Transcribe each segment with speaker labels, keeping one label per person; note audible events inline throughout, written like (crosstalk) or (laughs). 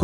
Speaker 1: ค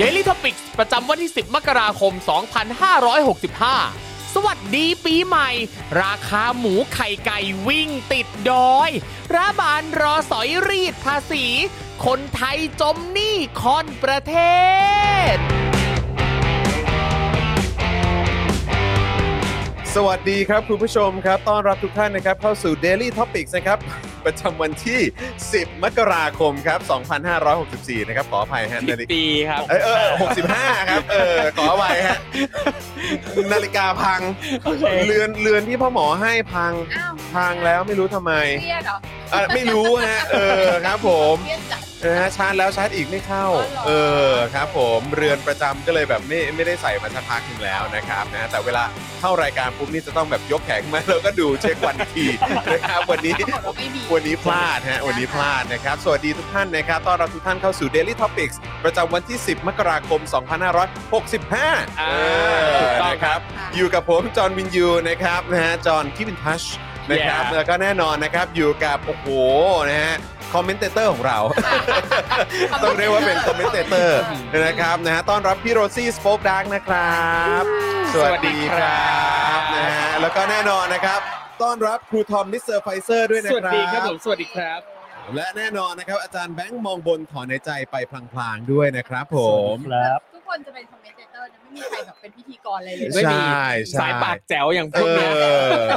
Speaker 2: Daily Topics ประจำวันที่ 10 มกราคม 2565 สวัสดีปีใหม่ ราคาหมูไข่ไก่วิ่งติดดอยรัฐบาลรอสอยรีดภาษี คนไทยจมหนี้คอนประเทศ
Speaker 1: สวัสดีครับคุณผู้ชมครับต้อนรับทุกท่านนะครับเข้าสู่ Daily Topics นะครับ (laughs) ประจำวันที่ 10 มกราคมครับ 2564 นะครับ ขออภัยฮะนาฬิกา
Speaker 3: ปีครับ
Speaker 1: (laughs) เอยเออ65 ครับ เออ ขออภัยฮะนาฬิกาพัง
Speaker 3: โอเค
Speaker 1: เรือนเรือนที่พ่อหมอให้พัง
Speaker 4: อ้าว
Speaker 1: พังแล้วไม่รู้ทำไม
Speaker 4: เครียดเหรอ
Speaker 1: อ่ะไม่รู้ฮะเออครับผม
Speaker 4: เครียดจัด
Speaker 1: นะฮะชาร์จแล้วชาร์จอีกไม่เข้า
Speaker 4: อ๋อเหรอ
Speaker 1: เออครับผมเรือนประจำก็เลยแบบไม่ไม่ได้ใส่มาสักพักหนึงแล้วนะครับนะแต่เวลาเข้ารายการปุ๊บนี่จะต้องแบบยกแขนขึ้นมา (laughs) แล้วก็ดูเช็ควันอีกที (laughs) นะครับวันนี้
Speaker 4: ปรากฏว่าไม่มี
Speaker 1: วันนี้พลาดฮะ วันนี้พลาดนะครับ สวัสดีทุกท่านนะครับ ต้อนรับทุกท่านเข้าสู่ Daily Topics ประจำวันที่ 10 มกราคม 2565
Speaker 3: อ่า
Speaker 1: เออ
Speaker 3: ถูกต้อง
Speaker 1: นะครับ
Speaker 4: ค่ะ
Speaker 1: อยู่กับผม จอห์นวินยูนะครับนะฮะ จอห์นคิวินทัชนะครับ
Speaker 3: Yeah
Speaker 1: แล้วก็แน่นอนนะครับ อยู่กับ โอ้โห นะฮะ คอมเมนเตอร์ของเรา ต้องเรียกว่าเป็นคอมเมนเตอร์นะครับนะฮะ ต้อนรับพี่โรซี่สปอคดักนะครับ ส
Speaker 3: สวั
Speaker 1: วัส
Speaker 3: สดี
Speaker 1: ดีค
Speaker 3: ครั
Speaker 1: รับ บนะฮะ แล้วก็แน่นอนนะครับ ต้อนรับครูทอมมิสเตอร์ไฟเซอร์ด้วยนะค
Speaker 3: ส
Speaker 1: รับ
Speaker 3: วัสดีครับผมสวัสดีครับ
Speaker 1: และแน่นอนนะครับ อาจารย์แบงค์มองบนถอนในใจไปพลางๆด้วยนะครับผม
Speaker 5: ครับ
Speaker 4: ทุกคนจะเป็นคอมเมนเตอร์นะไม่มีใครแบบเป็นพิธีกรอะไรเลย
Speaker 3: ไม่มี
Speaker 1: ใช่
Speaker 3: สายปากแจ๋วอย่างพ
Speaker 1: เอ
Speaker 3: วกนี้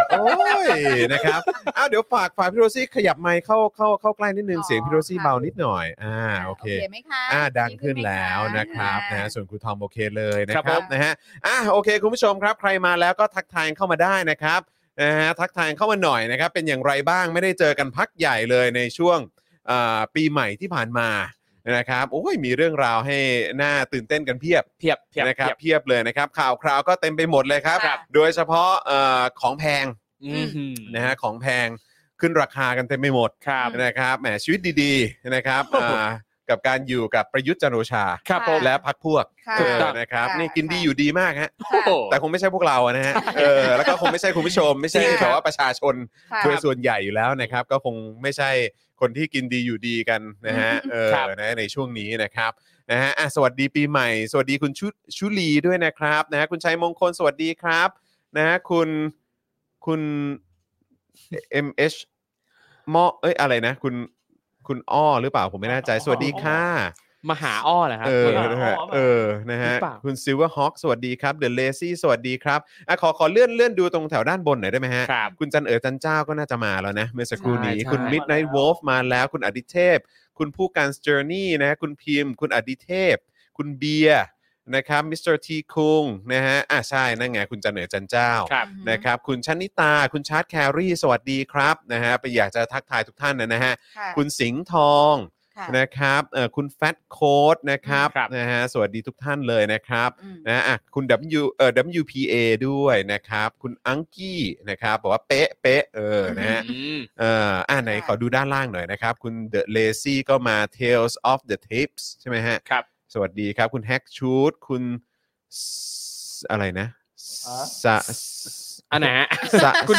Speaker 1: อโอ้ยนะครับอ้าวเดี๋ยวฝากฝากพี่โรซี่ขยับไมค์เข้าเข้าเข้าใกล้นิดนึง
Speaker 4: อ๋อ
Speaker 1: เสียงพี่โรซี่เบานิดหน่อยอ่าโอเค
Speaker 4: ไหมคะ
Speaker 1: อ่าดังขึ้นแล้วนะครับนะ
Speaker 4: อ่า
Speaker 1: ฮะส่วนครูทอมโอเคเลยนะค
Speaker 4: ครั
Speaker 1: รับบ
Speaker 4: ผม
Speaker 1: นะฮะอ่ะโอเค คุณผู้ชมครับ ใครมาแล้วก็ทักทายเข้ามาได้นะครับนะฮะทักทายเข้ามาหน่อยนะครับ เป็นอย่างไรบ้างไม่ได้เจอกันพักใหญ่เลยในช่วงอ่าปีใหม่ที่ผ่านมานะครับโอ้ยมีเรื่องราวให้น่าตื่นเต้นกันเพียบ
Speaker 3: เพียบเพียบ
Speaker 1: นะครับ
Speaker 3: เพียบ
Speaker 1: เพียบเลยนะครับ ข่าวคราวก็เต็มไปหมดเลยครับ
Speaker 4: ครับ
Speaker 1: โดยเฉพาะเอ่อของแพง
Speaker 3: อืม
Speaker 1: นะฮะของแพงขึ้นราคากันเต็มไปหมด
Speaker 3: ครับ
Speaker 1: นะครับแหมชีวิตดีๆนะครับอ่ากับการอยู่กับประยุทธ์จันทร์โอชา
Speaker 3: ครับผม
Speaker 1: และพักพวก
Speaker 4: ค่ะ
Speaker 1: เออนะครับ
Speaker 4: ค่ะ
Speaker 1: นี่กินดี
Speaker 4: ค่ะ
Speaker 1: อยู่ดีมากฮะ
Speaker 4: ค่ะ
Speaker 3: โอ้
Speaker 1: แต่คงไม่ใช่พวกเราอะนะฮะเออแล้วก็คงไม่ใช่คุณผู้ชม ไม่ใช่
Speaker 4: จริงค่ะ
Speaker 1: แบบว่าประชาชน
Speaker 4: ค่ะ
Speaker 1: โดยส่วนใหญ่อยู่แล้วนะครับ ก็คงไม่ใช่คนที่กินดีอยู่ดีกันนะฮะเออ
Speaker 3: ครับ
Speaker 1: นะในช่วงนี้นะครับนะฮะอ่ะสวัสดีปีใหม่ สวัสดีคุณชุชุลีด้วยนะครับนะฮะคุณชัยมงคลสวัสดีครับนะฮะคุณคุณ MH มอเอ้ยอะไรนะ คุณคุณอ้อหรือเปล่าผมไม่แน่ใจสวัสดีค่ะ
Speaker 3: มหาอ้อเหรอครับ
Speaker 1: เออนะฮะเออ นะฮะ
Speaker 3: หรือเปล่า
Speaker 1: คุณซิลเวอร์ฮอคสวัสดีครับ เดอะเลซี่ สวัสดีครับอ่ะขอ ขอเลื่อน เลื่อนดูตรงแถวด้านบนหน่อยได้ไหมฮะ
Speaker 3: ครับ
Speaker 1: คุณจันเอ๋อจันเจ้าก็น่าจะมาแล้วนะ เมื่อสักครู่นี้
Speaker 3: ใช่ใช่
Speaker 1: คุณมิดไนท์วอลฟมาแล้ว คุณอดิเทพ คุณผู้การสเจอร์นี่นะฮะคุณพิมพ์ คุณอดิเทพ คุณเบียร์นะครับ มิสเตอร์ทีคุงนะฮะ อ่ะใช่ นั่นไง คุณจันเอ๋อจันเจ้า
Speaker 3: ครับ
Speaker 1: นะครับ คุณชนิตา คุณชาร์ตแครี่ สวัสดีครับนะฮะ ไปอยากจะทักทายทุกท่านนะนะฮะ คุณสิงห์ทอง
Speaker 4: ค่ะ
Speaker 1: นะครับเอ่อคุณแฟตโค้ดนะครับ
Speaker 3: ครับ
Speaker 1: นะฮะสวัสดีทุกท่านเลยนะครับ
Speaker 4: อืม
Speaker 1: นะอ่ะคุณ W เอ่อ WPA ด้วยนะครับ คุณอังกี้นะครับบอกว่าเป๊ะเป๊ะเออนะฮะ
Speaker 3: อืม
Speaker 1: เอ่ออ่ะไหนขอดูด้านล่างหน่อยนะครับ คุณ The Lazy ก็มา Tales of the Tapes ใช่ไหมฮะ
Speaker 3: ครับ
Speaker 1: สวัสดีครับ คุณแฮกชูดคุณ สอะไรนะ
Speaker 5: อ่ะ
Speaker 1: สะ
Speaker 3: อันไหนฮะ
Speaker 1: สะ
Speaker 3: (laughs)
Speaker 1: คุณ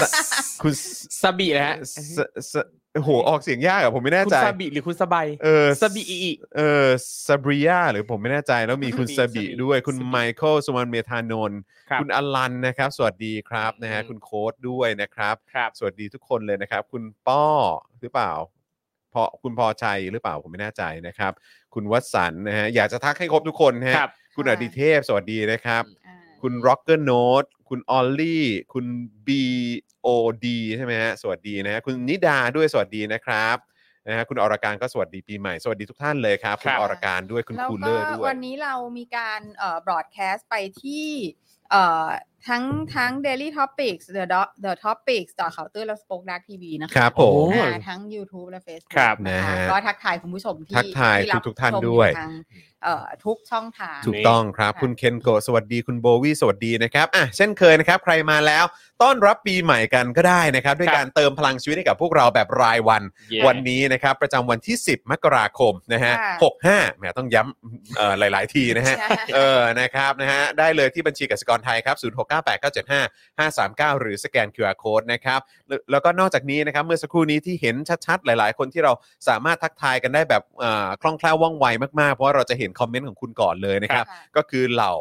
Speaker 1: คุณ
Speaker 3: ซาบินะฮะ
Speaker 1: สะสะโอ้โหออกเสียงยากอะผมไม่แน่
Speaker 3: คุณ
Speaker 1: ใจ
Speaker 3: ซาบิหรือคุณสบาย
Speaker 1: เอ
Speaker 3: (laughs)
Speaker 1: อ
Speaker 3: ซาบิอีอิ
Speaker 1: เออซาบริยาหรือผมไม่แน่ใจแล้วมีคุณ
Speaker 3: มี
Speaker 1: ซาบี
Speaker 3: ซาบิ
Speaker 1: ด้วยคุณ
Speaker 3: ซาบิ
Speaker 1: ไมเคิลสุวรรณเมธานนท์
Speaker 3: ครับ
Speaker 1: คุณอลันนะครับ สวัสดีครับนะฮะ
Speaker 3: อืม
Speaker 1: คุณโค้ดด้วยนะครับ
Speaker 3: ครับ
Speaker 1: สวัสดีทุกคนเลยนะครับ คุณป้อหรือเปล่าพอคุณพอใจหรือเปล่าผมไม่แน่ใจนะครับ คุณวัชสันต์นะฮะอยากจะทักให้ครบทุกคนนะฮะ
Speaker 3: ครับ
Speaker 1: คุณอดิเทพสวัสดีนะครับ
Speaker 4: อ่า
Speaker 1: คุณ Rocker Note คุณ Ollie คุณ BOD ใช่ไหมฮะ สวัสดีนะฮะ คุณนิดาด้วยสวัสดีนะครับนะฮะคุณอรการก็สวัสดีปีใหม่ สวัสดีทุกท่านเลยครับ คุณ
Speaker 3: ครับ
Speaker 1: อรการด้วยคุณ
Speaker 4: แล้ว
Speaker 1: คูลเล
Speaker 4: ก็
Speaker 1: อร์ด้วย
Speaker 4: วันนี้เรามีการเอ่อบรอดแคสต์ไปที่เอ่อทั้งทั้ง Daily Topics The Do- The Topics ต่อเคาน์เตอร์และสปอคดักทีวีนะ
Speaker 1: ค
Speaker 4: คะ
Speaker 1: รับผม
Speaker 3: โอ้
Speaker 4: อ่าทั้ง YouTube และ Facebook
Speaker 3: ครับ
Speaker 1: นะฮะ
Speaker 4: ก็ทักทายคุณผู้ชมที่
Speaker 1: ทักทาย
Speaker 4: รับ
Speaker 1: ทุกๆท่าน
Speaker 4: ชมอ
Speaker 1: ด้วย
Speaker 4: ทางเอ่อทุกช่องทาง
Speaker 1: ถูกต้องครับ
Speaker 4: ค่ะ
Speaker 1: คุณเคนโกะสวัสดีคุณโบวี่สวัสดีนะครับอ่ะเช่นเคยนะครับ ใครมาแล้ว ต้อนรับปีใหม่กันก็ได้นะครับ ด้วย
Speaker 3: ครับ
Speaker 1: การเติมพลังชีวิตให้กับพวกเราแบบรายวัน
Speaker 3: เย้
Speaker 1: วันนี้นะครับ ประจำวันที่ 10 มกราคมนะฮะ
Speaker 4: ค่ะ
Speaker 1: 65แหมต้องย้ำเอ่อหลาย ๆ ทีนะฮะ
Speaker 4: ใช่
Speaker 1: เออ นะครับ นะฮะ ได้เลยที่บัญชีกสิกรไทยครับ 0698975539 หรือสแกน QR Code นะครับแล้วแล้วก็นอกจากนี้นะครับ เมื่อสักครู่นี้ที่เห็นชัดๆ หลายๆ คนที่เราสามารถทักทายกันได้แบบเอ่อคล่องแคล่วว่องไวมากๆ เพราะว่าเราจะเห็นคอมเมนต์ของคุณก่อนเลยนะครับ
Speaker 4: ค่ะ
Speaker 1: ก็คือเหล่า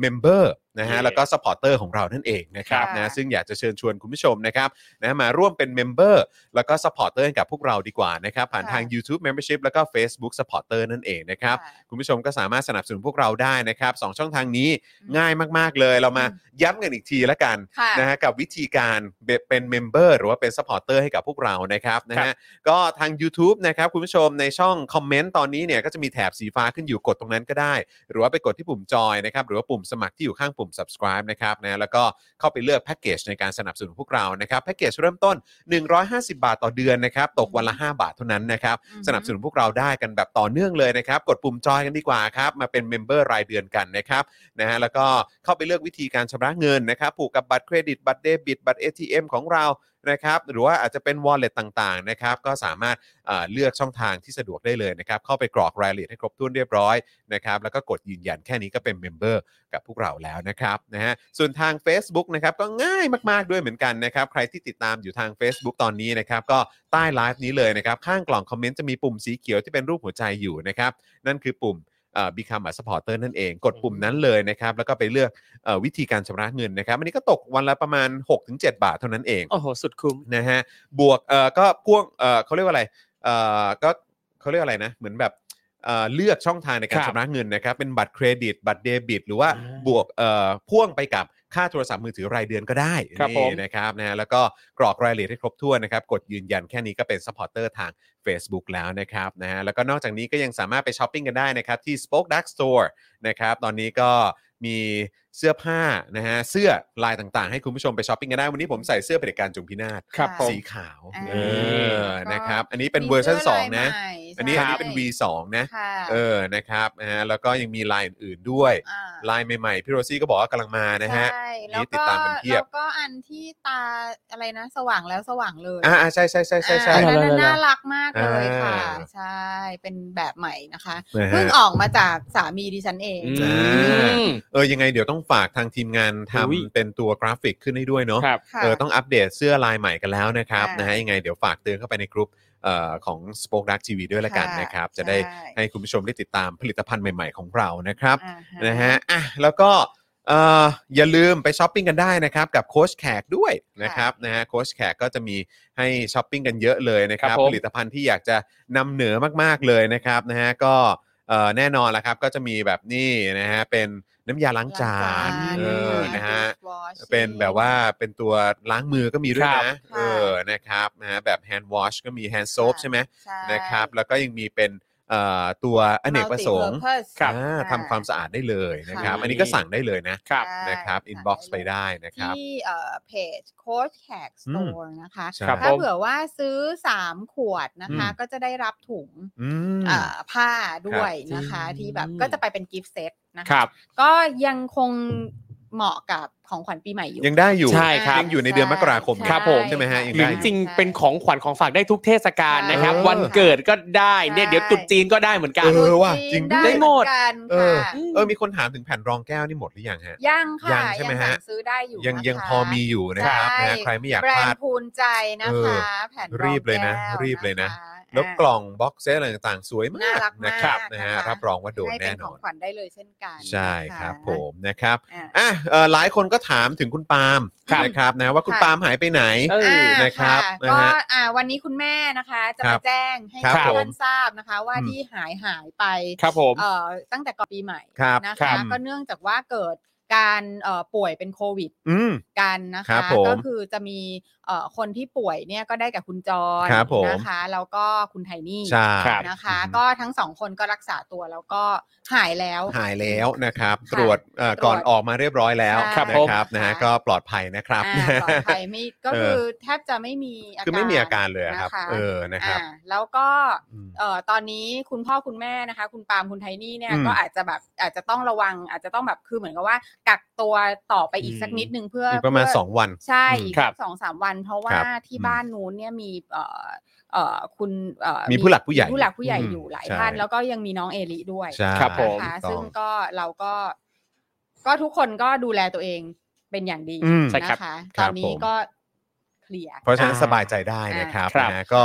Speaker 1: เมมเบอร์นะฮะ
Speaker 3: เย้
Speaker 1: แล้วก็สปอร์เตอร์ของเรานั่นเองนะครับ
Speaker 4: ค่ะ
Speaker 1: นะ ซึ่งอยากจะเชิญชวนคุณผู้ชมนะครับนะมาร่วมเป็นเมมเบอร์ แล้วก็สปอร์เตอร์กับพวกเราดีกว่านะครับ ผ่านทาง YouTube Membership แล้วก็ Facebook Supporter นั่นเองนะครับ คุณผู้ชมก็สามารถสนับสนุนพวกเราได้นะครับสองช่องทางนี้
Speaker 4: อืม
Speaker 1: ง่ายมาก ๆ เลยเรามา
Speaker 4: อืม
Speaker 1: ย้ำกันอีกทีละกัน
Speaker 4: ค่ะ
Speaker 1: นะฮะกับวิธีการเบเป็นเมมเบอร์หรือว่าเป็นสปอร์เตอร์ให้กับพวกเรานะครับนะฮะก็ทาง u t u b e นะครับคุณผู้ชมในช่องคอมเมนต์ตอนนี้เนี่ยก็จะมีแถบสีฟ้าขึ้นอยู่กดตรงนั้นก็ได้ หรือว่าไปกดที่ปุ่มจอยนะครับหรือว่าปุ่มสมัครที่อยู่ข้างปุ่ม subscribe นะครับนะแล้วก็เข้าไปเลือกแพ็กเกจในการสนับสนุนพวกเรานะครับแพ็กเกจเริ่มต้น 150 บาทต่อเดือนนะครับตกวันละ 5 บาทเท่านั้นนะครับ
Speaker 4: อือฮึ
Speaker 1: สนับสนุนพวกเราได้กันแบบต่อเนื่องเลยนะครับ กดปุ่มจอยกันดีกว่าครับ มาเป็นเมมเบอร์รายเดือนกันนะครับนะฮะแล้วก็เข้าไปเลือกวิธีการชำระเงินนะครับ ผูกกับบัตรเครดิต บัตรเดบิต บัตร ATM ของเรานะครับ หรือว่าอาจจะเป็น wallet ต่างๆนะครับ ก็สามารถเอ่อเลือกช่องทางที่สะดวกได้เลยนะครับ เข้าไปกรอกรายละเอียดให้ครบถ้วนเรียบร้อยนะครับ แล้วก็กดยืนยันแค่นี้ก็เป็นเมมเบอร์ กับพวกเราแล้วนะครับนะฮะส่วนทาง Facebook นะครับก็ง่ายมาก ๆ ด้วยเหมือนกันนะครับ ใครที่ติดตามอยู่ทาง Facebook ตอนนี้นะครับ ก็ใต้ไลฟ์นี้เลยนะครับ ข้างกล่องคอมเมนต์จะมีปุ่มสีเขียวที่เป็นรูปหัวใจอยู่นะครับ นั่นคือปุ่มเอ่อ Become a supporter นั่นเอง กดปุ่มนั้นเลยนะครับ แล้วก็ไปเลือกเออวิธีการชำระเงินนะครับอันนี้ก็ตกวันละประมาณ 6-7 บาทเท่านั้นเอง
Speaker 3: โอ้โห สุดคุ้ม
Speaker 1: นะฮะบวกเอ่อก็พ่วงเอ่อเขาเรียกว่าอะไรเอ่อก็เขาเรียกอะไรนะ เหมือนแบบเอ่อเลือกช่องทางในการ
Speaker 3: ครับ
Speaker 1: ชำระเงินนะครับ เป็นบัตรเครดิต บัตรเดบิต หรือว่า
Speaker 3: อ่า
Speaker 1: บวกเอ่อพ่วงไปกับค่าโทรศัพท์มือถือรายเดือนก็ได้
Speaker 3: ครับผ
Speaker 1: นี่
Speaker 3: ม
Speaker 1: นะครับนะฮะแล้วก็กรอกรายละเอียดให้ครบถ้วนนะครับ กดยืนยันแค่นี้ก็เป็นสปอร์เตอร์ทาง Facebook แล้วนะครับนะฮะแล้วก็นอกจากนี้ก็ยังสามารถไปช้อปปิ้งกันได้นะครับ ที่ Spoke Dark Store นะครับ ตอนนี้ก็มีเสื้อผ้านะฮะเสื้อลายต่างๆ ให้คุณผู้ชมไปช้อปปิ้งกันได้วันนี้ผมใส่เสื้อเผด็จการจงพินาศ
Speaker 3: ครับผม
Speaker 1: สีขาว
Speaker 4: อ่า
Speaker 1: เออ
Speaker 4: แล้วก็
Speaker 1: นะครับ อันนี้เป็นเวอร์ชัน
Speaker 4: มีสื้
Speaker 1: 2 นะ
Speaker 4: ลายใหม่
Speaker 1: อันนี้
Speaker 4: ใช่
Speaker 1: อันนี้เป็น V2 นะ
Speaker 4: ค่ะ
Speaker 1: เออ นะครับนะฮะแล้วก็ยังมีลายอื่นๆด้วย
Speaker 4: า
Speaker 1: ลายใหม่ๆ พี่โรซี่ก็บอกว่ากำลังมานะฮะ
Speaker 4: ใช่
Speaker 1: อันนี้
Speaker 4: แล้ว
Speaker 1: ติด
Speaker 4: ก็
Speaker 1: ตามกันเพียบ
Speaker 4: แล้วก็อันที่ตาอะไรนะ สว่างแล้วสว่างเลย
Speaker 1: อ่าใช่ใช่ใช่ใช่ใช่
Speaker 4: อ่าอันนั้น
Speaker 3: แล้วแล้ว
Speaker 4: น่า
Speaker 3: แล้ว
Speaker 4: รักมากเลยค่ะ
Speaker 1: อ่า
Speaker 4: ใช่เป็นแบบใหม่นะคะ
Speaker 1: นะฮะ
Speaker 4: เพิ่งออกมาจากสามีดิฉันเอง
Speaker 3: อืม
Speaker 1: ม เออยังไงเดี๋ยวต้องฝากทางทีมงาน
Speaker 3: อุ๊ย
Speaker 1: ทำเป็นตัวกราฟิกขึ้นให้ด้วยเนาะ
Speaker 3: ครับ
Speaker 4: ค่ะ
Speaker 1: เออต้องอัปเดตเสื้อลายใหม่กันแล้วนะครับ
Speaker 4: ค่ะ
Speaker 1: นะฮะยังไงเดี๋ยวฝากเตือนเข้าไปในกลุ่มเอ่อของ Spoke Dark TV ด้วยละกัน
Speaker 4: ค่ะ
Speaker 1: นะครับ จะได้
Speaker 4: ใช่
Speaker 1: ให้คุณผู้ชมได้ติดตามผลิตภัณฑ์ใหม่ๆของเรานะครับ
Speaker 4: อ่าฮ
Speaker 1: นะฮะ อ่ะ แล้วก็เอ่ออย่าลืมไปช้อปปิ้งกันได้นะครับกับโค้ชแขกด้วยนะครับนะฮะโค้ชแขกก็จะมีให้ช้อปปิ้งกันเยอะเลยนะครับ
Speaker 3: ครับผม
Speaker 1: ผลิตภัณฑ์ที่อยากจะนำเหนือมากๆเลยนะครับนะฮะก็เอ่อแน่นอนละครับก็จะมีแบบนี้นะฮะเป็นน้ำยาล้างจาน
Speaker 4: ล้างจาน
Speaker 1: เออนะฮะ
Speaker 4: dishwashing
Speaker 1: เป็นแบบว่าเป็นตัวล้างมือก็มีด้วย
Speaker 3: ครับ
Speaker 1: นะเออนะครับนะฮะแบบแฮนด์วอชก็มีแฮนด์โซป
Speaker 4: ค่ะ
Speaker 1: ใช่ไหม
Speaker 4: ใช่
Speaker 1: นะครับแล้วก็ยังมีเป็นเอ่อตัวอเนกประสงค์
Speaker 4: มัลติ purpose
Speaker 1: อ่า
Speaker 4: อ่
Speaker 1: ทำความสะอาดได้เลยนะครับ
Speaker 4: ค่ะ
Speaker 1: อันนี้ก็สั่งได้เลยนะครับ
Speaker 4: ใช่
Speaker 1: นะครับ
Speaker 4: สั่ง
Speaker 1: inbox ไปได้นะครับ
Speaker 4: ที่เอ่อเพจโค้ชแขกสโตร์นะคะ
Speaker 1: ใช่
Speaker 3: ครับ
Speaker 4: ถ้า
Speaker 3: ผม
Speaker 4: เผื่อว่าซื้อ 3 ขวดนะคะ ก็จะได้รับถุง
Speaker 1: อืม
Speaker 4: เอ่อผ้าด้วยนะคะ
Speaker 3: ครับ
Speaker 4: ที่แบบ
Speaker 3: อืม
Speaker 4: ก็จะไปเป็นกิฟต์เซตนะ
Speaker 3: ค
Speaker 4: คะ
Speaker 3: รับ
Speaker 4: ก็ยังคง เหมาะกับของขวัญปีใหม่อยู่
Speaker 1: ยังได้อยู่
Speaker 3: ใช่ครับ
Speaker 1: ยังอยู่ในเดือนมกราคม
Speaker 3: ครับผม
Speaker 1: ใช่ไหมฮะยัง
Speaker 3: หรือ
Speaker 1: ได้
Speaker 3: จ
Speaker 1: ยู่
Speaker 3: ริงๆเป็นของขวัญของฝากได้ทุกเทศกาลนะครับ
Speaker 1: เออ
Speaker 3: วันเกิดก็ได้เนี่ยเดี๋ยวตรุษจีนก็ได้เหมือนกัน
Speaker 1: เออว่ะจริงด้วย
Speaker 4: ได้เหมอนกัน
Speaker 1: เออ
Speaker 4: ค่ะ
Speaker 1: เออมีคนถามถึงแผ่นรองแก้วนี่หมดหรือยังฮะ
Speaker 4: ยัง
Speaker 1: ยั
Speaker 4: ค่ะ
Speaker 1: งใช่ไหมฮะ
Speaker 4: สั่งซื้อได้อยู่
Speaker 1: ยัง
Speaker 4: นะคะ
Speaker 1: ยังพอมีอยู่นะครับ
Speaker 4: ใช่
Speaker 1: นะฮะใครไม่อยากพ
Speaker 4: แบรน
Speaker 1: ลาด
Speaker 4: ด์ภูมิใจนะ
Speaker 1: เอ
Speaker 4: คะ
Speaker 1: อ
Speaker 4: แผ่น
Speaker 1: รีบเลยนะ
Speaker 4: องแก้ว
Speaker 1: รีบเลยนะ
Speaker 4: ค
Speaker 1: แล้ว
Speaker 4: อ่ะ
Speaker 1: กล่องบ็อกเซตอะไรต่างๆ สวยมา
Speaker 4: น่าก รักมาก
Speaker 1: นะครับนะฮะ
Speaker 4: นะคะ
Speaker 1: รับรองว่าโดน
Speaker 4: ให้เป็
Speaker 1: แน่
Speaker 4: น
Speaker 1: น
Speaker 4: ข
Speaker 1: อ
Speaker 4: อง
Speaker 1: น
Speaker 4: ขวัญได้เลยเช่นกัน
Speaker 1: ใช่
Speaker 4: นะะ
Speaker 1: ครับผมนะครับ
Speaker 4: อ่ะ
Speaker 1: อ่ะเอ่อหลายคนก็ถามถึงคุณปาล์ม
Speaker 3: ครับ
Speaker 1: นะครับนะว่าคุณ
Speaker 4: ค่ะ
Speaker 1: ปาล์มหายไปไหน
Speaker 3: เออ
Speaker 4: อ่า
Speaker 1: นะครับ
Speaker 4: ค่ะ
Speaker 1: นะ
Speaker 4: ก็
Speaker 1: ฮะ
Speaker 4: อ่าวันนี้คุณแม่นะคะจะ
Speaker 1: ครั
Speaker 4: มา
Speaker 1: บ
Speaker 4: แจ้งให้
Speaker 1: ครับ
Speaker 4: ทุก
Speaker 1: ผม
Speaker 4: ท่านทราบนะคะ ว่าที่หายหายไป
Speaker 3: ครับผม
Speaker 4: เอ่อตั้งแต่ก่อนปีใหม่
Speaker 1: ครับ
Speaker 4: นะ
Speaker 1: ค
Speaker 4: คะ
Speaker 1: รับ
Speaker 4: ก็เนื่องจากว่าเกิดการเอ่อป่วยเป็นโควิด
Speaker 1: อืม
Speaker 4: กันนะ
Speaker 1: ครั
Speaker 4: คะ
Speaker 1: บผม
Speaker 4: ก็คือจะมีเอ่อคนที่ป่วยเนี่ยก็ได้กับคุณจร
Speaker 1: ครับผม
Speaker 4: นะคะแล้วก็คุณไทนี่
Speaker 1: ใช่
Speaker 3: ครับ
Speaker 4: นะคะ ก็ทั้งสองคนก็รักษาตัวแล้วก็หายแล้ว
Speaker 1: หายแล้วนะครับ
Speaker 4: ค่ะ
Speaker 1: ตรวจเอ่อ
Speaker 4: ตรวจ
Speaker 1: ก่อนออกมาเรียบร้อยแล้ว
Speaker 4: ใช่ครับ
Speaker 1: นะครับ
Speaker 4: ผม
Speaker 1: นะฮะ
Speaker 4: ค่ะ
Speaker 1: ก็ปลอดภัยนะครับ
Speaker 4: อ่าปลอดภัยไม่ก็
Speaker 1: (laughs) เออ
Speaker 4: คือแทบจะไม่มีอาการ
Speaker 1: คือไม่มีอาการเลยครับ
Speaker 4: นะะ
Speaker 1: เออนะครับ
Speaker 4: อ่าแล้วก็เอ่อตอนนี้คุณพ่อคุณแม่นะคะ คุณปาล์มคุณไทนี่เนี่ย
Speaker 1: อืม
Speaker 4: ก็อาจจะแบบอาจจะต้องระวัง อาจจะต้องแบบคือเหมือนกับว่ากักตัวต่อไปอีก
Speaker 3: อืม
Speaker 4: สักนิดนึงเพื่อ
Speaker 1: อีกประมาณ
Speaker 4: เพื่
Speaker 1: สองวัน
Speaker 4: ใช่
Speaker 1: อืม
Speaker 4: อีก
Speaker 3: ครับ
Speaker 4: สองสามวัน เพราะ
Speaker 1: ค
Speaker 4: ว่า
Speaker 1: รับ
Speaker 4: ที่
Speaker 1: อืม
Speaker 4: บ้านนู้นเนี่ยมีเอ่อเอ่อคุณเอ่อ
Speaker 1: มีผู้หลักผู้ใหญ่
Speaker 4: ผู้หลักผู้ใหญ่
Speaker 1: อืม
Speaker 4: อยู่หลาย
Speaker 1: ใช่
Speaker 4: ท่านแล้วก็ยังมีน้องเอลิด้วย
Speaker 1: ใช่
Speaker 3: ครับผม
Speaker 4: นะคะ
Speaker 1: ถูก
Speaker 4: ซึ่
Speaker 1: ต้
Speaker 4: ง
Speaker 1: อง
Speaker 4: ก็เราก็ก็ทุกคนก็ดูแลตัวเองเป็นอย่างดี
Speaker 1: อืม
Speaker 3: ใช่ครับ
Speaker 4: นะคะ
Speaker 1: ค
Speaker 4: ต
Speaker 1: รั
Speaker 4: อบ น
Speaker 1: ผ
Speaker 4: นี้
Speaker 1: ม
Speaker 4: ก็เคลียร์
Speaker 1: เพราะฉะนั้น
Speaker 3: อ่า
Speaker 1: สบายใจได้นะครับ
Speaker 3: ครับ
Speaker 1: นะฮะก็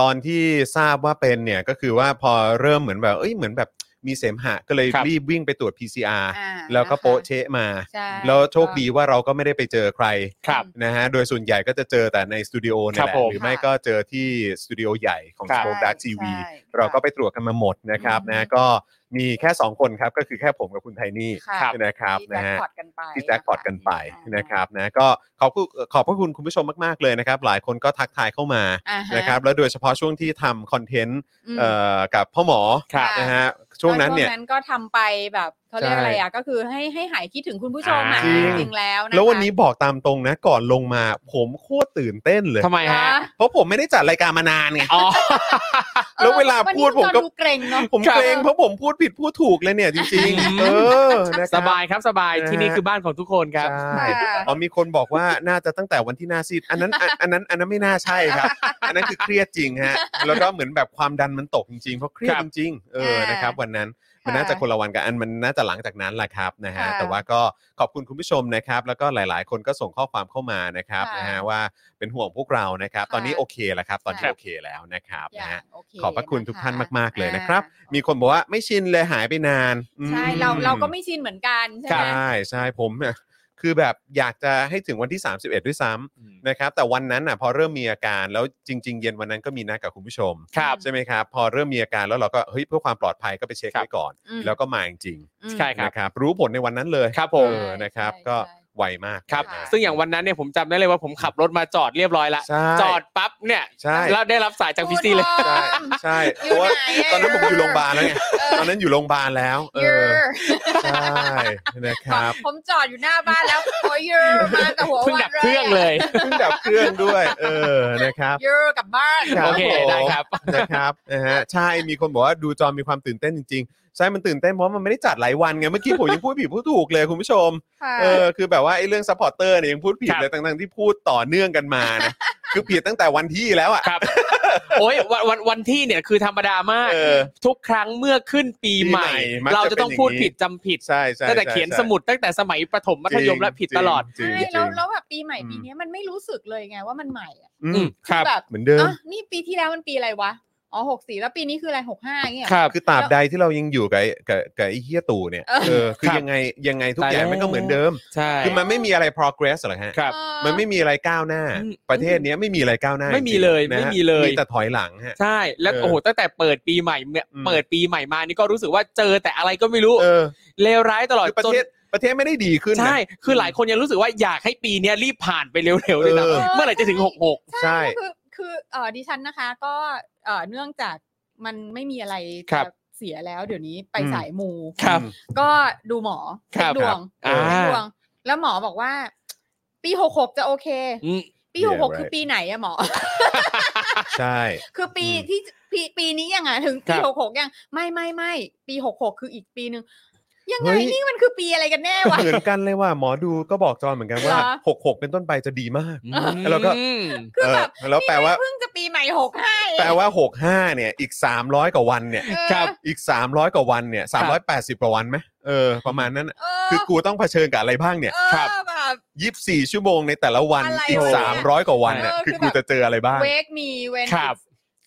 Speaker 1: ตอนที่ทราบว่าเป็นเนี่ยก็คือว่าพอเริ่มเหมือนแบบเอ้ยเหมือนแบบมีเสมหะก็เลย
Speaker 3: ครับ
Speaker 1: รีบวิ่งไปตรวจ PCR
Speaker 4: อ่า
Speaker 1: แล้วก็
Speaker 4: นะคะ
Speaker 1: โป๊ะเชะมา
Speaker 4: ใช่
Speaker 1: แล้วโชคดีว่าเราก็ไม่ได้ไปเจอใคร
Speaker 3: ครับ
Speaker 1: นะฮะ โดยส่วนใหญ่ก็จะเจอแต่ในสตูดิโอนี่
Speaker 3: ครั
Speaker 1: แหละ
Speaker 3: บผม
Speaker 1: หรือไม่ก็เจอที่สตูดิโอใหญ่ของ
Speaker 3: ครับ
Speaker 1: Spoke Dark TV
Speaker 4: ใช่
Speaker 1: เราก็ไปตรวจกันมาหมดนะครับ
Speaker 4: อืม
Speaker 1: นะก็มีแค่ 2 คนครับ ก็คือแค่ผมกับคุณไทนี่
Speaker 4: ค่ะ
Speaker 3: ครับ
Speaker 1: นะครับ
Speaker 4: ที่
Speaker 1: นะ
Speaker 4: แจ็ค
Speaker 1: ฮะ
Speaker 4: พอตกันไป
Speaker 1: ที่แจ็คพอตกันไป
Speaker 4: อ่า
Speaker 1: นะครับนะก็ขอบคุณขอบพระคุณคุณผู้ชมมาก ๆ เลยนะครับ หลายคนก็ทักทายเข้ามา
Speaker 4: อ่าฮ
Speaker 1: นะครับแล้วโดยเฉพาะช่วงที่ทำคอนเทนต์
Speaker 4: อืม
Speaker 1: เอ่อกับพ่อหมอ
Speaker 3: ครับ
Speaker 1: นะฮะช่วงนั้นเนี่ย
Speaker 4: ช่วงนั้นก็ทำไปแบบเขาเรียก
Speaker 1: ใช่
Speaker 4: อะไรอ่ะก็คือให้ให้หายคิดถึงคุณผู้ชมอ่ะ
Speaker 1: จริง
Speaker 4: จริงๆแล้วนะคะ
Speaker 1: แล้ววันนี้บอกตามตรงนะ ก่อนลงมาผมโคตรตื่นเต้นเลย
Speaker 3: ทำไมฮะ
Speaker 4: นะ
Speaker 1: เพราะผมไม่ได้จัดรายการมานานไง
Speaker 3: อ๋อ
Speaker 1: แล้วเวลาพูดผมก็
Speaker 4: นนี้คุณจอห์นเกรงเนาะ
Speaker 1: ผมเกรงเพราะผมพูดผิดพูดถูกเลยเนี่ยจริง
Speaker 3: อืม
Speaker 1: ๆ เออนะค
Speaker 3: ส
Speaker 1: รับ
Speaker 3: ายครับสบายที่นี่คือบ้านของทุกคนครับ
Speaker 1: ใช่
Speaker 4: ค่ะ
Speaker 1: อ๋อมีคนบอกว่าน่าจะตั้งแต่วันที่หน้าซีดอันนั้นอันอันนั้นอันนั้นไม่น่าใช่ครับ (laughs) อันนั้นคือเครียดจริงฮะแล้วก็เหมือนแบบความดันมันตกจริงๆเพราะเครียด
Speaker 3: ครับ
Speaker 1: จริงๆเออนะครับ วันนั้นมันน่าจะคนละวันกันอันมันน่าจะหลังจากนั้นแหละครับนะฮะ
Speaker 4: ค่ะ
Speaker 1: แต่ว่าก็ขอบคุณคุณผู้ชมนะครับ แล้วก็หลายๆ คนก็ส่งข้อความเข้ามานะครับ
Speaker 4: ค่ะ
Speaker 1: นะฮะว่าเป็นห่วงพวกเรานะครับ
Speaker 4: ค่ะ
Speaker 1: ตอนนี้โอเคแล้วครับ ตอนนี้
Speaker 3: ค่ะ
Speaker 1: โอเคแล้วนะครับ
Speaker 4: อย่า
Speaker 1: นะฮะ
Speaker 4: โเ
Speaker 1: ขอบพระคุณทุกท่านมาก ๆ เลย
Speaker 4: อ่
Speaker 1: นะครับ มีคนบอกว่าไม่ชินเลยหายไปนานอืม
Speaker 4: ใช่เราเราก็ไม่ชินเหมือนกัน
Speaker 1: ใช
Speaker 4: ใช่ไหม่
Speaker 1: ใช่ผมเนี่ยคือแบบอยากจะให้ถึงวันที่ 31 ด้วยซ้ำนะครับ แต่วันนั้นน่ะพอเริ่มมีอาการแล้วจริง ๆ เย็นวันนั้นก็มีนัดกับคุณผู้ชม
Speaker 3: ครับ
Speaker 1: ใช่ไหมครับ พอเริ่มมีอาการแล้วเราก็เฮ้ยเพื่อความปลอดภัยก็ไปเช็ค
Speaker 3: ครับ
Speaker 1: ไว้ก่อน
Speaker 4: อืม
Speaker 1: แล้วก็มาจริง
Speaker 4: อืม
Speaker 3: ใช่
Speaker 1: ๆ
Speaker 3: ครับ
Speaker 1: นะครับ รู้ผลในวันนั้นเลย
Speaker 3: ครับผม
Speaker 1: เออนะครับ
Speaker 4: ใช่
Speaker 1: ก็
Speaker 4: ใช่
Speaker 1: ไวมาก
Speaker 3: ครับ
Speaker 1: นะ
Speaker 3: ซึ่งอย่างวันนั้นเนี่ยผมจำได้เลยว่าผมขับรถมาจอดเรียบร้อยละ
Speaker 1: ใช่
Speaker 3: จอดปั๊บเนี่ย
Speaker 1: ใช่
Speaker 3: แล้วได้รับสายจากพี่ซีเลย
Speaker 4: คุณทอม
Speaker 1: ใช่
Speaker 4: อ
Speaker 1: เพ
Speaker 4: ยู่
Speaker 1: ราะว่า
Speaker 4: ไหนอะ
Speaker 1: ตอนนั้นผมอยู่โรงพยาบาลแล้วไงตอนนั้นอยู่โรงพยาบาลแล้ว เอ
Speaker 4: เยอ
Speaker 1: อะ ใช่นะครับ
Speaker 4: ผมจอดอยู่หน้าบ้านแล้วโอ้ยเยอะมากับหัว
Speaker 3: เพิ่ง
Speaker 4: วัน
Speaker 3: ดับเครื่องเลย
Speaker 1: เพิ่งดับเครื่องด้วยเออนะครับ
Speaker 4: เยอะกลับบ้าน
Speaker 1: รับ
Speaker 3: โอเค
Speaker 1: ผม
Speaker 3: ได้ครับ
Speaker 1: นะครับนะฮะใช่มีคนบอกว่าดูจอมีความตื่นเต้นจริงๆ ใช่มันตื่นเต้นเพราะมันไม่ได้จัดหลายวันไงเมื่อกี้ผมยังพูดผิดพูดถูกเลยคุณผู้ชม
Speaker 4: ค่ะ
Speaker 1: เออคือแบบว่าไอ้เรื่องซัพพอร์เตอร์เนี่ยยังพูดผิด
Speaker 3: ครับ
Speaker 1: เลยทั้งๆที่พูดต่อเนื่องกันมา
Speaker 3: (laughs)
Speaker 1: นะคือผิดตั้งแต่วันที่แล้วอ่ะ
Speaker 3: ครับ โอ้ยวันวันวันที่เนี่ยคือธรรมดามาก
Speaker 1: เออ
Speaker 3: ทุกครั้งเมื่อขึ้นปีใหม่
Speaker 1: ปีใหม่มักจะ
Speaker 3: เราจะต้องพูด
Speaker 1: เป็นอย่างนี้
Speaker 3: ผิดจำผิด
Speaker 1: ใช่ใช่
Speaker 3: ตั้งแต่เขียนสมุดตั้งแต่สมัยประถมมัธยมและผิดตลอด
Speaker 1: จริง
Speaker 4: ใช่
Speaker 1: ๆจริงๆ
Speaker 4: แล้วแล้วแบบปีใหม่
Speaker 1: อืม
Speaker 4: ปีเนี้ยมันไม่รู้สึกเลยไงว่ามันใหม่อะ
Speaker 1: อื
Speaker 3: อื
Speaker 1: ม
Speaker 3: มครับ
Speaker 4: แบบ
Speaker 1: เหมือนเดิม
Speaker 4: อ่ะนี่ปีที่แล้วมันปีอะไรวะอ๋อหกสี่แล้วปีนี้คืออะไรหกห้าเงี้ย
Speaker 3: ครับ
Speaker 1: คือตราบใดที่เรายังอยู่กับไอ้กับกับไอ้เฮียตู่เนี่ยเออคือ
Speaker 3: ครับ
Speaker 1: ยังไงยังไงทุกอย่าง
Speaker 3: ตายแล้ว
Speaker 1: มันก็เหมือนเดิม
Speaker 3: ใช่
Speaker 1: คือมันไม่มีอะไร progress หรอกฮะ
Speaker 3: ครับ
Speaker 4: เออ
Speaker 1: มันไม่มีอะไรก้าวหน้า
Speaker 3: อืม
Speaker 1: ประเทศเนี้ยไม่มีอะไรก้าวหน้า
Speaker 3: ไม่
Speaker 1: จ
Speaker 3: มี
Speaker 1: ริงๆ
Speaker 3: เลย
Speaker 1: นะฮะ
Speaker 3: ไม่มีเลย
Speaker 1: มีแต่ถอยหลังฮะ
Speaker 3: ใช่แล้ว
Speaker 1: เออ
Speaker 3: โอ้โหตั้งแต่เปิดปีใหม่เนี่ย
Speaker 1: อืม
Speaker 3: เปิดปีใหม่มานี่ก็รู้สึกว่าเจอแต่อะไรก็ไม่รู้
Speaker 1: เออ
Speaker 3: เลวร้ายตลอด
Speaker 1: คือประ
Speaker 3: จน
Speaker 1: เทศประเทศไม่ได้ดีขึ้นนะ
Speaker 3: ใช่ คือหลายคนยังรู้สึกว่าอยากให้ปีเนี้ยรีบผ่านไปเร็วๆเลยนะ
Speaker 1: เออ
Speaker 3: เมื่อไหร่จะถึงหกหก
Speaker 1: ใช่
Speaker 4: คือคือเออดิฉันนะคะก็เออเนื่องจากมันไม่มีอะไร
Speaker 3: ครับ
Speaker 4: จะเสียแล้ว เดี๋ยวนี้ไป
Speaker 1: อืม
Speaker 4: สายมู
Speaker 3: ครับ
Speaker 4: ก็ดูหมอ
Speaker 3: ครั
Speaker 4: เช็ค
Speaker 3: บ
Speaker 4: ดวง
Speaker 3: ครับอ่า
Speaker 4: เช็คดวง แล้วหมอบอกว่า ปีหกหกจะโอเค
Speaker 3: อืม
Speaker 4: ปี
Speaker 1: Yeah,
Speaker 4: หกหก
Speaker 1: right.
Speaker 4: คือปีไหนอะหมอ (laughs)
Speaker 1: ใช่
Speaker 4: คือปี
Speaker 1: อืม
Speaker 4: ที่ปีปีนี้ยังไงถึง
Speaker 3: ครั
Speaker 4: ปี
Speaker 3: บ
Speaker 4: หกหกยัง ไม่ไม่ไม่ปีหกหกคืออีกปีหนึ่ง ยังไง
Speaker 1: เฮ้ย
Speaker 4: นี่มันคือปีอะไรกันแน่วะ
Speaker 1: เหมือนกันเลยว่าหมอดูก็บอกจอนเหมือนกันว่า
Speaker 4: เหรอ
Speaker 1: 66 เป็นต้นไปจะดีมาก
Speaker 3: ม
Speaker 1: แล้วก็
Speaker 4: คือ
Speaker 1: เออ
Speaker 4: แบบ
Speaker 1: แล้วแปลว่า
Speaker 4: เพิ่งจะปีใหม่หกห้าเอง
Speaker 1: แปลว่า 65 เนี่ย อีก 300 กว่าวันเนี่ย
Speaker 4: เออ
Speaker 3: ครับ
Speaker 1: อีก 300 กว่าวันเนี่ย 380 กว่าวันไหมเออ ประมาณนั้นน่ะ
Speaker 4: เออ
Speaker 1: คือกูต้องเผชิญกับอะไรบ้างเนี่ย
Speaker 4: เออ
Speaker 3: ครับ
Speaker 4: แบบ
Speaker 1: 24 ชั่วโมงในแต่ละวัน
Speaker 4: อะไร
Speaker 1: อีก
Speaker 4: วะเนี่ย
Speaker 1: 300 กว่าวันน่ะ
Speaker 4: เออ
Speaker 1: คือ
Speaker 4: คื
Speaker 1: กู
Speaker 4: อแบบ
Speaker 1: จะเจออะไรบ้าง
Speaker 4: เวกมีเวน
Speaker 3: ครับ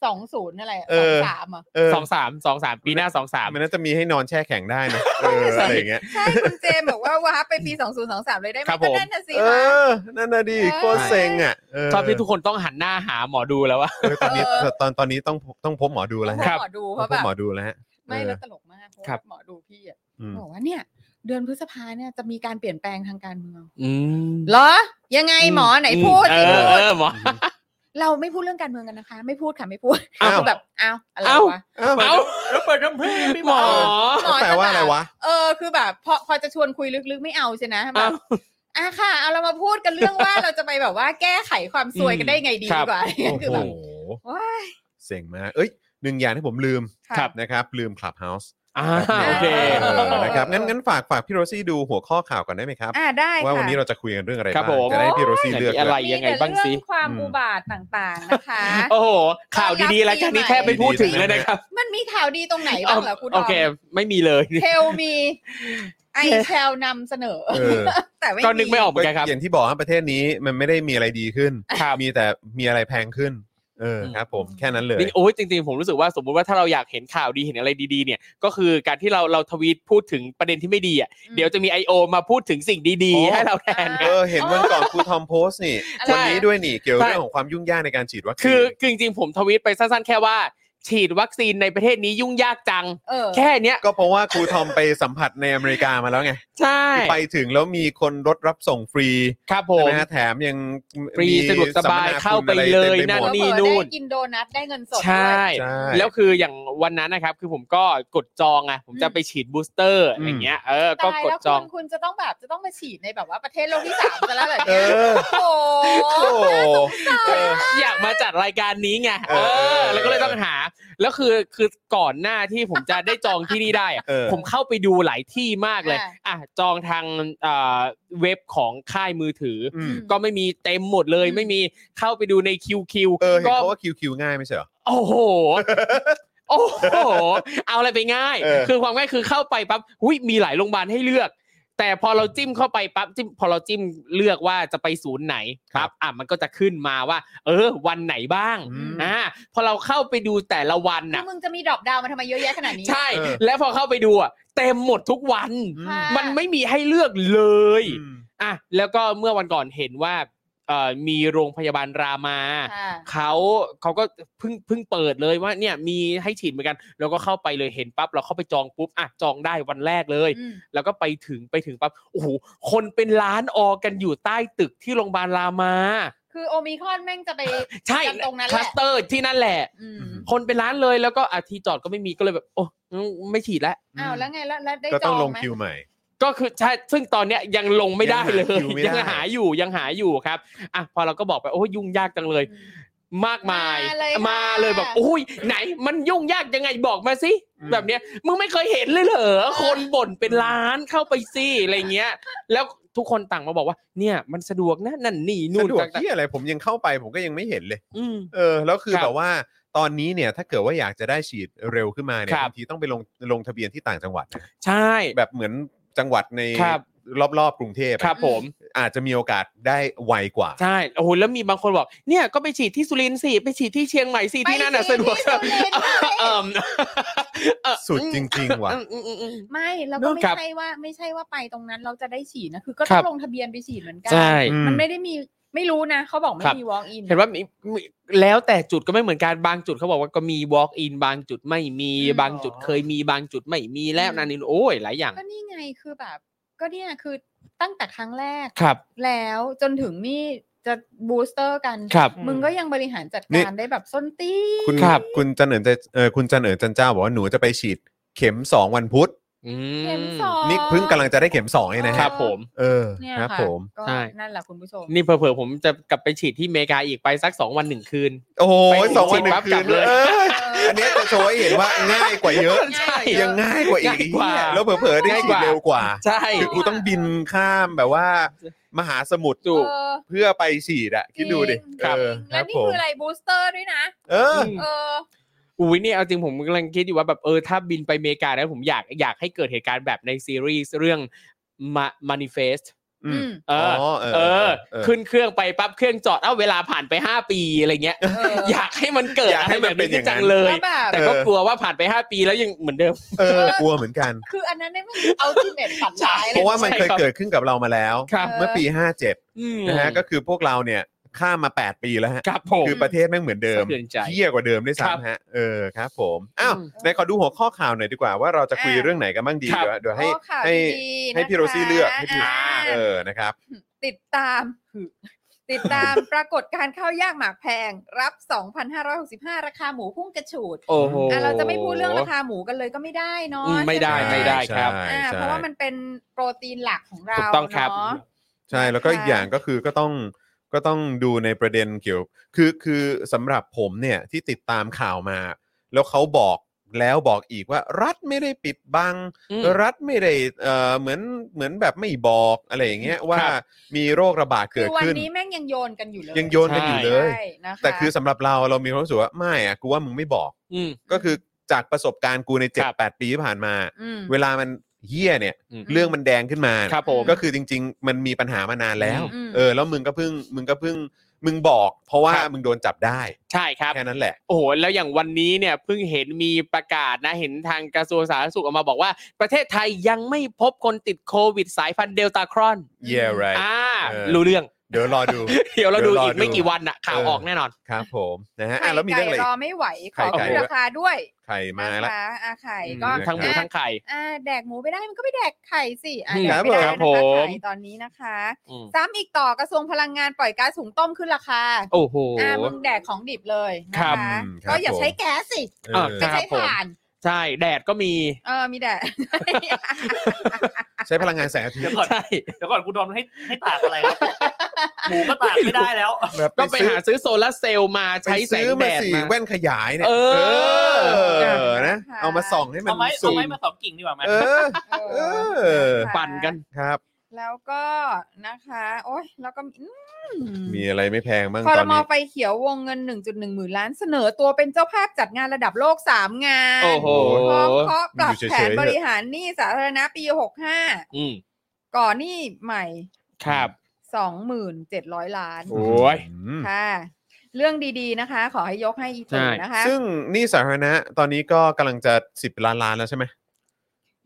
Speaker 4: สองศูนย์อะไรอะ
Speaker 1: เอ
Speaker 4: สอ
Speaker 1: อ
Speaker 4: งสามอ่ะ
Speaker 1: เออ
Speaker 3: สองสามสองสามปีหน้าสองสาม
Speaker 1: มันน่าจะมีให้นอนแช่แข็งได้
Speaker 4: (laughs)
Speaker 1: นะเอออะไรอย่างเงี้ย
Speaker 4: ใช่คุณเจมส์บอกว่าว้าไปปี 2023 เลยได้ไหม
Speaker 3: ครับ
Speaker 4: ก็
Speaker 3: ผม
Speaker 4: นั่นน่ะสิ
Speaker 1: เอ
Speaker 4: วะ
Speaker 1: อ นั่นน่ะดิ
Speaker 4: เออ
Speaker 1: โคตรเซ็งอ่ะเ
Speaker 3: ชอบที่ทุกคนต้องหันหน้าหาหมอดูแล้วว่า
Speaker 1: เออตอนนี้ตอนตอนตอนนี้ต้องต้องพบหมอดูแล้วฮะ
Speaker 4: เพาะหมอดูเพ
Speaker 1: ต้อง
Speaker 4: ราะ
Speaker 1: พ
Speaker 4: แบบ บ
Speaker 1: หมอดูแล้วฮะ
Speaker 4: ไม่
Speaker 1: เอ
Speaker 4: แล้
Speaker 1: อ
Speaker 4: วตลกมากเพราะ
Speaker 3: ครั
Speaker 4: ว่า
Speaker 3: บ
Speaker 4: หมอดูพี่อ่ะ
Speaker 1: อืม
Speaker 4: บอกว่าเนี่ย เดือนพฤษภาเนี่ยจะมีการเปลี่ยนแปลงทางการเมือง
Speaker 3: อืม
Speaker 4: เหรอ ยังไงหมอไหนพูด
Speaker 3: เอ
Speaker 4: สิ
Speaker 3: อ
Speaker 4: พู
Speaker 3: เอ
Speaker 4: ด
Speaker 3: อหมอ
Speaker 4: เราไม่พูดเรื่องการเมืองกันนะคะ ไม่พูดค่ะไม่พูด
Speaker 1: อ้าว
Speaker 4: คือแบบอ้าวอะไร
Speaker 3: อ้าว
Speaker 4: วะ
Speaker 1: อ้าวมัน
Speaker 3: เอา
Speaker 1: ก็
Speaker 3: แล้วเปิดกำแพงหมอ
Speaker 4: หมอ
Speaker 1: แปลว่าอะไรวะ
Speaker 4: เออคือแบบพอพอจะชวนคุยลึกๆไม่เอาใช่นะแบ
Speaker 3: อ้า
Speaker 4: บ
Speaker 3: ว
Speaker 4: อ่ะค่ะเอาเรามาพูดกันเรื่องว่า เราจะไปแบบว่าแก้ไขความซวยกันได้ไงดี
Speaker 3: อืมครั
Speaker 4: ดี
Speaker 3: บ
Speaker 4: กว่า
Speaker 1: โอ้
Speaker 4: คือ
Speaker 1: โห
Speaker 4: แบบว้าย
Speaker 1: เซ็งมากเอ้ยหนึ่งอย่างที่ผมลืม
Speaker 4: ครับ
Speaker 1: นะครับ ลืม Clubhouse
Speaker 3: อ่าโอเค
Speaker 1: เออนะครับ
Speaker 4: เออ
Speaker 1: งั้นงั้นฝากฝากพี่โรซี่ดูหัวข้อข่าวก่อนได้ไหมครับ
Speaker 4: อ่ะได้
Speaker 1: ว่า
Speaker 4: ค่ะ
Speaker 1: วันนี้เราจะคุยกันเรื่องอะ
Speaker 3: ครับ
Speaker 1: ไร้า
Speaker 3: บ
Speaker 1: ง
Speaker 3: ผม
Speaker 1: จะได้พี่โรซี่
Speaker 3: ไหน
Speaker 1: เลือก
Speaker 3: มีอะไร
Speaker 1: ด้วย
Speaker 3: ยังไงบ้างสิ
Speaker 4: มีแต่เอความ
Speaker 1: อืม
Speaker 4: อุบาทต่างๆนะคะ
Speaker 3: โอ้โห ข่าวดีๆรายการนี้แทบไม่พูดถึงเลยนะครับ
Speaker 4: มันมีข่าวดีตรงไหนบ้างเหรอคุณ
Speaker 3: โอเค ไม่มีเลย
Speaker 4: เทลมีไอแชลนำเสนอ
Speaker 1: เออ
Speaker 4: แต่ไม่
Speaker 3: ก็นึกไม่ออกเหมือนกันครับ
Speaker 1: อย่างที่บอกว่าประเทศนี้มันไม่ได้มีอะไรดีขึ้น
Speaker 3: ครับ
Speaker 1: มีแต่มีอะไรแพงขึ้น เออครับผมแค่นั้นเลย
Speaker 3: นี่โอ้ยจริงๆ ผมรู้สึกว่าสมมุติว่าถ้าเราอยากเห็นข่าวดีเห็นอะไรดีๆเนี่ย ก็คือการที่เราเราทวีตพูดถึงประเด็นที่ไม่ดีอ่ะ
Speaker 4: อืม
Speaker 3: เดี๋ยวจะมี I.O. มาพูดถึงสิ่งดี
Speaker 1: อ๋
Speaker 3: ๆ
Speaker 1: อ
Speaker 3: ให้เราแทน
Speaker 1: เออเห็นวันก่อนครูทอมโพสต์นี่
Speaker 4: อะไร
Speaker 1: วันนี้ด้วยนี่เกี่ยวกับ
Speaker 3: ใช่
Speaker 1: เรื่องของความยุ่งยากในการฉีดวัคซีน
Speaker 3: คือคือจริงๆ ผมทวีตไปสั้นๆ แค่ว่า ฉีดวัคซีนในประเทศนี้ยุ่งยากจัง
Speaker 4: เออ
Speaker 3: แค่เนี้ย
Speaker 1: ก็เพราะว่าครูทอมไปสัมผัสในอเมริกามาแล้วไง
Speaker 3: ใช่
Speaker 1: ไปถึงแล้วมีคนรถรับส่งฟรี
Speaker 3: ครับผ
Speaker 1: ใช่
Speaker 3: ม
Speaker 1: ไหมฮะแถมยัง
Speaker 3: ฟรี
Speaker 1: มี
Speaker 3: สะดวกสบาย
Speaker 1: มมนคุณ
Speaker 3: เข้าไป
Speaker 1: อะร
Speaker 3: เลย
Speaker 1: ต็มไปหมด
Speaker 3: นี่
Speaker 4: เผลอๆ
Speaker 3: นู่น
Speaker 4: ได้กินโดนัทได้เงินสด
Speaker 3: ใช่
Speaker 4: ด้วย
Speaker 1: ใช่
Speaker 3: แล้วคืออย่างวันนั้นนะครับ คือผมก็กดจองอ่ะผมจะไปฉีดบูสเตอร์
Speaker 1: อืม
Speaker 3: อย่างเงี้ยเออก็
Speaker 4: ตาย
Speaker 3: กด
Speaker 4: แล้ว
Speaker 3: จ
Speaker 4: คุ
Speaker 3: อง
Speaker 4: ณคุณจะต้องแบบจะต้องมาฉีดในแบบว่าประเทศโลกที่สามกันแล้วเหรอ
Speaker 1: เอ
Speaker 4: เนี่ย
Speaker 1: อ
Speaker 4: โอ้
Speaker 1: โอ้โ
Speaker 4: โห
Speaker 1: หเออ
Speaker 3: อยากมาจัดรายการนี้ไง
Speaker 1: เอ
Speaker 3: เอ
Speaker 1: อ
Speaker 3: อ แล้วก็เลยต้องหา แล้วคือคือก่อนหน้าที่ผมจะได้จองที่นี่ได้อะ
Speaker 1: เออ
Speaker 3: ผมเข้าไปดูหลายที่มากเลย
Speaker 4: อ่า
Speaker 3: อ่ะจองทางเอ่อเว็บของค่ายมือถืออ
Speaker 1: อืม
Speaker 3: ก็ไม่มีเต็มหมดเลย
Speaker 4: อืม
Speaker 3: ไม่มีเข้าไปดูในคิวคิว
Speaker 1: เออเห็น
Speaker 3: ก็
Speaker 1: เขาว่าคิวคิวง่ายไม่ใช่เหรอ
Speaker 3: โอ้โห
Speaker 1: (laughs)
Speaker 3: โอ้โห เอาอะไรไปง่าย
Speaker 1: เออ
Speaker 3: คือความง่ายคือเข้าไปปั๊บหุยมีหลายโรงพยาบาลให้เลือก แต่พอเราจิ้มเข้าไปปั๊บจิ้มพอเราจิ้มเลือกว่าจะไปศูนย์ไหนปั๊บอ่ะมันก็จะขึ้นมาว่า เออ วันไหนบ้าง
Speaker 1: อืม
Speaker 3: อ่าพอเราเข้าไปดูแต่ละวัน
Speaker 4: คื
Speaker 3: น่ะ
Speaker 4: อมึงจะมีดรอปดาวน์มาทำไมเยอะแยะขนาดนี้
Speaker 3: ใช่
Speaker 1: เออ
Speaker 3: แล้วพอเข้าไปดูอ่ะเต็มหมดทุกวัน
Speaker 4: ค่ะ
Speaker 3: มันไม่มีให้เลือกเลย
Speaker 1: อืม
Speaker 3: อ่ะแล้วก็เมื่อวันก่อนเห็นว่าเอ่อมีโรงพยาบาลรามา
Speaker 4: ค่ะ
Speaker 3: เขาเขาก็เพิ่งเพิ่งเปิดเลยว่าเนี่ยมีให้ฉีดเหมือนกัน แล้วก็เข้าไปเลยเห็นปั๊บเราเข้าไปจองปุ๊บอ่ะจองได้วันแรกเลย
Speaker 4: อืม
Speaker 3: แล้วก็ไปถึงไปถึงปั๊บโอ้โหคนเป็นล้านออกันอยู่ใต้ตึกที่โรงพยาบาลรามา
Speaker 4: คือโอมิครอนแม่งจะไป
Speaker 3: ใช่
Speaker 4: กันตรงนั้นแห
Speaker 3: ค
Speaker 4: ละ
Speaker 3: ลัสเตอร์ที่นั่นแหละ
Speaker 4: อืม
Speaker 3: คนเป็นล้านเลยแล้วก็อะที่จอดก็ไม่มีก็เลยแบบโอ้ไม่ฉีดแล้ว
Speaker 4: อ้าวแล้วไงแล้วแล้วได้
Speaker 1: ก็
Speaker 4: จ
Speaker 1: ต้อ
Speaker 4: อง ง
Speaker 1: ลง
Speaker 4: ไหม
Speaker 1: คิวใหม่
Speaker 3: ก็คือใช่ซึ่งตอนเนี้ยยังลงไม่ได้เลย
Speaker 1: ยังหาคิวไม่ได้
Speaker 3: ยังหาอยู่ยังหาอยู่ครับอ่ะพอเราก็บอกไปโอ้ยยุ่งยากจังเลย มากมาย
Speaker 4: มาเลย
Speaker 3: มา
Speaker 4: ค่ะ
Speaker 3: เลยแบบอุ้ยไหนมันยุ่งยากยังไงบอกมาสิ
Speaker 1: อืม
Speaker 3: แบบเนี้ยมึงไม่เคยเห็นเลยเหรอ
Speaker 1: (laughs)
Speaker 3: คนบ่นเป็นล้านเข้าไปสิอะไรเงี้ย แล้วทุกคนต่างมาบอกว่า เนี่ยมันสะดวกนะนั่นนี่นู่น
Speaker 1: สะดวก
Speaker 3: ต่าง
Speaker 1: ที่อะไรผมยังเข้าไปผมก็ยังไม่เห็นเลย
Speaker 3: ๆอืม
Speaker 1: เออแล้วคือ
Speaker 3: ครับ
Speaker 1: แบบว่าตอนนี้เนี่ยถ้าเกิดว่าอยากจะได้ฉีดเร็วขึ้นมาเนี่ย
Speaker 3: ครับ
Speaker 1: บางทีต้องไปลงลงทะเบียนที่ต่างจังหวัดนะ
Speaker 3: ใช่
Speaker 1: แบบเหมือนจังหวัดใน
Speaker 3: ครับ
Speaker 1: รอบๆกรุงเทพอะ
Speaker 3: ครับผม
Speaker 1: อาจจะมีโอกาสได้ไวกว่า
Speaker 3: ใช่โอ้โหแล้วมีบางคนบอกเนี่ยก็ไปฉีดที่สุรินทร์สิไปฉีดที่เชียงใหม่สิที่นั่นน่ะ
Speaker 4: ไป
Speaker 3: สะด
Speaker 4: ฉีด
Speaker 3: วก
Speaker 4: ที่สุรินทร์สิ (laughs)
Speaker 3: เอิ่
Speaker 1: (laughs)
Speaker 3: มเอ่อ
Speaker 1: สุดจริง ๆ ว่ะ
Speaker 3: อืมอืมอืมอืม
Speaker 4: ไม่แล้วก็
Speaker 3: เนอะ
Speaker 4: ไม่
Speaker 3: ครับ
Speaker 4: ใช่ว่าไม่ใช่ว่าไปตรงนั้นเราจะได้ฉีดนะคือก็
Speaker 3: ค
Speaker 4: ต้
Speaker 3: รั
Speaker 4: อบ งลงทะเบียนไปฉีดเหมือนกั
Speaker 3: ใช่
Speaker 1: อืม
Speaker 4: มันไม่ได้มีไม่รู้นะเขาบอกไม่
Speaker 3: ครับ
Speaker 4: มี walk in
Speaker 3: เห็นว่ามีมีแล้วแต่จุดก็ไม่เหมือนกันบางจุดเขาบอกว่าก็มี walk in บางจุดไม่มี
Speaker 4: อืม
Speaker 3: บางจุดเคยมีบางจุดไม่มีแล้ว
Speaker 4: อืม
Speaker 3: นั่นนี่โอ้ยหลายอย่าง
Speaker 4: ก็นี่ไงคือแบบ ก็เนี่ยคือตั้งแต่ครั้งแรก
Speaker 3: ครับ
Speaker 4: แล้วจนถึงนี่จะบูสเตอร์กัน
Speaker 3: ครับ
Speaker 4: มึงก็ยังบริหารจัด
Speaker 1: นี่
Speaker 4: การได้แบบส้นตีน
Speaker 1: คุณ
Speaker 3: ครับ
Speaker 1: คุณจันเอ๋นจะเออคุณจันเอ๋นจันเจ้าบอกว่าหนูจะไปฉีดเข็มสองวันพุธ
Speaker 3: อืม
Speaker 4: เข็มสอง
Speaker 1: นี่เพิ่งกำลังจะได้เข็มสองเองนะ
Speaker 3: ค
Speaker 1: ค
Speaker 3: รั
Speaker 1: รั
Speaker 3: บบ ผม
Speaker 1: เออ
Speaker 4: เนี่ย
Speaker 1: ครับ
Speaker 4: ค่ะ
Speaker 1: ผม
Speaker 4: ก็
Speaker 3: ใช่
Speaker 4: นั่นแหละคุณผู้ชม
Speaker 3: นี่เผลอๆผมจะกลับไปฉีดที่อเมริกาอีกไปสักสองวันหนึ่งคืน
Speaker 1: โอ้โหสองวันหนึ่ง
Speaker 3: ก
Speaker 1: คื
Speaker 3: ลับ
Speaker 1: น
Speaker 3: เลย
Speaker 1: เอออันเนี้ยจะโชว์ให้เห็นว่าง่ายกว่าเยอะ
Speaker 4: ใช่
Speaker 1: ยังง่ายกว่าอีก
Speaker 3: ง่ายกว่า
Speaker 1: เนี่ยแล้วเผลอๆได้
Speaker 3: ง่าย
Speaker 1: ฉีด
Speaker 3: กว่า
Speaker 1: เร็วกว่า
Speaker 3: ใช่
Speaker 1: คือกูต้องบินข้ามแบบว่ามหาสมุทร
Speaker 3: ถูก
Speaker 4: เออ
Speaker 1: เพื่อไปฉีดอะคิดดูดิ
Speaker 4: จริง
Speaker 1: เออ
Speaker 4: และนี่
Speaker 1: ผม
Speaker 4: คืออะไรบูสเตอร์ด้วยนะ
Speaker 1: เออ
Speaker 4: เออ
Speaker 3: อุ้ยนี่เอาจริงผมกำลังคิดอยู่ว่าแบบเออถ้าบินไปอเมริกาแล้วผมอยากอยากให้เกิดเหตุการณ์แบบในซีรีส์เรื่องมา manifest
Speaker 1: อื
Speaker 4: อื
Speaker 1: ม
Speaker 4: ม
Speaker 3: เอออ
Speaker 1: เออ
Speaker 3: เออ
Speaker 1: เออ
Speaker 3: ขึ้นเครื่องไปปั๊บเครื่องจอดเอ้าเวลาผ่านไป 5 ปีอะไรเงี้ย
Speaker 4: เออ
Speaker 3: อยากให้มันเกิด
Speaker 1: อยากให้มันเป็นอย่างนั้น
Speaker 3: จังเลย
Speaker 4: แล้วแบบ
Speaker 3: แต่ก็กลัวว่าผ่านไป 5 ปีแล้วยังเหมือนเดิม
Speaker 1: เออกลัวเหมือนกัน
Speaker 4: คืออันนั้นเนี่ยมันเอาจิเน็ตฝันร้าย
Speaker 1: เพ
Speaker 4: เลย
Speaker 1: ราะว่ามันเคย
Speaker 3: ใช่ครับ
Speaker 1: เกิดขึ้นกับเรามาแล้ว
Speaker 3: ครับ
Speaker 1: เมื่อปี
Speaker 3: อื
Speaker 1: 57
Speaker 3: ม
Speaker 1: นะฮะก็คือพวกเราเนี่ยข้ามมา 8 ปีแล้วฮะ
Speaker 3: ครับผม
Speaker 1: คือประเทศแม่งเหมือนเดิม
Speaker 3: สะเทือนใจ
Speaker 1: เยี่ยกว่าเดิมด้วย
Speaker 3: ครับ
Speaker 1: ซ้ำฮะเออครับผมอ้าว
Speaker 3: อืม
Speaker 1: ไหนขอดูหัวข้อข่าวหน่อยดีกว่าว่าเราจะคุย
Speaker 4: อ่ะ
Speaker 1: เรื่องไหนกันบ้างดี
Speaker 3: ครับ
Speaker 1: เดี๋ยวเดี๋ยวให้
Speaker 4: โอ้ข่าว
Speaker 1: ให้
Speaker 4: ดี
Speaker 1: ให้
Speaker 4: นะคะ
Speaker 1: พี่โรซี่เลือกให้พี่
Speaker 4: อ่า
Speaker 1: เออนะครับ
Speaker 4: ติดตาม (laughs) ติดตามปรากฏการณ์ข้าวยากหมากแพง รับ 2,565 ราคาหมูพุ่งกระฉูด
Speaker 3: โอ้โห
Speaker 4: อ่ะเราจะไม่พูดเรื่องราคาหมูกันเลยก็ไม่ได้เนาะ
Speaker 3: อืมไม่ได้
Speaker 4: ใช่ห
Speaker 3: ไม่ได้ครับ
Speaker 4: อ่ะเพราะว่ามันเป็นโปรตีนหลักของเรา
Speaker 3: ถูกต้องครับ
Speaker 4: เนาะ
Speaker 1: ใช่แล้วก็อีกอย่างก็คือก็ต้องก็ต้องดูในประเด็นเกี่ยวคือคือสำหรับผมเนี่ยที่ติดตามข่าวมา แล้วเขาบอกแล้วบอกอีกว่า รัฐไม่ได้ปิดบัง
Speaker 3: อืม
Speaker 1: รัฐไม่ได้เอ่อเหมือนเหมือนแบบไม่บอกอะไรอย่างเงี้ยว่า
Speaker 3: ครับ
Speaker 1: มีโรคระบาด
Speaker 4: คื
Speaker 1: เกิ
Speaker 4: อ
Speaker 1: ด
Speaker 4: วัน
Speaker 1: ขึ้น
Speaker 4: นี้แม่งยังโยนกันอยู่เลย
Speaker 1: ยังโยนกันอยู่เลย
Speaker 4: ใช่นะคะ
Speaker 1: แต่คือสำหรับเราเรามีความรู้สึกว่าไม่อะกูว่ามึงไม่บอก
Speaker 3: อืม
Speaker 1: ก็คือจากประสบการณ์กูใน
Speaker 3: ครับ
Speaker 1: 7 8 ปีที่ผ่านมา
Speaker 4: ม
Speaker 1: เวลามันเฮี้ยเนี่ย
Speaker 3: อืม
Speaker 1: เรื่องมันแดงขึ้นมา
Speaker 3: ครับผม
Speaker 1: ก็คือจริง ๆ มันมีปัญหามานานแล้ว
Speaker 4: อืม
Speaker 1: เออ แล้วมึงก็เพิ่งมึงก็เพิ่งมึงบอก เพราะว่า
Speaker 3: ครับ
Speaker 1: มึงโดนจับได้
Speaker 3: ใช่ครับ
Speaker 1: แค่นั้นแหละ
Speaker 3: โอ้โหแล้วอย่างวันนี้เนี่ยเพิ่งเห็นมีประกาศนะเห็นทางกระทรวงสาธารณสุขออกมาบอกว่า ประเทศไทยยังไม่พบคนติดโควิดสายพันธุ์เดลตาครอน
Speaker 1: yeah right
Speaker 3: อ่า
Speaker 1: เออ
Speaker 3: รู้เรื่อง
Speaker 1: เดี๋ยวรอดู
Speaker 3: เดี๋ยวเราดู
Speaker 1: เดี๋ยวรออี
Speaker 3: อีกไม่
Speaker 1: ดู
Speaker 3: กี่วันน่ะข่าว
Speaker 1: เออ
Speaker 3: ออกแน่นอน
Speaker 1: ครับผมนะฮะ
Speaker 4: ไข่
Speaker 1: อ่ะแล้วมีเรื่องอะไร
Speaker 4: ไก่
Speaker 1: อี
Speaker 4: รอก ไม่ไหวข
Speaker 1: ไข่
Speaker 4: อ
Speaker 1: ไก่
Speaker 4: ขึ้นราคาด้วย
Speaker 1: ใครมา
Speaker 4: นะ
Speaker 1: ละ
Speaker 4: คะอาไข่ก็
Speaker 1: อืม
Speaker 3: ทั้งหมู
Speaker 4: ครับ
Speaker 3: ทั้งไข่
Speaker 4: อ่าแดกหมูไปได้มันก็ไปแดกไข่สิอ่า
Speaker 3: อืม
Speaker 4: แดกไม่ได้
Speaker 3: ครั
Speaker 4: นะ
Speaker 3: บ
Speaker 4: คะ
Speaker 3: ผม
Speaker 4: ไข่ตอนนี้นะคะ
Speaker 3: อืม
Speaker 4: ซ้ำอีกต่อกระทรวงพลังงานปล่อยก๊าซถุงต้มขึ้นราคา
Speaker 3: โอ้โห
Speaker 4: อ่ามึงแดกของดิบเลยนะ
Speaker 3: ครั
Speaker 4: คะ
Speaker 3: บ
Speaker 1: อืมครับ
Speaker 4: ก็อย่าใช้แก๊สสิ
Speaker 1: เอ
Speaker 3: อ่ะ
Speaker 1: อ
Speaker 4: ไป
Speaker 3: ครั
Speaker 4: ใช้
Speaker 3: บผม
Speaker 4: ถ่าน
Speaker 3: ใช่แดดก็มี
Speaker 4: เออมีแดด
Speaker 1: ใช้พลังงานแสงอาทิต
Speaker 5: เดี๋ยว
Speaker 1: ย์
Speaker 5: ก่อนเดี๋ยวก่อนคุณดอมให้ให้ตากอะไรครับหมูก็ตากไม่ได้แล้ว
Speaker 1: แบบ
Speaker 3: ก็ไปหาซื้อโซลาร์เซลล์มา
Speaker 1: ไป
Speaker 3: ใช้แส
Speaker 1: ซื้
Speaker 3: ง
Speaker 1: อ
Speaker 3: แด
Speaker 1: มา
Speaker 3: ด
Speaker 1: สี
Speaker 3: มา
Speaker 1: แว่นขยายเนี่ย
Speaker 3: เออ
Speaker 1: เออนะ
Speaker 4: ค่ะ
Speaker 1: เอามาส่องให้มัน
Speaker 5: เอาไม้
Speaker 1: สู
Speaker 5: เอา
Speaker 1: ง
Speaker 5: ไม้มาสองกิ่งดีกว่าไหม
Speaker 1: เออ
Speaker 4: เอ
Speaker 1: เออ
Speaker 4: ะคะ
Speaker 3: ปั่นกัน
Speaker 1: ครับ
Speaker 4: แล้วก็นะคะ โอ้ยแล้วก็อืม
Speaker 1: มีอะไรไม่แพงบ้าง
Speaker 4: คอ
Speaker 1: ต
Speaker 4: ร
Speaker 1: อน
Speaker 4: มอ
Speaker 1: นี้
Speaker 4: ไฟเขียววงเงิน 1.1 หมื่นล้านเสนอตัวเป็นเจ้าภาพจัดงานระดับโลก 3 งาน
Speaker 3: โอ้โห
Speaker 4: พร้อมเคาะปรับ
Speaker 1: อยู่เฉยๆ
Speaker 4: แผน
Speaker 1: เถอะ
Speaker 4: บริหารหนี้สาธารณะปี
Speaker 3: อืม
Speaker 4: 65 ก่อนหนี้ใหม่
Speaker 3: ครับ
Speaker 4: 27,000 ล้าน
Speaker 3: โอ้ย
Speaker 1: อืม
Speaker 4: ค่ะ เรื่องดีๆนะคะ ขอให้ยกให้อีตู
Speaker 3: ใช่
Speaker 4: นะคะ
Speaker 1: ซึ่งหนี่สาธารณะตอนนี้ก็กำลังจะ 10 ล้านล้านแล้วใช่ไหม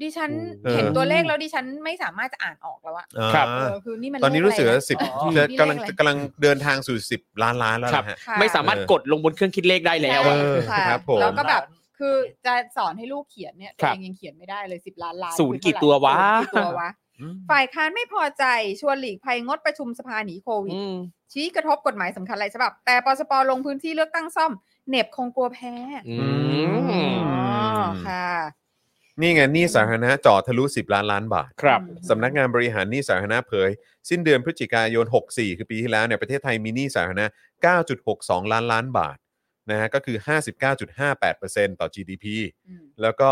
Speaker 4: ดิฉัน
Speaker 1: เออ
Speaker 4: เห็นตัวเลขแล้วดิฉันไม่สามารถจะอ่านออกแล้วอะ
Speaker 1: อ่า
Speaker 3: ครับ
Speaker 4: เออคือนี่มัน
Speaker 1: ตอนนี้รู้สึกว่า
Speaker 4: เลขะ
Speaker 1: สิบ
Speaker 4: ไอ๋อ
Speaker 1: จะ
Speaker 4: นี่
Speaker 1: กำลัง
Speaker 4: เลขอะไร
Speaker 1: กำลังเดินทางสู่ 10 ล้านล้านแล้ว
Speaker 3: ครับ
Speaker 1: นะฮะ
Speaker 4: ค่ะ
Speaker 3: ไม่สามารถกดลงบนเครื่องคิดเลขได้แล้วอะ
Speaker 1: เออ
Speaker 4: ใช่
Speaker 1: ครับผม
Speaker 4: แล้วก็แบบคือจะสอนให้ลูกเขียนเนี่ย
Speaker 3: ค
Speaker 4: ตั
Speaker 3: รับ
Speaker 4: วเองยังเขียนไม่ได้เลยสิบล้านล้าน
Speaker 3: ศูนย์
Speaker 4: คือ
Speaker 3: กี่ตัววะ
Speaker 4: ศูนย์กี่ตัววะ
Speaker 1: อืม
Speaker 4: ฝ่ายค้านไม่พอใจชวนหลีกภัยงดประชุมสภาหนีโควิด
Speaker 3: อืม
Speaker 4: ชี้กระทบกฎหมายสำคัญหลายฉบับ แต่ปสปลงพื้นที่เลือกตั้งซ่อมเหน็บคงกลัวแพ้
Speaker 3: อื
Speaker 4: อ๋
Speaker 3: ม
Speaker 4: อค่ะ
Speaker 1: นี่ไงหนี่สาธารณะจ่อทะลุ 10 ล้านล้านบาท
Speaker 3: ครับ
Speaker 1: สำนักงานบริหารหนี่สาธารณะเผย สิ้นเดือนพฤศจิกายน 64 คือปีที่แล้วเนี่ยประเทศไทยมีหนี่สาธารณะ 9.62 ล้านล้านบาทนะฮะก็คือ 59.58%ต่อ GDP
Speaker 4: อืม
Speaker 1: แล้วก็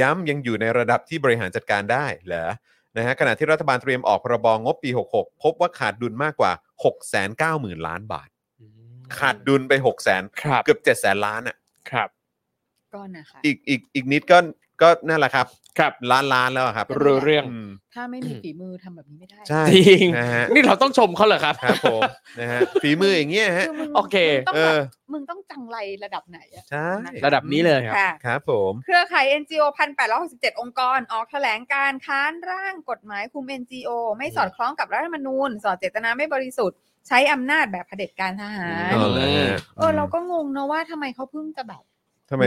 Speaker 1: ย้ำยังอยู่ในระดับที่บริหารจัดการได้เหรอนะฮะขณะที่รัฐบาลเตรียมออกพรบงบปี 66 พบว่าขาดดุลมากกว่า 690,000 ล้านบาท ขาดดุลไป 6 0 0 0 0
Speaker 3: ครับ
Speaker 1: เกือบ7 0 0 0 ล้านอ่ะ
Speaker 3: ครับ
Speaker 4: ก็นะคะ
Speaker 1: อีกอีกอีกนิดก็ก็นั่นแหละครับ
Speaker 3: ครับ
Speaker 1: ล้านล้านแล้วอะครับ
Speaker 3: รู้เรื่อง
Speaker 1: ม
Speaker 4: ถ้าไม่มีฝีมือทำแบบนี้ไม่ได้
Speaker 1: ใช่
Speaker 3: จริง
Speaker 1: นะฮะ
Speaker 3: นี่เราต้องชมเขาเหรอครับ
Speaker 1: ครับผมนะฮะฝีมืออย่างเงี้ยฮะ
Speaker 4: คือมึง
Speaker 3: โอเค
Speaker 4: มึงต้อง
Speaker 1: เอ
Speaker 4: แบบ
Speaker 1: อ
Speaker 4: มึงต้องจังไรระดับไหนอะ
Speaker 1: ใช่
Speaker 3: ระดับนี้เลยครับ
Speaker 4: ค่ะ
Speaker 1: ครับผม
Speaker 4: เครือข่าย NGO 1,867 องค์กร ออกแถลงการณ์ค้านร่างกฎหมายคุม NGO ไม่สอดคล้องกับรัฐธรรมนูญ สอดเจตนาไม่บริสุทธิ์ ใช้อำนาจแบบเผด็จการทหาร
Speaker 3: อืม
Speaker 4: เออ เราก็งงนะว่าทำไมเขาเพิ่งจะแบบ
Speaker 1: ทำไม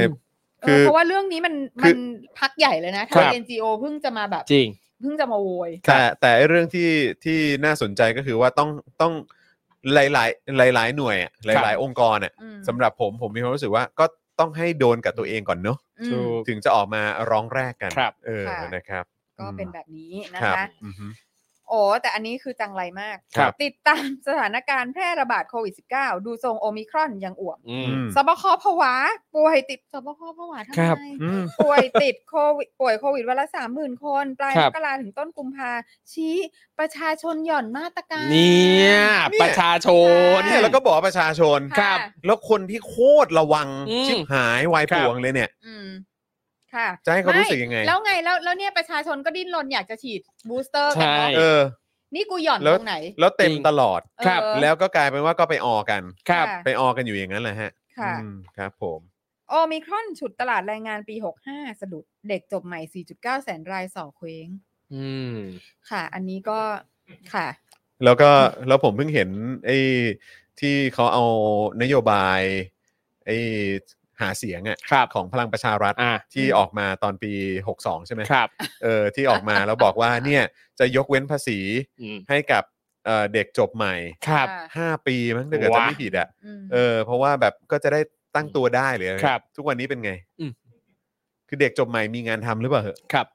Speaker 4: เออ
Speaker 1: คือ
Speaker 4: เพราะว่าเรื่องนี้มัน
Speaker 1: คื
Speaker 4: มั
Speaker 1: อ
Speaker 4: นพักใหญ่เลยนะ
Speaker 3: ครั
Speaker 4: ทาง
Speaker 3: บ
Speaker 4: NGO เพิ่งจะมาแบบ
Speaker 3: จริง
Speaker 4: เพิ่งจะมาโวย
Speaker 1: แต่แต่ไอ้เรื่องที่ที่น่าสนใจก็คือว่าต้องต้องหลาย ๆ หลาย ๆ หน่วยอะหลาย ๆ องค์กรอ่ะ
Speaker 4: อืม
Speaker 1: สำหรับผมผมมีความรู้สึกว่าก็ ต้องให้โดนกับตัวเองก่อนเนาะ
Speaker 4: อืม
Speaker 3: ถูก
Speaker 1: ถึงจะออกมาร้องแรกกัน
Speaker 3: ครับ
Speaker 1: เออ
Speaker 4: ค่ะ
Speaker 1: นะครับ
Speaker 4: ก็เป็นแบบนี้นะ
Speaker 1: รับ
Speaker 4: คะ
Speaker 1: อือฮึ
Speaker 4: โอ้แต่อันนี้คือจังไรมาก
Speaker 1: ครับ
Speaker 4: ติดตามสถานการณ์แพร่ระบาดโควิด -19 ดูทรงโอมิครอนยังอ่วม
Speaker 3: อื
Speaker 1: อื
Speaker 3: ม
Speaker 1: ม
Speaker 4: สบคผวา ป่วยติดสบคผวาทำ
Speaker 3: ค
Speaker 4: ไม
Speaker 3: รับ
Speaker 1: อืม
Speaker 4: ป่วยติดโควิดป่วยโควิดวันละสามหมื่นคน ปลาย
Speaker 3: ครั
Speaker 4: ม
Speaker 3: บ
Speaker 4: กราถึงต้นกุมภาชี้ประชาชนหย่อนมาตรการ
Speaker 3: เนี่ย
Speaker 1: เนี่ย
Speaker 3: ประชาชน
Speaker 1: เนี่ยแล้วก็บอกว่าประชาชน
Speaker 4: ครับ
Speaker 1: แล้วคนที่โคตรระวัง
Speaker 3: อืม
Speaker 1: ชิบหายวาย
Speaker 3: ครับ
Speaker 1: ป่วงเลยเนี่ย
Speaker 4: อืมค่ะ
Speaker 1: จะให้เขารู้สึก
Speaker 4: ไม่
Speaker 1: ยังไง
Speaker 4: แล้วไงแล้วแล้วเนี่ยประชาชนก็ดิ้นรนอยากจะฉีดบูสเตอร์กันเน
Speaker 3: ใช่
Speaker 1: เอ
Speaker 4: อะ
Speaker 1: อ
Speaker 4: นี่กูหย่อน
Speaker 1: แล้
Speaker 4: ต
Speaker 1: ว
Speaker 4: รงไหน
Speaker 1: แล้วเต็ม
Speaker 3: จริง
Speaker 1: ตลอด
Speaker 3: ครับ
Speaker 4: เออ
Speaker 1: แล้วก็กลายเป็นว่าก็ไปออกัน
Speaker 3: ครับ
Speaker 4: ค่ะ
Speaker 1: ไปออกันอยู่อย่างนั้นแหละฮะ
Speaker 4: ค่ะ
Speaker 1: อืมครับ ผม
Speaker 4: โอมิครอนฉุดตลาดแรงงานปี 65 สะดุดเด็กจบใหม่ 4.9 แสนรายสอเคว้ง
Speaker 3: อืม
Speaker 4: ค่ะ อันนี้ก็ค่ะ
Speaker 1: แล้วก็แล้วผมเพิ่งเห็นไอ้ที่เขาเอานโยบายไอ้หาเสียงอะ
Speaker 3: ครับ
Speaker 1: ของพลังประชารัฐ
Speaker 3: อ่า
Speaker 1: ที่ออกมาตอนปี 62 ใช่ไหม
Speaker 3: ครับ
Speaker 1: เออที่ออกมาแล้วบอกว่าเนี่ยจะยกเว้นภาษี
Speaker 3: อืม
Speaker 1: ให้กับเอ่อเด็กจบใหม่
Speaker 3: ครับ
Speaker 4: ค่ะ
Speaker 1: 5 ปีมั้งถ้าเกิดจะ
Speaker 3: ว้า
Speaker 1: ไม่ผิดอะ
Speaker 4: ม
Speaker 1: เออเพราะว่าแบบก็จะได้ตั้งตัวได้หรืออะไร
Speaker 3: ครับ
Speaker 1: ทุกวันนี้เป็นไง
Speaker 3: อืม
Speaker 1: คือเด็กจบใหม่มีงานทำหรือเปล่าเหอะ
Speaker 3: ครับ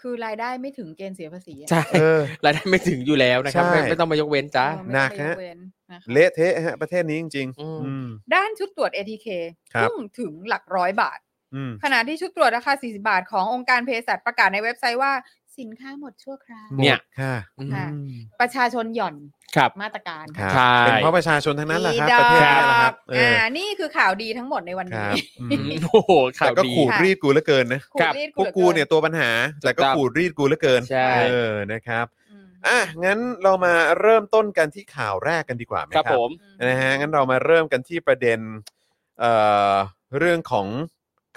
Speaker 4: คือรายได้ไม่ถึงเกณฑ์เสียภาษีอะ
Speaker 3: ใช่
Speaker 1: เออ
Speaker 3: รายได้ไม่ถึงอยู่แล้วนะครับ
Speaker 1: ใช่
Speaker 3: ไม่ไม่ต้องมายกเว้นจ้า
Speaker 4: เออไม่
Speaker 1: หนั
Speaker 4: ต้อก งไปย
Speaker 1: ฮะ
Speaker 4: เว้นนะคะ
Speaker 1: เละเทะฮะประเทศนี้จริงๆ
Speaker 3: อืม
Speaker 1: อืม
Speaker 4: ด้านชุดตรวจ ATK
Speaker 1: ครับ
Speaker 4: พุ่งถึงหลักร้อยบาท
Speaker 1: อืม
Speaker 4: ขณะที่ชุดตรวจราคา 40 บาทขององค์การเภสัชประกาศในเว็บไซต์ว่าสินค้าหมดชั่วคราว
Speaker 3: เนี่ย
Speaker 1: หมดค่ะ
Speaker 3: อืม
Speaker 4: ค่ะ ประชาชนหย่อน
Speaker 1: (laughs)
Speaker 3: ครับ
Speaker 4: มาตรการ
Speaker 1: ครับ
Speaker 3: ใช่
Speaker 1: เป็นเพราะประชาชนทั้งนั้นแหละครับ
Speaker 4: อีด
Speaker 1: ประเทศ
Speaker 4: อก
Speaker 1: นี้แหละครับเอ
Speaker 4: อ่า
Speaker 1: อ
Speaker 4: นี่คือข่าวดีทั้งหมดในวัน
Speaker 1: ค
Speaker 4: นี้
Speaker 1: รับอืม
Speaker 3: โอ้โหข่า
Speaker 1: แต่
Speaker 3: ว
Speaker 1: ก็
Speaker 3: ดี
Speaker 1: ขู่
Speaker 4: ค่ะ
Speaker 1: รีดกูเหลือเกินนะ
Speaker 4: ขูด
Speaker 3: ครับ
Speaker 4: รีด
Speaker 1: พวกกูเนี่ยตัวปัญหา แต่ก็ขู่รีดกูเหลือเกิน
Speaker 3: ใช่
Speaker 1: เออนะครับ
Speaker 4: อืม
Speaker 1: อ่ะงั้นเรามาเริ่มต้นกันที่ข่าวแรกกันดีกว่าไหม
Speaker 3: ค
Speaker 1: ค
Speaker 3: รั
Speaker 1: รั
Speaker 3: บบ ผม
Speaker 1: นะฮะงั้นเรามาเริ่มกันที่ประเด็นเอ่อเรื่องของ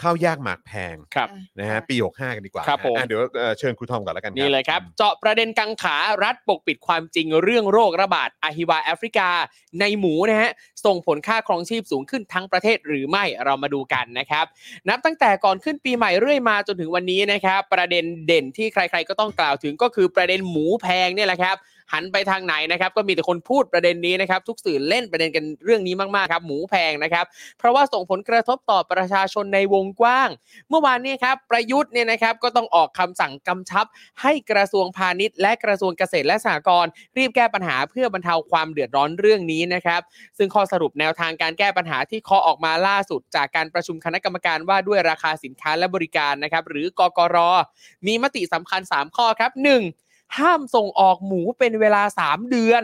Speaker 1: ข้าวยากหมากแพง
Speaker 3: ครับ
Speaker 1: นะฮะปี65กันดีกว่า
Speaker 3: ครับผม
Speaker 1: อ่ะเดี๋ยวเอ่อเชิญครูทอมก่อนแล้วกัน
Speaker 3: นี่เลยครับ เจาะประเด็นกังขารัฐปกปิดความจริงเรื่องโรคระบาดอะฮิวาแอฟริกา ในหมูนะฮะ ส่งผลค่าครองชีพสูงขึ้นทั้งประเทศหรือไม่เรามาดูกันนะครับ นับตั้งแต่ก่อนขึ้นปีใหม่เรื่อยมาจนถึงวันนี้นะครับ ประเด็นเด่นที่ใครๆก็ต้องกล่าวถึงก็คือประเด็นหมูแพงเนี่ยแหละครับ หันไปทางไหนนะครับ ก็มีแต่คนพูดประเด็นนี้นะครับ ทุกสื่อเล่นประเด็นกันเรื่องนี้มากๆครับ หมูแพงนะครับ เพราะว่าส่งผลกระทบต่อประชาชนในวงกว้าง เมื่อวานนี้ครับประยุทธ์เนี่ยนะครับก็ต้องออกคำสั่งกำชับ ให้กระทรวงพาณิชย์และกระทรวงเกษตรและสหกรณ์รีบแก้ปัญหาเพื่อบรรเทาความเดือดร้อนเรื่องนี้นะครับ ซึ่งข้อสรุปแนวทางการแก้ปัญหาที่เคาะออกมาล่าสุด จากการประชุมคณะกรรมการว่าด้วยราคาสินค้าและบริการนะครับ หรือกกร มีมติสำคัญ 3 ข้อครับ 1. ห้ามส่งออกหมูเป็นเวลา 3 เดือน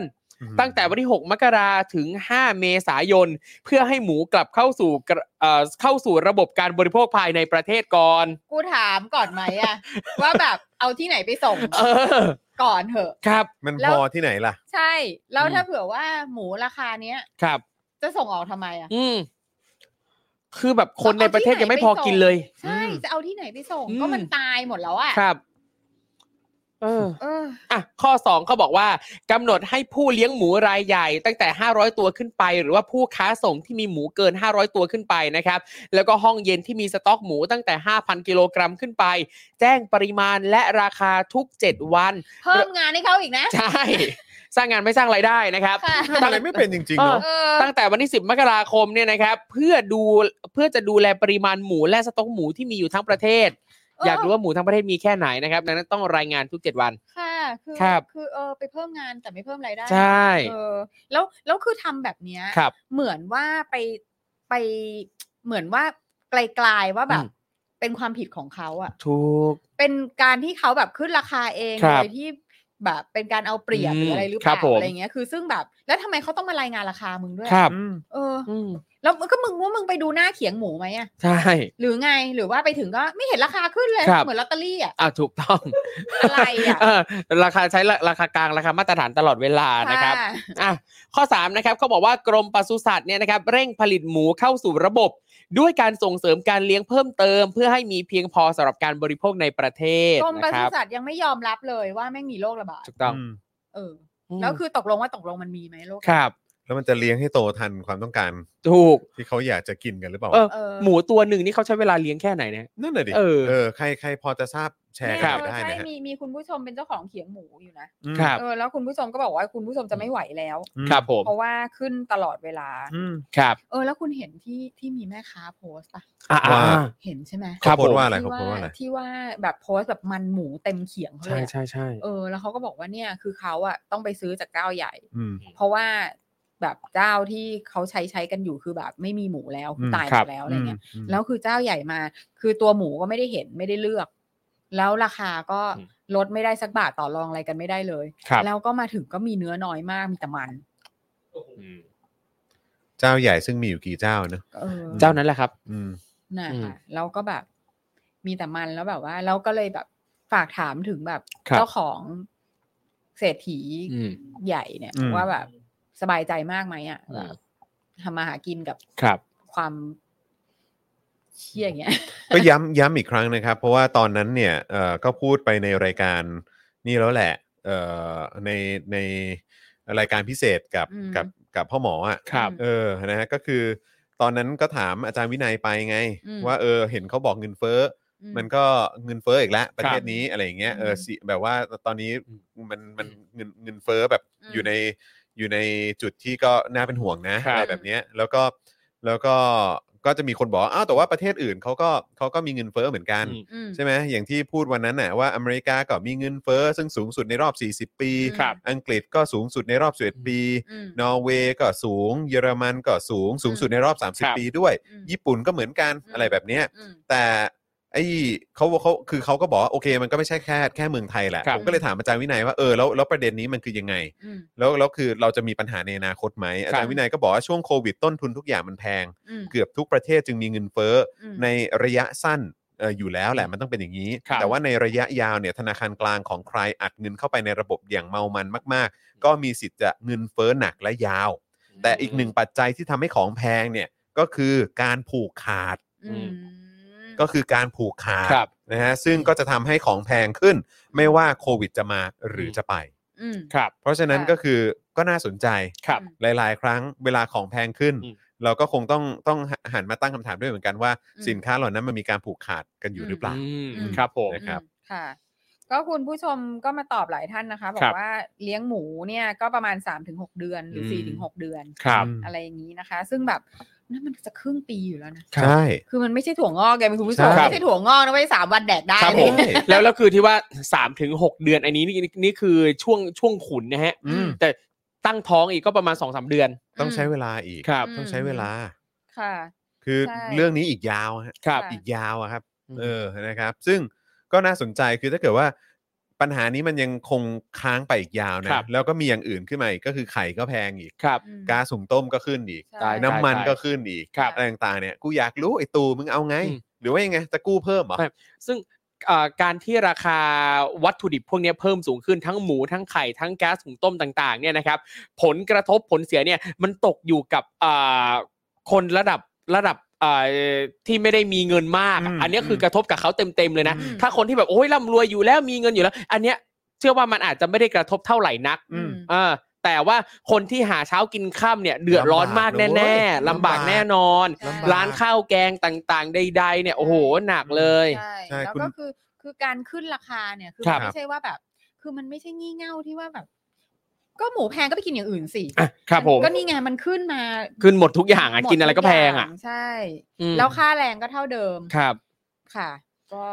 Speaker 3: ตั้งแต่วันที่ 6 มกราถึง 5 เมษายน เพื่อให้หมูกลับเข้าสู่กระเอ่อเข้าสู่ระบบการบริโภคภายในประเทศก่อน
Speaker 4: กูถามก่อนไหมอะ
Speaker 1: (laughs)
Speaker 4: ว่าแบบเอาที่ไหนไปส่ง
Speaker 3: เออ
Speaker 4: ก่อนเถอะ
Speaker 3: ครับ
Speaker 1: มัน
Speaker 4: แล้
Speaker 1: พ
Speaker 4: ว
Speaker 1: อที่ไหนล่ะ
Speaker 4: ใช่ แล้ว
Speaker 3: อืม
Speaker 4: ถ้าเผื่อว่าหมูราคาเนี้ย
Speaker 3: ครับ
Speaker 4: จะส่งออกทำไมอะ
Speaker 3: อืม คือแบบคนในประเทศยังไม่พอกินเลย
Speaker 4: ใช่ จะเอาที่ไหนไปส่ง
Speaker 3: อืม
Speaker 4: ก็มันตายหมดแล้วอะ
Speaker 3: ครับ เออ
Speaker 4: เออ
Speaker 3: อ่ะ ข้อ 2 เขาบอกว่ากำหนดให้ผู้เลี้ยงหมูรายใหญ่ ตั้งแต่ 500 ตัวขึ้นไป หรือว่าผู้ค้าส่งที่มีหมูเกิน 500 ตัวขึ้นไปนะครับ แล้วก็ห้องเย็นที่มีสต็อกหมูตั้งแต่ 5,000 กิโลกรัมขึ้นไป แจ้งปริมาณและราคาทุก 7 วัน (laughs)
Speaker 4: เพิ่มงานให้เขาอีกนะ
Speaker 3: ใช่ สร้างงานไม่สร้างไรายได้นะครับ
Speaker 4: ค่ะ
Speaker 1: ทำอะไรไม่เป็นจริงๆเนาะ
Speaker 4: เออ
Speaker 3: ตั้งแต่วันที่ 10 มกราคมเนี่ยนะครับ เพื่อดูเพื่อจะดูแลปริมาณหมูและสต็อกหมูที่มีอยู่ทั้งประเทศ
Speaker 4: เออ
Speaker 3: อ
Speaker 4: อ
Speaker 3: ยากรู้ว่าหมูทั้งประเทศมีแค่ไหนนะครับดังนั้นต้องรายงานทุก 7 วัน
Speaker 4: ค่ะ คือ
Speaker 3: ครับ
Speaker 4: คือเออไปเพิ่มงานแต่ไม่เพิ่มรายได้
Speaker 3: ใช่
Speaker 4: เออ แล้วแล้วคือทำแบบเนี้ย
Speaker 3: ครับ
Speaker 4: เหมือนว่าไปไปเหมือนว่าไกลๆว่าแบบ
Speaker 3: อืม
Speaker 4: เป็นความผิดของเขาอะ
Speaker 3: ถูก
Speaker 4: เป็นการที่เขาแบบขึ้นราคาเอง
Speaker 3: ครับ
Speaker 4: โดยที่แบบเป็นการเอาเปรียบ
Speaker 3: อืม
Speaker 4: หรืออะไรหรือเป
Speaker 3: ครั
Speaker 4: ล่า
Speaker 3: บผม
Speaker 4: อะไรเงี้ยคือซึ่งแบบ แล้วทำไมเขาต้องมารายงานราคามึงด้วย
Speaker 3: ครับ
Speaker 4: เออ
Speaker 3: อืม
Speaker 4: แล้วก็มึงว่ามึงไปดูหน้าเขียงหมูไหมอะ
Speaker 3: ใช่
Speaker 4: หรือไงหรือว่าไปถึงก็ไม่เห็นราคาขึ้นเลย
Speaker 3: ครับ
Speaker 4: เหมือนลอตเตอรี่อะ
Speaker 3: อ่ะถูกต้อง
Speaker 4: อะไรอะ
Speaker 3: เออราคาใช้ราราคากลางราคามาตรฐานตลอดเวลานะครับ
Speaker 4: ค่ะ
Speaker 3: อ่ะข้อ3นะครับเขาบอกว่ากรมปศุสัตว์เนี่ยนะครับเร่งผลิตหมูเข้าสู่ระบบ ด้วยการส่งเสริมการเลี้ยงเพิ่มเติม เพื่อให้มีเพียงพอสำหรับการบริโภคในประเทศ
Speaker 4: กรมป
Speaker 3: นะค
Speaker 4: ศุ
Speaker 3: รับ
Speaker 4: สัตว์ยังไม่ยอมรับเลยว่าแม่งมีโรคระบาด
Speaker 3: ถูกต้อง
Speaker 4: เอออแล้วคือตกลงว่าตกลงมันมีไหมโรค
Speaker 3: ครับ
Speaker 1: แล้วมันจะเลี้ยงให้โตทันความต้องการ
Speaker 3: ถูก
Speaker 1: ที่เขาอยากจะกินกันหรือเปล่า
Speaker 3: เออ
Speaker 4: เออ
Speaker 3: หมูตัวหนึ่งนี่เขาใช้เวลาเลี้ยงแค่ไหนเนี่ย
Speaker 1: นั่นน่ะดิ
Speaker 3: เออ
Speaker 1: เออใครใครพอจะทราบแชร์กันหน่อยได้
Speaker 4: ใช่
Speaker 1: นะฮะ
Speaker 4: มีมีคุณผู้ชมเป็นเจ้าของเขียงหมูอยู่นะค
Speaker 3: ค
Speaker 4: รับ
Speaker 3: รับ
Speaker 4: เออแล้วคุณผู้ชมก็บอกว่าคุณผู้ชมจะไม่ไหวแล้ว
Speaker 3: ครับผม
Speaker 4: เพราะว่าขึ้นตลอดเวลา
Speaker 1: อืม
Speaker 3: ครับ
Speaker 4: เออ แล้วคุณเห็นที่ที่มีแม่ค้าโพสต์ปะ
Speaker 3: อ่า
Speaker 1: ว่า
Speaker 4: เห็นใช่ไหม
Speaker 3: ครั
Speaker 1: เขา
Speaker 3: บ
Speaker 1: โพสต์ว่าอะไร
Speaker 4: ที่
Speaker 1: เขาโพสต์ว่าอะไร
Speaker 4: ที่ว่าแบบโพสต์แบบมันหมูเต็มเขียงเขาเล
Speaker 3: ใช่
Speaker 4: ยอะ
Speaker 3: ใช่ใช่
Speaker 4: เออ แล้วเขาก็บอกว่าเนี่ยคือเขาอะต้องไปซื้อจากเจ้าใหญ่
Speaker 1: อืม
Speaker 4: เพราะว่าแบบเจ้าที่เขาใช้ใช้กันอยู่คือแบบไม่มีหมูแล้วคืออ
Speaker 1: ม
Speaker 4: ตายห
Speaker 3: ครั
Speaker 4: ม
Speaker 3: บ
Speaker 4: ดแล้วอะไรเงี้ย แล้วคือเจ้าใหญ่มา คือตัวหมูก็ไม่ได้เห็นไม่ได้เลือก แล้วราคาก็
Speaker 3: อืม
Speaker 4: ลดไม่ได้สักบาทต่อรองอะไรกันไม่ได้เลย
Speaker 3: ครับ
Speaker 4: แล้วก็มาถึงก็มีเนื้อน้อยมากมีแต่มัน
Speaker 3: อืม
Speaker 1: เจ้าใหญ่ซึ่งมีอยู่กี่เจ้าเนอะ
Speaker 4: เออ
Speaker 3: เจ้านั้นแหละครับ
Speaker 1: อืม
Speaker 4: นะ
Speaker 3: อืม
Speaker 4: คะแล้วก็แบบมีแต่มันแล้วแบบว่าเราก็เลยแบบฝากถามถึงแบบ
Speaker 3: ครับ
Speaker 4: เจ้าของเศรษฐี
Speaker 3: อืม
Speaker 4: ใหญ่เนี่ย
Speaker 1: อืม
Speaker 4: ว่าแบบสบายใจมากไหมอ่ะ
Speaker 3: อืม
Speaker 4: แบบทำมาหากินกับ
Speaker 3: ครับ
Speaker 4: ความเชี่ยอย่างเงี้ย (laughs)
Speaker 1: ก็ย้ำย้ำอีกครั้งนะครับ เพราะว่าตอนนั้นเนี่ยเอ่อก็พูดไปในรายการนี่แล้วแหละเอ่อในในรายการพิเศษกับ
Speaker 4: อืม
Speaker 1: กับกับพ่อหมออ่ะ
Speaker 3: ครับ
Speaker 1: เออนะฮะก็คือ ตอนนั้นก็ถามอาจารย์วินัยไปไง
Speaker 4: อืม
Speaker 1: ว่าเออเห็นเขาบอกเงินเฟ้อ
Speaker 4: อื
Speaker 1: มันก็เงินเฟ้ออีกแล้วประเทศนี้อะไรอย่างเงี้ยเออ
Speaker 4: อืม
Speaker 1: สิแบบว่าตอนนี้มันมันเงินเงินเฟ้อแบบ
Speaker 4: อืม
Speaker 1: อยู่ในอยู่ในจุดที่ก็น่าเป็นห่วงนะครับ อะไรแบบเนี้ยแล้วก็แล้วก็ก็จะมีคนบอกว่าอ้าวแต่ว่าประเทศอื่นเขาก็เขาก็มีเงินเฟ้อเหมือนกัน
Speaker 4: ืม
Speaker 1: ใช่ไหมอย่างที่พูดวันนั้นน่ะว่าอเมริกาก็มีเงินเฟ้อซึ่งสูงสุดในรอบ 40 ปี
Speaker 3: ครับ
Speaker 1: อังกฤษก็สูงสุดในรอบ11ปี
Speaker 4: อืม
Speaker 1: นอร์เวย์ก็สูง เยอรมันก็สูงสูงสุดในรอบ
Speaker 3: ครับ
Speaker 1: 30 ปีด้วย
Speaker 4: อืม
Speaker 1: ญี่ปุ่นก็เหมือนกันอะไรแบบเนี้ย
Speaker 4: อืม
Speaker 1: แต่ไอ้เขาเขาคือเขาก็บอกว่าโอเค มันก็ไม่ใช่แค่แค่เมืองไทยแหละ
Speaker 3: ครับ
Speaker 1: ผมก็เลยถามอาจารย์วินัยว่าเออแล้วแล้วประเด็นนี้มันคือยังไง
Speaker 4: อืม
Speaker 1: แล้วแล้วคือเราจะมีปัญหาในอนาคตไหมอาจารย์วินัยก็บอกว่าช่วงโควิดต้นทุนทุกอย่างมันแพง
Speaker 4: อืม
Speaker 1: เกือบทุกประเทศจึงมีเงินเฟ้อ
Speaker 4: อืม
Speaker 1: ในระยะสั้นเอ่ออยู่แล้วแหละมันต้องเป็นอย่างนี้
Speaker 3: ครับ
Speaker 1: แต่ว่าในระยะยาวเนี่ยธนาคารกลางของใครอัดเงินเข้าไปในระบบอย่างเมามันมาก ๆ ก็มีสิทธิ์จะเงินเฟ้อหนักและยาว แต่อีกหนึ่งปัจจัยที่ทำให้ของแพงเนี่ยก็คือการผูกขาด
Speaker 4: อืม
Speaker 1: ก็คือการผูกขาด
Speaker 3: ครับ
Speaker 1: นะฮะซึ่งก็จะทำให้ของแพงขึ้น ไม่ว่าโควิดจะมาหรือจะไป
Speaker 4: อืม
Speaker 3: ครับ
Speaker 1: เพราะฉะนั้น
Speaker 4: ค่ะ
Speaker 1: ก็คือก็น่าสนใจ
Speaker 3: ครับ
Speaker 1: หลาย ๆ ครั้งเวลาของแพงขึ้น
Speaker 3: อืม
Speaker 1: เราก็คงต้องต้องหันมาตั้งคำถามด้วยเหมือนกันว่า
Speaker 4: อืม
Speaker 1: สินค้าเหล่านั้นมันมีการผูกขาดกันอยู่หรือเปล่า
Speaker 3: อืม
Speaker 4: อืม
Speaker 3: ครับผม
Speaker 1: นะครับ
Speaker 4: อืมค่ะ ก็คุณผู้ชมก็มาตอบหลายท่านนะคะ บอ
Speaker 3: ครั
Speaker 4: ก
Speaker 3: บ
Speaker 4: ว่าเลี้ยงหมูเนี่ยก็ประมาณ 3-6 เดือนหรืออ
Speaker 3: ม
Speaker 4: 4-6 เดือน
Speaker 3: ครับ
Speaker 4: อะไรอย่างนี้นะคะ ซึ่งแบบนั่นมันจะครึ่งปีอยู่แล้วนะ
Speaker 3: ครับ
Speaker 1: ใช่
Speaker 4: คือมันไม่ใช่ถั่วงอกไงเป็นคุณผู้ชม
Speaker 1: ใช่
Speaker 4: ไม่ใช่ถั่วงอกนะไว้ยสามวันแดกได้
Speaker 3: ครับ
Speaker 4: เล
Speaker 3: ผ
Speaker 4: ย
Speaker 3: ม แล้วแล้วคือที่ว่า3ามถึงหเดือนอันนี้นี่นี่คือช่วงช่วงขุนนะฮะ
Speaker 1: อืม
Speaker 3: แต่ตั้งท้องอีกก็ประมาณ2อสเดือน
Speaker 1: ต้องใช้เวลาอีก
Speaker 3: ครับ
Speaker 1: ต้องใช้เวลา
Speaker 4: ค่ะ
Speaker 1: คือ
Speaker 4: ใช่
Speaker 1: เรื่องนี้อีกยาวฮะ
Speaker 3: ครับ
Speaker 4: ค่ะ
Speaker 1: อีกยาวอะครับ เออ นะครับ ซึ่งก็น่าสนใจ คือถ้าเกิดว่าปัญหานี้มันยังคงค้างไปอีกยาวนะ
Speaker 3: ครับ
Speaker 1: แล้วก็มีอย่างอื่นขึ้นมาอีก ก็คือไข่ก็แพงอีก
Speaker 3: ครับ
Speaker 4: อืม
Speaker 1: ก๊าซหุงต้มก็ขึ้นอีก
Speaker 4: ใช่
Speaker 1: น้ำมัน
Speaker 3: ใช่
Speaker 1: ก็ขึ้นอีก
Speaker 3: ครับ
Speaker 1: อะไรต่างๆ เนี่ย กูอยากรู้ไอ้ตูมึงเอาไง
Speaker 3: อืม
Speaker 1: หรือว่ายังไง จะกู้เพิ่มเหรอ
Speaker 3: ซึ่งเอ่อการที่ราคาวัตถุดิบพวกเนี้ยเพิ่มสูงขึ้นทั้งหมูทั้งไข่ทั้งแก๊สถุงต้มต่างๆเนี่ยนะครับ ผลกระทบผลเสียเนี่ยมันตกอยู่กับเอ่อคนระดับระดับเอ่อที่ไม่ได้มีเงินมากอะ
Speaker 1: อืม
Speaker 3: อันเนี้ยคือ
Speaker 1: ม
Speaker 3: กระทบกับเขาเต็มๆเลยนะ
Speaker 4: อืม
Speaker 3: ถ้าคนที่แบบโอ้ยร่ำรวยอยู่แล้วมีเงินอยู่แล้ว อันเนี้ยเชื่อว่ามันอาจจะไม่ได้กระทบเท่าไหร่นัก
Speaker 1: อืม
Speaker 3: เออแต่ว่าคนที่หาเช้ากินข้ามเนี่ยเดือดร้อนมาก
Speaker 1: ลำบาก
Speaker 3: แน่
Speaker 1: เลย
Speaker 3: ๆลำบาก
Speaker 1: ลำบาก
Speaker 3: แน่นอน
Speaker 4: ใช่
Speaker 1: ลำบก
Speaker 3: ร้านข้าวแกงต่างๆ ใดๆเนี่ยโอ้โหหนักเลย
Speaker 4: ใช่
Speaker 1: ใช่
Speaker 4: แล้ว
Speaker 1: คุณ
Speaker 4: ก็คือคือการขึ้นราคาเนี่ยคือ
Speaker 3: ครับ
Speaker 4: มันไม่ใช่ว่าแบบ คือมันไม่ใช่งี่เง่าที่ว่าแบบ ก็หมูแพงก็ไปกินอย่างอื่นสิ
Speaker 3: อ่ะครับผม
Speaker 4: ก็นี่ไงมันขึ้นมา
Speaker 3: ขึ้นหมดทุกอย่างอ่ะ
Speaker 4: หมด
Speaker 3: กินอะไรก็แพงอ่ะ
Speaker 4: ทุย่าใช่
Speaker 3: อืม
Speaker 4: แล้วค่าแรงก็เท่าเดิม
Speaker 3: ครับ
Speaker 4: ค่ะ ก็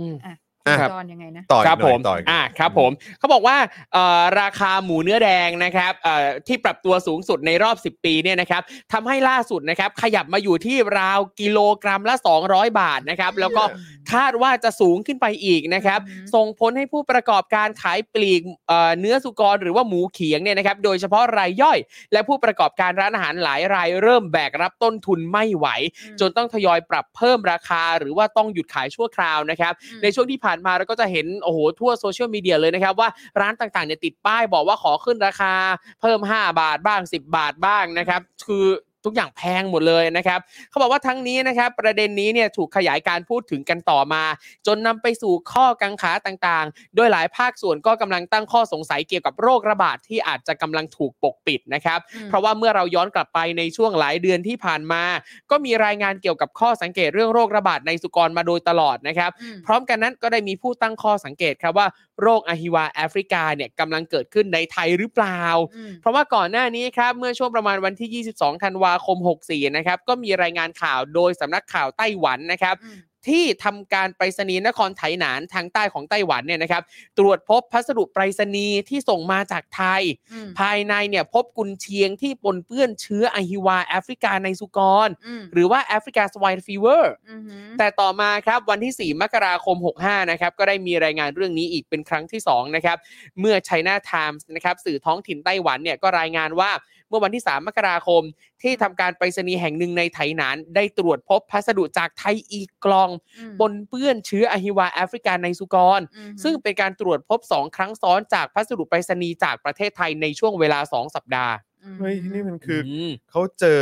Speaker 3: อืม
Speaker 4: อ่ะ
Speaker 1: อ่ะ
Speaker 4: จอนยังไงนะ
Speaker 1: ต่อย
Speaker 3: ครับ
Speaker 1: หน่
Speaker 3: ผ
Speaker 1: อ
Speaker 3: ม
Speaker 1: ยต่อยหน่ย
Speaker 3: อ่าครับผมเขาบอกว่าเอ่อราคาหมูเนื้อแดงนะครับเอ่อที่ปรับตัวสูงสุดในรอบ 10 ปีเนี่ยนะครับทำให้ล่าสุดนะครับ ขยับมาอยู่ที่ราวกิโลกรัมละ 200 บาทนะครับ แล้วก็คาดว่าจะสูงขึ้นไปอีกนะครับ
Speaker 4: อืม
Speaker 3: ส่งผลให้ผู้ประกอบการขายปลีกเอ่อเนื้อสุกรหรือว่าหมูเขียงเนี่ยนะครับ โดยเฉพาะรายย่อย และผู้ประกอบการร้านอาหารหลายรายเริ่มแบกรับต้นทุนไม่ไหว
Speaker 4: อืม
Speaker 3: จนต้องทยอยปรับเพิ่มราคาหรือว่าต้องหยุดขายชั่วคราวนะครับ
Speaker 4: อืม
Speaker 3: ในช่วงที่ผ่านมาเราก็จะเห็นโอ้โหทั่วโซเชียลมีเดียเลยนะครับ ว่าร้านต่างๆเนี่ยติดป้ายบอกว่าขอขึ้นราคา เพิ่ม 5 บาทบ้าง 10 บาทบ้างนะครับ คือ ทุกอย่างแพงหมดเลยนะครับเขาบอกว่าทั้งนี้นะครับ ประเด็นนี้เนี่ยถูกขยายการพูดถึงกันต่อมา จนนำไปสู่ข้อกังขาต่างๆ โดยหลายภาคส่วนก็กำลังตั้งข้อสงสัยเกี่ยวกับโรคระบาดที่อาจจะกำลังถูกปกปิดนะครับ
Speaker 4: อืม
Speaker 3: เพราะว่าเมื่อเราย้อนกลับไปในช่วงหลายเดือนที่ผ่านมา ก็มีรายงานเกี่ยวกับข้อสังเกตเรื่องโรคระบาดในสุกรมาโดยตลอดนะครับ
Speaker 4: อืม
Speaker 3: พร้อมกันนั้นก็ได้มีผู้ตั้งข้อสังเกตครับว่าโรคอะฮิวาแอฟริกาเนี่ยกำลังเกิดขึ้นในไทยหรือเปล่า
Speaker 4: อืม
Speaker 3: เพราะว่าก่อนหน้านี้ครับเมื่อช่วงประมาณวันที่ 22 ธันวาคม 64 นะครับก็มีรายงานข่าวโดยสำนักข่าวไต้หวันนะครับ
Speaker 4: อืม
Speaker 3: ที่ทำการไปรษณีย์นครไถหนานทางใต้ของไต้หวันเนี่ยนะครับตรวจพบพัสดุไปรษณีย์ที่ส่งมาจากไทย
Speaker 4: อืม
Speaker 3: ภายในเนี่ยพบกุนเชียงที่ปนเปื้อนเชื้ออะฮิวาแอฟริกาในสุกร
Speaker 4: อืม
Speaker 3: หรือว่าแอฟริกาสไวน์ฟีเวอร์
Speaker 4: อืม
Speaker 3: แต่ต่อมาครับวันที่ 4 มกราคม 65 นะครับ ก็ได้มีรายงานเรื่องนี้อีกเป็นครั้งที่ 2 นะครับ เมื่อ China Times นะครับสื่อท้องถิ่นไต้หวันเนี่ยก็รายงานว่าเมื่อวันที่ 3 มกราคม ที่ทำการไปรษณีย์แห่งหนึ่งในไถหนาน ได้ตรวจพบพัสดุจากไทยอีกกล่อง
Speaker 4: อืม
Speaker 3: ปนเปื้อนเชื้ออะฮิวาแอฟริกาในสุกร
Speaker 4: อืม
Speaker 3: ซึ่งเป็นการตรวจพบ 2 ครั้งซ้อนจากพัสดุไปรษณีย์จากประเทศไทยในช่วงเวลา 2 สัปดาห์
Speaker 4: อืม
Speaker 1: เฮ้ยนี่มันคืออ
Speaker 3: ม
Speaker 1: เขาเจอ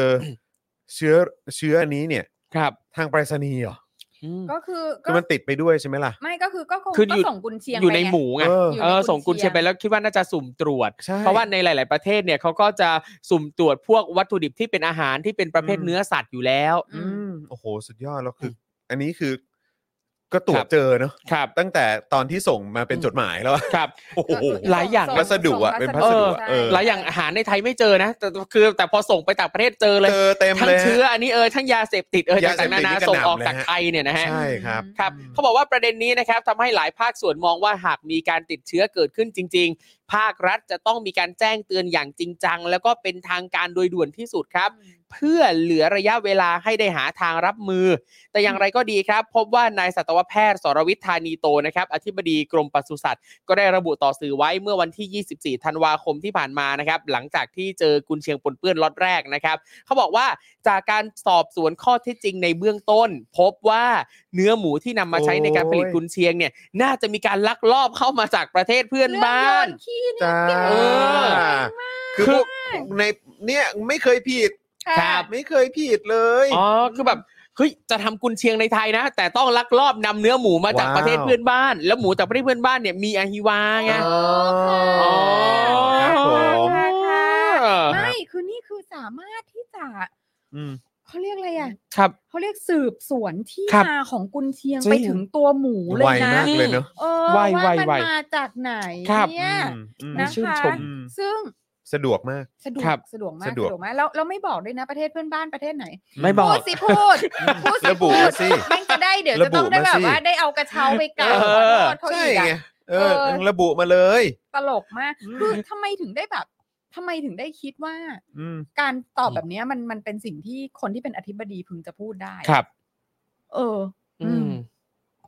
Speaker 1: เชื้อเชื้ออันนี้เนี่ย
Speaker 3: ครับ
Speaker 1: ทางไปรษณีย์เหรอ
Speaker 3: อืม
Speaker 4: ก็คือ
Speaker 1: คือมันติดไปด้วยใช่ไหมล่ะ
Speaker 4: ไม่ก็คือก็คง
Speaker 3: คือ
Speaker 4: ก็
Speaker 3: อยู่
Speaker 4: ส่งกุนเชียง
Speaker 3: อยู่ใน
Speaker 4: ไปไง
Speaker 3: หมูไง
Speaker 1: เออ
Speaker 4: อยู่
Speaker 3: เอ
Speaker 4: ใน
Speaker 3: อ
Speaker 4: กุน
Speaker 3: ส่งกุนเชียง
Speaker 4: เชียง
Speaker 3: ไปแล้วคิดว่าน่าจะสุ่มตรวจ
Speaker 1: ใช่
Speaker 3: เพราะว่าในหลาย ๆ ประเทศเนี่ยเขาก็จะสุ่มตรวจพวกวัตถุดิบที่เป็นอาหารที่เป็นประเภท
Speaker 1: อืม
Speaker 3: เนื้อสัตว์อยู่แล้ว
Speaker 1: อื
Speaker 4: อืม
Speaker 1: มโอ้โห สุดยอดแล้วคือ อันนี้คือ ก็ตรวจ
Speaker 3: ครับ
Speaker 1: เจอเนาะ
Speaker 3: ครับ
Speaker 1: ตั้งแต่ตอนที่ส่งมาเป็น
Speaker 3: อืม
Speaker 1: จดหมายแล้วอะ
Speaker 3: ครับ
Speaker 1: โอ้โห
Speaker 3: หลายอย่าง
Speaker 4: ส่
Speaker 1: พัสดุอะ
Speaker 4: ส่ง
Speaker 1: เป็นพัสดุอะ
Speaker 4: ใช่
Speaker 1: เออ
Speaker 3: หลายอย่างอาหารในไทยไม่เจอนะแต่คือแต่พอส่งไปต่างประเทศเจอเลย
Speaker 1: เจอเต็ม
Speaker 3: ทั้
Speaker 1: เล
Speaker 3: ง
Speaker 1: ย
Speaker 3: เชื้ออันนี้เอยทั้งยาเสพติดเอย
Speaker 1: ยาเสพ
Speaker 3: ต่างๆ
Speaker 1: ติด
Speaker 3: นานา
Speaker 1: นี่กระหน่ำ
Speaker 3: ส่งออกจาก
Speaker 1: เลยฮะ
Speaker 3: ไทยเนี่ยนะฮะ
Speaker 1: ใช่ครับ
Speaker 3: ครับเขาบอกว่าประเด็นนี้นะครับทำให้หลายภาคส่วนมองว่าหากมีการติดเชื้อเกิดขึ้นจริง ๆ ภาครัฐจะต้องมีการแจ้งเตือนอย่างจริงจัง แล้วก็เป็นทางการโดยด่วนที่สุดครับ เพื่อเหลือระยะเวลาให้ได้หาทางรับมือ แต่อย่างไรก็ดีครับ พบว่านายสัตวแพทย์สรวิทธานีโตนะครับอธิบดีกรมปศุสัตว์ ก็ได้ระบุต่อสื่อไว้เมื่อวันที่ 24 ธันวาคมที่ผ่านมานะครับ หลังจากที่เจอกุนเชียงปนเปื้อนล็อตแรกนะครับ เขาบอกว่าจากการสอบสวนข้อเท็จจริงในเบื้องต้น พบว่าเนื้อหมูที่นำมาใช้ในการผลิต
Speaker 1: โอ้ย
Speaker 3: กุนเชียงเนี่ย น่าจะมีการลักลอบเข้ามาจากประเทศเพื่อนบ้าน
Speaker 4: เรื่องโยขี้นี่
Speaker 1: จ้า
Speaker 3: เออ
Speaker 1: คือพวกในเนี่ยไม่เคยผิด
Speaker 4: ะ
Speaker 3: ครับ
Speaker 1: ไม่เคยผิดเลย
Speaker 3: อ๋อคือแบบเฮ้ยจะทำกุนเชียงในไทยนะ แต่ต้องลักลอบนำเนื้อหมูมาจาก
Speaker 1: ว้าว
Speaker 3: ประเทศเพื่อนบ้าน แล้วหมูจากประเทศเพื่อนบ้านเนี่ยมีอะฮิวาไง
Speaker 1: อ๋อ
Speaker 3: อ๋อ
Speaker 1: ครับผม
Speaker 4: ค่ะค่ะ
Speaker 3: เออ
Speaker 4: ไม่คือนี่คือสามารถที่จะ
Speaker 1: อืม
Speaker 4: เขาเรียกอะไรอ่ะ
Speaker 3: ครับ
Speaker 4: เขาเรียกสืบสวนที่
Speaker 3: ครับ
Speaker 4: มาของกุนเชียง
Speaker 3: จริง
Speaker 4: ไปถึงตัวหมูเล
Speaker 1: ไวย
Speaker 4: นะ
Speaker 1: มากเลยเนาะ
Speaker 4: เออ
Speaker 3: ไว
Speaker 4: ว่า
Speaker 3: ไว
Speaker 4: มัน
Speaker 3: ไว
Speaker 4: มาจากไหน
Speaker 3: ครับ
Speaker 4: เนี่ย
Speaker 1: อืมอืม
Speaker 4: นะ
Speaker 3: ชื่น
Speaker 4: คะ
Speaker 3: ชม
Speaker 1: อืม
Speaker 4: ซึ่ง
Speaker 1: สะดวกมาก
Speaker 4: สะดว
Speaker 3: ครั
Speaker 4: ก
Speaker 3: บ
Speaker 4: สะดวกมาก
Speaker 1: สะดวก
Speaker 4: มากแล้วเราไม่บอกด้วยนะประเทศเพื่อนบ้านประเทศไหน
Speaker 3: ไม่บอ
Speaker 4: พู
Speaker 3: ก
Speaker 4: ดสิพูดพูดสิ
Speaker 1: ระบุ
Speaker 4: พู
Speaker 1: มา
Speaker 4: ด
Speaker 1: สิ
Speaker 4: แม่งจะได้เดี๋ยว
Speaker 1: ระ
Speaker 4: จะ
Speaker 1: บุ
Speaker 4: ต้องได้
Speaker 1: มา
Speaker 4: แบบ
Speaker 1: สิ
Speaker 4: ว่าได้เอากระเช้าไปกราบ
Speaker 3: เอ
Speaker 4: ขอ
Speaker 3: อ
Speaker 4: โทษเขา
Speaker 1: ใช่
Speaker 4: อีก
Speaker 1: ไง
Speaker 4: อะ
Speaker 1: เออ
Speaker 4: เออ
Speaker 1: มึงระบุมาเลย
Speaker 4: ตลกมากคือทำไมถึงได้แบบทำไมถึงได้คิดว่า
Speaker 1: อืม
Speaker 4: การตอบแบบเนี้ยมันมันเป็นสิ่งที่คนที่เป็นอธิบดีพึงจะพูดได้อะ
Speaker 3: ครับ
Speaker 4: เออ
Speaker 3: อืม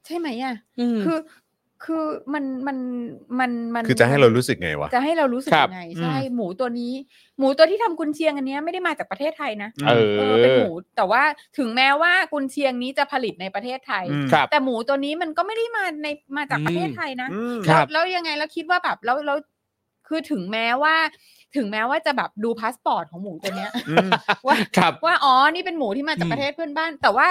Speaker 4: ใช่ไหมอ่ะ
Speaker 3: อืม
Speaker 4: คือคือมันมันมันมัน
Speaker 1: คือจะให้เรารู้สึกไงวะ
Speaker 4: จะให้เรารู้สึก
Speaker 3: ครับ
Speaker 4: ยังไงใช่หมูตัวนี้ หมูตัวที่ทำกุนเชียงอันเนี้ยไม่ได้มาจากประเทศไทยนะ
Speaker 1: เอ
Speaker 4: เออเป็นหมูแต่ว่าถึงแม้ว่ากุนเชียงนี้จะผลิตในประเทศไทย
Speaker 1: อืม
Speaker 3: ครับ
Speaker 4: แต่หมูตัวนี้มันก็ไม่ได้มาในมาจากประเทศไทยนะ
Speaker 1: อืม
Speaker 3: ครับ
Speaker 4: แล้วแล้วยังไงแล้วคิดว่าแบบแล้วแล้วคือถึงแม้ว่า ถึงแม้ว่าจะแบบดูพาสปอร์ตของหมูตัวเนี้ย
Speaker 3: (laughs)
Speaker 1: อืม
Speaker 4: ว่า
Speaker 3: ครับ
Speaker 4: ว่าอ๋อนี่เป็นหมูที่มาจา
Speaker 3: อื
Speaker 4: ก
Speaker 3: ม
Speaker 4: ประเทศเพื่อนบ้าน แต่ว่า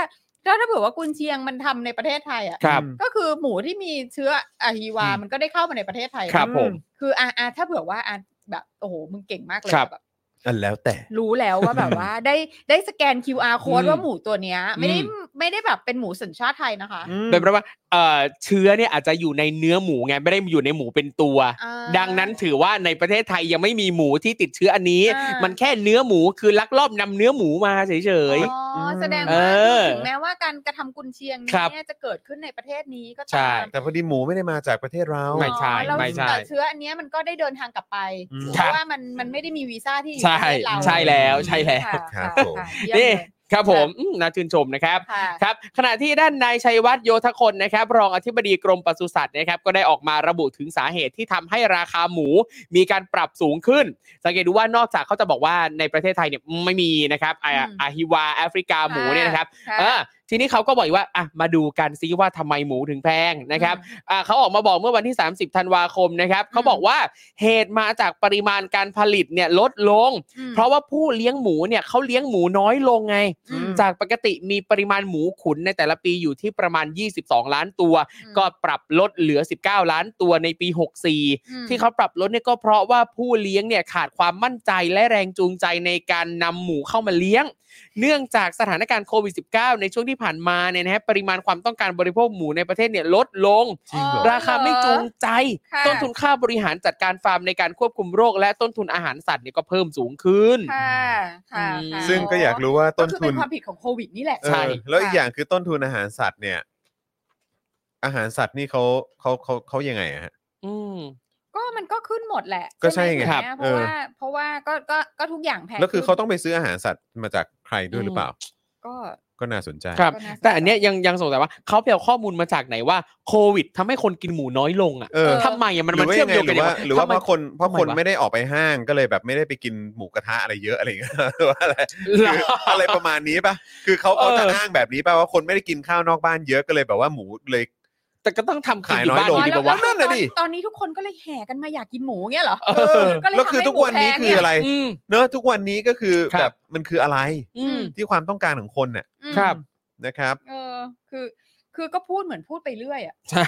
Speaker 4: ถ้าถ้าเผื่อว่ากุนเชียงมันทำในประเทศไทยอ่ะ
Speaker 3: ครับ
Speaker 4: ก็คือหมูที่มีเชื้ออะฮีวา มันก็ได้เข้ามาในประเทศไทยนะ
Speaker 3: ครับผม
Speaker 4: คืออ่ะอ่ะถ้าเผื่อว่าอ่ะแบบโอ้โหมึงเก่งมากเลย
Speaker 3: ครับ
Speaker 4: แบบ
Speaker 1: อันแล้วแต่
Speaker 4: รู้แล้วว่าแบบว่าได้ได้สแกน QR
Speaker 3: อื
Speaker 4: code
Speaker 3: ม
Speaker 4: ว่าหมูตัวเนี้ย ไม่ได้
Speaker 3: อืม
Speaker 4: ไม่ได้แบบเป็นหมูสัญชาติไทยนะคะ
Speaker 3: โดยแปลว่าเอ่อเชื้อเนี่ยอาจจะอยู่ในเนื้อหมูไงไม่ได้อยู่ในหมูเป็นตัว
Speaker 4: อ่า
Speaker 3: ดังนั้นถือว่าในประเทศไทยยังไม่มีหมูที่ติดเชื้ออันนี้
Speaker 4: อ่ามั
Speaker 3: มันแค่เนื้อหมูคือลักลอบนำเนื้อหมูมาเฉย
Speaker 4: อ๋ออ
Speaker 1: ม
Speaker 4: แสดง
Speaker 3: เอ
Speaker 4: ว่า
Speaker 3: อ
Speaker 4: ถึงแม้ว่าการกระทำกุนเชียงนี้
Speaker 3: ครับ
Speaker 4: เนี่ยจะเกิดขึ้นในประเทศนี้ก็
Speaker 3: ใช่
Speaker 4: ตาม
Speaker 1: แต่พอดีหมูไม่ได้มาจากประเทศเรา
Speaker 3: ไม่ใช่
Speaker 4: อ๋อแล้ว
Speaker 3: ไม่ใช่
Speaker 4: แต่เชื้ออันเนี้ยมันก็ได้เดินทางกลับไป
Speaker 1: อืม
Speaker 4: เพ
Speaker 3: ครับ
Speaker 4: ราะว่ามันมันไม่ได้มีวีซ่าที่อยู่
Speaker 3: ใช่
Speaker 4: ประเทศเรา
Speaker 1: ใช่แล้ว
Speaker 3: ใช่แล้ว
Speaker 4: ค่ะ
Speaker 1: ครับ
Speaker 4: ะ
Speaker 1: ผม
Speaker 4: ค่ะเยี่ยม
Speaker 3: ๆนี่
Speaker 4: เลย
Speaker 3: ครับผมอืมน่าชื่นชมนะครับ
Speaker 4: ค่ะ
Speaker 3: ครับขณะที่ด้านนายชัยวัฒน์โยธคนนะครับรองอธิบดีกรมปศุสัตว์นะครับก็ได้ออกมาระบุถึงสาเหตุที่ทำให้ราคาหมูมีการปรับสูงขึ้น สังเกตดูว่านอกจากเขาจะบอกว่าในประเทศไทยเนี่ยไม่มีนะครับอา
Speaker 4: อืม
Speaker 3: อาฮิวาแอฟริกาหมูเนี่ยนะครับ
Speaker 4: ค่ะ
Speaker 3: เออ ทีนี้เขาก็บอกอีกว่าอ่ะมาดูกันซิว่าทำไมหมูถึงแพงนะครับ อ่าเขาออกมาบอกเมื่อวันที่ 30 ธันวาคมนะครับเขาบอกว่าเหตุมาจากปริมาณการผลิตเนี่ยลดลง
Speaker 4: อืม
Speaker 3: เพราะว่าผู้เลี้ยงหมูเนี่ยเขาเลี้ยงหมูน้อยลงไง
Speaker 4: อืม
Speaker 3: จากปกติมีปริมาณหมูขุนในแต่ละปีอยู่ที่ประมาณ 22 ล้านตัว
Speaker 4: อืม
Speaker 3: ก็ปรับลดเหลือ 19 ล้านตัวในปี 64 ที่เขาปรับลดเนี่ยก็เพราะว่าผู้เลี้ยงเนี่ยขาดความมั่นใจและแรงจูงใจในการนำหมูเข้ามาเลี้ยง เนื่องจากสถานการณ์โควิด -19 ในช่วงที่ผ่านมาเนี่ยนะฮะปริมาณความต้องการบริโภคหมูในประเทศเนี่ยลดลง
Speaker 1: จริงเหรอ
Speaker 3: ราคาไม่จูงใจ
Speaker 4: ค่ะ
Speaker 3: ต้นทุนค่าบริหารจัดการฟาร์มในการควบคุมโรค และต้นทุนอาหารสัตว์เนี่ยก็เพิ่มสูงขึ้น
Speaker 4: ค่ะค่ะค่ะ
Speaker 1: ซึ่งก็อยากรู้ว่าต้น
Speaker 4: ก็คือ
Speaker 1: ทุ
Speaker 4: เป็น นความผิดของโควิดนี่แหละ
Speaker 3: ใช่
Speaker 1: เออแล้วอีก
Speaker 4: ค่ะ
Speaker 1: อย่างคือต้นทุนอาหารสัตว์เนี่ย อาหารสัตว์นี่เขาเขาเขาเขายังไงอะฮะ
Speaker 3: อืม
Speaker 4: ก็มันก็ขึ้นหมดแหละ
Speaker 1: ก็ใช่ไง
Speaker 4: หม
Speaker 1: ครับ
Speaker 4: เพราะว่าเพราะว่าก็ก็ก็ทุกอย่างแพง
Speaker 1: แล้วคือเขา
Speaker 4: ขึ้น
Speaker 1: ต้องไปซื้ออาหารสัตว์มาจากใครด้วยหรือเปล่า
Speaker 4: ก็
Speaker 1: ก็น่าสนใจ
Speaker 3: ครับ
Speaker 4: ก็าสใจ
Speaker 3: แต่อันเนี้ยยังยังสงสัยว่าเขาไปเอาข้อมูลมาจากไหนว่าโควิดทำให้คนกินหมูน้อยลงอ่ะ
Speaker 1: เออ
Speaker 3: ทำไมอ่ะมัน
Speaker 1: หรื
Speaker 3: มั
Speaker 1: อ
Speaker 3: น
Speaker 1: ว่า
Speaker 3: เชื่อม
Speaker 1: ไง
Speaker 3: โยง
Speaker 1: ห
Speaker 3: กั
Speaker 1: รื
Speaker 3: น
Speaker 1: อว่าห
Speaker 3: ยังง
Speaker 1: รือว่า
Speaker 3: ทำไม
Speaker 1: เพราะคนเพราะคน
Speaker 3: ทำว
Speaker 1: ไม่ได้ออกไปห้างก็เลยแบบไม่ได้ไปกินหมูกระทะอะไรเยอะอะไรอย่างเงี้ย (laughs) หรือว่า
Speaker 3: (laughs)
Speaker 1: อะไรคืออะไรประมาณนี้ป่ะคือเขาเขา
Speaker 3: เออ
Speaker 1: จะอ้างแบบนี้ป่ะว่าคนไม่ได้กินข้าวนอกบ้านเยอะก็เลยแบบว่าหมูเลย
Speaker 3: แต่ก็ต้องทำกิน
Speaker 1: ขาย
Speaker 3: อยู่บ้าน
Speaker 1: น้อยลง
Speaker 3: ดี
Speaker 1: ก
Speaker 3: ป่าวะ
Speaker 1: นั่นน่ะดิ
Speaker 4: ตอตอนนี้ทุกคนก็เลยแห่กันมาอยากกินหมูเงี้ยเหรอ
Speaker 1: เออ
Speaker 4: ก็เลย
Speaker 1: แล้วคือ
Speaker 4: ทำให้
Speaker 1: ทุกวันนี้
Speaker 4: ห
Speaker 1: คื
Speaker 4: มูแพงเนี่
Speaker 1: อย อะไร
Speaker 3: อืม
Speaker 1: เนอะทุกวันนี้ก็คือ
Speaker 3: ครับ
Speaker 1: แบบมันคืออะไร
Speaker 3: อืม
Speaker 1: ที่ความต้องการของคนน่ะ
Speaker 4: อืม
Speaker 3: ครับ
Speaker 1: นะครับ
Speaker 4: เออ คือ คือก็พูดเหมือนพูดไปเรื่อยอ่ะ
Speaker 3: ใช่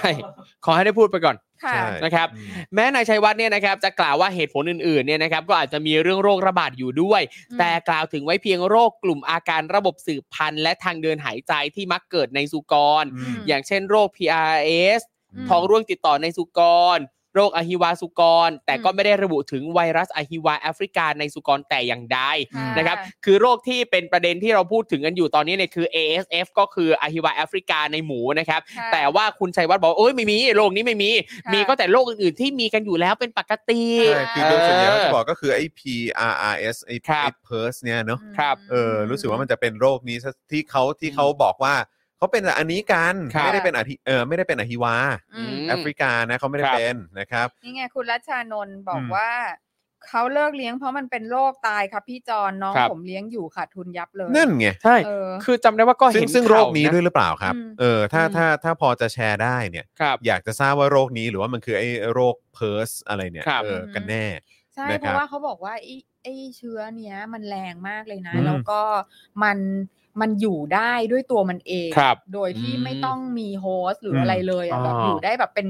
Speaker 3: ขอให้ได้พูดไปก่อน
Speaker 4: ค่ะ
Speaker 1: ใช่
Speaker 3: นะครับ
Speaker 1: อืม
Speaker 3: แม้นายชัยวัฒน์เนี่ยนะครับจะกล่าวว่าเหตุผลอื่นๆเนี่ยนะครับก็อาจจะมีเรื่องโรคระบาดอยู่ด้วย
Speaker 4: อืม
Speaker 3: แต่กล่าวถึงไว้เพียงโรคกลุ่มอาการระบบสืบพันธุ์และทางเดินหายใจที่มักเกิดในสุกร
Speaker 1: อืม
Speaker 3: อย่างเช่นโรค PRS
Speaker 4: อืม
Speaker 3: ท้องร่วงติดต่อในสุกร โรคอหิวาสุกร แต่ก็
Speaker 4: อืม
Speaker 3: ไม่ได้ระบุถึงไวรัสอหิวาแอฟริกาในสุกรแต่อย่างใด
Speaker 4: ค่ะ
Speaker 3: นะครับ คือโรคที่เป็นประเด็นที่เราพูดถึงกันอยู่ตอนนี้เนี่ยคือ ASF ก็คืออหิวาแอฟริกาในหมูนะครับ
Speaker 4: ค่ะ
Speaker 3: แต่ว่าคุณชัยวัฒน์บอกว่าเอ้ยไม่มีโรคนี้ไม่มี
Speaker 4: ะ
Speaker 3: มีก็แต่โรคอื่นๆที่มีกันอยู่แล้วเป็นปกติ
Speaker 1: ใช่คือโดยส่วนใหญ่
Speaker 3: เออ
Speaker 1: เขาจะบอกก็คือไอ้ PRRS ไอ้
Speaker 3: ครับ
Speaker 1: ไอ้ PERS เนี่ยเนอะ
Speaker 4: อืม
Speaker 3: ครับ
Speaker 1: เออรู้สึกว่ามันจะเป็นโรคนี้ซะที่เขาที่เขาบอกว่าเขาเป็นอันนี้กัน
Speaker 3: ครับ
Speaker 1: ไม่ได้เป็นอธิเออไม่ได้เป็นอหิวา
Speaker 4: อืม
Speaker 1: แอฟริกานะเขาไม่ได้
Speaker 3: ครับ
Speaker 1: เป็นนะครับ
Speaker 4: นี่ไงคุณรัชชานนท์บอ
Speaker 1: อืม
Speaker 4: กว่าเขาเลิกเลี้ยงเพราะมันเป็นโรคตายครับพี่จอนน้อง
Speaker 3: ครับ
Speaker 4: ผมเลี้ยงอยู่ขาดทุนยับเลย
Speaker 1: นั่นไง
Speaker 3: ใช่
Speaker 4: เออ
Speaker 3: คือจำได้ว่าก็
Speaker 1: ซึ่ง
Speaker 3: เห็น
Speaker 1: ซึ่งโรคนี้ด้วย
Speaker 3: ข่าะ
Speaker 1: หรือเปล่าครับ
Speaker 4: อืม
Speaker 1: เออถ้า
Speaker 3: อืม
Speaker 1: ถ้าถ้าพอจะแชร์ได้เนี่ย
Speaker 3: ครับ
Speaker 1: อยากจะทราบว่าโรคนี้หรือว่ามันคือไอ้โรค PERS อะไรเนี่ย
Speaker 3: ครับ
Speaker 1: เออกันแน่
Speaker 4: ใช่
Speaker 1: นะครับ
Speaker 4: เพราะว่าเขาบอกว่าไอ้ไอ้เชื้อเนี้ยมันแรงมากเลยนะ
Speaker 1: อืม
Speaker 4: แล้วก็มันมันอยู่ได้ด้วยตัวมันเอง
Speaker 3: ครับ
Speaker 4: โดยที่
Speaker 1: อืม
Speaker 4: ไม่ต้องมีโฮสต์หรือ
Speaker 1: ม
Speaker 4: อะไรเลยอ่ะแบบ
Speaker 3: อ๋ออ
Speaker 4: อยู่ได้แบบเป็น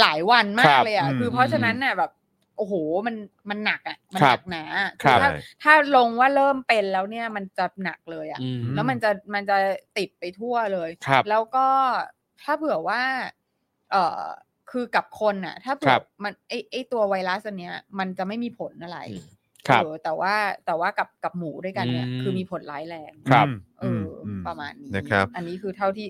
Speaker 4: หลายวันมา
Speaker 3: ครั
Speaker 4: ก
Speaker 3: บ
Speaker 4: เลยอ่ะ
Speaker 1: อืม
Speaker 4: คือเพราะฉะนั้นน่ะแบบโอ้โหมันมันหนักอ่ะมัน
Speaker 3: ครับ
Speaker 4: หนักหนาอะ
Speaker 3: ครับ
Speaker 4: ถ้าถ้าลงว่าเริ่มเป็นแล้วเนี่ยมันจะหนักเลยอ่ะ
Speaker 3: อืม
Speaker 4: แล้วมันจะมันจะติดไปทั่วเลย
Speaker 3: ครับ
Speaker 4: แล้วก็ถ้าเผื่อว่า เอ่อ คือกับคนน่ะ ถ้าเผื่
Speaker 3: ครั
Speaker 4: อบ มันไอไอตัวไวรัสอันเนี้ย มันจะไม่มีผลอะไร
Speaker 3: อืมครับ
Speaker 4: เออแต่ว่าแต่ว่ากับกับหมูด้วยกันเนี่ย
Speaker 3: อืม
Speaker 4: คือมีผลร้ายแรง
Speaker 3: ครับ
Speaker 4: เอออ
Speaker 1: ม
Speaker 4: ประมาณนี้
Speaker 1: นะครับ
Speaker 4: อันนี้คือเท่าที่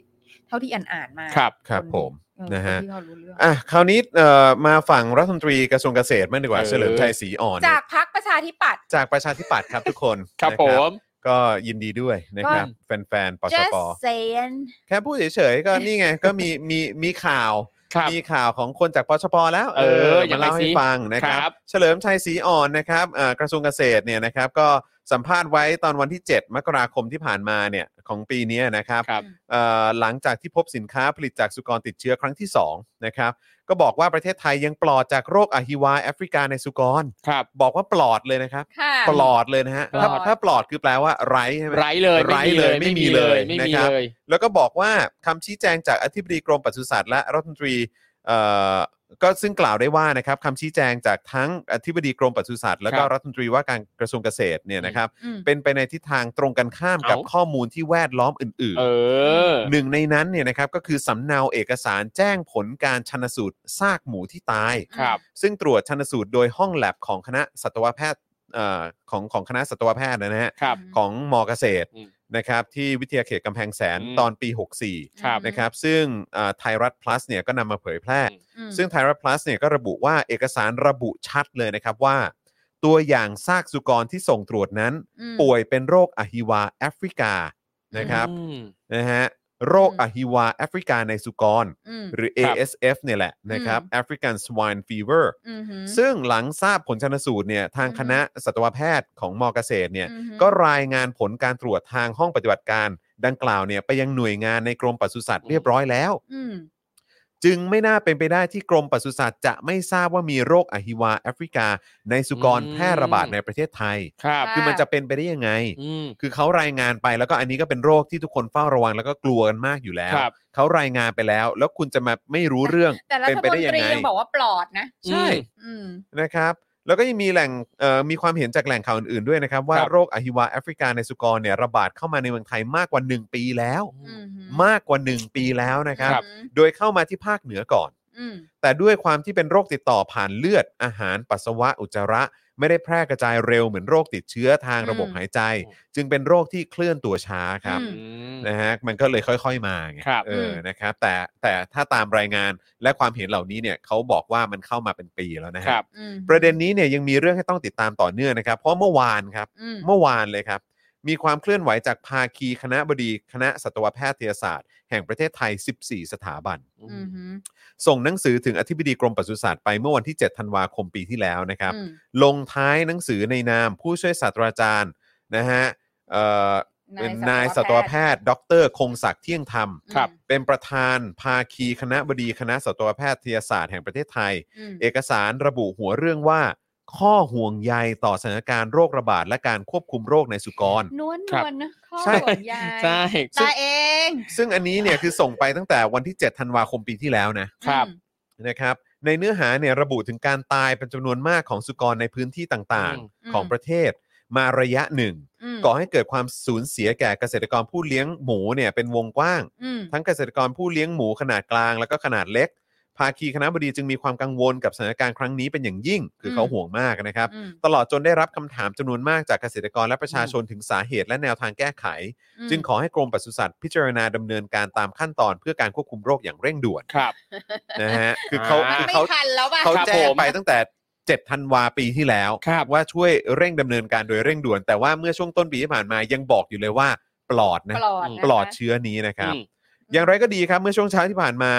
Speaker 4: เท่าที่อ่านอ่านๆมา
Speaker 3: ครับ
Speaker 1: ครับผม
Speaker 4: เออ
Speaker 1: นะฮะ
Speaker 4: คที่เขารู้เรื่อง
Speaker 1: อ่ะคราวนี้เอ่อมาฝั่งรัฐมนตรีกระทรวงเกษตรมากดีกว่า
Speaker 3: เออ
Speaker 1: เฉลิมชัยศรีอ่อนนะ
Speaker 4: จากพักประชาธิปัตย์
Speaker 1: จากประชาธิปัตย์ครับทุกคน
Speaker 3: ครับ
Speaker 1: นะ
Speaker 3: ผม
Speaker 1: ก็ยินดีด้วยนะครับ แฟนๆปชป
Speaker 4: saying
Speaker 1: แค่พูดเฉยๆ
Speaker 4: (laughs)
Speaker 1: ก็นี่ไง ก็มีมีมีข่าว
Speaker 3: ครับ
Speaker 1: มีข่าวของคนจากปชปแล้ว
Speaker 3: เออยั
Speaker 1: มาง
Speaker 3: ไง
Speaker 1: เล่าให้
Speaker 3: สิ
Speaker 1: ฟังนะครั
Speaker 3: ครับ บ
Speaker 1: เฉลิมชัยศรีอ่อนนะครับเอ่อกระทรวงเกษตรเนี่ยนะครับ ก็สัมภาษณ์ไว้ตอนวันที่ 7 มกราคมที่ผ่านมาเนี่ยของปีเนี้ยนะครับ
Speaker 3: ครับ
Speaker 1: เอ่อหลังจากที่พบสินค้าผลิตจากสุกรติดเชื้อครั้งที่ 2 นะครับ ก็บอกว่าประเทศไทยยังปลอดจากโรคอหิวาแอฟริกาในสุกร
Speaker 3: ครับ
Speaker 1: บอกว่าปลอดเลยนะครับ
Speaker 4: ค่ะ
Speaker 1: ปลอดเลยนะฮะ
Speaker 4: ปลอ
Speaker 1: ถ้า
Speaker 4: ด
Speaker 1: ถ้าปลอดคือแปลว่าไร้ใช่ไหม
Speaker 3: ไร้เลย
Speaker 1: ไร้เลยไม่มีเลย
Speaker 3: ไม่มี
Speaker 1: นะครับ
Speaker 3: เลย
Speaker 1: แล้วก็บอกว่าคำชี้แจงจากอธิบดีกรมปศุสัตว์และรัฐมนตรีเอ่อก็ซึ่งกล่าวได้ว่านะครับคำชี้แจงจากทั้งอธิบดีกรมปศุสัตว์และก็
Speaker 3: ครับ
Speaker 1: รัฐมนตรีว่าการกระทรวงเกษตรเนี่ยนะครับ
Speaker 4: อืม
Speaker 1: เป็นไปในทิศทางตรงกันข้ามกับ
Speaker 3: เอ้า
Speaker 1: ข้อมูลที่แวดล้อมอื่น ๆ
Speaker 3: เออ
Speaker 1: หนึ่งในนั้นเนี่ยนะครับก็คือสำเนาเอกสารแจ้งผลการชันสูตรซากหมูที่ตาย
Speaker 3: ครับ
Speaker 1: ซึ่งตรวจชันสูตรโดยห้องแลบของคณะสัตวแพทย์เอ่อของของคณะสัตวแพทย์นะฮะ
Speaker 3: ครับ
Speaker 1: ของมอเกษตร
Speaker 3: อืม
Speaker 1: นะครับที่วิทยาเขตกำแพงแสน
Speaker 3: อืม
Speaker 1: ตอนปี
Speaker 3: ครับ
Speaker 1: 64 นะครับซึ่งเอ่อไทยรัฐ plus เนี่ยก็นำมาเผยแพร่
Speaker 4: อืม
Speaker 1: ซึ่งไทยรัฐ plus เนี่ยก็ระบุว่าเอกสารระบุชัดเลยนะครับว่า ตัวอย่างซากสุกรที่ส่งตรวจนั้น
Speaker 4: อืม
Speaker 1: ป่วยเป็นโรคอหิวาแอฟริกานะครับ
Speaker 3: อืม
Speaker 1: นะฮะโรค
Speaker 4: อืม
Speaker 1: อหิวาแอฟริกาในสุกร
Speaker 4: อืม
Speaker 1: หรือ
Speaker 3: ครับ
Speaker 1: ASF เนี่ยแหละนะครับ
Speaker 4: อืม
Speaker 1: African Swine Fever
Speaker 4: อืม
Speaker 1: ซึ่งหลังทราบผลชนสูตรเนี่ยทาง
Speaker 4: อืม
Speaker 1: คณะสัตวแพทย์ของมอเกษตรเนี่ย
Speaker 4: อืม
Speaker 1: ก็รายงานผลการตรวจทางห้องปฏิบัติการ ดังกล่าวเนี่ยไปยังหน่วยงานในกรมปศุสัตว์
Speaker 3: อืม
Speaker 1: เรียบร้อยแล้ว
Speaker 4: อืม
Speaker 1: จึงไม่น่าเป็นไปได้ที่กรมปศุสัตว์จะไม่ทราบว่ามีโรคอหิวาแอฟริกา ในสุกร
Speaker 3: อืม
Speaker 1: แพร่ระบาดในประเทศไทย
Speaker 3: ครับ
Speaker 1: คือมันจะเป็นไปได้ยังไง
Speaker 3: อืม
Speaker 1: คือเขารายงานไปแล้วก็อันนี้ก็เป็นโรคที่ทุกคนเฝ้าระวังแล้วก็กลัวกันมากอยู่แล้ว
Speaker 3: ครับ
Speaker 1: เขารายงานไปแล้ว แล้วคุณจะมาไม่รู้เรื่อง
Speaker 4: แต่รั
Speaker 1: เป็
Speaker 4: ฐ
Speaker 1: น
Speaker 4: ม
Speaker 1: ไปได้
Speaker 4: น
Speaker 1: ยั
Speaker 4: ต
Speaker 1: ง
Speaker 4: รี
Speaker 1: ไง
Speaker 4: ยังบอกว่าปลอดนะ
Speaker 1: ใช่
Speaker 4: อืม
Speaker 1: นะครับ แล้วก็ยังมีแหล่งเอ่อมีความเห็นจากแหล่งข่าวอื่นๆด้วยนะครับ ว่า
Speaker 3: ครับ
Speaker 1: โรคอหิวาแอฟริกาในสุกรเนี่ยระบาดเข้ามาในเมืองไทยมากกว่า 1 ปีแล้ว
Speaker 4: อืม
Speaker 1: มากกว่า 1 ปีแล้วนะครับ
Speaker 4: อืม
Speaker 1: โดยเข้ามาที่ภาคเหนือก่อน
Speaker 4: อืม
Speaker 1: แต่ด้วยความที่เป็นโรคติดต่อผ่านเลือดอาหารปัสสาวะอุจจาระ ไม่ได้แพร่กระจายเร็วเหมือนโรคติดเชื้อทางระบบหายใจ จึงเป็นโรคที่เคลื่อนตัวช้าครับ
Speaker 3: อืม
Speaker 1: นะฮะมันก็เลยค่อยๆมาไง
Speaker 3: ครับ
Speaker 1: เอออนะครับแต่แต่ถ้าตามรายงานและความเห็นเหล่านี้เนี่ยเขาบอกว่ามันเข้ามาเป็นปีแล้วนะฮะ
Speaker 3: ครับ
Speaker 4: อืม
Speaker 1: ประเด็นนี้เนี่ยยังมีเรื่องให้ต้องติดตามต่อเนื่องนะครับ เพราะเมื่อวานครับ
Speaker 4: อืม
Speaker 1: เมื่อวานเลยครับ มีความเคลื่อนไหวจากภาคีคณะบดีคณะสัตวแพทยศาสตร์ แห่งประเทศไทย 14 สถาบัน
Speaker 4: อืมอืม
Speaker 1: ส่งหนังสือถึงอธิบดีกรมปศุสัตว์ไปเมื่อวันที่ 7 ธันวาคมปีที่แล้วนะครับ
Speaker 4: อืม
Speaker 1: ลงท้ายหนังสือในนามผู้ช่วยศาสตราจารย์นะฮะเอ่อ เป็นนายสัตวแพทย์ ดร คงศักดิ์เที่ยงธรรม
Speaker 3: ครับ
Speaker 1: เป็นประธานภาคีคณะบดีคณะสัตวแพทยศาสตร์แห่งประเทศไทย
Speaker 4: อืม
Speaker 1: เอกสารระบุหัวเรื่องว่า ข้อห่วงใยต่อสถานการณ์โรคระบาดและการควบคุมโรคในสุกร
Speaker 4: นวล
Speaker 3: ครับ
Speaker 4: นวลนะข้อ
Speaker 1: ใช่
Speaker 4: ห่วงใย
Speaker 3: ใช่
Speaker 4: ตาเอง
Speaker 1: ซึ่งอันนี้เนี่ยคือส่งไปตั้งแต่วันที่ 7 ธันวาคมปีที่แล้วนะครับ
Speaker 4: อืม
Speaker 1: นะครับ ในเนื้อหาเนี่ยระบุถึงการตายเป็นจำนวนมากของสุกรในพื้นที่ต่างๆ ของประเทศ มาระยะหนึ่ง
Speaker 4: ม
Speaker 1: ก่อให้เกิดความสูญเสียแก่เกษตรกรผู้เลี้ยงหมูเนี่ยเป็นวงกว้าง
Speaker 4: อืม
Speaker 1: ทั้งเกษตรกรผู้เลี้ยงหมูขนาดกลางแล้วก็ขนาดเล็ก ภาคีคณะบดีจึงมีความกังวลกับสถานการณ์ครั้งนี้เป็นอย่างยิ่ง คือเขาห่วงมากนะครับ
Speaker 4: อืม
Speaker 1: ตลอดจนได้รับคำถามจำนวนมากจากเกษตรกรและประชาชนถึงสาเหตุและแนวทางแก้ไข
Speaker 4: อืม
Speaker 1: จึงขอให้กรมปศุสัตว์พิจารณาดำเนินการตามขั้นตอนเพื่อการควบคุมโรคอย่างเร่งด่วน
Speaker 3: ครับ
Speaker 1: นะฮะคือเขา
Speaker 3: อ่า
Speaker 1: คือ
Speaker 4: ไม่
Speaker 1: เขา
Speaker 4: ทันแล้วป่ะ
Speaker 1: เขา
Speaker 3: ครับ
Speaker 1: แจ้ง
Speaker 3: ผม
Speaker 1: ไปตั้งแต่7ธันวาปีที่แล้ว
Speaker 3: ครับ
Speaker 1: ว่าช่วยเร่งดำเนินการโดยเร่งด่วน แต่ว่าเมื่อช่วงต้นปีที่ผ่านมายังบอกอยู่เลยว่าปลอดนะ
Speaker 4: ปลอดนะคะ
Speaker 1: ปลอดเชื้อนี้นะครับ
Speaker 3: อืม
Speaker 1: อย่างไรก็ดีครับ เมื่อช่วงเช้าที่ผ่านมา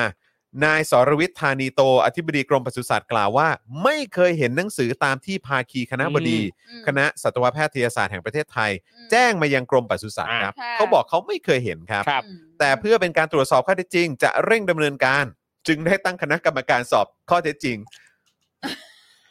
Speaker 1: นายสรวิทย์ธานีโต อธิบดีกรมปศุสัตว์กล่าวว่า ไม่เคยเห็นหนังสือตามที่ภาคีคณะบดี
Speaker 4: อืม
Speaker 1: คณะสัตวแพทยศาสตร์แห่งประเทศไทย แจ้งมายังกรมปศุสัตว์ครับ
Speaker 4: อ่าค่ะ
Speaker 1: เขาบอกเขาไม่เคยเห็นครับ
Speaker 3: ครับ
Speaker 4: อืม
Speaker 1: แต่เพื่อเป็นการตรวจสอบข้อเท็จจริง จะเร่งดำเนินการ จึงได้ตั้งคณะกรรมการสอบข้อเท็จจริง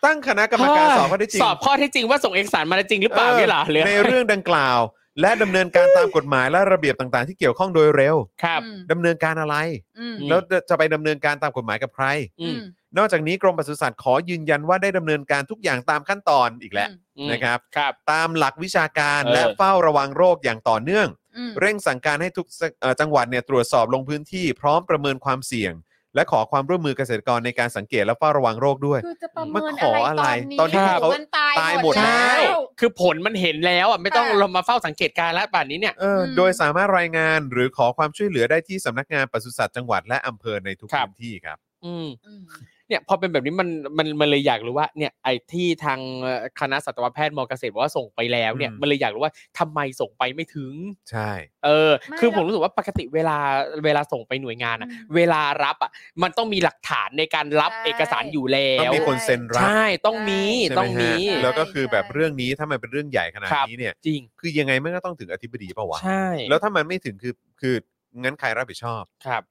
Speaker 1: ตั้งคณะกรรมการสอบข้อเท็จจริง
Speaker 3: สอบข้อเท็จจริงว่าส่งเอกสารมาจริงหรือเปล่าเนี่ยเหรอหรือ
Speaker 1: ในเรื่องดังกล่าว และดำเนินการตามกฎหมายและระเบียบต่างๆ ที่เกี่ยวข้องโดยเร็ว
Speaker 3: ครับ
Speaker 4: อืม
Speaker 1: ดำเนินการอะไร
Speaker 4: อืม
Speaker 1: แล้วจะไปดำเนินการตามกฎหมายกับใคร
Speaker 3: อืม
Speaker 1: นอกจากนี้กรมปศุสัตว์ขอยืนยันว่าได้ดำเนินการทุกอย่างตามขั้นตอนอีกแล้ว
Speaker 3: อืม
Speaker 1: นะครับ
Speaker 3: ครับ
Speaker 1: ตามหลักวิชาการ
Speaker 3: เออ
Speaker 1: และเฝ้าระวังโรคอย่างต่อเนื่อง
Speaker 4: อืม
Speaker 1: เร่งสั่งการให้ทุกสเอ่อจังหวัดเนี่ยตรวจสอบลงพื้นที่พร้อมประเมินความเสี่ยง และขอความร่วมมือเกษตรกรในการสังเกตและเฝ้าระวังโรคด้วย
Speaker 4: คือจะประ
Speaker 1: มา
Speaker 4: เมิน
Speaker 1: ขออ
Speaker 4: อะไร
Speaker 1: ตอ
Speaker 4: ตอน น
Speaker 1: นี้
Speaker 4: นี้
Speaker 1: ครับ
Speaker 4: โอ้โหมันตาย
Speaker 1: ตายหมด
Speaker 4: แล้
Speaker 3: ใช่
Speaker 4: ว
Speaker 3: คือผลมันเห็นแล้วอ่ะไม่ต้อง
Speaker 4: ค่ะ
Speaker 3: ลงมาเฝ้าสังเกตการณ์แล้วป่านนี้เนี่ย
Speaker 1: เอออ
Speaker 4: ม
Speaker 1: โดยสามารถรายงานหรือขอความช่วยเหลือได้ที่สำนักงานปศุสัตว์จังหวัดและอำเภอในทุก
Speaker 3: ครับ
Speaker 1: พื้นที่ครับ
Speaker 3: อืม
Speaker 4: อืม
Speaker 3: เนี่ยพอเป็นแบบนี้มันมันมันเลยอยากรู้ว่าเนี่ยไอ้ที่ทางเอ่อคณะสัตวแพทย์มอเกษตรบอกว่าส่งไปแล้วเนี่ย
Speaker 1: อืม
Speaker 3: มันเลยอยากรู้ว่าทำไมส่งไปไม่ถึง
Speaker 1: ใช่
Speaker 3: เออ
Speaker 4: ไม่
Speaker 3: คือผม
Speaker 4: แล้ว
Speaker 3: รู้สึกว่าปกติเวลาเวลาส่งไปหน่วยงานอะ
Speaker 4: อืม
Speaker 3: เวลารับอะมันต้องมีหลักฐานในการรับ
Speaker 4: ใช่
Speaker 3: เอกสารอยู่แล้
Speaker 1: ต้อง
Speaker 3: ว
Speaker 1: มีคนเซ็นรับ
Speaker 3: ใช่ต้องมี
Speaker 1: ใช่ไห
Speaker 3: ต้อง
Speaker 1: ฮะ
Speaker 3: มี
Speaker 1: แล้วก็คือแบบ
Speaker 4: ใช่
Speaker 1: เรื่องนี้ถ้ามันเป็นเรื่องใหญ่ขนาด
Speaker 3: ครับ
Speaker 1: นี้เนี่ย
Speaker 3: จริง
Speaker 1: คือยังไงมันก็ต้องถึงอธิบดีเปล่าวะ
Speaker 3: ใช่
Speaker 1: แล้วถ้ามันไม่ถึงคือคืองั้นใครรับผิดชอบ
Speaker 3: ครับ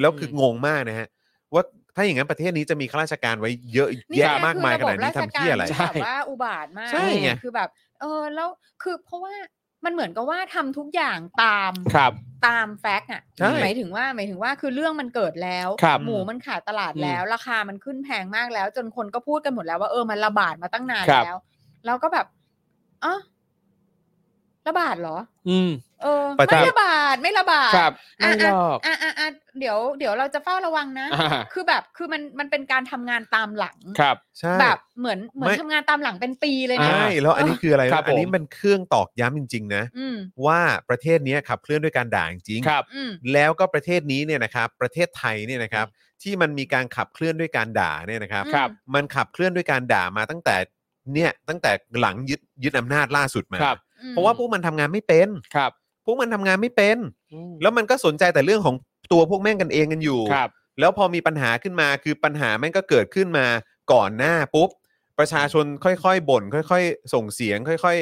Speaker 1: แล้วคือ
Speaker 3: ม
Speaker 1: งงมากนะฮะ ว่าถ้าอย่างนั้นประเทศนี้จะมีข้าราชการไว้เยอะ
Speaker 4: นี่
Speaker 1: แยะ
Speaker 4: ไง
Speaker 1: มากมายขนาดนี้
Speaker 4: คืบบ
Speaker 1: ทำที่อะไร
Speaker 4: ชการที่แบบว่าอุบาทมาก
Speaker 1: ใช่ไง
Speaker 4: คือแบบ เออแล้วคือเพราะว่ามันเหมือนกับว่าทำทุกอย่างตาม
Speaker 3: ครับ
Speaker 4: ตามแฟกต์อ่ะ
Speaker 1: ใช่
Speaker 4: หมายถึงว่าหมายถึงว่าคือเรื่องมันเกิดแล้ว
Speaker 3: ครับ
Speaker 4: หมูมันขาดตลาดแล้ว ราคามันขึ้นแพงมากแล้ว จนคนก็พูดกันหมดแล้วว่าเออมันระบาดมาตั้งนาน
Speaker 3: ครับ
Speaker 4: แล้ว แล้วก็แบบอ๋อระบาดเหรอ
Speaker 3: อืม
Speaker 4: เออ
Speaker 1: ประจำ
Speaker 4: ไม่ระบาดไม่ระบาด
Speaker 3: ครับ
Speaker 4: อ่ะ
Speaker 3: ไม่หรอก
Speaker 4: อ่ะอ่ะอ่ะเดี๋ยวเดี๋ยวเราจะเฝ้าระวังนะ
Speaker 3: อ่า
Speaker 4: คือแบบคือมันมันเป็นการทำงานตามหลัง
Speaker 3: ครับ
Speaker 1: ใช่
Speaker 4: แบบเหมือนเหมือ
Speaker 1: ไม่
Speaker 4: นทำงานตามหลังเป็นปีเลยนะ
Speaker 1: ใช่แล้วอันนี้คืออะไร
Speaker 3: ครับ
Speaker 1: นะอันนี้
Speaker 3: ผม
Speaker 1: มันเครื่องตอกย้ำจริง ๆ นะ
Speaker 4: อืม
Speaker 1: ว่าประเทศนี้ขับเคลื่อนด้วยการด่าจริงๆ
Speaker 3: ครับ
Speaker 4: อืม
Speaker 1: แล้วก็ประเทศนี้เนี่ยนะครับ ประเทศไทยเนี่ยนะครับ ที่มันมีการขับเคลื่อนด้วยการด่าเนี่ยนะครับ
Speaker 4: ครับ
Speaker 1: มันขับเคลื่อนด้วยการด่ามาตั้งแต่เนี่ยตั้งแต่หลังยึดยึดอำนาจล่าสุดมา
Speaker 3: ครับ
Speaker 4: อืม
Speaker 1: เพราะว่าพวกมันทำงานไม่เป็น
Speaker 3: ครับ
Speaker 1: พวกมันทำงานไม่เป็น แล้วมันก็สนใจแต่เรื่องของตัวพวกแม่งกันเองกันอยู่
Speaker 3: ครับ
Speaker 1: แล้วพอมีปัญหาขึ้นมาคือปัญหาแม่งก็เกิดขึ้นมาก่อนหน้าปุ๊บ ประชาชนค่อยๆบ่นค่อย ๆ ส่งเสียง ค่อย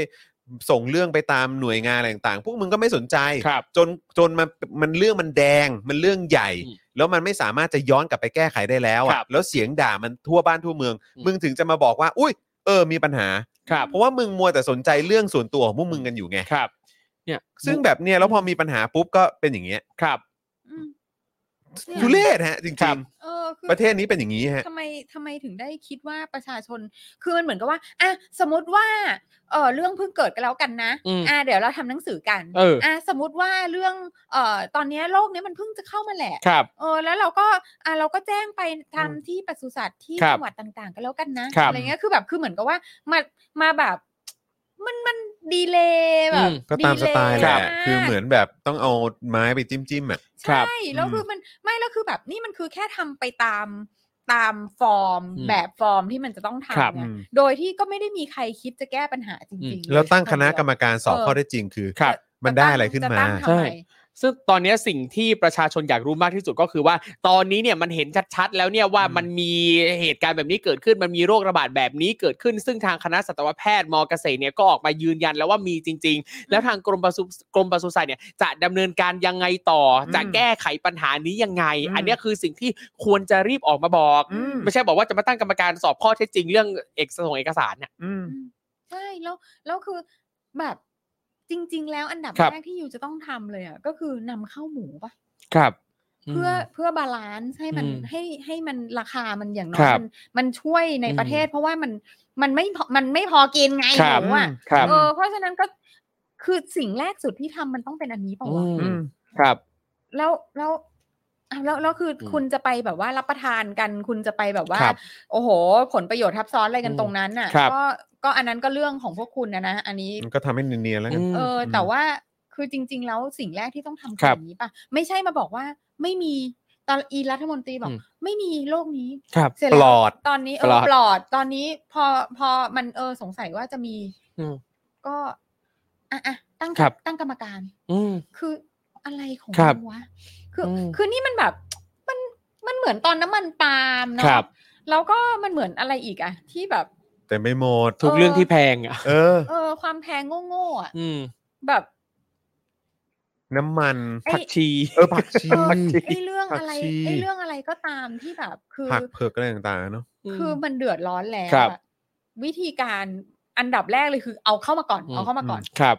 Speaker 1: ส่งเรื่องไปตามหน่วยงานอะไรต่างๆ พวกมึงก็ไม่สนใจ
Speaker 3: ครับ
Speaker 1: จนจนมันมันเรื่องมันแดงมันเรื่องใหญ่
Speaker 3: อืม
Speaker 1: แล้วมันไม่สามารถจะย้อนกลับไปแก้ไขได้แล้ว
Speaker 3: ครั
Speaker 1: อะ
Speaker 3: บ
Speaker 1: แล้วเสียงด่ามันทั่วบ้านทั่วเมือง
Speaker 3: อืม
Speaker 1: มึงถึงจะมาบอกว่า อุ้ยเออมีปัญหา
Speaker 3: ครับ
Speaker 1: เพราะว่ามึงมัวแต่สนใจเรื่องส่วนตัวของพวกมึงกันอยู่ไง
Speaker 3: ครับ เนี่ย
Speaker 1: ซึ่งแบบเนี้ยแล้วพอมีปัญหาปุ๊บก็เป็นอย่างเงี้ย
Speaker 3: ครับ
Speaker 4: อืม
Speaker 1: ทุเรศฮะจริ
Speaker 3: ครั
Speaker 1: ง
Speaker 3: บ
Speaker 4: เออคือ
Speaker 1: ๆ ประเทศนี้เป็นอย่างนี้ฮะ
Speaker 4: ทำไมทำไมถึงได้คิดว่าประชาชน คือมันเหมือนกับว่าอ่ะสมมติว่าเออเรื่องเพิ่งเกิดกันแล้วกันนะ
Speaker 3: อืม
Speaker 4: อ่ะเดี๋ยวเราทำหนังสือกัน
Speaker 3: เออ
Speaker 4: อ่ะสมมติว่าเรื่องเอ่อตอนเนี้ยโรคเนี้ยมันเพิ่งจะเข้ามาแหละ
Speaker 3: ครับ
Speaker 4: เออแล้วเราก็อ่ะเราก็แจ้งไปทำ
Speaker 3: อืม
Speaker 4: ที่ปศุสัตว์ที่
Speaker 3: ครับ
Speaker 4: จังหวัดต่างๆ กันแล้วกันนะครับ อะไรเงี้ยคือแบบคือเหมือนกับว่ามามาแบบมันมันดีเลย์แบบ
Speaker 3: อืม
Speaker 1: ก็ตามสไตล์แหละ
Speaker 4: ดีเย
Speaker 1: คือ
Speaker 4: มาก
Speaker 1: เหมือนแบบต้องเอาไม้ไปจิ้มจิ้มๆอ่ะ
Speaker 3: ครับ
Speaker 4: ใช่แล้วคือมันไม่แล้วคือแบบนี่มันคือแค่ทำไปตามตามฟอร์ม
Speaker 3: อืม
Speaker 4: แบบฟอร์มที่มันจะต้อง
Speaker 3: ครับ
Speaker 4: ทำไงโดยที่ที่ก็ไม่ได้มีใครคิดจะแก้ปัญหาจริงๆ
Speaker 1: แล้วตั้ง
Speaker 4: เย
Speaker 1: คณะกรรม
Speaker 4: จ
Speaker 1: การสอบ
Speaker 4: เออ
Speaker 1: ข้อได้จริงคือ
Speaker 3: ครับ
Speaker 4: ะ
Speaker 1: มันได้อะไรขึ้นมา
Speaker 4: จตั้งทำไ
Speaker 3: ใช่ ซึ่งตอนเนี้ยสิ่งที่ประชาชนอยากรู้มากที่สุดก็คือว่า ตอนนี้เนี่ยมันเห็นชัดๆ แล้วเนี่ยว่ามันมีเหตุการณ์แบบนี้เกิดขึ้น มันมีโรคระบาดแบบนี้เกิดขึ้น ซึ่งทางคณะสัตวแพทย์มเกษตรเนี่ยก็ออกมายืนยันแล้วว่ามีจริง ๆ แล้วทางกรมปศุกรมปศุสัตว์เนี่ยจะดำเนินการยังไงต่ออ
Speaker 1: ม
Speaker 3: จะแก้ไขปัญหานี้ยังไง
Speaker 1: อืม
Speaker 3: อันเนี้ยคือสิ่งที่ควรจะรีบออกมาบอก
Speaker 1: อืม
Speaker 3: ไม่ใช่บอกว่าจะมาตั้งกรรมการสอบข้อเท็จจริงเรื่องเอกสารส่งเอกสารเนี่ย
Speaker 1: อืม
Speaker 4: อืมใช่แล้วแล้วคือแบบจริง ๆ แล้วอันดับ
Speaker 3: ครับ
Speaker 4: แรกที่ยูจะต้องทำเลยอ่ะก็คือนำเข้าหมูปะ
Speaker 3: ครับ
Speaker 4: เพื่อเพื่อบาลานซ์ให้มัน
Speaker 3: อืม
Speaker 4: ให้ให้มันราคามันอย่างน้อ
Speaker 3: ค
Speaker 4: ย
Speaker 3: รับ
Speaker 4: มันมันช่วยใน
Speaker 3: อืม
Speaker 4: ประเทศ เพราะว่ามันมันไม่พอมันไม่พอกินไง
Speaker 3: ค
Speaker 4: ห
Speaker 3: รับ
Speaker 4: มูอ่ะ
Speaker 3: ครับ
Speaker 4: เออเพราะฉะนั้นก็คือสิ่งแรกสุดที่ทำมันต้องเป็นอันนี้เปล่าวะ
Speaker 3: อืมครับ
Speaker 4: แล้วแล้วอ้าวแล้วแล้วคืออ
Speaker 3: ม
Speaker 4: คุณจะไปแบบว่ารับประทานกัน คุณจะไปแบบว่า
Speaker 3: ครับ
Speaker 4: โอ้โห ผลประโยชน์ทับซ้อนอะไรกัน
Speaker 3: อืม
Speaker 4: ตรงนั้นน่ะ
Speaker 3: ครับ
Speaker 4: ก็ก็อันนั้นก็เรื่องของพวกคุณนะนะอันนี้
Speaker 1: มันก็ทำให้เนียนๆแล้วกัน
Speaker 4: เอออ
Speaker 1: ม
Speaker 4: แต่ว่าคือจริง ๆ แล้วสิ่งแรกที่ต้องทำ
Speaker 3: ค
Speaker 4: คื
Speaker 3: รั
Speaker 4: อบ อย่างนี้ป่ะ ไม่ใช่มาบอกว่าไม่มีตอนอีรัฐมนตรีบอก
Speaker 3: อืม
Speaker 4: ไม่มีโรคนี้
Speaker 3: ครับ
Speaker 4: เสร็จ
Speaker 1: ปล
Speaker 4: แล้ว
Speaker 1: อด
Speaker 4: ตอนนี้เอ
Speaker 3: ปล
Speaker 4: อ
Speaker 3: อด
Speaker 4: ปลอดตอนนี้พอพอมันเออสงสัยว่าจะมี
Speaker 3: อืม
Speaker 4: ก็อ่ะอ่ะตั้ง
Speaker 3: ครับ
Speaker 4: ตั้งกรรมการ
Speaker 3: อืม
Speaker 4: คืออะไรของ
Speaker 3: ครับ
Speaker 4: มึงวะคืออ
Speaker 3: ม
Speaker 4: คือนี่มันแบบมันมันเหมือนตอนน้ำมันปาล์มเน
Speaker 3: ครั
Speaker 4: อะ
Speaker 3: บ
Speaker 4: แล้วก็มันเหมือนอะไรอีกอะที่แบบ
Speaker 1: แต่ไม่หมด
Speaker 3: ทุกเรื่องที่แพงอ่ะ
Speaker 1: เออ
Speaker 4: เออความแพงโง่ๆอะ
Speaker 3: อืม
Speaker 4: แบบ
Speaker 1: น้ำมัน
Speaker 4: ไอ้
Speaker 3: ผักชี
Speaker 1: เออผักชี
Speaker 4: เออ
Speaker 3: ผักชี
Speaker 4: ไอ้เรื่องอะไร
Speaker 1: ผักชี
Speaker 4: ไอ้เรื่องอะไรก็ตามที่แบบ คือ
Speaker 1: ผักเผือกอะไรต่างๆเนาะ
Speaker 4: คือมันเดือดร้อนแล้ว
Speaker 3: ครับ
Speaker 4: อะวิธีการอันดับแรกเลยคือเอาเข้ามาก่อน
Speaker 3: อืม
Speaker 4: เอาเข้ามาก่อน
Speaker 3: ครับ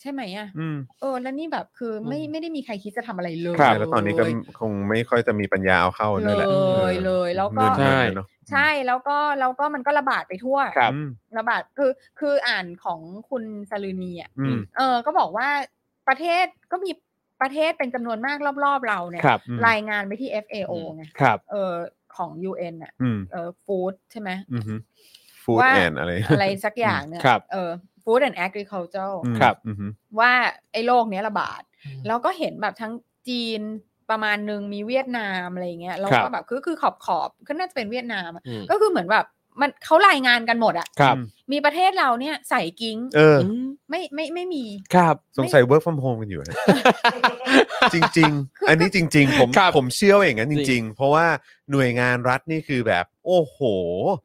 Speaker 4: ใช่ไหมอะ
Speaker 1: อืม
Speaker 4: เออ แล้วนี่แบบคือไม่
Speaker 3: อืม
Speaker 4: ไม่ได้มีใครคิดจะทำอะไรเลย
Speaker 3: ครั
Speaker 1: ใช่
Speaker 3: บ
Speaker 1: แล้วตอนนี้ก็คงไม่ค่อยจะมีปัญญาเอาเข้า
Speaker 4: เล
Speaker 1: ด้วยแหละ
Speaker 4: ยเลย แล้วก็
Speaker 1: เงินเดือนเนอะ
Speaker 4: ใช่แล้วก็แล้วก็มันก็ระบาดไปทั่ว
Speaker 3: ครับ
Speaker 1: อืม
Speaker 4: ระบาดคือคืออ่านของคุณซาลูนีอ่ะ
Speaker 1: อืม
Speaker 4: เออ ก็บอกว่าประเทศก็มีประเทศเป็นจำนวนมากรอบๆเราเนี่ย
Speaker 3: ครับ
Speaker 1: อืม
Speaker 4: รายงานไปที่ FAO ไง
Speaker 3: ครับ
Speaker 4: เออของ UN อ่ะ
Speaker 1: อืม
Speaker 4: เออฟู้ดใช่ไหม
Speaker 1: อืมฟู้ด
Speaker 4: ว่า
Speaker 1: แอนอะไร
Speaker 4: อะไรสักอย่างเนี่ย
Speaker 3: ครับ
Speaker 4: เออ Food and Agriculture
Speaker 1: อืม
Speaker 3: ครับ
Speaker 1: อืม
Speaker 4: ว่าไอ้โรคเนี้ยระบาด แล้วก็เห็นแบบทั้งจีนประมาณหนึ่งมีเวียดนามอะไรอย่างเงี้ยแล้ว
Speaker 3: ครั
Speaker 4: ก็
Speaker 3: บ
Speaker 4: แบบคือคือขอบขอบก็น่าจะเป็นเวียดนามอะ
Speaker 3: อืม
Speaker 4: ก็คือเหมือนแบบมันเขารายงานกันหมดอะ
Speaker 3: ครับ
Speaker 4: มีประเทศเราเนี่ยใส่กิ้ง
Speaker 1: เออ
Speaker 3: อืม
Speaker 4: ไม่ไม่ไม่มี
Speaker 3: ครับ
Speaker 1: สงสัย work from home กันอยู่นะ จริง ๆ อันนี้จริง ๆ ผม
Speaker 3: ครับ
Speaker 1: ผมเชื่อว่าอย่างนั้นจ
Speaker 3: จริ
Speaker 1: ริง
Speaker 3: ง
Speaker 1: ๆ เพราะว่าหน่วยงานรัฐนี่คือแบบ โอ้โห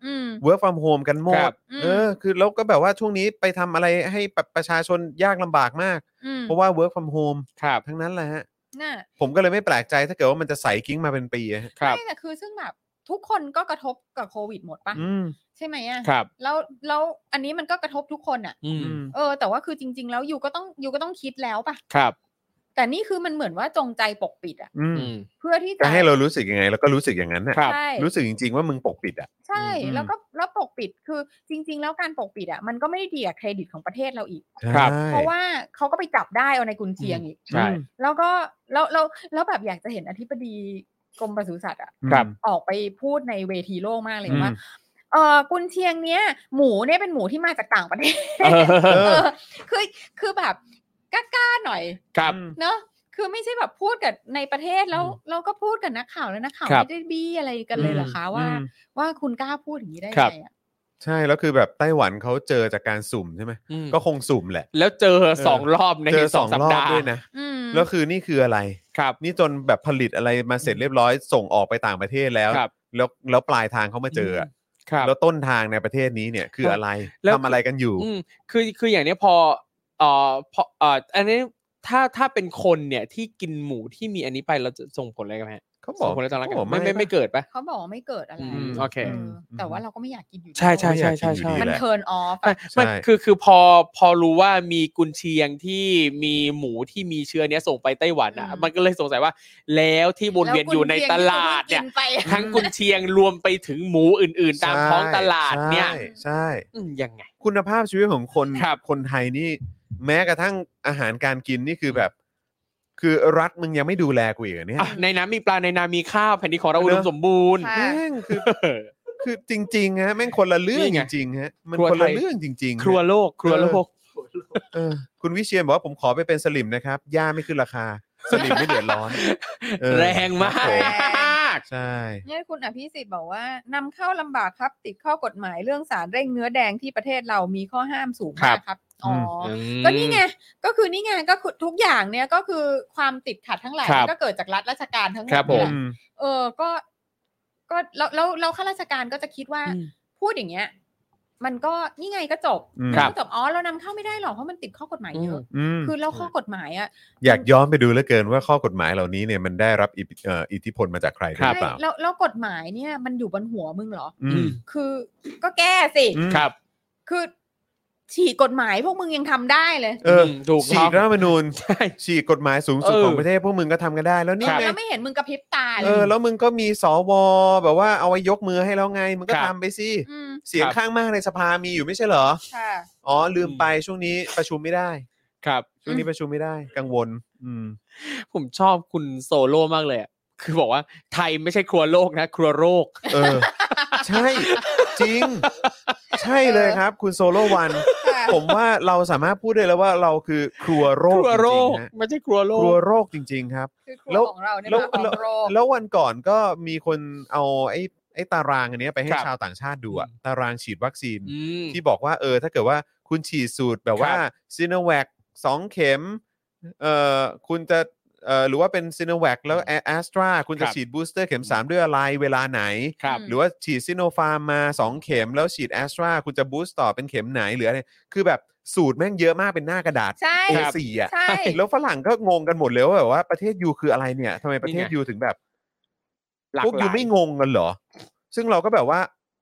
Speaker 4: อืม
Speaker 1: work from home กันหม
Speaker 3: ครั
Speaker 1: ด
Speaker 3: บ
Speaker 4: อืม
Speaker 1: เออ คือแล้วก็แบบว่าช่วงนี้ไปทำอะไรให้ประประชาชนยากลำบากมาก
Speaker 4: อืม
Speaker 1: เพราะว่า work from home
Speaker 3: ครับ
Speaker 1: ทั้งนั้นแหละฮะ
Speaker 4: น่ะ
Speaker 1: ผมก็เลยไม่แปลกใจถ้าเกิดว่ามันจะใสกิ้งมาเป็นปีอะฮะ
Speaker 3: ครับ
Speaker 4: ใช่แต่คือซึ่งแบบทุกคนก็กระทบกับโควิดหมดปะ
Speaker 1: อืม
Speaker 4: ใช่ไหมอ่ะ
Speaker 3: ครับ
Speaker 4: แล้วแล้วอันนี้มันก็กระทบทุกคนอ่ะ
Speaker 3: อืม
Speaker 1: อืม
Speaker 4: เออ แต่ว่าคือจริง ๆ แล้วยูก็ต้องยูก็ต้องคิดแล้วปะ
Speaker 3: ครับ
Speaker 4: แต่นี่คือมันเหมือนว่าจงใจปกปิดอ่ะ
Speaker 1: อืม
Speaker 3: อืม
Speaker 4: เพื่อที่
Speaker 1: จะ
Speaker 4: จะ
Speaker 1: ให้เรารู้สึกยังไง แล้วก็รู้สึกอย่างนั้นน่ะ
Speaker 3: ครับ
Speaker 4: ใช่
Speaker 1: รู้สึกจริง ๆ ว่ามึงปกปิดอ่ะ
Speaker 4: ใช่
Speaker 1: อืม
Speaker 4: แล้วก็แล้วปกปิดคือจริง ๆ แล้วการปกปิดอ่ะมันก็ไม่ได้ดีกับเครดิตของประเทศเราอีก
Speaker 3: ครับ
Speaker 1: ใช่
Speaker 4: เพราะว่าเขาก็ไปจับได้เอาในกุญเชียงอีก
Speaker 3: ใช่
Speaker 4: แล้วก็แล้วแล้วแล้วแบบอยากจะเห็นอธิบดีกรมปศุสัตว์อะ
Speaker 1: อืม
Speaker 3: ครับ
Speaker 4: ออกไปพูดในเวทีโลกมากเลย
Speaker 1: อืม
Speaker 4: ว่าเออกุนเชียงเนี้ยหมูเนี่ยเป็นหมูที่มาจากต่างประเทศ
Speaker 3: เอ
Speaker 1: เอ
Speaker 3: อ
Speaker 4: เอ
Speaker 1: อ
Speaker 4: อคือคือแบบกล้าๆหน่อย
Speaker 3: ครับ
Speaker 4: เนอะคือไม่ใช่แบบพูดกับในประเทศแล้ว
Speaker 3: อืม
Speaker 4: เราก็พูดกับนักข่าวแล้วนักข่าว
Speaker 3: ครับ
Speaker 4: ไม่ได้บี้อะไรกันเลยเหรอคะว่า
Speaker 1: อืม
Speaker 4: ว่าคุณกล้าพูดอย่างนี้ได้
Speaker 3: ครับ
Speaker 4: ไงอะ
Speaker 1: ใช่แล้วคือแบบไต้หวันเขาเจอจากการสุ่มใช่ไหม
Speaker 3: อืม
Speaker 1: ก็คงสุ่มแหละ
Speaker 3: แล้วเจอสองรอบใน
Speaker 1: เจอ
Speaker 3: ส
Speaker 1: ส
Speaker 3: อ
Speaker 1: อง ง
Speaker 3: สัป
Speaker 1: รอบ
Speaker 3: ดาห์
Speaker 1: ด้วยนะ
Speaker 4: อืม
Speaker 1: แล้วคือนี่คืออะไร
Speaker 3: ครับ
Speaker 1: นี่จนแบบผลิตอะไรมาเสร็จเรียบร้อยส่งออกไปต่างประเทศแล้ว
Speaker 3: ครับ
Speaker 1: แล้วแล้วปลายทางเขามาเจออะ
Speaker 3: ครับ
Speaker 1: แล้วต้นทางในประเทศนี้เนี่ยคืออะไร
Speaker 3: แล้ว
Speaker 1: ทำอะไรกันอยู่
Speaker 3: อืมคือคืออย่างเนี้ยพอเอ่อพอเอ่ออันนี้ถ้าถ้าเป็นคนเนี่ยที่กินหมูที่มีอันนี้ไปเราจะส่งผลอะไรกันไหมฮะ
Speaker 1: เขาบ
Speaker 3: ส่
Speaker 1: อก
Speaker 3: งผลอะไรต่อร่างกา
Speaker 1: เขา
Speaker 3: ย
Speaker 1: บอก
Speaker 3: ไม่ไม่ไม่
Speaker 1: ปะ
Speaker 3: เกิดปะ
Speaker 4: เขาบอกว่าไม่เกิดอะไร
Speaker 3: อืมโอเค
Speaker 4: ออแต่ว่าเราก็ไม่อยากกินอยู่ดี
Speaker 3: ใช่ใช่ใช่ใช่
Speaker 1: ไม่
Speaker 3: ใช่
Speaker 1: อยากกินอยู่ดี
Speaker 4: มัน
Speaker 1: แหละ
Speaker 4: เทิร์นออฟ
Speaker 3: ไม่ไม่
Speaker 1: ใช่
Speaker 3: คือคือพอพอรู้ว่ามีกุนเชียงที่มีหมูที่มีเชื้อเนี้ยส่งไปไต้หวันอ่ะ
Speaker 4: อืม
Speaker 3: มันก็เลยสงสัยว่า แล้วที่วนเวียนอยู่ในตลาดเนี่ย ทั้งกุนเชียงรวมไปถึงหมูอื่น ๆ ตามท้องตลาดเนี่ย
Speaker 1: ใช่ใช่
Speaker 3: อืมยังไง
Speaker 1: คุณภาพชีวิตของคน
Speaker 3: ครับ
Speaker 1: คนไทยนี่ แม้กระทั่งอาหารการกินนี่คือแบบ คือรัฐมึงยังไม่ดูแลกูอีกเหรอเนี่ย
Speaker 3: ะในน้ำมีปลาในนามีข้าวแผ่นดินของเราอุดม
Speaker 1: เนอะ
Speaker 3: สมบูรณ์
Speaker 4: ค่ะ
Speaker 1: แม่งคือคือจริงๆฮะแม่งคนละเรื่อง
Speaker 3: นี่ไง
Speaker 1: จริงๆฮะมัน
Speaker 3: ครัว
Speaker 1: คนละ
Speaker 3: ไทย
Speaker 1: เรื่องจริงๆ
Speaker 3: ครัวโลกครัวโลก
Speaker 1: เออคุณวิเชียนบอกว่าผมขอไปเป็นสลิมนะครับย่าไม่ขึ้นราคา สลิมไม่เดือดร้อนเออ
Speaker 3: แรงมา
Speaker 1: ครับผ
Speaker 4: แรง
Speaker 3: ก
Speaker 1: ใช่
Speaker 4: (laughs) เนี่ยคุณอภิสิทธิ์บอกว่านำเข้าลำบากครับ ติดข้อกฎหมายเรื่องสารเร่งเนื้อแดงที่ประเทศเรามีข้อห้ามสูงมากครับ อ๋ออก็นี่ไง ก็คือนี่ไงก็คือทุกอย่างเนี่ยก็คือความติดขัดทั้งหลาย
Speaker 3: ครับ
Speaker 4: ก็เกิดจากรัฐราชการทั้งหม
Speaker 3: ครั
Speaker 4: ด
Speaker 3: บผม
Speaker 4: เนี่ยเออก็ ก็แล้วแล้วแล้วข้าราชการก็จะคิดว่า
Speaker 3: อืม
Speaker 4: พูดอย่างเงี้ย มันก็นี่ไงก็จบ
Speaker 1: อืม
Speaker 3: ครับ
Speaker 4: ก็จบอ๋อเรานำเข้าไม่ได้หรอกเพราะมันติดข้อกฎหมายเยอะ
Speaker 1: อืม
Speaker 4: คือแล้วข้อกฎหมายอะ
Speaker 1: อยากย้อนไปดูเหลือเกินว่าข้อกฎหมายเหล่านี้เนี่ยมันได้รับอิทธิเอ่ออิทธิพลมาจากใครด้วยหรือเปล่า
Speaker 4: ใช่แล้วแล้วกฎหมายเนี่ยมันอยู่บนหัวมึงเหรอ
Speaker 1: อืม
Speaker 4: คือก็แก้สิ
Speaker 1: อืม
Speaker 3: ครับ
Speaker 4: คือฉีกกฎหมายพวกมึงยังทำได้เลย
Speaker 1: เออ
Speaker 3: มถูก
Speaker 1: ฉี
Speaker 3: ต้อก ง
Speaker 1: รัฐธรรมนู
Speaker 3: (laughs)
Speaker 1: ญ
Speaker 3: ใช่
Speaker 1: ฉีกกฎหมายสูงสุด
Speaker 3: เออ
Speaker 1: ของประเทศพวกมึงก็ทำกันได้แล้วนี่
Speaker 3: ครับ
Speaker 1: ไง
Speaker 4: แล้วไม่เห็นมึงกระพริบตาเล
Speaker 1: เอย อแล้วมึงก็มีสวแบบว่าเอาไว้ยกมือให้แล้วไง มึงก็
Speaker 3: ครับ
Speaker 1: ทำไปสิ
Speaker 4: ม
Speaker 1: เสียงข้างมากในสภามีอยู่ไม่ใช่เหรอ
Speaker 4: ค่ะ
Speaker 1: อ๋อลืมไปช่วงนี้ประชุมไม่ได้
Speaker 3: ครับ
Speaker 1: ช่วงนี้ประชุมไม่ได้ กังวล อืม
Speaker 3: ผมชอบคุณโซโล่มากเลยอะคือบอกว่าไทยไม่ใช่ครัวโลกนะ ครัวโรค
Speaker 1: เออ ใช่ จริง ใช่เลยครับ คุณโซโลวัน
Speaker 4: ค่ะ
Speaker 1: ผมว่าเราสามารถพูดได้แล้วว่าเราคือครัวโร
Speaker 3: ค
Speaker 1: ค
Speaker 3: รัวโร
Speaker 1: จริ
Speaker 3: ค
Speaker 1: งๆฮะ
Speaker 3: ไม่ใช่ครัวโร
Speaker 1: ครัว
Speaker 3: ค
Speaker 1: โรคจริง ๆ ครับ
Speaker 4: คือค
Speaker 1: แล้
Speaker 4: รั
Speaker 1: ว
Speaker 4: วของเราเนี่ย
Speaker 1: แล้ว
Speaker 4: มาของโรค
Speaker 1: แล้ววันก่อนก็มีคนเอาไอ้ไอ้ตารางอันเนี้ยไปให้
Speaker 3: ครับ
Speaker 1: ชาวต่างชาติดูอะ
Speaker 3: อืม
Speaker 1: ตารางฉีดวัคซีน
Speaker 3: อืม
Speaker 1: ที่บอกว่าเออถ้าเกิดว่าคุณฉีดสูตรแบบว่าซีโนแวคสองเข็มเอ่อคุณจะเอ่อหรือว่าเป็นซีโนแวคแล้วแอสตราคุณจะ
Speaker 3: ครับ
Speaker 1: ฉีดบูสเตอร์เข็ม 3 ด้วยอะไรเวลาไหน
Speaker 3: ครับ
Speaker 1: หรือว่าฉีดซิโนฟาร์มมา 2 เข็ม แล้วฉีดแอสตราคุณจะบูสต์ต่อเป็นเข็มไหนหรืออะไรคือแบบสูตรแม่งเยอะมากเป็นหน้ากระดาษ
Speaker 4: ใช่
Speaker 1: A4 อ่ะ
Speaker 4: ใช่
Speaker 1: แล้วฝรั่งก็งงกันหมดเลยว่าแบบว่าประเทศยูคืออะไรเนี่ยทำไมประเทศ
Speaker 3: นี่ไง
Speaker 1: ยูถึงแบบ
Speaker 3: หลาก
Speaker 1: พวก
Speaker 3: ห
Speaker 1: ยู
Speaker 3: ลาย
Speaker 1: ไม่งงกันเหรอ ซึ่งเราก็แบบว่า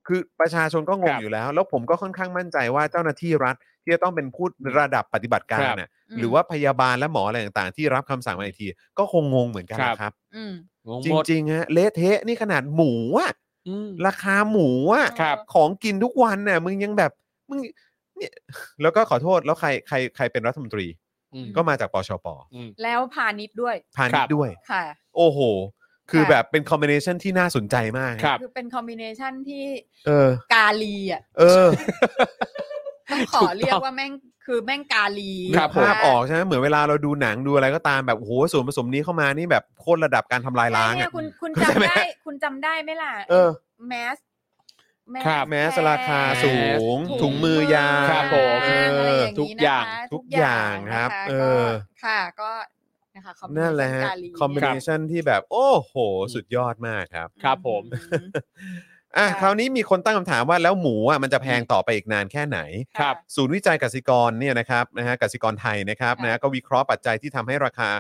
Speaker 1: คือประชาชนก็งง
Speaker 3: ครับ
Speaker 1: อยู่แล้ว แล้วผมก็ค่อนข้างมั่นใจว่าเจ้าหน้าที่รัฐ ที่จะต้องเป็นผู้ระดับปฏิบัติการน่ะ
Speaker 4: ม
Speaker 1: หรือว่าพยาบาลและหมออะไรต่างๆ ที่รับคำสั่งมาอีกที ก็คงงงเหมือนกันนะครับ
Speaker 4: อืม
Speaker 3: งง
Speaker 1: จ
Speaker 3: หมด
Speaker 1: ริงๆฮะเละเทะนี่ขนาดหมูอะ
Speaker 3: อืม
Speaker 1: ราคาหมูอะ
Speaker 3: ครับ
Speaker 1: ของกินทุกวันน่ะมึงยังแบบมึงเนี่ยแล้วก็ขอโทษแล้วใครใครใครเป็นรัฐมนตรี
Speaker 3: อืม
Speaker 1: ก็มาจากปชป
Speaker 4: แล้วพาณิชย์ด้วย
Speaker 1: พาณิชย์ด้วย
Speaker 4: ค่ะ
Speaker 1: โอ้โห คือ
Speaker 4: ค่ะ
Speaker 1: แบบเป็นคอมบิเนชันที่น่าสนใจมาก
Speaker 3: ครับ
Speaker 4: คือเป็นคอมบิเนชันที่
Speaker 1: เออ
Speaker 4: กาลีอ่ะ
Speaker 1: เออ
Speaker 4: ต้องขอเรียกว่าแม่งคือแม่งกาลี
Speaker 1: นึ
Speaker 3: ครั
Speaker 1: ก
Speaker 3: บผม
Speaker 1: ภาพออกใช่ไหมเหมือนเวลาเราดูหนังดูอะไรก็ตามแบบโอ้โหส่วนผสมนี้เข้ามานี่แบบโคตรระดับการทำลายล้าง
Speaker 4: เนี่ย
Speaker 1: อ่ะ
Speaker 4: คุณคุณ
Speaker 1: เข้าใจไหม
Speaker 4: จำได้ คุณจำได้ไหมล่ะ
Speaker 1: เออ
Speaker 4: แมสแมส
Speaker 3: ครับ
Speaker 1: แม้สราคา
Speaker 4: แพง
Speaker 1: สูง
Speaker 3: แมส
Speaker 1: ถุงมือยา
Speaker 3: ครับผม
Speaker 4: เออ
Speaker 3: ทุกอย่าง
Speaker 4: ะไร
Speaker 1: ทุกอย่างครับ
Speaker 4: นะะ
Speaker 1: เอ
Speaker 4: ก็
Speaker 1: อ
Speaker 4: ค่ะก็นะคะคอมบิ
Speaker 1: นั่นแหละฮะ
Speaker 4: กาลี
Speaker 1: คอมบิเนชันที่แบบโอ้โห สุดยอดมากครับ
Speaker 3: ครับผม
Speaker 4: อืม
Speaker 1: อ่ะ
Speaker 4: ค่ะ
Speaker 1: คราวนี้มีคนตั้งคำถามว่าแล้วหมูอ่ะมันจะแพงต่อไปอีกนานแค่ไหน
Speaker 3: ครับ
Speaker 1: ศูนย์วิจัยกสิกรเนี่ยนะครับนะฮะกสิกรไทยนะครับ
Speaker 4: ค่ะ
Speaker 1: นะก็วิเคราะห์ปัจจัยที่ทำให้ราคา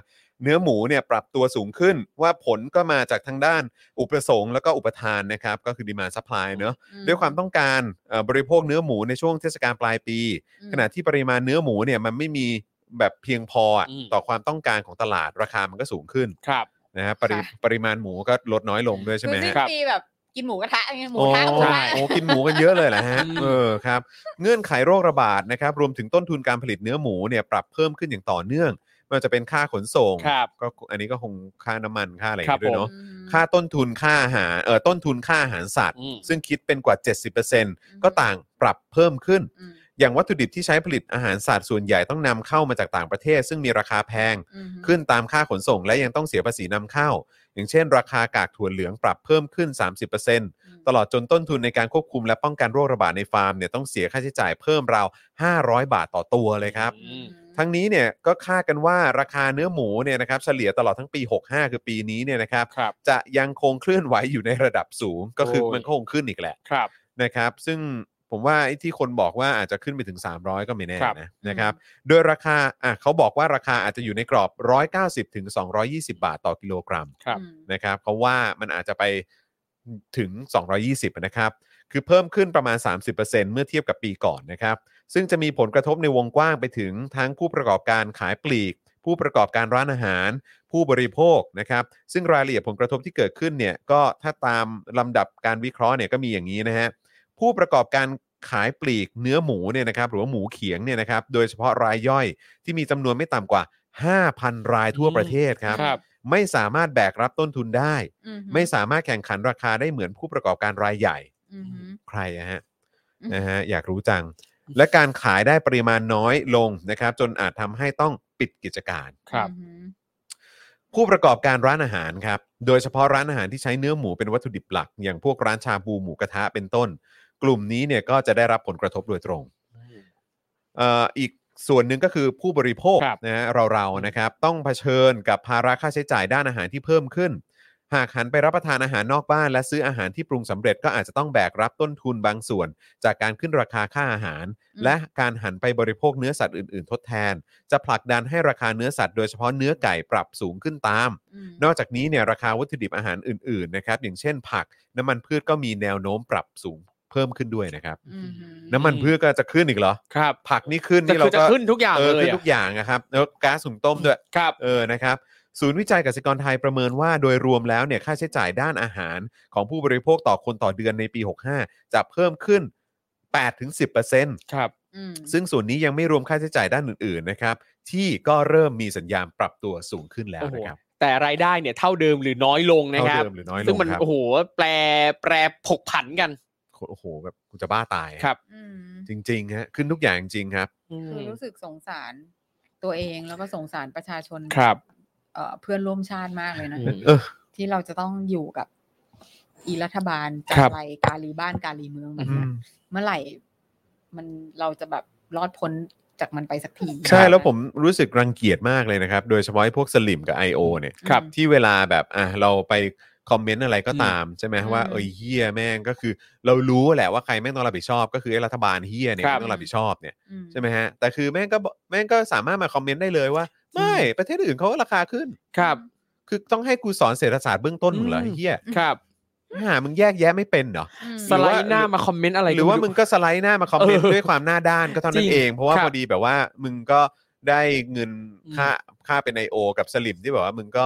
Speaker 1: เนื้อหมูเนี่ยปรับตัวสูงขึ้น ว่าผลก็มาจากทางด้านอุปสงค์แล้วก็อุปทานนะครับ ก็คือดีมาซัพพลายเนอะด้วยความต้องการเอ่อบริโภคเนื้อหมูในช่วงเทศกาลปลายปี
Speaker 4: อืม
Speaker 1: ขณะที่ปริมาณเนื้อหมูเนี่ยมันไม่มีแบบเพียงพออะ
Speaker 3: อืม
Speaker 1: ต่อความต้องการของตลาดราคามันก็สูงขึ้น
Speaker 3: ครับ
Speaker 1: นะฮะปริ
Speaker 4: ค่ะ
Speaker 1: ปริมาณหมูก็ลดน้อยลงด้วยใช่ไหม
Speaker 4: คื
Speaker 1: ฮะ
Speaker 4: อสิ้น
Speaker 3: ครับ
Speaker 4: ปีแบบกินหมูกระทะไงหมู
Speaker 1: โอ้
Speaker 4: กระทะหมูกระทะ
Speaker 1: โอ้กินหมูกันเยอะเลยนะฮะ
Speaker 3: อืม
Speaker 1: เออครับ เงื่อนไขโรคระบาดนะครับ รวมถึงต้นทุนการผลิตเนื้อหมูเนี่ยปรับเพิ่มขึ้นอย่างต่อเนื่องไม่ว่าจะเป็นค่าขนส่ง
Speaker 3: ครับ
Speaker 1: ก็อันนี้ก็คงค่าน้ำมันค่าอะไรอย่าง
Speaker 3: ครั
Speaker 1: งี้
Speaker 3: บ
Speaker 1: ด้วยเนาะ ค่าต้นทุนค่าอาหารเออต้นทุนค่าอาหารสัตว์
Speaker 3: อืม
Speaker 1: ซึ่งคิดเป็นกว่า 70%ก็ต่างปรับเพิ่มขึ้น
Speaker 4: อืม
Speaker 1: อย่างวัตถุดิบที่ใช้ผลิตอาหารสัตว์ส่วนใหญ่ต้องนำเข้ามาจากต่างประเทศ ซึ่งมีราคาแพง
Speaker 4: อืม
Speaker 1: ขึ้นตามค่าขนส่งและยังต้องเสียภาษีนำเข้า อย่างเช่น ราคากากถั่วเหลืองปรับเพิ่มขึ้น 30% ตลอดจนต้นทุนในการควบคุมและป้องกันโรคระบาดในฟาร์มเนี่ยต้องเสียค่าใช้จ่ายเพิ่มราว 500 บาทต่อตัวเลยครับ
Speaker 3: อืม
Speaker 1: ทั้งนี้เนี่ยก็คาดกันว่าราคาเนื้อหมูเนี่ยนะครับเฉลี่ยตลอดทั้งปี 65 คือปีนี้เนี่ยนะครับ
Speaker 3: ครับ
Speaker 1: จะยังคงเคลื่อนไหวอยู่ในระดับสูง ก็คือ
Speaker 3: โอ้ย
Speaker 1: มันก็คงขึ้นอีกแหละ
Speaker 3: ครับ
Speaker 1: นะครับซึ่งผมว่าไอ้ที่คนบอกว่าอาจจะขึ้นไปถึง 300 ก็ไม่แน่
Speaker 3: ครับ
Speaker 1: นะนะครับโดยราคาอ่ะเขาบอกว่าราคาอาจจะอยู่ในกรอบ 190ถึง220 บาทต่อกิโลกรัม
Speaker 3: ครับ
Speaker 4: อืม
Speaker 1: นะครับเพราะว่ามันอาจจะไปถึง 220 นะครับ คือเพิ่มขึ้นประมาณ 30%เมื่อเทียบกับปีก่อนนะครับ ซึ่งจะมีผลกระทบในวงกว้างไปถึงทั้งผู้ประกอบการขายปลีก ผู้ประกอบการร้านอาหาร ผู้บริโภคนะครับ ซึ่งรายละเอียดผลกระทบที่เกิดขึ้นเนี่ยก็ถ้าตามลำดับการวิเคราะห์เนี่ยก็มีอย่างนี้นะฮะ ผู้ประกอบการขายปลีกเนื้อหมูเนี่ยนะครับหรือว่าหมูเขียงเนี่ยนะครับ โดยเฉพาะรายย่อยที่มีจำนวนไม่ต่ำกว่า 5,000 รายทั่วประเทศครับ
Speaker 3: ครับ
Speaker 1: ไม่สามารถแบกรับต้นทุนได้
Speaker 4: อืม
Speaker 1: ไม่สามารถแข่งขันราคาได้เหมือนผู้ประกอบการรายใหญ่
Speaker 4: อืม
Speaker 1: ใครอะฮะ
Speaker 4: อืม
Speaker 1: นะฮะอยากรู้จัง และการขายได้ปริมาณน้อยลงนะครับ จนอาจทำให้ต้องปิดกิจการ
Speaker 3: ครับ
Speaker 4: อืม
Speaker 1: ผู้ประกอบการร้านอาหารครับ โดยเฉพาะร้านอาหารที่ใช้เนื้อหมูเป็นวัตถุดิบหลัก อย่างพวกร้านชาบูหมูกระทะเป็นต้น กลุ่มนี้เนี่ยก็จะได้รับผลกระทบโดยตรง เอ่ออีกส่วนหนึ่งก็คือผู้บริโภค
Speaker 3: ครับ
Speaker 1: นะฮะเราเราๆนะครับ ต้องเผชิญกับภาระค่าใช้จ่ายด้านอาหารที่เพิ่มขึ้น หากหันไปรับประทานอาหารนอกบ้าน และซื้ออาหารที่ปรุงสำเร็จก็อาจจะต้องแบกรับต้นทุนบางส่วน จากการขึ้นราคาค่าอาหาร และการหันไปบริโภคเนื้อสัตว์อื่นๆ ทดแทน จะผลักดันให้ราคาเนื้อสัตว์โดยเฉพาะเนื้อไก่ปรับสูงขึ้นตาม
Speaker 4: อืม
Speaker 1: นอกจากนี้เนี่ยราคาวัตถุดิบอาหารอื่นๆนะครับอย่างเช่นผักน้ำมันพืชก็มีแนวโน้มปรับสูงเพิ่มขึ้นด้วยนะครับ
Speaker 4: อืม
Speaker 1: น้ำมันพืชก็จะขึ้นอีกเหรอ
Speaker 3: ครับ
Speaker 1: ผักนี่ขึ้น
Speaker 3: จะ
Speaker 1: นี่
Speaker 3: คื
Speaker 1: เรา
Speaker 3: อจะ
Speaker 1: ก็
Speaker 3: ขึ้นทุกอย่าง
Speaker 1: เออ
Speaker 3: เลย
Speaker 1: ขึ้น
Speaker 3: อะ
Speaker 1: ทุกอย่างนะครับแล้วก๊าซหุงต้มด้วย
Speaker 3: ครับ
Speaker 1: เออนะครับ ศูนย์วิจัยกสิกรไทยประเมินว่าโดยรวมแล้วเนี่ยค่าใช้จ่ายด้านอาหารของผู้บริโภคต่อคนต่อเดือนในปี 65 จะเพิ่มขึ้น 8-10%
Speaker 3: ครับ
Speaker 4: อืม
Speaker 1: ซึ่งส่วนนี้ยังไม่รวมค่าใช้จ่ายด้านอื่นๆนะครับ ที่ก็เริ่มมีสัญญาณปรับตัวสูงขึ้นแล้วนะครับ
Speaker 3: แต่รายได้เนี่ยเท่าเดิมหรือน้อยลงนะ
Speaker 1: เท่า
Speaker 3: ครับ
Speaker 1: เดิมหรือน้อยล
Speaker 3: ซึ่ง
Speaker 1: ง
Speaker 3: มัน
Speaker 1: ครับ
Speaker 3: โอ้โหแปรแปรผกผันกัน
Speaker 1: โอ้โหแบบกูจะบ้าตายอะ
Speaker 3: ครับ
Speaker 4: อืม
Speaker 1: จริงๆฮะขึ้นทุกอย่างจริงครับ
Speaker 4: คือรู้สึกสงสารตัวเองแล้วก็สงสารประชาชน
Speaker 3: ครับ
Speaker 4: เอ่อเพื่อนร่วมชาติมากเลยนะ
Speaker 3: อืม
Speaker 1: เออ
Speaker 4: ที่เราจะต้องอยู่กับอีรัฐบาลจา
Speaker 3: ค
Speaker 4: ก
Speaker 3: รับ
Speaker 4: ไรกาลีบ้านกาลีเมืองแบบเนี้ยเมื่อไหร่ มันเราจะแบบรอดพ้นจากมันไปสักที
Speaker 1: ใช่แล้วผมรู้สึกรังเกียจมากเลยนะครับ โดยเฉพาะไอ้พวกสลิมกับ I.O. เนี่ย
Speaker 4: อืม
Speaker 3: ครับ
Speaker 1: ที่เวลาแบบอ่ะเราไปคอมเมนต์อะไรก็ตามใช่ไหม
Speaker 4: อืม
Speaker 1: ว่าเอ้ยเฮียแม่งก็คือ เรารู้แหละว่าใครแม่งต้องรับผิดชอบ ก็คือไอ้รัฐบาลเฮียเนี่ย
Speaker 3: ครับ
Speaker 1: แม่งต้องรับผิดชอบเนี่ย
Speaker 4: อืม
Speaker 1: ใช่ไหมฮะแต่คือแม่งก็บอกแม่งก็สามารถมาคอมเมนต์ได้เลยว่า ไม่ประเทศอื่นเขาก็ราคาขึ้น
Speaker 3: ครับ
Speaker 1: คือต้องให้กูสอนเศรษฐศาสตร์เบื้องต้นมึงเหรอ
Speaker 3: อืม
Speaker 1: เฮีย
Speaker 3: ครับ
Speaker 1: หามึงแยกแยะไม่เป็นเหรอ
Speaker 4: อืม
Speaker 3: สไลด์หน้ามาคอมเมนต์อะไรก็
Speaker 1: หรือว่ามึงก็สไลด์หน้ามาคอมเมนต์
Speaker 3: เออ
Speaker 1: ด้วยความหน้าด้านก็เท่า
Speaker 3: จ
Speaker 1: นั้
Speaker 3: ริ
Speaker 1: น
Speaker 3: ง
Speaker 1: เอง เพราะว่า
Speaker 3: ครับ
Speaker 1: พอดีแบบว่ามึงก็ได้เงินค่าค่าเป็นไอโอกับสลิมที่แบบว่ามึงก็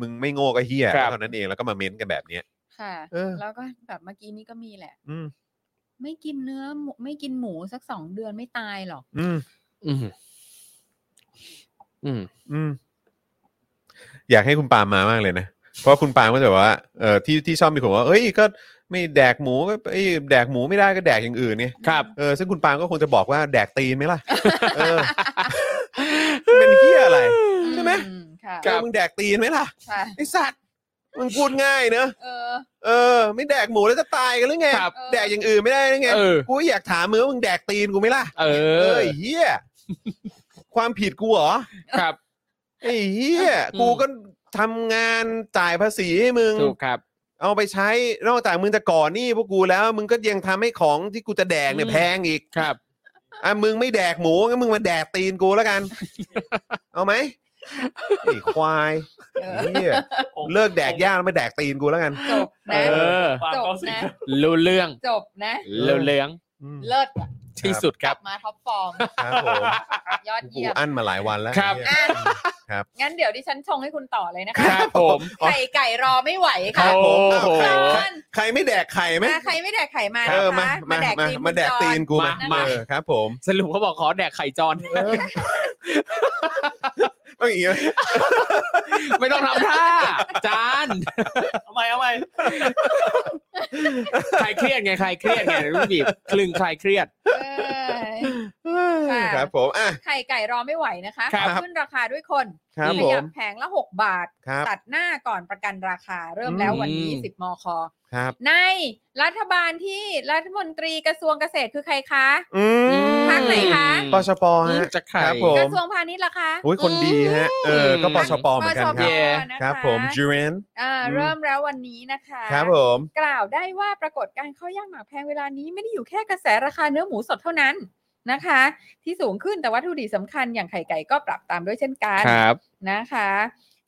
Speaker 1: มึงไม่โง่ก็เฮีย
Speaker 3: ครับ
Speaker 1: ก็เท่านั้นเองแล้วก็มาเม้นต์กันแบบเนี้ย
Speaker 4: ค่ะ
Speaker 1: เออ
Speaker 4: แล้วก็แบบเมื่อกี้นี้ก็มีแหละ
Speaker 1: อืม
Speaker 4: ไม่กินเนื้อหมูไม่กินหมูสักสองเดือนไม่ตายหรอก
Speaker 1: อืม
Speaker 3: อืมอืม
Speaker 1: อืมอยากให้คุณปาล์มมามากเลยนะ เพราะคุณปาล์มก็จะแบบว่าเออที่ที่ชอบมีคนบอกว่าเอ้ยก็ไม่แดกหมูก็เอ้ยแดกหมูไม่ได้ก็แดกอย่างอื่นไง
Speaker 3: ครับ
Speaker 1: เออซึ่งคุณปาล์มก็คงจะบอกว่าแดกตีนไหมล่ะ เออ
Speaker 3: (laughs)
Speaker 1: เป็นเฮียอะไร ใช่ไหม
Speaker 4: อืค่ะ
Speaker 1: เออมึงแดกตีนไหมล่ะ
Speaker 4: ค่ะ
Speaker 1: ไอสัตว์มึงพูดง่ายเนอะ
Speaker 4: เออ
Speaker 1: เออ ไม่แดกหมูแล้วจะตายกันหรือไง
Speaker 3: ครับ
Speaker 1: แดกอย่างอื่นไม่ได้หรือไง
Speaker 3: เออ
Speaker 1: กูอยากถามมึงว่ามึงแดกตีนกูไหมล่ะ
Speaker 3: เอ
Speaker 1: เอ
Speaker 3: อ
Speaker 1: อไอ้เฮียความผิดกูเหรอ
Speaker 3: ครับ
Speaker 1: ไอ้เฮีย
Speaker 3: อืม
Speaker 1: กูก็ทำงานจ่ายภาษีให้มึง
Speaker 3: ถูกครับ
Speaker 1: เอาไปใช้นอกจากมึงจะก่อหนี้พวกกูแล้ว มึงก็ยังทำให้ของที่กูจะแดกเนี่ย
Speaker 3: อืม
Speaker 1: แพงอีก
Speaker 3: ครับ
Speaker 1: อ่ะมึงไม่แดกหมูงั้นมึงมาแดกตีนกูแล้ว
Speaker 3: (laughs)
Speaker 1: กัน เอาไหมไอ้ควาย
Speaker 4: เอ
Speaker 1: ไอ้
Speaker 4: อ
Speaker 1: เฮียเลิกแดกย่าแล้วมาแดกตีนกูแล้วกัน
Speaker 4: จบ
Speaker 3: เอ
Speaker 4: นะ
Speaker 3: อ
Speaker 5: ความเขาสิ
Speaker 4: จบนะ
Speaker 3: รู้เรื่อง
Speaker 4: จบนะ
Speaker 3: รู้เรื่อง
Speaker 1: อืม
Speaker 4: เลิศอะ
Speaker 3: ที่สุดค
Speaker 4: ก
Speaker 3: รั
Speaker 4: ลั
Speaker 3: บ
Speaker 4: บมาท็อปฟอร์ม
Speaker 1: ครับผม
Speaker 4: ยอด
Speaker 1: กู
Speaker 4: เยี่ยม
Speaker 1: อั้นมาหลายวันแล้ว
Speaker 3: ครับ
Speaker 1: เนี่ย
Speaker 4: อ่ะ
Speaker 1: ครับ
Speaker 4: งั้นเดี๋ยวดิฉันชงให้คุณต่อเลยนะ
Speaker 3: ค
Speaker 4: คะ
Speaker 3: รับผม
Speaker 1: อ๋อ
Speaker 4: ไข่ไก่รอไม่ไหว
Speaker 3: โอ้
Speaker 4: ค่ะ
Speaker 3: โห
Speaker 4: จอน
Speaker 1: ใครไม่แดกไข่ไหม
Speaker 4: มาใครไม่แดกไข่มา
Speaker 1: เออ
Speaker 4: นะ
Speaker 1: มา
Speaker 4: คะ
Speaker 1: มามา
Speaker 4: คุณ
Speaker 1: มาแดกตีน
Speaker 4: จอ
Speaker 1: กู
Speaker 3: มา
Speaker 1: เออครับ ผม
Speaker 3: สรุปเขาบอกขอแดกไข่จอน
Speaker 1: ต้องอย่างงี้ไหม
Speaker 3: ไม่ต้องทำท่าจาน
Speaker 5: ทำไมทำไม
Speaker 3: ใครเครียดไงใครเครียดไงรู้บีบคลึงใครเครียด
Speaker 4: เอ้ยค่ะ ะ
Speaker 1: ครับผมอ่ะ
Speaker 4: ไข่ไก่รอไม่ไหวนะคะ
Speaker 1: ครับ
Speaker 4: ขึ้นราคาด้วยคน
Speaker 1: ครับ
Speaker 4: ข
Speaker 1: ผ
Speaker 4: ยั
Speaker 1: ม
Speaker 4: บแผงละ 6 บาท
Speaker 1: ครับ
Speaker 4: ตัดหน้าก่อนประกันราคา เริ่มแล้ววันนี้
Speaker 3: อืม
Speaker 4: 10มค
Speaker 1: ครับ
Speaker 4: ในรัฐบาลที่รัฐมนตรีกระทรวงเกษตรคือใครคะ
Speaker 1: อืม
Speaker 4: ทางไหนคะ
Speaker 1: ปชปฮะ
Speaker 3: จะไข่
Speaker 1: ครับผม
Speaker 4: กระทรวงพาณิชย์ล่ะคะ
Speaker 1: อุ้ยคนดีฮะ เออ ก็ปชปเหมือนกัน
Speaker 4: ปช
Speaker 1: ค
Speaker 4: ป
Speaker 1: รับ
Speaker 4: นะคะ
Speaker 1: ครับผมจูเรน
Speaker 4: อ่า
Speaker 1: อืม
Speaker 4: เริ่มแล้ววันนี้นะคะ
Speaker 1: ครับผม
Speaker 4: กล่าวได้ว่าปรากฏการณ์ข้าวย่างหมากแพงเวลานี้ไม่ได้อยู่แค่กระแสราคาเนื้อหมูสดเท่านั้นนะคะ ที่สูงขึ้นแต่วัตถุดิบสำคัญอย่างไข่ไก่ก็ปรับตามด้วยเช่นกัน
Speaker 3: ครับ
Speaker 4: นะคะ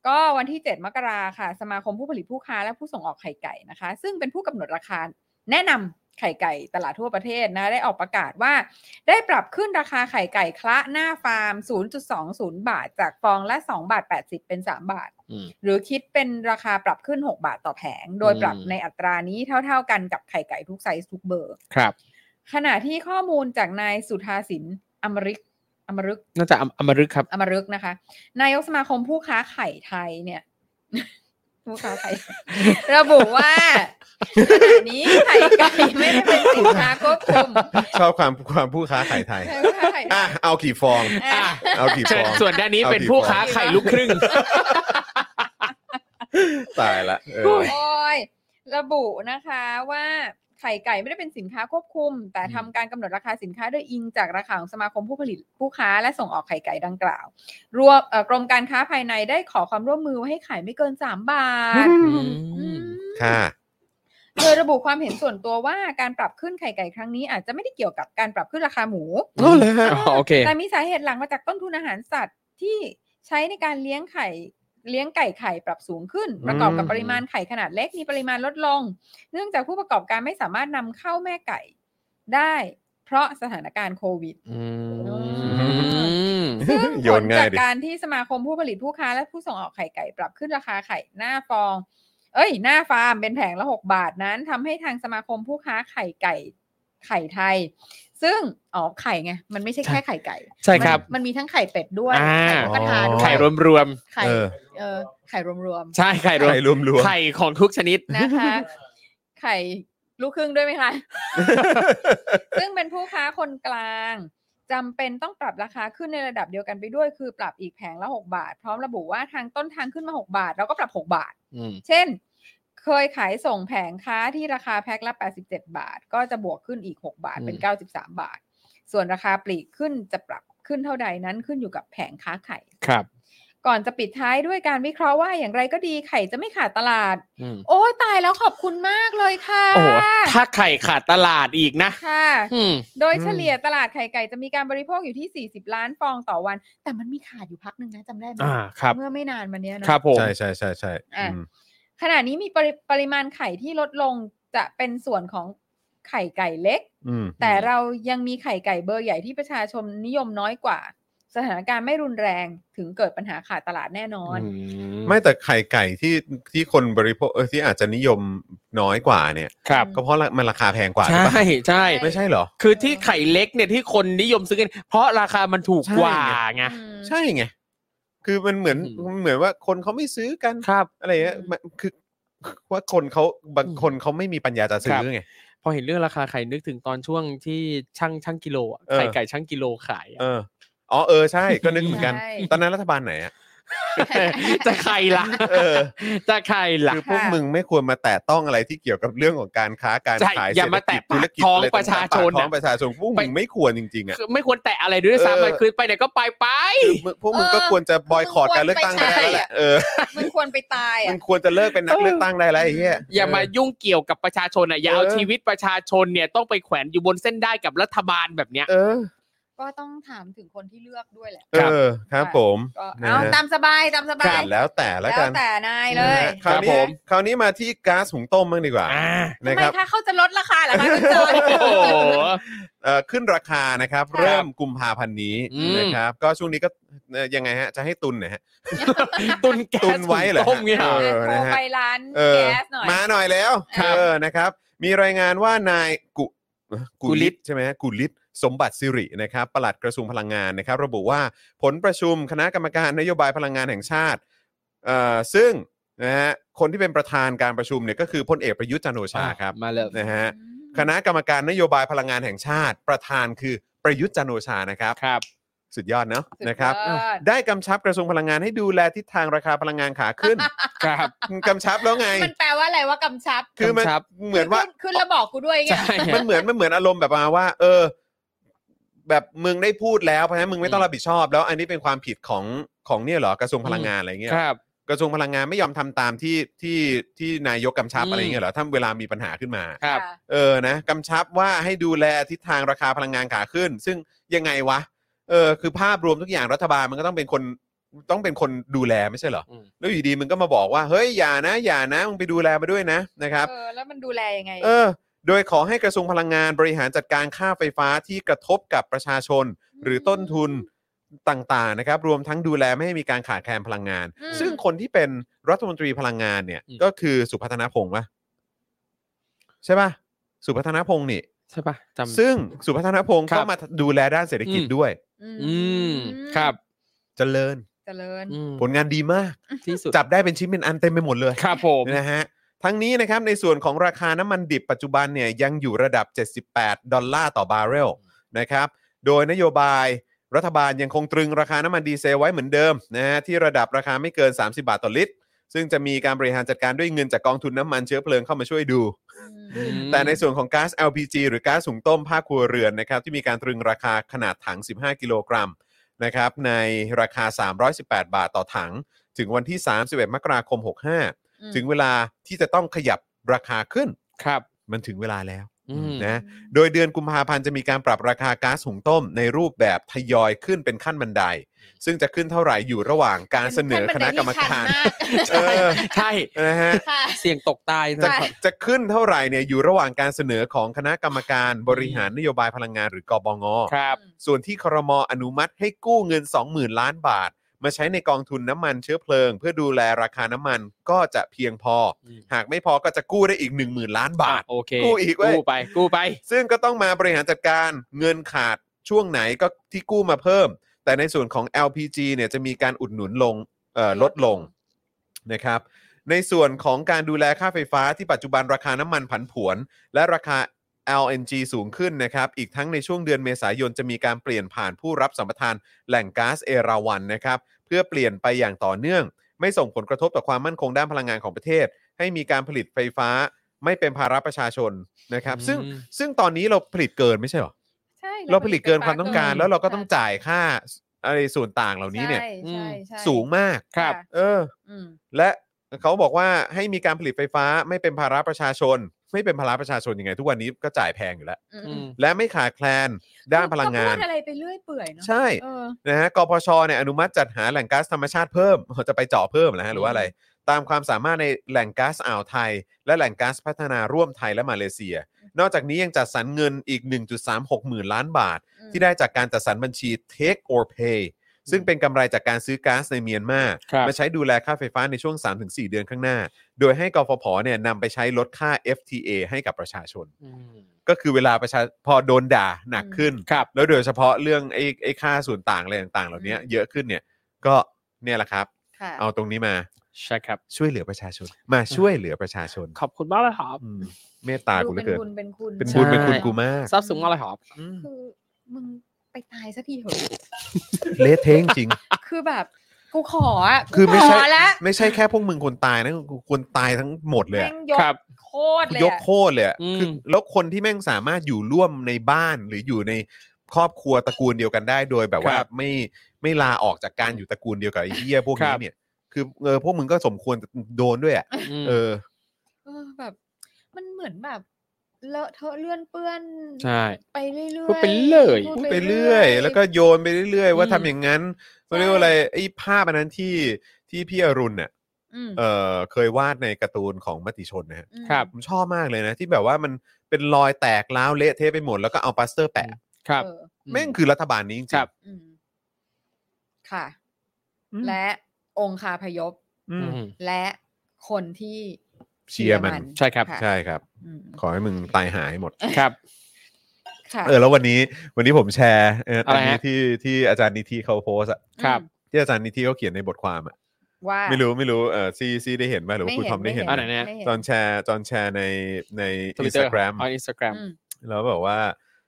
Speaker 4: ก็วันที่ 7 มกราค่ะ สมาคมผู้ผลิตผู้ค้าและผู้ส่งออกไข่ไก่นะคะ ซึ่งเป็นผู้กำหนดราคา แนะนำไข่ไก่ตลาดทั่วประเทศนะ ได้ออกประกาศว่า ได้ปรับขึ้นราคาไข่ไก่คละหน้าฟาร์ม 0.20 บาท จากฟองละ 2 บาท 80 เป็น 3 บาท
Speaker 3: อืม
Speaker 4: หรือคิดเป็นราคาปรับขึ้น 6 บาทต่อแผง โดยปรับ
Speaker 3: อืม
Speaker 4: ในอัตรานี้เท่า ๆกันกับไข่ไก่ทุกไซส์ทุกเบอร์
Speaker 3: ครับ
Speaker 4: ขณะที่ข้อมูลจากนายสุธาสินอมริกอมริก
Speaker 3: น่าจะอมอมรึกครับ
Speaker 4: อมรึกษ์นะคะ นายกสมาคมผู้ค้าไข่ไทยเนี่ย (laughs) ผู้ค้าไข่ (laughs) ระบุว่าขณะนี้ไข่ไก่ไม่ได้เป็นสินค้าควบ (laughs) คุม
Speaker 1: ชอบความความผู้ค้าไข่ไทย
Speaker 4: ใช่ผู้ค้าไข่ไท
Speaker 1: อ่ะ
Speaker 4: ย
Speaker 1: เอากี่ฟอง
Speaker 4: อ่ะ
Speaker 1: เอากี่ฟอง
Speaker 3: ส่วนด้านนี้เป็นผู้ค้าไข่ลูกครึ่ง
Speaker 1: ตายละเออ
Speaker 4: โอ้ยระบุนะคะว่าไข่ไก่ไม่ได้เป็นสินค้าควบคุม แต่ทำการกำหนดราคาสินค้าโดยอิงจากราคาของสมาคมผู้ผลิตผู้ค้าและส่งออกไข่ไก่ดังกล่าว รวมเอ่อกรมการค้าภายในได้ขอความร่วมมือให้ขายไม่เกินสามบาท อืม
Speaker 1: ค่ะ
Speaker 4: โดยระบุความเห็นส่วนตัวว่าการปรับขึ้นไข่ไก่ครั้งนี้อาจจะไม่ได้เกี่ยวกับการปรับขึ้นราคาหมู
Speaker 1: เอาเลยฮะ
Speaker 3: อ๋อโอเค
Speaker 4: แต่มีสาเหตุหลังมาจากต้นทุนอาหารสัตว์ที่ใช้ในการเลี้ยงไข่เลี้ยงไก่ไข่ปรับสูงขึ้น
Speaker 1: อืม
Speaker 4: ประกอบกับปริมาณไข่ขนาดเล็กมีปริมาณลดลง เนื่องจากผู้ประกอบการไม่สามารถนำเข้าแม่ไก่ได้ เพราะสถานการณ์โควิด ซึ่ง
Speaker 1: โย
Speaker 4: ผ
Speaker 1: น
Speaker 4: ล
Speaker 1: ง่า
Speaker 4: จาย ก
Speaker 1: ดิ
Speaker 4: การที่สมาคมผู้ผลิตผู้ค้าและผู้ส่งออกไข่ไก่ปรับขึ้นราคาไข่หน้าฟอง เอ้ย หน้าฟาร์มเป็นแผงละ 6 บาทนั้นทำให้ทางสมาคมผู้ค้าไข่ไก่ไข่ไทย ซึ่งอ๋อไข่ไง มันไม่ใช่แค่ไข่ไก่
Speaker 3: ใช่ครับ
Speaker 4: มันมันมีทั้งไข่เป็ดด้วย
Speaker 3: อ่า
Speaker 4: ไข่นกกระทาด้วย
Speaker 3: ไข่รวม
Speaker 4: ไข่
Speaker 1: เออ
Speaker 4: เออไข่รวม
Speaker 3: ๆ ใช่ไข่รวม
Speaker 1: ไข่รวมรวม
Speaker 3: ไข่ของทุกชนิด
Speaker 4: ๆนะคะ ไข่ลูกครึ่งด้วยไหมคะ ซึ่งเป็นผู้ค้าคนกลางจำเป็นต้องปรับราคาขึ้นในระดับเดียวกันไปด้วย คือปรับอีกแผงละ 6 บาท พร้อมระบุว่าทางต้นทางขึ้นมา 6 บาท เราก็ปรับ 6 บาท
Speaker 3: อืม
Speaker 4: เช่น เคยขายส่งแผงค้าที่ราคาแพ็คละ 87 บาท ก็จะบวกขึ้นอีก 6 บาทเป็น
Speaker 3: อืม
Speaker 4: 93 บาท ส่วนราคาปลีกขึ้นจะปรับขึ้นเท่าใดนั้นขึ้นอยู่กับแผงค้าไข่
Speaker 3: ครับ
Speaker 4: ก่อนจะปิดท้ายด้วยการวิเคราะห์ว่าอย่างไรก็ดีไข่จะไม่ขาดตลาด
Speaker 3: อืม
Speaker 4: โอ้ยตายแล้วขอบคุณมากเลยค่ะ
Speaker 3: โอ้โหถ้าไข่ขาดตลาดอีกนะ
Speaker 4: ค่ะ
Speaker 3: อืม
Speaker 4: โดยเฉลี่ยตลาดไข่ไก่จะมีการบริโภคอยู่ที่ 40 ล้านฟองต่อวัน แต่มันมีขาดอยู่พักหนึ่งนะจำได้ไหม
Speaker 3: อ่าครับ
Speaker 4: เมื่อไม่นานมาเนี้ยเนอะ
Speaker 3: ครับผม
Speaker 1: ใช่ใช่ใช่ใช่
Speaker 4: อ่ะ
Speaker 1: อืม
Speaker 4: ขณะนี้มีปริปริมาณไข่ที่ลดลงจะเป็นส่วนของไข่ไก่เล็ก
Speaker 1: อืม
Speaker 4: แต่เรายังมีไข่ไก่เบอร์ใหญ่ที่ประชาชนนิยมน้อยกว่า สถานการณ์ไม่รุนแรงถึงเกิดปัญหาขาดตลาดแน่นอน
Speaker 1: ไม่แต่ไข่ไก่ที่ที่คนบริโภคเออที่อาจจะนิยมน้อยกว่าเนี่ย
Speaker 3: ครับ
Speaker 1: ก็เพราะมันราคาแพงกว่าหรือ
Speaker 3: ใช่
Speaker 1: เปล่า
Speaker 3: ใช่
Speaker 1: ไม่ใช่เหรอ
Speaker 3: คือที่ไข่เล็กเนี่ยที่คนนิยมซื้อกันเพราะราคามันถูกกว่า
Speaker 1: ใช่ไง
Speaker 3: ไง
Speaker 4: อืม
Speaker 1: ใช่ไง คือมันเหมือน
Speaker 3: อืม
Speaker 1: เหมือนว่าคนเขาไม่ซื้อกัน
Speaker 3: ครับ
Speaker 1: อะไรเงี้ย
Speaker 4: อืม
Speaker 1: มันคือว่าคนเขาบางคนเขาไม่มีปัญญาจะซื้อไง
Speaker 3: พอเห็นเรื่องราคาไข่นึกถึงตอนช่วงที่ช่างช่างกิโลอะ
Speaker 1: เออ
Speaker 3: ไข่ไก่ช่างกิโลขายอะ
Speaker 1: เอออ๋อเออใช่ก็นึกเหมือนกัน
Speaker 4: ใช่
Speaker 1: ตอนนั้นรัฐบาลไหนอะ
Speaker 3: จะใครล่ะ
Speaker 1: เอ
Speaker 3: (laughs)
Speaker 1: อ
Speaker 3: จะใครล่ะ
Speaker 1: คือพวกมึงไม่ควรมาแตะต้องอะไรที่เกี่ยวกับเรื่องของการค้าการ
Speaker 3: ใช่
Speaker 1: ขาย
Speaker 3: อย่า
Speaker 1: เศรษฐกิจธุ
Speaker 3: มาแตะปาร ก
Speaker 1: กิจ
Speaker 3: ท้อง
Speaker 1: ไร
Speaker 3: ประชาช
Speaker 1: ต่งๆป
Speaker 3: น
Speaker 1: กท้อง
Speaker 3: น่ะ
Speaker 1: ประชาชนพวก
Speaker 3: ไป
Speaker 1: มึงไม่ควรจริงๆอะ
Speaker 3: คือไม่ควรแตะอะไรด้วย
Speaker 1: เออ
Speaker 3: ซ้ำมันคือไปไหนก็ไปไป
Speaker 1: คือมึงพวกมึงก็
Speaker 4: เออ
Speaker 1: ควรจะบอยคอรดการเลือกตั้งไปได้แล้วแหละ
Speaker 4: ใช่
Speaker 1: เออ
Speaker 4: มึงควรไปตาย
Speaker 1: มั
Speaker 4: อ่ะ
Speaker 1: นควรจะเลิกเป็นนัก
Speaker 3: เออ
Speaker 1: เลือกตั้งได้แล้วไอ้เหี้ย
Speaker 3: อย่ามายุ่งเกี่ยวกับประชาชนอ่ะอย่าเอา
Speaker 1: เออ
Speaker 3: ชีวิตประชาชนเนี่ยต้องไปแขวนอยู่บนเส้นได้กับรัฐบาลแบบเนี้ย
Speaker 1: เออ
Speaker 4: ก็ต้องถามถึงคนที่เลือกด้วยแหละ
Speaker 1: เออ ครับผม
Speaker 4: ก็
Speaker 1: นะ
Speaker 4: เอา
Speaker 1: ฮะ
Speaker 4: ตามสบายตามสบาย
Speaker 1: แล้วแต่แล้วกัน
Speaker 4: แต่นายเล
Speaker 1: นะ
Speaker 4: ย
Speaker 1: ฮะคราว
Speaker 3: ครับผ
Speaker 1: นี้
Speaker 3: ม
Speaker 1: คราวนี้มาที่ก๊าซหุงต้มบ้างดีกว่า
Speaker 3: อ่า
Speaker 4: ทำ
Speaker 1: นะ
Speaker 4: ไม
Speaker 1: ครับ
Speaker 4: คะเขาจะลดราคาเหรอคะคุณจอน
Speaker 3: โอ้โห
Speaker 1: เอ่อขึ้นราคานะครับ
Speaker 4: ครับ
Speaker 1: เริ่มกุมภาพันธ์นี้
Speaker 3: อืม
Speaker 1: นะครับ ก็ช่วงนี้ก็เอ่อยังไงฮะ จะให้ตุนหนะฮะ
Speaker 3: ตุนแก๊ส
Speaker 1: ตุนไว้เหรอฮะ
Speaker 3: ต้มเนี่ย
Speaker 1: ออ
Speaker 4: โทร
Speaker 1: นะฮะ
Speaker 4: ไปร้าน
Speaker 1: เออ
Speaker 4: แก๊สหน่อย
Speaker 1: มาหน่อยแล้ว
Speaker 4: ครับ
Speaker 1: เออนะครับ มีรายงานว่านายกุเอ่อกุลิศใช่ไหมฮะกุลิศสมบัติสิรินะครับปลัดกระทรวงพลังงานนะครับ ระบุว่าผลประชุมคณะกรรมการนโยบายพลังงานแห่งชาติเอ่อซึ่งนะฮะคนที่เป็นประธานการประชุมเนี่ยก็คือพลเอกประยุทธ์จันทร์โอชาครับ
Speaker 3: มาเลย
Speaker 1: นะฮะ
Speaker 4: อืม
Speaker 1: คณะกรรมการนโยบายพลังงานแห่งชาติ ประธานคือประยุทธ์จันทร์โอชานะครับ
Speaker 3: ครับ
Speaker 1: สุดยอดเนาะ
Speaker 4: สุดยอด
Speaker 1: นะครับ ได้กำชับกระทรวงพลังงานให้ดูแลทิศทางราคาพลังงานขาขึ้น
Speaker 3: ครับ
Speaker 1: กำชับแล้วไง
Speaker 4: มันแปลว่าอะไรว่ากำชับ
Speaker 1: คือมัน
Speaker 3: กำชับ
Speaker 1: เหมือนว่า
Speaker 4: ขึ้ขึ้นแล้วบอกกูด้วยไง
Speaker 3: ใช่
Speaker 1: มันเหมือนมันเหมือนอารมณ์แบบมาว่า เออ แบบมึงได้พูดแล้วเพราะฉะนั้นมึงไม่ต้องรับผิดชอบ แล้ว อันนี้เป็นความผิดของของเนี่ยเหรอกระทรวงพลังงานอะไรเงี้ย
Speaker 3: ครับ
Speaker 1: กระทรวงพลังงานไม่ยอมทำตามที่ที่ที่นายกกำชับ
Speaker 3: อืม
Speaker 1: อะไรเงี้ยเหรอถ้าเวลามีปัญหาขึ้นมา
Speaker 3: ครับ
Speaker 4: ะ
Speaker 1: เออนะกำชับว่าให้ดูแลทิศทางราคาพลังงานขาขึ้น ซึ่งยังไงวะเออคือภาพรวมทุกอย่างรัฐบาลมันก็ต้องเป็นคนต้องเป็นคนดูแลไม่ใช่เหรอ
Speaker 3: อืม
Speaker 1: แล้วอยู่ดีมึงก็มาบอกว่าเฮ้ยอย่านะอย่านะมึงไปดูแลมาด้วยนะนะครับ
Speaker 4: เออแล้วมันดูแลยังไง
Speaker 1: เออ โดยขอให้กระทรวงพลังงานบริหารจัดการค่าไฟฟ้าที่กระทบกับประชาชน หรือต้นทุนต่างๆนะครับ รวมทั้งดูแลไม่ให้มีการขาดแคลนพลังงาน
Speaker 4: อืม
Speaker 1: ซึ่งคนที่เป็นรัฐมนตรีพลังงานเนี่ย
Speaker 3: อืม
Speaker 1: ก็คือสุพัฒนพงศ์ปะใช่ปะสุพัฒนพงศ์นี่
Speaker 3: ใช่ปะจำ
Speaker 1: ซึ่งสุพัฒนพงศ์
Speaker 3: ครับ
Speaker 1: ก็มาดูแลด้านเศรษฐกิจ
Speaker 3: อืม
Speaker 1: ด้วย
Speaker 3: อืมครับ
Speaker 1: เจริญ
Speaker 4: เจริญ
Speaker 3: อืม
Speaker 1: ผลงานดีมาก
Speaker 3: ที่สุด
Speaker 1: จับได้เป็นชิ้นเป็นอันเต็มไปหมดเลย
Speaker 3: ครับผม
Speaker 1: นะฮะ ทั้งนี้นะครับ ในส่วนของราคาน้ำมันดิบปัจจุบันเนี่ยยังอยู่ระดับ 78 ดอลลาร์ต่อบาร์เรลนะครับ โดยนโยบายรัฐบาลยังคงตรึงราคาน้ำมันดีเซลไว้เหมือนเดิมนะฮะที่ระดับราคาไม่เกิน 30 บาทต่อลิตร ซึ่งจะมีการบริหารจัดการด้วยเงินจากกองทุนน้ำมันเชื้อเพลิงเข้ามาช่วยดู
Speaker 3: อืม
Speaker 1: แต่ในส่วนของก๊าซ LPG หรือก๊าซสูงต้มภาคครัวเรือนนะครับที่มีการตรึงราคาขนาดถัง 15 กิโลกรัมนะครับในราคา 318 บาทต่อถัง ถึงวันที่ 31 มกราคม
Speaker 4: อืม
Speaker 1: 65 ถึงเวลาที่จะต้องขยับราคาขึ้น
Speaker 3: ครับ
Speaker 1: มันถึงเวลาแล้ว
Speaker 3: อืม
Speaker 1: นะโดยเดือนกุมภาพันธ์จะมีการปรับราคาก๊าซหุงต้ม ในรูปแบบทยอยขึ้นเป็นขั้นบันได ซึ่งจะขึ้นเท่าไหร่อยู่ระหว่างการเสนอคณะกรรมการ เออ
Speaker 3: ใช่
Speaker 1: นะฮะ
Speaker 4: ค่ะ
Speaker 3: เสี่ยงตกตาย
Speaker 1: จะ
Speaker 3: นะ
Speaker 1: จะขึ้นเท่าไหร่เนี่ยอยู่ระหว่างการเสนอของคณะกรรมการบริหารนโยบายพลังงานหรือกบง
Speaker 3: ครับ
Speaker 1: ส่วนที่ครมอนุมัติให้กู้เงิน 20,000 ล้านบาท มาใช้ในกองทุนน้ำมันเชื้อเพลิง เพื่อดูแลราคาน้ำมันก็จะเพียงพอ
Speaker 3: อืม
Speaker 1: หากไม่พอก็จะกู้ได้อีก 10,000 ล้านบาท
Speaker 3: อ่ะโอเค
Speaker 1: กู้อีกเว้ย
Speaker 3: กู้ไป กู้ไป
Speaker 1: ซึ่งก็ต้องมาบริหารจัดการเงินขาดช่วงไหนก็ที่กู้มาเพิ่ม แต่ในส่วนของ LPG เนี่ยจะมีการอุดหนุนลงเอ่อลดลงนะครับ ในส่วนของการดูแลค่าไฟฟ้าที่ปัจจุบันราคาน้ำมันผันผวน และราคา LNG สูงขึ้นนะครับ อีกทั้งในช่วงเดือนเมษายนจะมีการเปลี่ยนผ่านผู้รับสัมปทานแหล่งก๊าซเอราวันนะครับ เพื่อเปลี่ยนไปอย่างต่อเนื่อง ไม่ส่งผลกระทบต่อความมั่นคงด้านพลังงานของประเทศ ให้มีการผลิตไฟฟ้าไม่เป็นภาระประชาชนนะครับ ซึ่ง
Speaker 3: อืม
Speaker 1: ซึ่งตอนนี้เราผลิตเกินไม่ใช่เหรอ
Speaker 4: ใช่
Speaker 1: เราผลิตเกินความต้องการ
Speaker 4: น
Speaker 1: แล้วเราก็ต้องจ่ายค่าอะไรส่วนต่างเหล่านี้เนี่ย
Speaker 4: ใช่ใช่ใช่
Speaker 1: สูงมาก
Speaker 3: ครับ
Speaker 4: ะ
Speaker 1: เออ
Speaker 4: อืม
Speaker 1: และเขาบอกว่าให้มีการผลิตไฟฟ้าไม่เป็นภาระประชาชน ไม่เป็นภาระประชาชนยังไง ทุกวันนี้ก็จ่ายแพงอยู่แล้ว
Speaker 4: อืม
Speaker 3: อืม
Speaker 1: และไม่ขาดแคลนด้านพลังงา
Speaker 4: ก็
Speaker 1: น
Speaker 4: พูดอะไรไปเรื่อยเปื่อยเนาะ
Speaker 1: ใช่
Speaker 4: เออ
Speaker 1: นะฮะกพชเนี่ยอนุมัติจัดหาแหล่งก๊าซธรรมชาติเพิ่ม (laughs) จะไปเจาะเพิ่มนะฮะหรือว่าอะไร ตามความสามารถในแหล่งก๊าซอ่าวไทย และแหล่งก๊าซพัฒนาร่วมไทยและมาเลเซีย นอกจากนี้ยังจัดสรรเงินอีก 1.36 หมื่นล้านบาท
Speaker 4: อืม
Speaker 1: ที่ได้จากการจัดสรรบัญชี Take or Pay ซึ่งเป็นกำไรจากการซื้อก๊าซในเมียนมา
Speaker 3: ครับ
Speaker 1: มาใช้ดูแลค่าไฟฟ้าในช่วง 3-4 เดือนข้างหน้า โดยให้กฟผเนี่ยนำไปใช้ลดค่า FTA ให้กับประชาชน
Speaker 3: อืม
Speaker 1: ก็คือเวลาประชาพอโดนด่าหนักขึ้น
Speaker 3: ครับ
Speaker 1: แล้วโดยเฉพาะเรื่องไอ้ไอ้ค่าส่วนต่างอะไรต่างๆ เหล่านี้
Speaker 4: อืม
Speaker 1: เยอะขึ้นเนี่ย ก็เนี่ยแหละครับ
Speaker 4: ค่ะ
Speaker 1: เอาตรงนี้มา
Speaker 3: ใช่ครับ
Speaker 1: ช่วยเหลือประชาชน มาช่วยเหลือประชาชน
Speaker 3: ขอบคุณมากเลยครับ
Speaker 1: อืมเมตตากูเหลือเกิน
Speaker 4: ดูเป็นบุญเป็
Speaker 1: เป็น
Speaker 4: นคุ
Speaker 1: บุญ
Speaker 4: ณ
Speaker 1: เป็นคุณ
Speaker 3: ใช่
Speaker 1: กูมาก
Speaker 3: ซาบซึ้งมากเลยครับ
Speaker 1: อืม
Speaker 4: คือมึงไปตายสักทีเหอะ
Speaker 1: เละเทะจริง
Speaker 4: คือแบบกูขออ่ะ
Speaker 1: คือไม่ใช่
Speaker 4: กูขละ
Speaker 1: ไม่ใช่แค่พวกมึงคนตายนะกูคนตายทั้งหมดเลย
Speaker 4: แม่
Speaker 1: อะ
Speaker 4: งยก
Speaker 3: ครับ
Speaker 4: โคตรเลย
Speaker 1: ยก
Speaker 4: อะ
Speaker 1: โคตรเลยอะ
Speaker 3: อืม
Speaker 1: คือแล้วคนที่แม่งสามารถอยู่ร่วมในบ้านหรืออยู่ในครอบครัวตระกูลเดียวกันได้โดยแบบว่า
Speaker 3: ครับ
Speaker 1: ไม่ไม่ลาออกจากการอยู่ตระกูลเดียวกับไอ้เหี้ยพวก
Speaker 3: ค
Speaker 1: นี้
Speaker 3: รับ
Speaker 1: เนี่ยคือเออพวกมึงก็สมควรโดนด้วยอะ
Speaker 3: ม
Speaker 1: เออ
Speaker 4: เออแบบมันเหมือนแบบเลอะเทอะเลื่อนเปื้อน
Speaker 3: ใช่
Speaker 4: ไปเรื่อยๆ
Speaker 3: พูดไปเรื่อย
Speaker 1: พูดไปเรื่อยแล้วก็โยนไปเรื่อย ๆ ว่า
Speaker 3: อืม
Speaker 1: ทำอย่างนั้นเขาเรียกว่าอะไรไอ้ภาพอันนั้นที่ที่พี่อรุณเนี่ย
Speaker 4: อืม
Speaker 1: เออเคยวาดในการ์ตูนของมติชนนะฮะ
Speaker 4: ม
Speaker 3: ครับ
Speaker 1: ผมชอบมากเลยนะ ที่แบบว่ามันเป็นรอยแตกร้าวเละเทะไปหมดแล้วก็เอาปลาสเตอร์แปะ
Speaker 3: ครับ
Speaker 4: เออ
Speaker 1: แม่งคือรัฐบาลนี้จริงๆ
Speaker 3: ครับ
Speaker 4: อืมค่ะ
Speaker 1: อืม
Speaker 4: และองคาพยพ
Speaker 1: อืม
Speaker 3: อืม
Speaker 4: และคนที่
Speaker 1: เชียร์มัน
Speaker 3: ใช่ครับ
Speaker 4: ะ
Speaker 1: ใช่ครับ
Speaker 4: อืม
Speaker 1: ขอให้มึงตายหายหมด
Speaker 3: ครับ
Speaker 4: ค่ะ
Speaker 1: เออแล้ววันนี้วันนี้ผมแชร์เอออันนี้
Speaker 3: อะไรฮะ
Speaker 1: ที่ที่อาจารย์นิธิเขาโพสต์อะ
Speaker 3: ครับ
Speaker 4: อืม
Speaker 1: ที่อาจารย์นิธิเขาเขียนในบทความอะ
Speaker 4: ว่า
Speaker 1: ไม่รู้ไม่รู้เออซีซีได้เห็นไหมหรือว่าคุณทอมได้เห็น
Speaker 3: อั
Speaker 1: ไหม
Speaker 3: นไหนเนี่ย
Speaker 1: จอนแชร์จอนแชร์ในใน
Speaker 3: Twitter
Speaker 1: Instagram
Speaker 3: อ๋ออินสตาแกรม
Speaker 4: อืม
Speaker 1: แล้วแบบว่า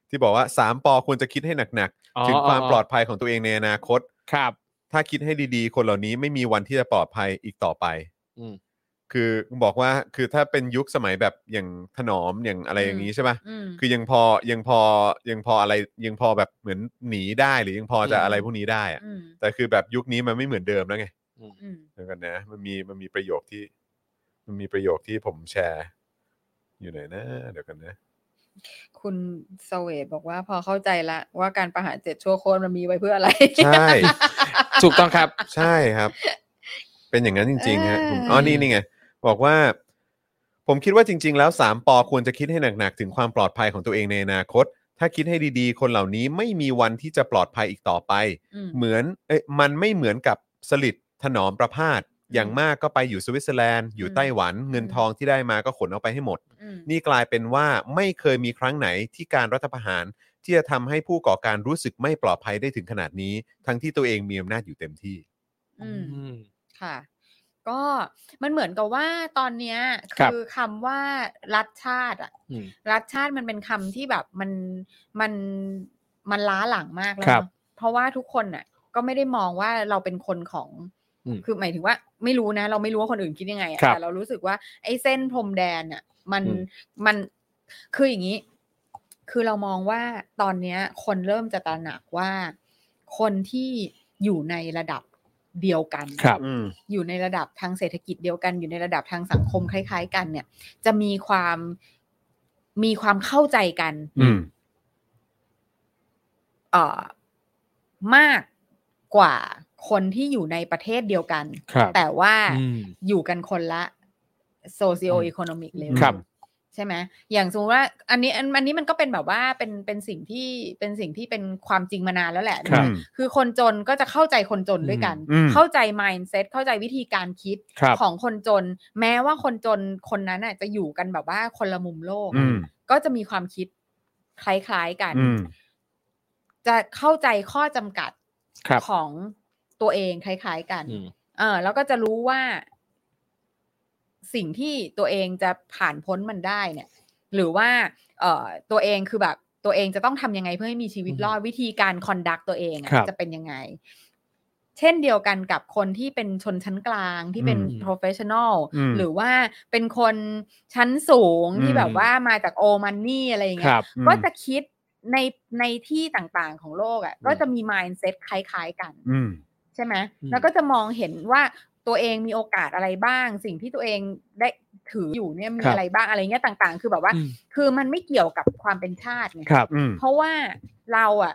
Speaker 1: ที่บอกว่า 3ปอควรจะคิดให้หนัก
Speaker 3: อ๋อ
Speaker 1: ๆ ถึงความปลอดภัยของตัวเองในอนาคต
Speaker 3: ครับ
Speaker 1: ถ้าคิดให้ดีๆ คนเหล่านี้ไม่มีวันที่จะปลอดภัยอีกต่อไป
Speaker 3: อืม
Speaker 1: คือบอกว่าคือถ้าเป็นยุคสมัยแบบอย่างถนอมอย่างอะไรอย่างนี้ใช่ปะ
Speaker 4: อืม
Speaker 1: คือยังพอยังพอยังพออะไรยังพอแบบเหมือนหนีได้หรือยังพอจะ
Speaker 4: อืม
Speaker 1: อะไรพวกนี้ได้อะ
Speaker 4: อืม
Speaker 1: แต่คือแบบยุคนี้มันไม่เหมือนเดิมแล้วไง
Speaker 4: อืม
Speaker 1: เดี๋ยวกันนะ มันมีมันมีประโยคที่ มันมีประโยคที่ผมแชร์ อยู่ไหนนะเดี๋ยวกันนะ
Speaker 4: คุณเสเวตบอกว่าพอเข้าใจละว่าการประหารเจ็ดชั่วโคนมันมีไว้เพื่ออะไร
Speaker 1: ใช่
Speaker 3: ถูกต้องครับ
Speaker 1: ใช่
Speaker 4: (laughs)
Speaker 1: ครับ เป็นอย่างนั้นจริงๆฮะคุณอ๋อ
Speaker 4: เออ
Speaker 1: นี่นี่ไงบอกว่า ผมคิดว่าจริง ๆ แล้วสามปอควรจะคิดให้หนักๆ ถึงความปลอดภัยของตัวเองในอนาคต ถ้าคิดให้ดีๆ คนเหล่านี้ไม่มีวันที่จะปลอดภัยอีกต่อไป
Speaker 4: อืม
Speaker 1: เหมือนเอ้ยมันไม่เหมือนกับสลิดถนอมประพาสอย่างมากก็ไปอยู่สวิตเซอร์แลนด์ อยู่
Speaker 4: อืม
Speaker 1: ไต้หวันเงินทองที่ได้มาก็ขนเอาไปให้หมด
Speaker 4: อืม
Speaker 1: นี่กลายเป็นว่าไม่เคยมีครั้งไหนที่การรัฐประหาร ที่จะทำให้ผู้ก่อการรู้สึกไม่ปลอดภัยได้ถึงขนาดนี้ ทั้งที่ตัวเองมีอำนาจอยู่เต็มที่
Speaker 4: อืม ค่ะ ก็มันเหมือนกับว่าตอนเนี้ย
Speaker 3: ครับ
Speaker 4: คือคำว่ารัฐชาติอะ
Speaker 3: อืม
Speaker 4: รัฐชาติมันเป็นคำที่แบบมันมันมันล้าหลังมากแล้ว
Speaker 3: ครับ
Speaker 4: เนอะเพราะว่าทุกคนน่ะ ก็ไม่ได้มองว่าเราเป็นคนของ
Speaker 3: อืม
Speaker 4: คือหมายถึงว่า ไม่รู้นะ เราไม่รู้ว่าคนอื่นคิดยังไงอะ
Speaker 3: ครับ
Speaker 4: แต่เรารู้สึกว่าไอ้เส้นพรมแดนน่ะ มัน
Speaker 3: อืม
Speaker 4: มันคืออย่างนี้ คือเรามองว่าตอนเนี้ย คนเริ่มจะตระหนักว่า คนที่อยู่ในระดับเดียวกัน
Speaker 3: ครับ
Speaker 1: อืม
Speaker 4: อยู่ในระดับทางเศรษฐกิจเดียวกัน อยู่ในระดับทางสังคมคล้าย ๆ กันเนี่ย จะมีความมีความเข้าใจกัน
Speaker 1: อืม
Speaker 4: เอ่อมากกว่าคนที่อยู่ในประเทศเดียวกัน
Speaker 3: ครับ
Speaker 4: แต่ว่า
Speaker 3: อืม
Speaker 4: อยู่กันคนละ socio economic
Speaker 1: อื
Speaker 4: level
Speaker 1: ม
Speaker 3: ครับ
Speaker 4: ใช่ไหมอย่างสมมติว่า อันนี้อันอันนี้มันก็เป็นแบบว่าเป็นเป็นสิ่งที่เป็นสิ่งที่เป็นความจริงมานานแล้วแหละ
Speaker 3: ครับ
Speaker 4: คือคนจนก็จะเข้าใจคนจนด้วยกัน
Speaker 1: อืม
Speaker 4: เข้าใจ mindset เข้าใจวิธีการคิด
Speaker 3: ครับ
Speaker 4: ของคนจน แม้ว่าคนจนคนนั้นน่ะจะอยู่กันแบบว่าคนละมุมโลก
Speaker 1: อืม
Speaker 4: ก็จะมีความคิดคล้ายๆกัน
Speaker 1: อืม
Speaker 4: จะเข้าใจข้อจำกัด
Speaker 3: ครับ
Speaker 4: ของตัวเองคล้ายๆกัน
Speaker 3: อืม
Speaker 4: เออแล้วก็จะรู้ว่า สิ่งที่ตัวเองจะผ่านพ้นมันได้เนี่ย หรือว่า เอ่อตัวเองคือแบบ ตัวเองจะต้องทำยังไงเพื่อให้มีชีวิตรอดวิธีการคอนดักตัวเองอะ
Speaker 3: ครับ
Speaker 4: จะเป็นยังไง เช่นเดียวกันกับคนที่เป็นชนชั้นกลางที่เป็น
Speaker 1: อืม
Speaker 4: professional
Speaker 1: อืม
Speaker 4: หรือว่าเป็นคนชั้นสูงที่
Speaker 1: อืม
Speaker 4: แบบว่ามาจากโอมันนี่อะไรอย่าง
Speaker 3: ค
Speaker 4: เงี้
Speaker 3: รั
Speaker 4: ย
Speaker 3: บ
Speaker 4: ก็จะคิดในในที่ต่างๆของโลกอะ่ะ ก็จะมี mindset คล้ายๆกัน
Speaker 1: อืม
Speaker 4: ใช่ไหม
Speaker 3: อืม
Speaker 4: แล้วก็จะมองเห็นว่าตัวเองมีโอกาสอะไรบ้าง สิ่งที่ตัวเองได้ถืออยู่เนี่ยมีอะไรบ้างอะไรเงี้ยต่าง ๆ คือแบบว่า
Speaker 3: อืม
Speaker 4: คือมันไม่เกี่ยวกับความเป็นชาติไง
Speaker 3: ครับ
Speaker 1: อืม
Speaker 4: เพราะว่าเราอ่ะ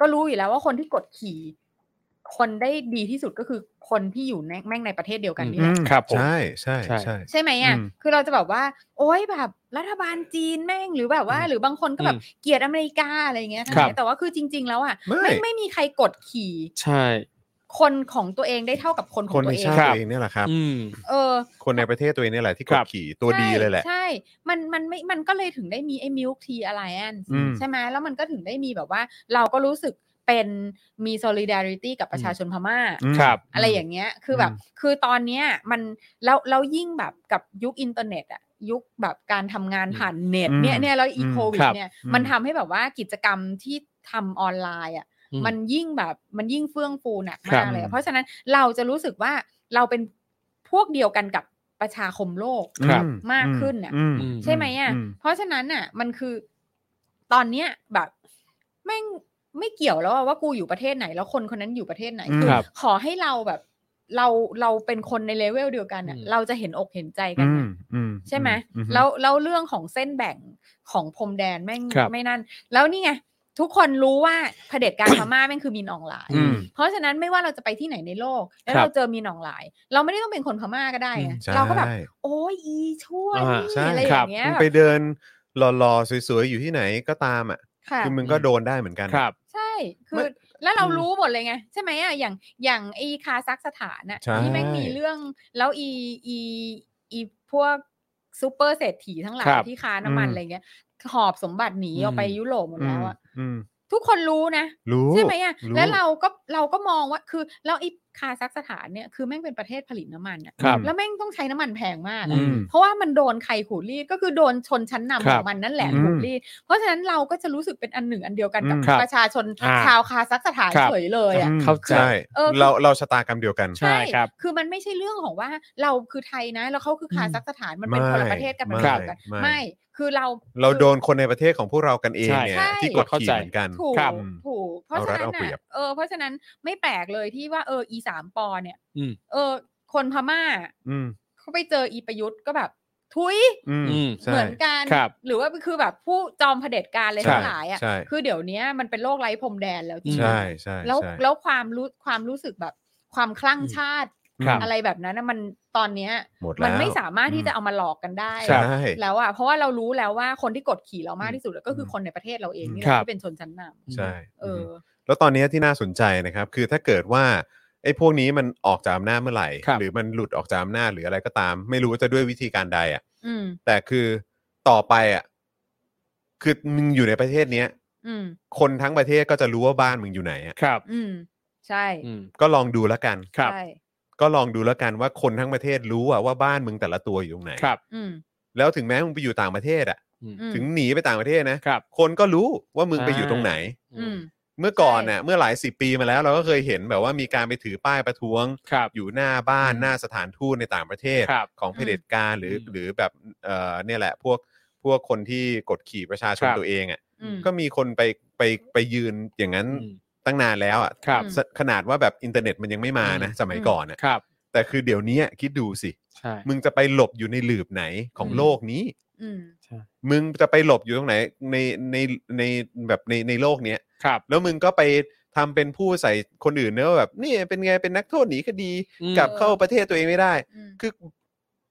Speaker 4: ก็รู้อยู่แล้วว่าคนที่กดขี่ คนได้ดีที่สุดก็คือคนที่อยู่ในแม่งในประเทศเดียวกันนี่แหละ
Speaker 3: ครับผม
Speaker 1: ใช่ใช่
Speaker 3: ใช่
Speaker 1: ใช่
Speaker 4: ใช่ไหมอ่ะ
Speaker 1: อืม
Speaker 4: คือเราจะแบบว่า โอ๊ยแบบรัฐบาลจีนแม่งหรือแบบว่า
Speaker 3: อืม
Speaker 4: หรือบางคนก็แบบเกลียดอเมริกาอะไรเงี้ยทั้ง
Speaker 3: ครับ
Speaker 4: นั้นแต่ว่าคือจริง ๆ แล้วอ่ะ
Speaker 1: ไม่
Speaker 4: แงไม่มีใครกดขี่
Speaker 3: ใช่
Speaker 4: คนของตัวเองได้เท่ากับคนข
Speaker 1: ค
Speaker 4: อง
Speaker 1: น
Speaker 4: ตัว
Speaker 1: ใน
Speaker 4: เอง
Speaker 1: ชาติ
Speaker 3: ครับ
Speaker 1: ตัวเองเนี่ยแหละครับ
Speaker 3: อืม
Speaker 4: เออ
Speaker 1: คนในประเทศตัวเองเนี่ยแหละที่ก
Speaker 3: ครั
Speaker 1: ด
Speaker 3: บ
Speaker 1: ขี่ตัวดีเลยแหละ
Speaker 4: ใช่ มันมันไม่ มันก็เลยถึงได้มีไอ้มิลค์ทีอะไรแอน
Speaker 1: อืม
Speaker 4: ใช่ไหมแล้วมันก็ถึงได้มีแบบว่า เราก็รู้สึกเป็นมี solidarity กับประชาชนพม่า
Speaker 1: อืม
Speaker 3: ครับ
Speaker 4: อะไรอย่างเงี้ย คือแบบ
Speaker 1: อืม
Speaker 4: คือตอนเนี้ยมันแล้วแล้วยิ่งแบบกับยุคอินเทอร์เน็ตอะยุคแบบการทำงานผ่านเน็ตเนี่ยเนี่ยแล้วอีโควิ
Speaker 3: ค
Speaker 4: ด
Speaker 3: รับ
Speaker 4: เนี่ยมันทำให้แบบว่ากิจกรรมที่ทำออนไลน์อะ
Speaker 3: อืม
Speaker 4: มันยิ่งแบบมันยิ่งเฟื่องฟูหนัก
Speaker 3: ครับ
Speaker 4: มากเลยอะเพราะฉะนั้นเราจะรู้สึกว่าเราเป็นพวกเดียวกันกับประชาคมโลก
Speaker 1: อื
Speaker 3: ครับ
Speaker 4: มากขึ้นน่ะ
Speaker 1: อืม
Speaker 3: อื
Speaker 4: ใช่ไหมอ่ะ
Speaker 1: อืม
Speaker 4: เพราะฉะนั้นอ่ะ มันคือตอนเนี้ยแบบแม่งไม่เกี่ยวแล้วอะว่ากูอยู่ประเทศไหน แล้วคนคนนั้นอยู่ประเทศไหน
Speaker 1: อืม
Speaker 4: อ
Speaker 3: ครับ
Speaker 4: ขอให้เราแบบ เราเราเป็นคนในเลเวลเดียวกันอ่ะ
Speaker 3: อืม
Speaker 4: เราจะเห็นอกเห็นใจกั
Speaker 1: อืม
Speaker 4: นน่ะ
Speaker 1: อืม
Speaker 4: ใช่ไหม
Speaker 1: อื
Speaker 4: แล้วแล้วเรื่องของเส้นแบ่งของพรมแดนแม่ง
Speaker 3: ครับ
Speaker 4: ไม่นั่น แล้วนี่ไงทุกคนรู้ว่าเผด็จการ พม่าแม่งคือมีนอองหลาย
Speaker 1: อืม
Speaker 4: เพราะฉะนั้นไม่ว่าเราจะไปที่ไหนในโลก แล้ว
Speaker 3: ครับ
Speaker 4: เราเจอมีนอองหลาย เราไม่ได้ต้องเป็นคนพม่าก็ได้ไง
Speaker 1: อืมใช่
Speaker 4: เราก็แบบ โอ้ยอีชั่ว
Speaker 3: อ่า
Speaker 1: ใช่
Speaker 4: นี่อะไรอย่างเงี้ย
Speaker 1: มึงไปเดินหล่อๆสวยๆอยู่ที่ไหนก็ตามอ่ะ
Speaker 4: ค่ะ
Speaker 1: คือมึงก็
Speaker 3: อืม
Speaker 1: โดนได้เหมือนกัน
Speaker 3: ครับ
Speaker 4: ใช่คื
Speaker 1: ไม่
Speaker 4: อแล้วเรา
Speaker 3: อืม
Speaker 4: รู้หมดเลยไง ใช่ไหมอ่ะอย่างอย่างไอคาซักสถานน่ะ
Speaker 1: ใช่
Speaker 4: ที่แม่งมีเรื่องแล้วอีอีอีพวกซูเปอร์เศรษฐีทั้งหลา
Speaker 3: ค
Speaker 4: ย
Speaker 3: รับ
Speaker 4: ที่ค้าน้ำมัน
Speaker 1: อืม
Speaker 4: อะไรเงี้ยหอบสมบัติหนีออกไป
Speaker 3: อืม
Speaker 4: ยุโรปหมด
Speaker 1: อื
Speaker 4: แล้
Speaker 1: ม
Speaker 4: วอ่ะ
Speaker 1: อืม
Speaker 4: ทุกคนรู้นะ
Speaker 1: รู้
Speaker 4: ใช่ไหมอ่ะ
Speaker 1: รู้
Speaker 4: แล้วเราก็เราก็มองว่าคือแล้วไอ้ คาซัคสถานเนี่ยคือแม่งเป็นประเทศผลิตน้ำมันอะ
Speaker 3: ครับ
Speaker 4: แล้วแม่งต้องใช้น้ำมันแพงมาก
Speaker 3: อื
Speaker 4: อะ
Speaker 3: ม
Speaker 4: เพราะว่ามันโดนใครขูดรีดก็คือโดนชนชั้นนำ
Speaker 3: ค
Speaker 4: ข
Speaker 3: รั
Speaker 4: อบ งมันนั่นแหละ
Speaker 6: อืม
Speaker 4: ขูดรีดเพราะฉะนั้นเราก็จะรู้สึกเป็นอันหนึ่งอันเดียวกันกับ
Speaker 6: อืมครับ
Speaker 4: ประชาชน
Speaker 3: อ่า
Speaker 4: ชาวคาซัคสถาน
Speaker 3: ครับ
Speaker 4: เฉยเลยอะ
Speaker 6: อืม
Speaker 3: เข้าใจ
Speaker 1: ใช่
Speaker 4: เออ
Speaker 1: เราเราชะตากรรมเดียวกัน
Speaker 3: ใช่ครับ
Speaker 4: คือมันไม่ใช่เรื่องของว่าเราคือไทยนะ แล้วเขาคือคาซัคสถานมันเป็น
Speaker 1: ไม่
Speaker 4: คนละประเทศกันมัน
Speaker 1: ครับ
Speaker 4: เดียวกัน
Speaker 1: ไม่
Speaker 4: ไม่คือเรา
Speaker 1: เราโดนคนในประเทศของพวกเรากันเองเนี่ย
Speaker 4: ใช่
Speaker 1: ที่กดขี่เหมือนกัน
Speaker 4: ถูก
Speaker 3: ครับ
Speaker 4: ถูกเพราะ
Speaker 1: เอา
Speaker 4: ฉะ
Speaker 1: รัด
Speaker 4: นั้น
Speaker 1: เอาเปรียบ
Speaker 4: น่ะเออเพราะฉะนั้นไม่แปลกเลยที่ว่าเอออีสามปอเนี่ย
Speaker 3: อืม
Speaker 4: เออ คนพม่า
Speaker 1: อืม
Speaker 4: เขาไปเจออีประยุทธ์ก็แบบ ทุย
Speaker 1: อืม
Speaker 3: อืม
Speaker 1: ใช่
Speaker 4: เหมือนกัน
Speaker 3: ครับ
Speaker 4: หรือว่าคือแบบผู้จอมเผด็จการเลย
Speaker 1: ใช่
Speaker 4: ทั้งหลายอ่ะ
Speaker 1: ใช่
Speaker 4: คือเดี๋ยวเนี้ยมันเป็นโรคไร้พรมแดนแล้วจริงๆ
Speaker 1: ใช่ใช่
Speaker 4: แล้ว
Speaker 1: ใช่
Speaker 4: แล้วความรู้ความรู้สึกแบบความคลั่งชาติ
Speaker 3: ครับ
Speaker 4: อะไรแบบนั้นนะมันตอนเนี้ย
Speaker 1: หมด
Speaker 4: มั
Speaker 1: แล้ว
Speaker 4: นไม่สามารถที่จะเอามาหลอกกันได้
Speaker 1: ใช่
Speaker 4: แล้วอ่ะเพราะว่าเรารู้แล้วว่าคนที่กดขี่เรามากที่สุดก็คืออ
Speaker 1: ม
Speaker 4: คนในประเทศเราเองนี่แห
Speaker 3: ครับ
Speaker 4: ละที่เป็นชนชั้นนำ
Speaker 1: ใช่
Speaker 4: เอออ
Speaker 1: แล้วตอนนี้ที่น่าสนใจนะครับ คือถ้าเกิดว่าไอ้พวกนี้มันออกจากอำนาจเมื่อไหร่
Speaker 3: ครับ
Speaker 1: หรือมันหลุดออกจากอำนาจหรืออะไรก็ตาม ไม่รู้ว่าจะด้วยวิธีการใดอ่ะ
Speaker 4: อืม
Speaker 1: แต่คือต่อไปอ่ะคือมึงอยู่ในประเทศเนี้ย
Speaker 4: อืม
Speaker 1: คนทั้งประเทศก็จะรู้ว่าบ้านมึงอยู่ไหนอ่ะ
Speaker 3: ครับ
Speaker 4: อืม ใช่
Speaker 3: อืม
Speaker 1: ก็ลองดูแล้วกัน
Speaker 3: ครับ
Speaker 4: ใช่
Speaker 1: ก็ลองดูแล้วกันว่าคนทั้งประเทศรู้อะว่าบ้านมึงแต่ละตัวอยู่ตรงไหน
Speaker 3: ครับ
Speaker 4: อืม
Speaker 1: แล้วถึงแม้มึงไปอยู่ต่างประเทศอะ
Speaker 4: อืม
Speaker 1: ถึงหนีไปต่างประเทศนะครับ คนก็รู้ว่ามึงไปอยู่ตรงไหน
Speaker 4: อืม
Speaker 1: เมื่อก่อนเนี่ยเมื่อหลายสิบปีมาแล้วเราก็เคยเห็นแบบว่ามีการไปถือป้ายประท้วง
Speaker 3: ครับ
Speaker 1: อยู่หน้าบ้าน
Speaker 3: อืม
Speaker 1: หน้าสถานทูตในต่างประเทศ
Speaker 3: ครับ
Speaker 1: ของเผด็จการหรืออ
Speaker 3: ม
Speaker 1: หรือแบบเอ่อเนี่ยแหละพวกพวกคนที่กดขี่ประชาชน
Speaker 3: ครับ
Speaker 1: ตัวเองอ่ะ
Speaker 4: อืม
Speaker 1: ก็มีคนไปไปไปยืนอย่างนั้น
Speaker 3: อืม
Speaker 1: ตั้งนานแล้วอ่ะ
Speaker 3: ครับ
Speaker 1: สขนาดว่าแบบอินเทอร์เน็ตมันยังไม่มานะสมัย
Speaker 4: อืม
Speaker 1: ก่อนอ่ะ
Speaker 3: ครับ
Speaker 1: แต่คือเดี๋ยวนี้คิดดูสิ
Speaker 3: ใช่
Speaker 1: มึงจะไปหลบอยู่ในหลืบไหนของโลกนี้
Speaker 4: อืม
Speaker 1: มึงจะไปหลบอยู่ตรงไหนในในในแบบในในโลกเนี้ย
Speaker 3: ครับ
Speaker 1: แล้วมึงก็ไปทำเป็นผู้ใส่คนอื่นเนอะแบบนี่เป็นไงเป็นนักโทษหนีคดี
Speaker 3: อืม
Speaker 1: กลับเข้าประเทศตัวเองไม่ได้
Speaker 4: อืม
Speaker 1: คือ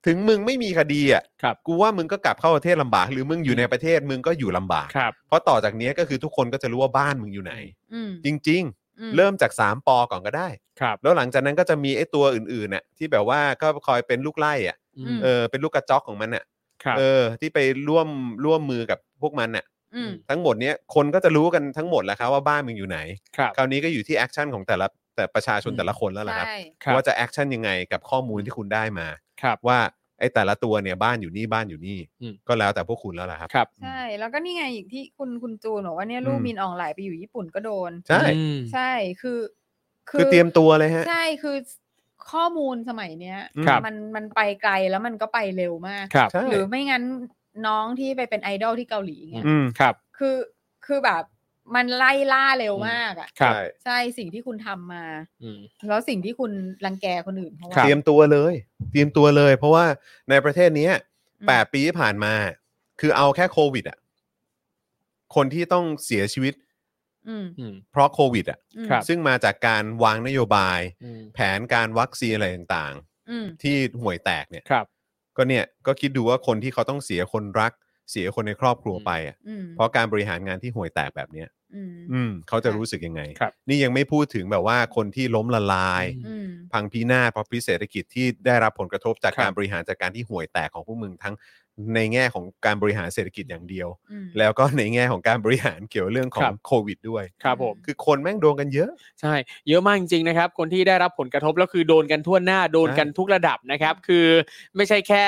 Speaker 1: ถึงมึงไม่มีคดีอ่ะ
Speaker 3: ครับ
Speaker 1: กูว่ามึงก็กลับเข้าประเทศลำบาก หรือมึงอยู่ในประเทศมึงก็อยู่ลำบาก
Speaker 3: ครับ
Speaker 1: เพราะต่อจากเนี้ยก็คือทุกคนก็จะรู้ว่าบ้านมึงอยู่ไหน
Speaker 4: อืม
Speaker 1: จริง
Speaker 4: อืม
Speaker 1: ๆ เริ่มจาก 3ปอก่อนก็ได้
Speaker 3: ครับ
Speaker 1: แล้วหลังจากนั้นก็จะมีไอ้ตัวอื่นๆน่ะที่แบบว่าก็คอยเป็นลูกไล่อ่ะ
Speaker 3: อืม
Speaker 1: เออเป็นลูกกระจอกของมันอ่ะ
Speaker 3: ครับ
Speaker 1: เออที่ไปร่วมร่วมมือกับพวกมันอ่ะ
Speaker 4: อืม
Speaker 1: ทั้งหมดเนี้ยคนก็จะรู้กันทั้งหมดแล้วครับว่าบ้านมึงอยู่ไหน
Speaker 3: ครับ
Speaker 1: คราวนี้ก็อยู่ที่แอคชั่นของแต่ละแต่ประชาชน
Speaker 3: อืม
Speaker 1: แต่ละคนแล้วล่ะครับ
Speaker 4: ใช่
Speaker 3: ครับ
Speaker 1: ว่าจะแอคชั่นยังไงกับข้อมูลที่คุณได้มา
Speaker 3: ครับ
Speaker 1: ว่าไอ้แต่ละตัวเนี่ยบ้านอยู่นี่บ้านอยู่นี่
Speaker 3: อืม
Speaker 1: ก็แล้วแต่พวกคุณแล้วล่ะครับ
Speaker 3: ครับ
Speaker 4: ใช่ แล้วก็นี่ไงอย่างที่คุณคุณจูนบอกว่าเนี่ยลูก
Speaker 1: อืม
Speaker 4: มินอองไหลไปอยู่ญี่ปุ่นก็โดน
Speaker 1: ใช่
Speaker 3: อืม
Speaker 4: ใช่ คือ
Speaker 1: คือเตรียมตัวเลยฮะ
Speaker 4: ใช่ คือข้อมูลสมัยเนี้ย
Speaker 1: ครับ
Speaker 4: มันมันไปไกลแล้วมันก็ไปเร็วมาก
Speaker 3: ครับ
Speaker 1: ใช่
Speaker 4: หรือไม่งั้นน้องที่ไปเป็นไอดอลที่เกาหลีเงี้ย
Speaker 1: อืม
Speaker 3: ครับ
Speaker 4: คือคือแบบมันไล่ล่าเร็วมากอ่ะ
Speaker 3: ครับ
Speaker 1: ใช่
Speaker 4: ใช่สิ่งที่คุณทำมา
Speaker 3: อืม
Speaker 4: แล้วสิ่งที่คุณรังแกคนอื่นเพราะ
Speaker 3: ค
Speaker 4: ว่า
Speaker 1: เต
Speaker 3: บ
Speaker 1: รียมตัวเลย เตรียมตัวเลย เพราะว่าในประเทศเนี้ย
Speaker 4: อืม
Speaker 1: แปดปีที่ผ่านมา คือเอาแค่โควิดอ่ะคนที่ต้องเสียชีวิต
Speaker 4: อืม
Speaker 3: อืม
Speaker 1: เพราะโควิดอ่ะ
Speaker 4: อืม
Speaker 3: ครับ
Speaker 1: ซึ่งมาจากการวางนโยบาย
Speaker 3: อืม
Speaker 1: แผนการวัคซีนอะไรต่าง
Speaker 4: อืม
Speaker 1: ๆ ที่ห่วยแตกเนี่ย
Speaker 3: ครับ
Speaker 1: ก็เนี่ยก็คิดดูว่าคนที่เขาต้องเสียคนรัก เสียคนในครอบครัวไปอ่ะ
Speaker 4: อืม
Speaker 1: เพราะการบริหารงานที่ห่วยแตกแบบเนี้ย
Speaker 4: อืม
Speaker 1: อืมเขาจะรู้สึกยังไง
Speaker 3: ครับ
Speaker 1: นี่ยังไม่พูดถึงแบบว่าคนที่ล้มละลาย
Speaker 4: อืม
Speaker 1: พังพินาศเพราะพิษเศรษฐกิจที่ได้รับผลกระทบจาก
Speaker 3: ครับ
Speaker 1: การบริหารจัดการที่ห่วยแตกของพวกมึงทั้งในแง่ของการบริหารเศรษฐกิจอย่างเดียว
Speaker 4: อืม
Speaker 1: แล้วก็ในแง่ของการบริหารเกี่ยวเรื่องขอ
Speaker 3: ครั
Speaker 1: ง
Speaker 3: บ
Speaker 1: โควิดด้วย
Speaker 3: ครับผม
Speaker 1: คือคนแม่งโดนกันเยอะ
Speaker 3: ใช่ เยอะมากจริงๆนะครับ คนที่ได้รับผลกระทบแล้วคือโดนกันทั่วหน้าโดนกันทุกระดับนะครับ คือไม่ใช่แค่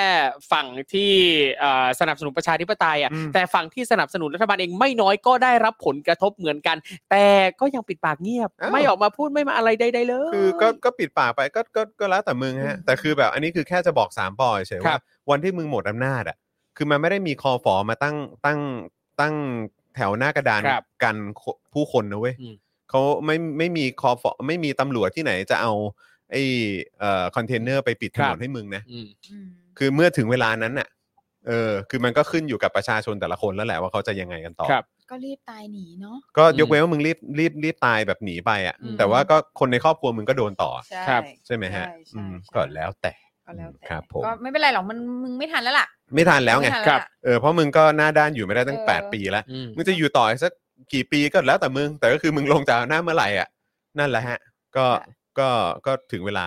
Speaker 3: ฝั่งที่เอ่อสนับสนุนประชาธิปไตยอ่ะ
Speaker 1: อืม
Speaker 3: แต่ฝั่งที่สนับสนุนรัฐบาลเองไม่น้อยก็ได้รับผลกระทบเหมือนกัน แต่ก็ยังปิดปากเงียบ ไม่ออกมาพูดไม่มาอะไรใดๆเลย
Speaker 1: คือก็ก็ปิดปากไปก็ก็ก็แล้วแต่มึงฮะ แต่คือแบบอันนี้คือแค่จะบอกสามปอเฉยๆ
Speaker 3: ครั
Speaker 1: ว่า
Speaker 3: บ
Speaker 1: วันที่มึงหมดอำนาจอ่ะ คือมันไม่ได้มีคอฟอมาตั้งตั้งตั้งแถวหน้ากระดาน
Speaker 3: ครับ
Speaker 1: กันคผู้คนนะเว้ย
Speaker 3: อืม
Speaker 1: เขาไม่ไม่มีคอฟอไม่มีตำรวจที่ไหนจะเอาไอ้เอ่อคอนเทนเนอร์ไปปิดถน
Speaker 3: ครั
Speaker 1: น
Speaker 3: บ
Speaker 1: ให้มึงนะ
Speaker 3: อืม
Speaker 4: อืม
Speaker 1: คือเมื่อถึงเวลานั้นน่ะเออคือมันก็ขึ้นอยู่กับประชาชนแต่ละคนแล้วแหละว่าเขาจะยังไงกันต่อ
Speaker 3: ครับ
Speaker 4: ก็รีบตายหนีเนาะ
Speaker 1: ก็
Speaker 3: อืม
Speaker 1: ยกเว้นว่ามึงรีบรีบรีบตายแบบหนีไปอ่ะ
Speaker 4: อืม
Speaker 1: แต่ว่าก็คนในครอบครัวมึงก็โดนต่อ
Speaker 4: ใช่
Speaker 3: ครับ
Speaker 1: ใช่ไหมฮะ
Speaker 4: ใช่ใช่
Speaker 1: อืม
Speaker 4: ใช่
Speaker 1: ก็แล้วแต่
Speaker 4: ก็แล้วแต่
Speaker 1: ครับผม
Speaker 4: ก็ไม่เป็นไรหรอกมันมึงไม่ทันแล้วล่ะ
Speaker 1: ไม่ทันแล้วไง
Speaker 4: ม่ทัน
Speaker 3: ครับ
Speaker 4: ล่ะ
Speaker 1: เออเพราะมึงก็หน้าด้านอยู่ไม่ได้ตั้ง
Speaker 4: เออ
Speaker 1: 8 ปีแล้ว
Speaker 3: อืม
Speaker 1: มึงจะอยู่ต่ออีกสักกี่ปีก็แล้วแต่มึง แต่ก็คือมึงลงจากหน้าเมื่อไหร่อ่ะ นั่นแหละฮะ ก็ก็ก็ถึงเวลา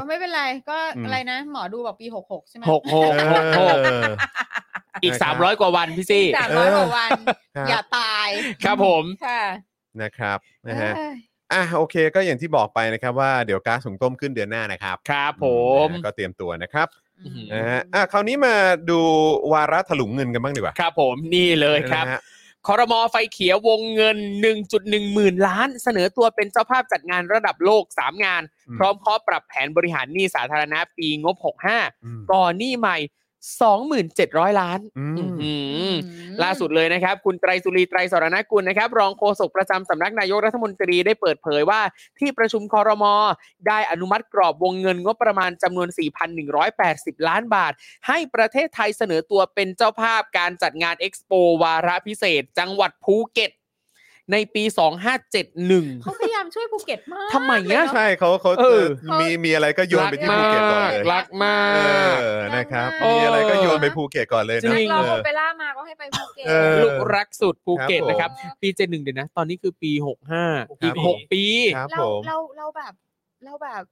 Speaker 4: ก็ไม่เป็นไรก็
Speaker 1: อืม
Speaker 4: อะไรนะ หมอดูบอกปีหกหกใช่ไหม
Speaker 3: หกหกหกหก
Speaker 1: เออ
Speaker 3: อีก
Speaker 1: นะครับ
Speaker 3: 300 กว่าวันพี่ซี่
Speaker 4: (laughs) สามร้อยกว่าวัน
Speaker 1: ครับ
Speaker 4: อย่าตาย
Speaker 3: ครับผม
Speaker 4: ค่ะ
Speaker 1: นะครับนะฮะ
Speaker 4: เอ้ย
Speaker 1: อ่ะโอเค ก็อย่างที่บอกไปนะครับว่าเดี๋ยวก๊าซหุงต้มขึ้นเดือนหน้านะครับ
Speaker 3: ครับผม
Speaker 1: นะก็เตรียมตัวนะครับ
Speaker 4: อืม
Speaker 1: นะฮะอ่ะคราวนี้มาดูวาระถลุงเงินกันบ้างดีกว่า
Speaker 3: ครับผมนี่เลยครับ
Speaker 1: นะฮะ
Speaker 3: คอรมอไฟเขียววงเงิน 1.1 หมื่นล้าน เสนอตัวเป็นเจ้าภาพจัดงานระดับโลก 3 งาน
Speaker 1: อืม
Speaker 3: พร้อมข้อปรับแผนบริหารหนี้สาธารณะปีงบ
Speaker 1: อืม
Speaker 3: 65 ก่อนหนี้ใหม่ 27,000 ล้าน
Speaker 1: อืม
Speaker 3: อื้อหือล่าสุดเลยนะครับ คุณไตรสุรีไตรสรณกุลนะครับ รองโฆษกประจำสำนักนายกรัฐมนตรีได้เปิดเผยว่า ที่ประชุมคอรมอได้อนุมัติกรอบวงเงินงบประมาณจำนวน 4,180 ล้านบาท ให้ประเทศไทยเสนอตัวเป็นเจ้าภาพการจัดงานเอ็กซ์โปวาระพิเศษ จังหวัดภูเก็ต ในปี 2571
Speaker 4: เขาพยายามช่วยภูเก็ตมาก
Speaker 3: ทำไมอะ
Speaker 4: เลยเนา
Speaker 1: ใช่เขาเขา
Speaker 3: เออ
Speaker 1: มีมีอะไรก็โยนไปที่ภูเก็ตก่อนเลย
Speaker 4: รัก
Speaker 1: เออนะครับมีอะไรก็โยนไปภูเก็ตก่อนเลย
Speaker 3: จ
Speaker 1: นะ
Speaker 3: ริง
Speaker 4: นักร้อง
Speaker 1: เอ
Speaker 4: โอ
Speaker 1: อ
Speaker 4: เปร่ามาก็ให้ไปภูเก็ต
Speaker 1: เออ
Speaker 3: ลูกรักสุดภูเก็ต
Speaker 1: ครับผม
Speaker 3: นะครับ ปีเจ็ดหนึ่งเดี๋ยวนะ ตอนนี้คือปี 65 อีก 6 ปี
Speaker 1: ครับ
Speaker 4: เรา
Speaker 1: ผม
Speaker 4: เราเราแบบเราแบบ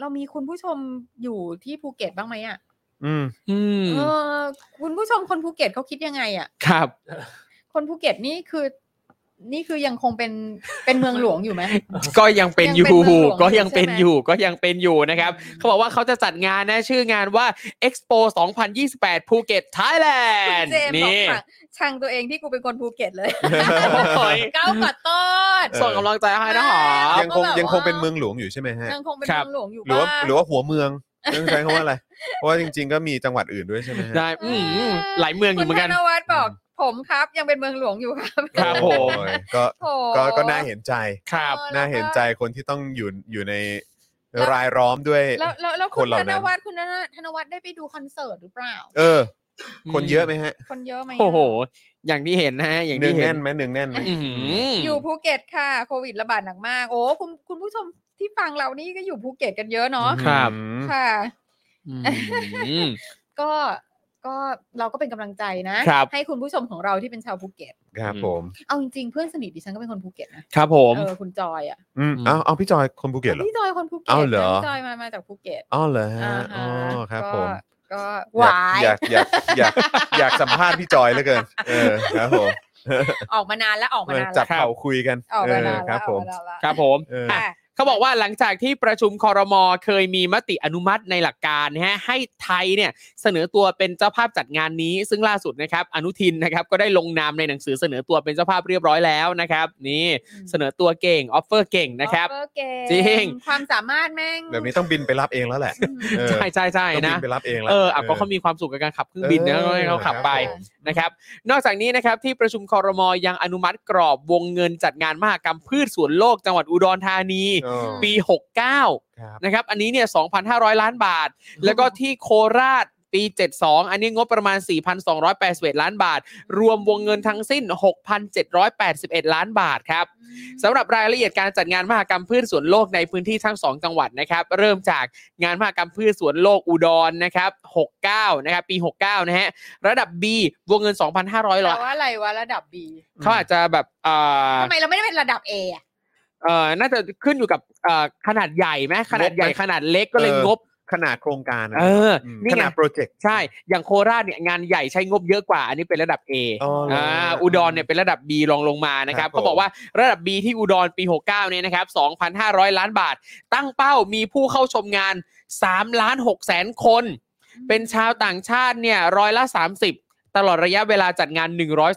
Speaker 4: เรามีคุณผู้ชมอยู่ที่ภูเก็ตบ้างไหมอ่ะ
Speaker 1: อืม
Speaker 3: อืม
Speaker 4: เออ คุณผู้ชมคนภูเก็ตเขาคิดยังไงอ่ะ
Speaker 3: ครับ
Speaker 4: คนภูเก็ตนี่คือ นี่คือยังคงเป็นเป็นเมืองหลวงอยู่ไหม
Speaker 3: ก็ยังเป็น
Speaker 4: ยัง
Speaker 3: อ
Speaker 4: เป็น
Speaker 3: ยู่
Speaker 4: เมืองหลวง
Speaker 3: ก็ยังเป็น
Speaker 4: ใช่ไหม
Speaker 3: อยู่ก็ยังเป็นอยู่ (laughs) นะครับ เขาบอกว่าเขาจะจัดงานนะชื่องานว่า Expo 2028ภูเก็ตไทยแลนด์
Speaker 4: เจมส์บอก
Speaker 3: นี่
Speaker 4: ว่าชังตัวเองที่กูเป็นคนภูเก็ตเลย
Speaker 3: โอ้ย
Speaker 4: เก้ากัดต้น
Speaker 1: เออ
Speaker 3: ส่งกำลังใจให้นะหอม
Speaker 1: ยังคง
Speaker 4: ก็แบบว่ายั
Speaker 1: ยังคงเป็นเมืองหลวงอยู่ใช่ไหมฮะ
Speaker 4: ยังคงเป็น
Speaker 3: ครับ
Speaker 4: เมืองหลวงอยู่
Speaker 1: หรือว่า
Speaker 4: บ้าง
Speaker 1: หรือว่าหัวเมืองต้องใช้คำว่าอะไร เพราะว่าจริง ๆ ก็มีจังหวัดอื่นด้วยใช่ไหมฮะ
Speaker 3: ได้อืมหลายเมืองอ
Speaker 4: คุ
Speaker 3: ยู่
Speaker 4: ณ
Speaker 3: เหมือน
Speaker 4: ธ
Speaker 3: กัน
Speaker 4: นวัฒน์บอกผมครับ ยังเป็นเมืองหลวงอยู่ครับ (laughs)
Speaker 3: ครับผม
Speaker 1: โอ้ยก็
Speaker 4: โอ้โห
Speaker 1: ก็ก็น่าเห็นใจ
Speaker 3: ครับ
Speaker 4: ออ
Speaker 1: น่าเห็นใจ
Speaker 4: แล้วก็
Speaker 1: คนที่ต้องอยู่อยู่ใน
Speaker 4: แล้ว
Speaker 1: รายล้อมด้วย
Speaker 4: แล้วแล้วแล้ว
Speaker 1: ค
Speaker 4: คุ
Speaker 1: น
Speaker 4: ณ
Speaker 1: เหล่า
Speaker 4: ธ
Speaker 1: นั้นน
Speaker 4: วัฒน์คุณธนธนวัฒน์ได้ไปดูคอนเสิร์ตหรือเปล่า
Speaker 1: เออ คนเยอะไหมฮะ
Speaker 4: คนเยอะไหมะ
Speaker 3: โอ้โห อย่างที่เห็นนะฮะอย่าง
Speaker 1: เนือง
Speaker 3: ที่เห็
Speaker 1: แน่
Speaker 3: น
Speaker 1: นไหมเนืองแน่นไหม
Speaker 3: อื้อหืออ
Speaker 4: อยู่ภูเก็ตค่ะโควิดระบาดหนักมาก โอ้คุณคุณผู้ชมที่ฟังเรานี่ก็อยู่ภูเก็ตกันเยอะเนาะ
Speaker 3: ครับ
Speaker 1: อืม
Speaker 4: ค่ะ
Speaker 3: อืม
Speaker 4: ก็ก็เราก็เป็นกำลังใจนะ
Speaker 3: ครับ
Speaker 4: ให้คุณผู้ชมของเราที่เป็นชาวภูเก็ต
Speaker 1: ครับผม
Speaker 4: เอาจริงๆเพื่อนสนิทดิฉันก็เป็นคนภูเก็ตนะครับ
Speaker 3: ผม
Speaker 4: เออคุณจอยอ่ะ
Speaker 1: อืมเอาเอาพี่จอยคนภูเก็ตเหรอ
Speaker 4: พี่จอยคนภูเก็ต
Speaker 1: เอาเหรอ
Speaker 4: นะพี่จอยมามาจากภูเก็ต
Speaker 1: อ๋อเหรอฮะ
Speaker 4: า
Speaker 1: อ๋
Speaker 4: ฮะ
Speaker 1: อครับผ
Speaker 4: ก็
Speaker 1: ม
Speaker 4: ก็หวาย
Speaker 1: อยากอยากอยากอยากอยากสัมภาษณ์พี่จอยเหลือเกิน เออครับผม
Speaker 4: ออกมานานแล้วออกมา
Speaker 1: มัน
Speaker 4: นาน
Speaker 1: จั
Speaker 4: แล้ว
Speaker 1: บเข่าคุยกัน
Speaker 4: ออก
Speaker 1: เออน
Speaker 4: มาาน
Speaker 1: ค
Speaker 4: แล้
Speaker 1: รับผ
Speaker 4: ว
Speaker 1: ม
Speaker 4: ออกานานแล้ว
Speaker 3: ครับผม
Speaker 1: เออ
Speaker 4: อ่ะ
Speaker 3: เขาบอกว่าหลังจากที่ประชุมคอรมอเคยมีมติอนุมัติในหลักการนะฮะให้ไทยเนี่ยเสนอตัวเป็นเจ้าภาพจัดงานนี้ ซึ่งล่าสุดนะครับอนุทินนะครับก็ได้ลงนามในหนังสือเสนอตัวเป็นเจ้าภาพเรียบร้อยแล้วนะครับนี่
Speaker 4: อืม
Speaker 3: เสนอตัวเก่งออฟเฟอร์เก่งนะครับ
Speaker 4: ออเก่
Speaker 3: จริง
Speaker 4: ความสามารถแม่ง
Speaker 1: แบบนี้ต้องบินไปรับเองแล้วแหละ
Speaker 4: อืม
Speaker 1: เออ
Speaker 3: ใช่ใช่ใช่
Speaker 1: ต้องบิ
Speaker 3: นะ
Speaker 1: นไปรับเองแล้ว
Speaker 3: เอออ่ะก็เขามีความสุขกับการขับเครื่องบินนะก็ให้เขาขับไป
Speaker 1: ครับผม
Speaker 3: นะครับนอกจากนี้นะครับที่ประชุมคอรมอยังอนุมัติกรอบวงเงินจัดงานมหกรรมพืชสวนโลกจังหวัดอุดรธานี
Speaker 1: อ๋อ
Speaker 3: ปี 69
Speaker 1: ครับ
Speaker 3: นะครับ อันนี้เนี่ย 2,500 ล้านบาท แล้วก็ที่โคราชปี 72 อันนี้งบประมาณ 4,281 ล้านบาท รวมวงเงินทั้งสิ้น 6,781 ล้านบาทครับ สำหรับรายละเอียดการจัดงานมหกรรมพืชสวนโลกในพื้นที่ทั้ง 2 จังหวัดนะครับเริ่มจากงานมหกรรมพืชสวนโลกอุดรนะครับ69นะครับปี 69 นะฮะระดับ B วงเงิน 2,500ล้า
Speaker 4: แต่
Speaker 3: น
Speaker 4: ว่าอะไรวะระดับ B
Speaker 3: เขาอาจจะแบบเอ่อ
Speaker 4: ทำไมเราไม่ได้เป็นระดับ A อ่ะ
Speaker 3: เอ่อน่าจะขึ้นอยู่กับเอ่อขนาดใหญ่ไหมขนาดใหญ่ขนาดเล็กก็เลยงบ
Speaker 1: ขนาดโครงการนะ
Speaker 3: เออ
Speaker 1: ม
Speaker 3: นี่
Speaker 1: ข
Speaker 3: ไง
Speaker 1: นาดโปรเจกต์
Speaker 3: ใช่ อย่างโคราชเนี่ยงานใหญ่ใช้งบเยอะกว่า อันนี้เป็นระดับ A
Speaker 1: อ๋อเหร
Speaker 3: อ่าอุดรเนี่ยเป็นระดับ B รองลงมานะครับ
Speaker 1: ครับผม
Speaker 3: เขาบอกว่าระดับ B ที่อุดรปี 69 เนี่ยนะครับ 2,500 ล้านบาท ตั้งเป้ามีผู้เข้าชมงาน3ล้าน6แสนคน เป็นชาวต่างชาติเนี่ยร้อยละ 30 ตลอดระยะเวลาจัดงาน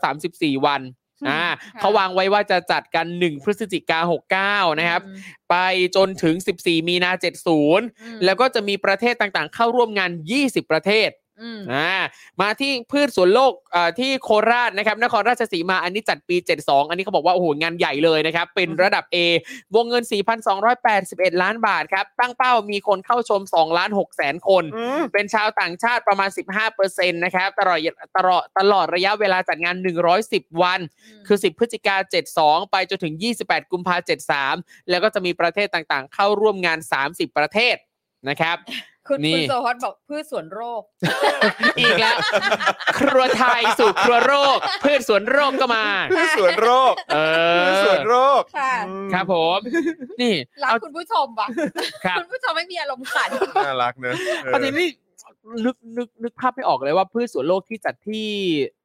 Speaker 3: 134 วันอ่าเขาวางไว้ว่าจะจัดกัน 1 พฤศจิกา69 นะครับ ไปจนถึง 14 มีนา 70
Speaker 4: อืม
Speaker 3: แล้วก็จะมีประเทศต่างๆ เข้าร่วมงาน 20 ประเทศ
Speaker 4: อืม
Speaker 3: อ่ามาที่พืชสวนโลกเอ่อที่โคราชนะครับนครราชสีมาอันนี้จัดปี 72 อันนี้เขาบอกว่า โอ้โห งานใหญ่เลยนะครับ เป็นระดับ A วงเงิน 4,281 ล้านบาทครับ ตั้งเป้ามีคนเข้าชม 2 ล้าน6แสนคน เป็นชาวต่างชาติประมาณ 15%นะครับตลอดตลอดตลอดระยะเวลาจัดงาน 110 วัน คือ 10 พฤศจิกา 72 ไปจนถึง 28 กุมภา73 แล้วก็จะมีประเทศต่างๆ เข้าร่วมงาน 30 ประเทศนะครับ
Speaker 4: คุณ
Speaker 3: นี่
Speaker 4: คุณโซฮอตบอกพืชสวนโรค
Speaker 3: อีกแล้ว ครัวไทยสู่ครัวโรค พืชสวนโรคก็มา
Speaker 1: พืชสวนโรค
Speaker 3: เอ
Speaker 1: พืช
Speaker 3: อ
Speaker 1: สวนโรค
Speaker 4: ค่ะ
Speaker 1: อืม
Speaker 3: ครับผม นี่
Speaker 4: รัก
Speaker 3: เอา
Speaker 4: คุณผู้ชมว่ะ
Speaker 3: ครับ (laughs)
Speaker 4: คุณผู้ชมไม่มีอารมณ์ขัน
Speaker 1: น่ารักเนอะเออ
Speaker 3: ประเด็นนี้ นึกนึกนึกภาพไม่ออกเลยว่าพืชสวนโลกที่จัดที่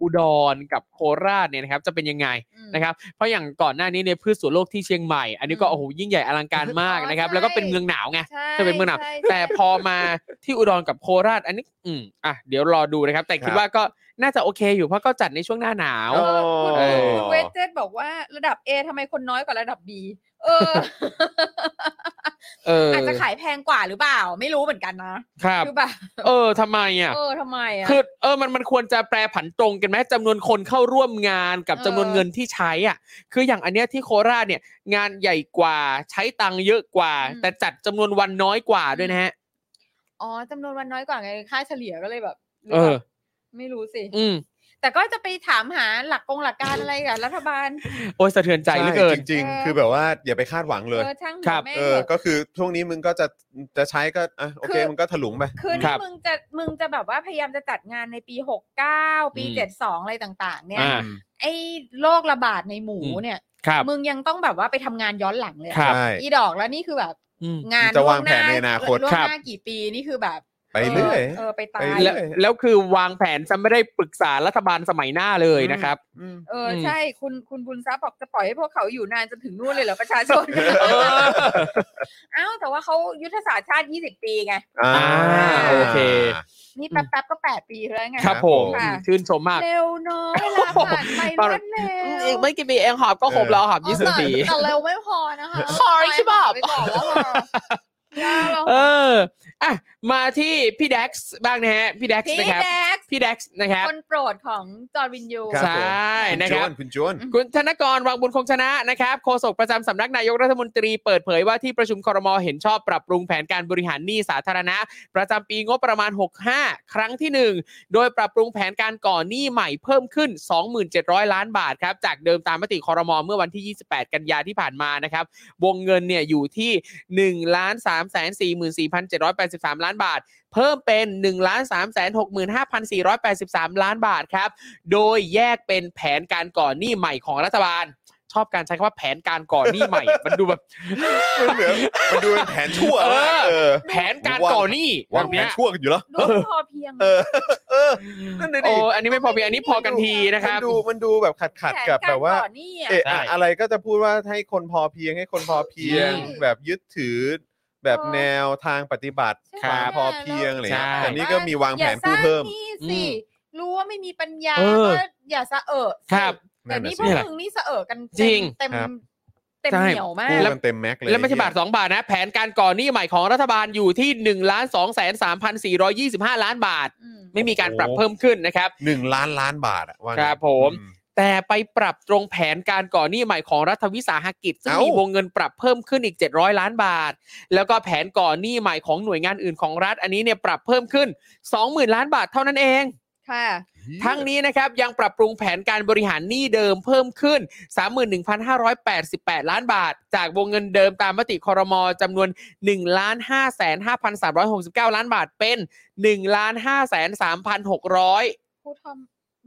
Speaker 3: อุดรกับโคราชเนี่ยนะครับจะเป็นยังไง
Speaker 4: อืม
Speaker 3: นะครับเพราะอย่างก่อนหน้านี้ในยพืชสวนโลกที่เชียงใหม่ อันนี้ก็
Speaker 4: อืม
Speaker 3: โอ้โหยิ่งใหญ่อลังการมาก
Speaker 4: อ๋อ
Speaker 3: นะครับ
Speaker 4: ใช่
Speaker 3: แล้วก็เป็นเมืองหนาวไง
Speaker 4: ใช่
Speaker 3: จะเป็นเมืองหนาว
Speaker 4: ใช่
Speaker 3: แต่พอมาที่อุดรกับโคราช อันนี้อืมอ่ะเดี๋ยวรอดูนะครับ แต่คิ
Speaker 1: ครั
Speaker 3: ด
Speaker 1: บ
Speaker 3: ว่าก็น่าจะโอเคอยู่เพราะก็จัดในช่วงหน้าหนาว
Speaker 4: เออคุณ
Speaker 3: เออ
Speaker 4: คุณเวสเจตบอกว่าระดับ A ทำไมคนน้อยกว่าระดับ B เออ
Speaker 3: เออ
Speaker 4: อาจจะขายแพงกว่าหรือเปล่า ไม่รู้เหมือนกันนะครับ คือแบบ
Speaker 3: เออทำไมอ่ะ
Speaker 4: เออทำไมอ่ะ
Speaker 3: คือเออมันมันควรจะแปรผันตรงกันไหมจำนวนคนเข้าร่วมงานกับ
Speaker 4: เออ
Speaker 3: จำนวนเงินที่ใช้อ่ะ คืออย่างอันเนี้ยที่โคราชเนี่ย งานใหญ่กว่าใช้ตังค์เยอะกว่า แต่จัดจำนวนวันน้อยกว่าด้วยนะฮะ
Speaker 4: อ๋อจำนวนวันน้อยกว่าไงค่าเฉลี่ยก็เลยแบบหรือ
Speaker 3: เออ
Speaker 4: แบบไม่รู้สิ
Speaker 3: อืม
Speaker 4: แต่ก็จะไปถามหาหลักกงหลักการอะไรกับรัฐบาล
Speaker 3: โอ้ยสะเทือนใจเหลือเกิน
Speaker 1: จริง
Speaker 4: เออ
Speaker 1: ๆ คือแบบว่าอย่าไปคาดหวังเลย
Speaker 4: เออช่างหัว
Speaker 3: ครับ
Speaker 4: แม่ง
Speaker 1: เอ
Speaker 4: ถ
Speaker 1: อ
Speaker 4: อะ
Speaker 1: ก็คือช่วงนี้มึงก็จะจะใช้ก็อ่ะโอเค
Speaker 4: คือ
Speaker 1: มึงก็ถลุงไป
Speaker 4: คือ
Speaker 3: ครั
Speaker 4: นี่
Speaker 3: บ
Speaker 4: มึงจะมึงจะแบบว่าพยายามจะจัดงานในปีหกเก้าปี
Speaker 3: อืม
Speaker 4: เจ็ดสองอะไรต่าง ๆ เนี่ย
Speaker 3: อ่า
Speaker 4: ไอ้โรคระบาดในหมู
Speaker 3: อืม
Speaker 4: เนี่ย
Speaker 3: ครับ
Speaker 4: มึงยังต้องแบบว่าไปทำงานย้อนหลังเลยอะ
Speaker 3: ครับ
Speaker 1: ใช่
Speaker 4: อีดอกแล้วนี่คือแบบ
Speaker 3: อืม
Speaker 4: งาน
Speaker 1: จะ
Speaker 4: ล่
Speaker 1: วางแผนในอนาคต
Speaker 4: ล่วง
Speaker 3: ครับ
Speaker 4: หน้ากี่ปีนี่คือแบบ
Speaker 1: ไปเรื่อย
Speaker 4: เออไปตาย
Speaker 1: ไปเรื่
Speaker 3: แล้ว
Speaker 1: อย
Speaker 3: แล้วคือวางแผนจะไม่ได้ปรึกษารัฐบาลสมัยหน้าเลยนะครับ
Speaker 1: ม
Speaker 4: เอออ
Speaker 3: ม
Speaker 4: ใช่คุณคุณบุญทรัพย์บอกจะปล่อยให้พวกเขาอยู่นานจนถึงนู่นเลยเหรอประชาชน
Speaker 3: เออ
Speaker 4: เอ้าแต่ว่าเขายุทธศาสตร์ชาติ 20 ปีไง
Speaker 1: อ่า
Speaker 3: โอเค
Speaker 4: นี่
Speaker 3: อืม
Speaker 4: แป๊บๆก็ 8 ปีแล้วไง
Speaker 3: ครับผม
Speaker 4: ค่ะ
Speaker 3: ชื่นชมมาก
Speaker 4: เร็วเนาะเวลาผ่านไปรวดเร็ว
Speaker 3: อีกไม่กี่ปีเองหอบก็ครบแล้วหอบ
Speaker 4: อ๋อ
Speaker 3: ยี่สิบ
Speaker 4: แต่
Speaker 3: ปี
Speaker 4: แต่เร็วไม่พอนะคะ
Speaker 3: ขออีกฉบับ
Speaker 4: ไปก่อนแล้วเหรอ
Speaker 3: เอออ่ะมาที่พี่แด็กซ์บ้างนะฮะพี่แด็กซ์
Speaker 4: พี่
Speaker 3: นะครับ
Speaker 4: แจ็ค
Speaker 3: พี่แด็กซ์นะครับ
Speaker 4: คนโปรดของจอร์นวินยู
Speaker 1: ครับ
Speaker 3: ใช่นะค
Speaker 1: จ
Speaker 3: รั
Speaker 1: ว
Speaker 3: บ
Speaker 1: นคุณจวน
Speaker 3: คุณธนกรวังบุญคงชนะนะครับโฆษกประจำสำนักนายกรัฐมนตรีเปิดเผยว่าที่ประชุมครมเห็นชอบปรับปรุงแผนการบริหารหนี้สาธารณะ ประจำปีงบประมาณ 65 ครั้งที่หนึ่งโดยปรับปรุงแผนการก่อหนี้ใหม่เพิ่มขึ้น 2,700 ล้านบาทครับจากเดิมตามมติครมเมื่อวันที่ 28 กันยาที่ผ่านมานะครับ วงเงินเนี่ยอยู่ที่ 1 3 4 4 7 8 3 ล้านบาท เพิ่มเป็น 1 3 6 5 4 8 3 ล้านบาทครับ โดยแยกเป็นแผนการก่อนหนี้ใหม่ของรัฐบาล ชอบการใช้คำว่าแผนการก่อนหนี้ใหม่ (laughs) มันดูแบบ
Speaker 1: มันเหมือนมันดูเป็นแผนชั่ว
Speaker 3: เออ
Speaker 1: มากเออ
Speaker 3: แผนการก่อนหนี้
Speaker 1: วาง
Speaker 3: แบบ
Speaker 1: แผ
Speaker 3: เนี้
Speaker 1: น
Speaker 3: ย
Speaker 1: ชั่วกันอยู่เหรอ
Speaker 4: ดูไม่พอเพียง
Speaker 1: เออ เออ นั่นเลย
Speaker 3: โอ้
Speaker 1: ดิ
Speaker 3: อันนี้ไม่พอเพียงอันนี้พอกันทีนะค
Speaker 1: มั
Speaker 3: รับ
Speaker 1: นดูมันดูแบบขัดขัดๆกับแบบว่า
Speaker 4: ผนกรก่อนหนี้อะ
Speaker 1: เอะ
Speaker 3: ใช่
Speaker 1: อะอะไรก็จะพูดว่าให้คนพอเพียงให้คนพอเพียง
Speaker 3: ใช่
Speaker 1: แบบยึดถือแบบแนวทางปฏิบัติ
Speaker 4: ใช่
Speaker 1: ค
Speaker 3: ครั
Speaker 1: วาม
Speaker 3: บ
Speaker 1: พอเพียงอะไร
Speaker 3: ใช่
Speaker 1: เงี้ยแต่นี่ก็มีวางแผนกู้เพิ่ม
Speaker 4: อย่าสร้างหนี้
Speaker 3: อื
Speaker 4: สิ
Speaker 3: ม
Speaker 4: รู้ว่าไม่มีปัญญา
Speaker 3: เออ
Speaker 4: ก็อย่าสะเอะสิ
Speaker 3: ครับ
Speaker 4: แต่นี่
Speaker 1: นั่
Speaker 4: พ
Speaker 1: นน่ะสิ
Speaker 3: เนี่ย
Speaker 4: วกมึงนี่สะเอะกัน
Speaker 3: จริง
Speaker 4: เต็ม
Speaker 1: ครับ
Speaker 4: เต็ม
Speaker 3: ใช่
Speaker 4: เหนียวมา
Speaker 1: กู้
Speaker 4: ก
Speaker 1: กันเต็มแม็กซ์เลย
Speaker 3: แล้วไม่ใช่บาท 2 บาทนะ แผนการก่อนหนี้ใหม่ของรัฐบาลอยู่ที่1นึ่งล้านสองแสนสามพันสี่ร้อยี่สิบห้าล้านบาท
Speaker 4: อืม
Speaker 3: ไม่มีการปรับเพิ่มขึ้นนะครับ
Speaker 1: หนึ่งล้านล้านบาทอะว่างั้น
Speaker 3: ครับผม
Speaker 1: อื
Speaker 3: แต่ไปปรับตรงแผนการก่อนหนี้ใหม่ของรัฐวิสาหกิจซึ่ง
Speaker 1: เอ้ามี
Speaker 3: มีวงเงินปรับเพิ่มขึ้นอีก 700 ล้านบาท แล้วก็แผนก่อนหนี้ใหม่ของหน่วยงานอื่นของรัฐ อันนี้เนี่ยปรับเพิ่มขึ้น 20,000 ล้านบาทเท่านั้นเอง
Speaker 4: ค่ะ
Speaker 3: ทั้งนี้นะครับยังปรับปรุงแผนการบริหารหนี้เดิมเพิ่มขึ้น 31,588 ล้านบาท จากวงเงินเดิมตามมติครมจำนวน 1 5 5 5 3 6 9 ล้านบาทเป็น 1 5 3 6 0
Speaker 4: พูดทอม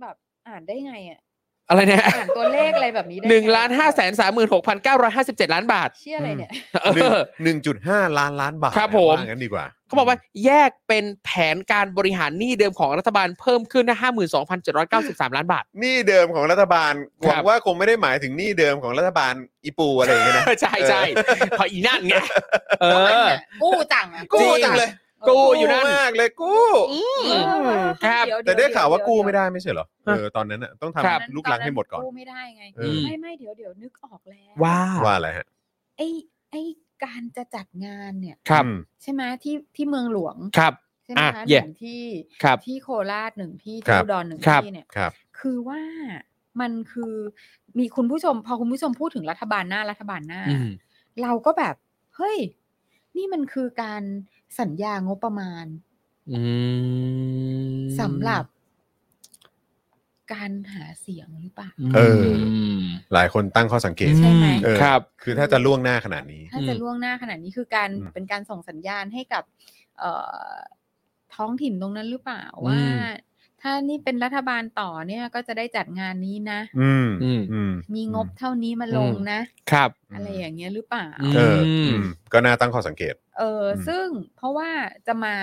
Speaker 4: แบบอ่านได้ไงอ่ะ
Speaker 3: 0 อะไรเนี่ย
Speaker 4: อ่านตัวเลขอะไรแบบนี้ได้
Speaker 3: หนึ่งล้าน
Speaker 4: ไ
Speaker 3: ห้าแสนสามหมื่นหกพันเก้าร้อยห้าสิบเจ็ดล้านบาท
Speaker 4: เชื่ออะไรเนี่ย
Speaker 3: เอ
Speaker 1: หนึ่ง
Speaker 3: อ
Speaker 1: หนึ่งจุดห้าล้านล้านบาท
Speaker 3: ครับผม
Speaker 1: ว่างั้นดีกว่า
Speaker 3: เขาบอกว่าแยกเป็นแผนการบริหารหนี้เดิมของรัฐบาลเพิ่มขึ้นห้าหมื่นสองพันเจ็ดร้อยเก้าสิบสามล้านบาท
Speaker 1: หนี้เดิมของรัฐบาลห
Speaker 3: ครับ
Speaker 1: วังว่าคงไม่ได้หมายถึงหนี้เดิมของรัฐบาลอีปูอะไรอย่างเงี้ยนะ
Speaker 3: ใช่ใช่เพออีนั่นไงเออ
Speaker 4: กู้จังอ่ะ
Speaker 3: กู้จังเลย กูอยู่นั่น
Speaker 1: กู้มากเลยกู้
Speaker 4: เออ
Speaker 3: ครับ
Speaker 4: เยว
Speaker 1: แต่ได้ข่าวว่ากู้ไม่
Speaker 4: เยว
Speaker 1: ได้ไม่ใช่เหรอเออตอนนั้นน่ะต้อง
Speaker 3: ครับ
Speaker 1: ทำลูกลังให้หมดก่อน
Speaker 4: กู้ไม่ได้ไง
Speaker 1: เออ
Speaker 4: ไม่ไม่เดี๋ยวเดี๋ยวนึกออกแล้ว
Speaker 3: ว้า
Speaker 1: ว่าอะไรฮะ
Speaker 4: ไอ้ไอ้การจะจัดงานเนี่ย
Speaker 3: ครับ
Speaker 1: อืม
Speaker 4: ใช่ไหมที่ที่เมืองหลวง
Speaker 3: ครับ
Speaker 4: ใช่ไหม
Speaker 3: อ่ะ
Speaker 4: คะห
Speaker 3: yeah
Speaker 4: นึ่งที่
Speaker 3: ครับ
Speaker 4: ที่โคราชหนึ่งที่
Speaker 1: ครับ
Speaker 4: ที่อุดรหนึ่ง
Speaker 3: ครับ
Speaker 4: ที่เนี่ย
Speaker 1: ครับ
Speaker 4: คือว่ามันคือมีคุณผู้ชม พอคุณผู้ชมพูดถึงรัฐบาลหน้ารัฐบาลหน้า
Speaker 3: อืม
Speaker 4: เราก็แบบ เฮ้ย นี่มันคือการสัญญางบประมาณ
Speaker 3: อืม
Speaker 4: สำหรับ การหาเสียงหรือเปล่า
Speaker 1: เออ
Speaker 3: ม
Speaker 1: หลายคนตั้งข้อสังเกต
Speaker 4: ใช่ไหม
Speaker 1: เออ
Speaker 3: ครับ
Speaker 1: คือถ้าจะล่วงหน้าขนาดนี้
Speaker 4: ถ้าจะล่วงหน้าขนาดนี้คือการ
Speaker 1: อืม
Speaker 4: เป็นการส่งสัญญาณให้กับ เอ่อท้องถิ่นตรงนั้นหรือเปล่าว่า
Speaker 3: อืม
Speaker 4: ถ้านี่เป็นรัฐบาลต่อเนี่ย ก็จะได้จัดงานนี้นะ
Speaker 1: อืม
Speaker 3: อืม
Speaker 1: อืม
Speaker 4: มีงบ
Speaker 1: อืม
Speaker 4: เท่านี้มาลงนะ
Speaker 3: ครับ
Speaker 1: อืม
Speaker 4: อะไรอย่างเงี้ยหรือเปล่า
Speaker 3: ม
Speaker 1: เอออืมก็น่าตั้งข้อสังเกต
Speaker 4: เอออ
Speaker 1: ม
Speaker 4: ซึ่งเพราะว่าจะมา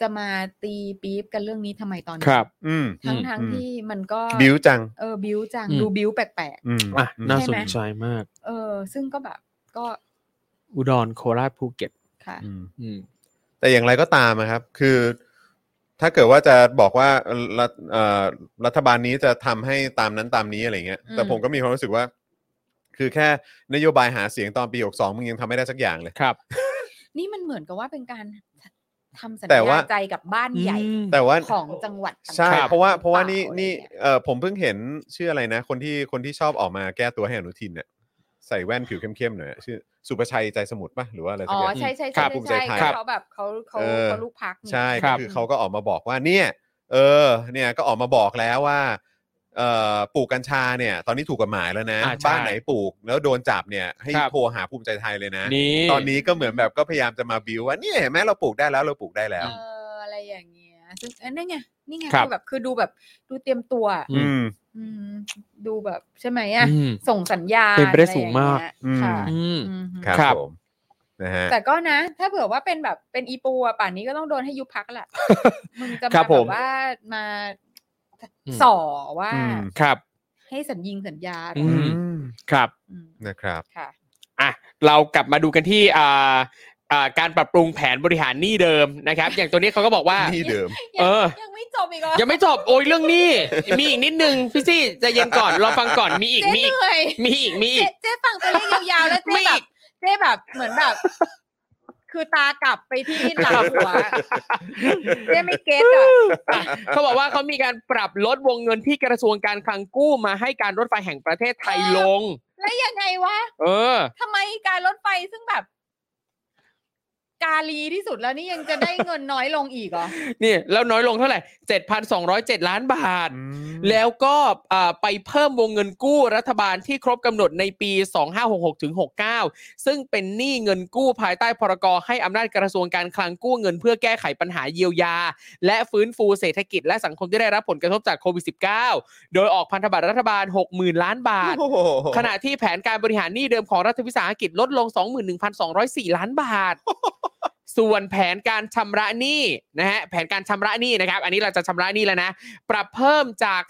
Speaker 4: จะมาตีปี๊บกันเรื่องนี้ทำไมตอนนี้
Speaker 3: ครับ
Speaker 1: อืม
Speaker 4: ทั้ง
Speaker 1: อืม
Speaker 4: ทั้ง
Speaker 1: อืม
Speaker 4: ที่มันก็
Speaker 1: บิ้วจัง
Speaker 4: เออบิวจัง
Speaker 3: อืม
Speaker 4: ดูบิวแปลก
Speaker 1: อืม
Speaker 3: อ่ะ
Speaker 1: อืม
Speaker 3: น่าส
Speaker 4: ใช่ไหม
Speaker 3: นใจมาก
Speaker 4: ๆเออ ซึ่งก็แบบก็
Speaker 3: อุดรโคราชภูเก็ต
Speaker 4: ค่ะ
Speaker 1: อืม
Speaker 3: อืม
Speaker 1: แต่อย่างไรก็ตามอะครับ คือ ถ้าเกิดว่าจะบอกว่าเอ่อรัฐเอ่อรัฐบาลนี้จะทำให้ตามนั้นตามนี้อะไรเงี้ย
Speaker 4: อืม
Speaker 1: แต่ผมก็มีความรู้สึกว่า คือแค่นโยบายหาเสียงตอนปี 62 มึงยังทำไม่ได้สักอย่างเลย
Speaker 3: ครับ
Speaker 4: นี่มันเหมือนกับว่าเป็นการทำสัญ
Speaker 1: แต่
Speaker 4: ญา
Speaker 1: ว่า
Speaker 4: ใจกับบ้านใหญ่
Speaker 3: อืม
Speaker 1: แต่ว่า
Speaker 4: ของจังหวัดต่งๆ
Speaker 1: ใช่ เพราะว่าเพราะว่า
Speaker 4: หอ
Speaker 1: นี่
Speaker 4: ปล่
Speaker 1: นี่
Speaker 4: อะไรเงี้ย
Speaker 1: เออผมเพิ่งเห็นชื่ออะไรนะ คนที่คนที่ชอบออกมาแก้ตัวให้อนุทินเนี่ยใส่แว่นผิวเข้มๆหน่อยอะชื่อสุประชัยใจสมุทรป่ะหรือว่าอะไรสั
Speaker 4: อ๋
Speaker 1: ก
Speaker 4: อ
Speaker 1: อย่าง
Speaker 4: ใช่ใช่
Speaker 1: ครั
Speaker 4: ใช่
Speaker 1: บภูมิใจ
Speaker 4: ใช่
Speaker 1: ไทย
Speaker 4: ที่เขาแบบเขาเขา
Speaker 1: เออ
Speaker 4: เขาลูกพักนี่
Speaker 1: ใช่
Speaker 3: ค
Speaker 1: ก็
Speaker 3: รับ
Speaker 1: คือเขาก็ออกมาบอกว่าเนี่ย เออ เนี่ยก็ออกมาบอกแล้วว่าเอ่อปลูกกัญชาเนี่ย ตอนนี้ถูกกฎหมายแล้วนะ
Speaker 3: อ่าใช่
Speaker 1: บ้านไหนปลูกแล้วโดนจับเนี่ย ให้
Speaker 3: ครับ
Speaker 1: โทรหาภูมิใจไทยเลยนะ
Speaker 3: นี่
Speaker 1: ตอนนี้ก็เหมือนแบบก็พยายามจะมาบิวว่าเนี่ยเห็นไหมเราปลูกได้แล้วเราปลูกได้แล้ว
Speaker 4: เอออะไรอย่างเงี้ยซึ่งเอ้ยนั่นไงนี่ไง
Speaker 3: ครับ
Speaker 4: คือแบบคือดูแบบดูเตรียมตัวอะ
Speaker 1: อืม
Speaker 4: อืมดูแบบใช่ไหมอ่ะ
Speaker 3: อืม
Speaker 4: ส่งสัญญาณ
Speaker 3: เป็นไปได้
Speaker 4: อะร
Speaker 3: สูงมาก
Speaker 4: อย่เยค่ะ
Speaker 3: อืม
Speaker 4: อืมฮึ
Speaker 1: ครับ
Speaker 3: ครับ
Speaker 1: ผมนะฮะ
Speaker 4: แต่ก็นะ ถ้าเผื่อว่าเป็นแบบเป็นอีปูอะป่านนี้ก็ต้องโดนให้ยุบพัก
Speaker 3: (laughs)
Speaker 4: แหละมึงจะ
Speaker 3: ครั
Speaker 4: มา
Speaker 3: บผ
Speaker 4: แบ
Speaker 3: ม
Speaker 4: บว่ามา
Speaker 3: อืม
Speaker 4: ส่อว่า
Speaker 1: อืม
Speaker 3: ครับ
Speaker 4: ให้สัญญิงสัญญาอะไร
Speaker 3: อื
Speaker 1: อืม
Speaker 3: ครับ
Speaker 4: อืม
Speaker 1: นะครับ
Speaker 4: ค่ะ
Speaker 3: อ่ะเรากลับมาดูกันที่อ่าอ่าการปรับปรุงแผนบริหารหนี้เดิมนะครับ อย่างตัวนี้เขาก็บอกว่า
Speaker 1: นี่เดิม
Speaker 3: เออ
Speaker 4: ยังยังไม่จบอีกเหรอ
Speaker 3: ยังไม่จบโอ้ยเรื่องหนี้มีอีกนิดนึงพี่ซี่ใจเย็นก่อนรอฟังก่อนมีอีก
Speaker 4: เจ๊
Speaker 3: มี
Speaker 4: เห
Speaker 3: อีก
Speaker 4: นื่อย
Speaker 3: มีอีกมี
Speaker 4: เจ๊
Speaker 3: อีก
Speaker 4: เจ๊ฟังตัวเลขยาวๆแล้วเจ๊
Speaker 3: ไม่อี
Speaker 4: แบบ
Speaker 3: ก
Speaker 4: เจ๊แบบเหมือนแบบ
Speaker 3: (laughs)
Speaker 4: คือตากลับไปที่หลังหัวเจ๊ไม่เก็ตอ่ะ
Speaker 3: (laughs) เขาบอกว่าเขามีการปรับลดวงเงินที่กระทรวงการคลังกู้มาให้การรถไฟแห่งประเทศไทยลง
Speaker 4: แล้วยังไงวะ
Speaker 3: (gasps) เออ
Speaker 4: ทำไมการรถไฟซึ่งแบบ กาลีที่สุดแล้วนี่ยังจะได้เงินน้อยลงอีกเหรอ
Speaker 3: นี่แล้วน้อยลงเท่าไหร่ 7,207 ล้านบาท
Speaker 1: อืม
Speaker 3: แล้วก็อ่าไปเพิ่มวงเงินกู้รัฐบาลที่ครบกำหนดในปี 2566ถึง69 ซึ่งเป็นหนี้เงินกู้ภายใต้พรกให้อำนาจกระทรวงการคลังกู้เงินเพื่อแก้ไขปัญหาเยียวยา และฟื้นฟูเศรษฐกิจและสังคมที่ได้รับผลกระทบจากโควิด -19 โดยออกพันธบัตรรัฐบาล 60,000 ล้านบาท
Speaker 1: โอ้โห
Speaker 3: ขณะที่แผนการบริหารหนี้เดิมของรัฐวิสาหกิจลดลง 21,204 ล้านบ
Speaker 1: (laughs)
Speaker 3: าท ส่วนแผนการชำระหนี้นะฮะแผนการชำระหนี้นะครับ อันนี้เราจะชำระหนี้แล้วนะ ปรับเพิ่มจาก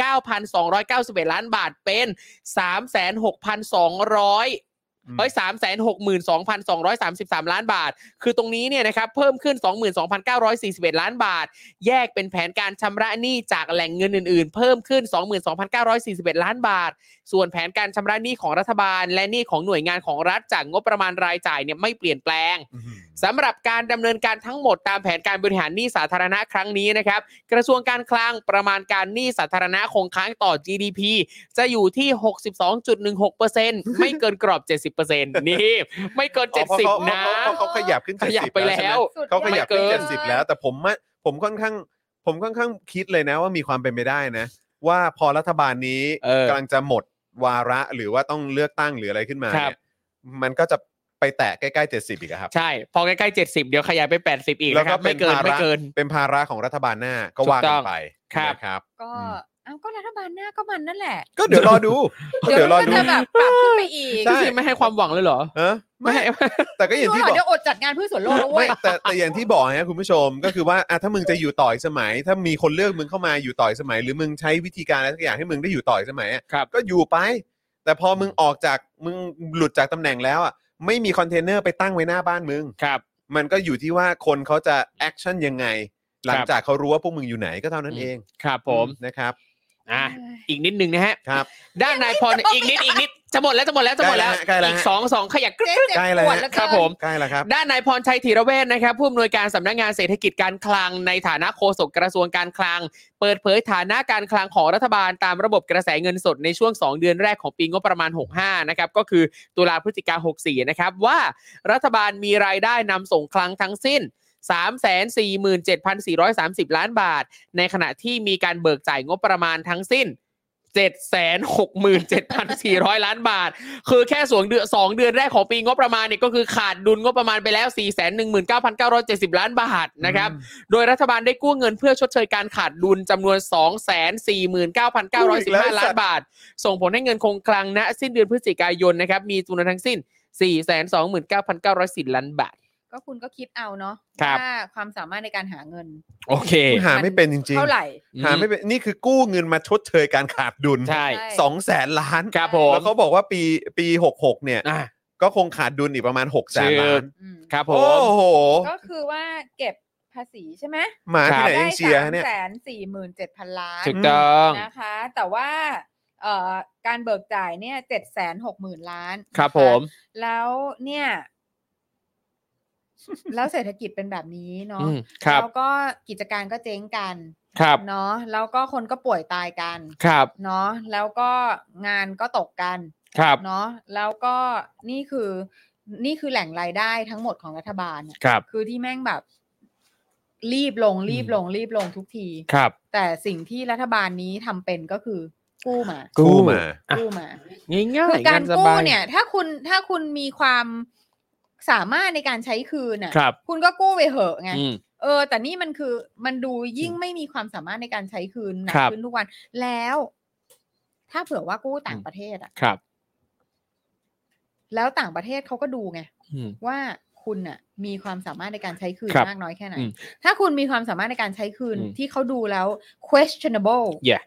Speaker 3: 339,291 ล้านบาทเป็น 3,6200 เอ้ยสามแสนหกหมื่นสองพันสองร้อยสามสิบสามล้านบาท คือตรงนี้เนี่ยนะครับ เพิ่มขึ้นสองหมื่นสองพันเก้าร้อยสี่สิบเอ็ดล้านบาท แยกเป็นแผนการชำระหนี้จากแหล่งเงินอื่นๆ เพิ่มขึ้นสองหมื่นสองพันเก้าร้อยสี่สิบเอ็ดล้านบาท ส่วนแผนการชำระหนี้ของรัฐบาล และหนี้ของหน่วยงานของรัฐจากงบประมาณรายจ่ายเนี่ยไม่เปลี่ยนแปลง
Speaker 1: อืม
Speaker 3: สำหรับการดำเนินการทั้งหมดตามแผนการบริหารหนี้สาธารณะครั้งนี้นะครับ กระทรวงการคลังประมาณการหนี้สาธารณะคงค้างต่อ GDP จะอยู่ที่ 62.16%ไม่เกินกรอบ 70%นี่ไม่เกิน
Speaker 1: อ๋อเพราะเขา
Speaker 3: 70 นะ
Speaker 1: เพราะเขาขยับขึ้น
Speaker 3: ขยับไป
Speaker 1: 70ใช่
Speaker 3: แล้
Speaker 1: หม
Speaker 3: ว
Speaker 4: สุด
Speaker 1: เขาข
Speaker 4: อ
Speaker 1: ยับ
Speaker 4: ด
Speaker 1: เป็น
Speaker 3: ไม่เกิน
Speaker 1: เจ็ดสิบแล้ว แต่ผมอะผมค่อนข้างผมค่อนข้างคิดเลยนะว่ามีความเป็นไปได้นะ ว่าพอรัฐบาลนี้
Speaker 3: เออก
Speaker 1: ำลังจะหมดวาระหรือว่าต้องเลือกตั้งหรืออะไรขึ้นมา
Speaker 3: ครับ
Speaker 1: เนี่ยมันก็จะไปแตะใกล้ๆเจ็ดสิบอีกอะครับ
Speaker 3: ใช่ พอใกล้ๆ 70 เดี๋ยวขยายไป 80 อีก
Speaker 1: แล้ว
Speaker 3: นะค
Speaker 1: ก็
Speaker 3: รับ
Speaker 1: เป็
Speaker 3: ไม่
Speaker 1: น
Speaker 3: เกิน
Speaker 1: ภาระ
Speaker 3: ไม่เกิน
Speaker 1: เป็นภาระของรัฐบาลหน้าก็
Speaker 3: ถูก
Speaker 1: ว่ากั
Speaker 3: ต้อน ง
Speaker 1: ไป
Speaker 3: ครับ
Speaker 1: นะครับ
Speaker 4: ก็
Speaker 1: อืม
Speaker 4: เอาก็รัฐบาลหน้าก็มันนั่นแหละ
Speaker 1: ก็เดี๋ยวรอดู ก็เดี๋ยวรอ
Speaker 4: มัน
Speaker 1: ดู
Speaker 4: ก็จะแบบปรับขึ้นไปอีก
Speaker 1: ใช่
Speaker 3: ที่ไม่ให้ความหวังเลยเหรอ
Speaker 1: เออ
Speaker 3: ไม่
Speaker 1: ไม่
Speaker 3: ให้
Speaker 1: แต่ก็อย่างที่
Speaker 4: รู้
Speaker 1: บอ
Speaker 4: เหรอก เดี๋ยวอดจัดงานเพื่อส่วนโลกแล้วเว้
Speaker 1: ไม่
Speaker 4: ย
Speaker 1: แต่แต่อย่างที่บอกนะคุณผู้ชมก็คือว่าอ่ะถ้ามึงจะอยู่ต่อยสมัย ถ้ามีคนเลือกมึงเข้ามาอยู่ต่อยสมัย หรือมึงใช้วิธีการอะไรสักอย่างให้มึงได้อยู่ต่อยสมัยอ่ะ
Speaker 3: ครับ
Speaker 1: ก็อยู่ไป แต่พอมึงออกจากมึงหลุดจากตำแหน่งแล้วอ่ะไม่มีคอนเทนเนอร์ไปตั้งไว้หน้าบ้านมึง
Speaker 3: ครับ
Speaker 1: มันก็อยู่ที่ว่าคนเขาจะแอคชั่นยังไง หลังจากเขารู้ว่าพวกมึงอยู่ไหนก็เท่านั้นเอง
Speaker 3: ครับผม
Speaker 1: นะครับ
Speaker 3: อ่ะอีกนิดนึงนะฮะ
Speaker 1: ครับ
Speaker 3: ด้านนายพรอีกนิดอีกนิดจะหมดแล้วจะหมดแล้วจะหมดแล้ว
Speaker 1: ใกล้แล้วฮะใกล้แล้วฮะ
Speaker 3: อีกสองสองขยักกรึ๊บ
Speaker 4: เจ๊เจ็บ
Speaker 1: ใกล้แล้
Speaker 4: ป
Speaker 1: ว
Speaker 4: วด
Speaker 1: ฮะ
Speaker 4: แล้ว
Speaker 3: ค
Speaker 4: เกิ
Speaker 3: รับ
Speaker 4: น
Speaker 3: ผม
Speaker 1: ใกล้แล้วครับ
Speaker 3: ด้านนายพรชัยธีระเวชนะครับผู้อำนวยการสำนักงานเศรษฐกิจการคลังในฐานะโฆษกกระทรวงการคลัง เปิดเผยฐานะการคลังของรัฐบาลตามระบบกระแสเงินสดในช่วง 2 เดือนแรกของปีงบประมาณ 65 นะครับก็คือตุลาพฤศจิกา 64 นะครับว่ารัฐบาลมีรายได้นำส่งคลังทั้งสิ้น 347,430 ล้านบาท ในขณะที่มีการเบิกจ่ายงบประมาณทั้งสิ้น 767,400 ล้านบาท คือแค่สองเดือนสองเดือนแรกของปีงบประมาณเนี่ยก็คือขาดดุลงบประมาณไปแล้ว 419,970 ล้านบาทนะครับ โดยรัฐบาลได้กู้เงินเพื่อชดเชยการขาดดุลจำนวน 249,915 ล้านบาท ส่งผลให้เงินคงคลังณสิ้นเดือนพฤศจิกายนนะครับ มีจำนวนทั้งสิ้น 429,910 ล้านบาท
Speaker 4: ก ก็คุณก็คิดเอาเนาะ
Speaker 3: ครับ
Speaker 4: ว่าความสามารถในการหาเงิน
Speaker 3: โอเค
Speaker 1: คุณหาไม่เป็นจริง
Speaker 4: เท่าไหร่
Speaker 1: ๆ หาไม่เป็นนี่คือกู้เงินมาชดเชยการขาดดุล
Speaker 3: ใช่
Speaker 4: ใช่
Speaker 1: สองแสนล้าน
Speaker 3: ครับผม
Speaker 1: แล้วเขาบอกว่าปีปี66เนี่ย
Speaker 3: อ่ะ
Speaker 1: ก็คงขาดดุลอีกประมาณ6แสนล้าน
Speaker 4: อืม
Speaker 3: ครับผ
Speaker 1: โอ้
Speaker 3: ม
Speaker 1: โห
Speaker 4: ก็คือว่าเก็บภาษีใช่ไหม
Speaker 1: หมาที่ไหนยั
Speaker 4: ได้
Speaker 1: งเชียร์
Speaker 4: สาม
Speaker 1: เนี่ย
Speaker 4: แสนสี่หมื่นเจ็ดพันล้าน
Speaker 3: ถูกต้อง
Speaker 4: นะคะ แต่ว่าเอ่อการเบิกจ่ายเนี่ยเจ็ดแสนหกหมื่นล้านนะะ
Speaker 3: ครับผม
Speaker 4: แล้วเนี่ย (laughs) แล้วเศรษฐกิจเป็นแบบนี้เนาะ
Speaker 3: อืมครับ
Speaker 4: แล้วก็กิจการก็เจ๊งกัน
Speaker 3: ครับ
Speaker 4: เนาะแล้วก็คนก็ป่วยตายกัน
Speaker 3: ครับ
Speaker 4: เนาะแล้วก็งานก็ตกกัน
Speaker 3: ครับ
Speaker 4: เนาะแล้วก็นี่คือนี่คือแหล่งรายได้ทั้งหมดของรัฐบาลน่ะ
Speaker 3: ครับ
Speaker 4: คือที่แม่งแบบ รีบลงรีบลงรีบลงทุกที
Speaker 3: ครับ
Speaker 4: แต่สิ่งที่รัฐบาลนี้ทำเป็นก็คือกู้มา
Speaker 3: กู้
Speaker 1: กู้มา
Speaker 4: กู้มา
Speaker 3: ง่ายง่าย
Speaker 4: คือการ
Speaker 3: ส
Speaker 4: กู้
Speaker 3: บา
Speaker 4: เนี่ย ถ้าคุณถ้าคุณมีความสามารถในการใช้คืนน่ะ
Speaker 3: ครับ
Speaker 4: คุณก็กู้ไปเหอะไง
Speaker 3: อืม
Speaker 4: เออ แต่นี่มันคือมันดูยิ่งไม่มีความสามารถในการใช้คืนหนัก
Speaker 3: ครับ
Speaker 4: ขึ้นทุกวัน แล้ว ถ้าเผื่อว่ากู้ต่างประเทศอะ
Speaker 3: ครับ
Speaker 4: แล้วต่างประเทศเขาก็ดูไง
Speaker 3: อืม
Speaker 4: ว่าคุณน่ะมีความสามารถในการใช้คืน
Speaker 3: ครับ
Speaker 4: มากน้อยแค่ไหน
Speaker 3: อืม
Speaker 4: ถ้าคุณมีความสามารถในการใช้คืน
Speaker 3: อืม
Speaker 4: ที่เขาดูแล้ว questionable
Speaker 3: Yeah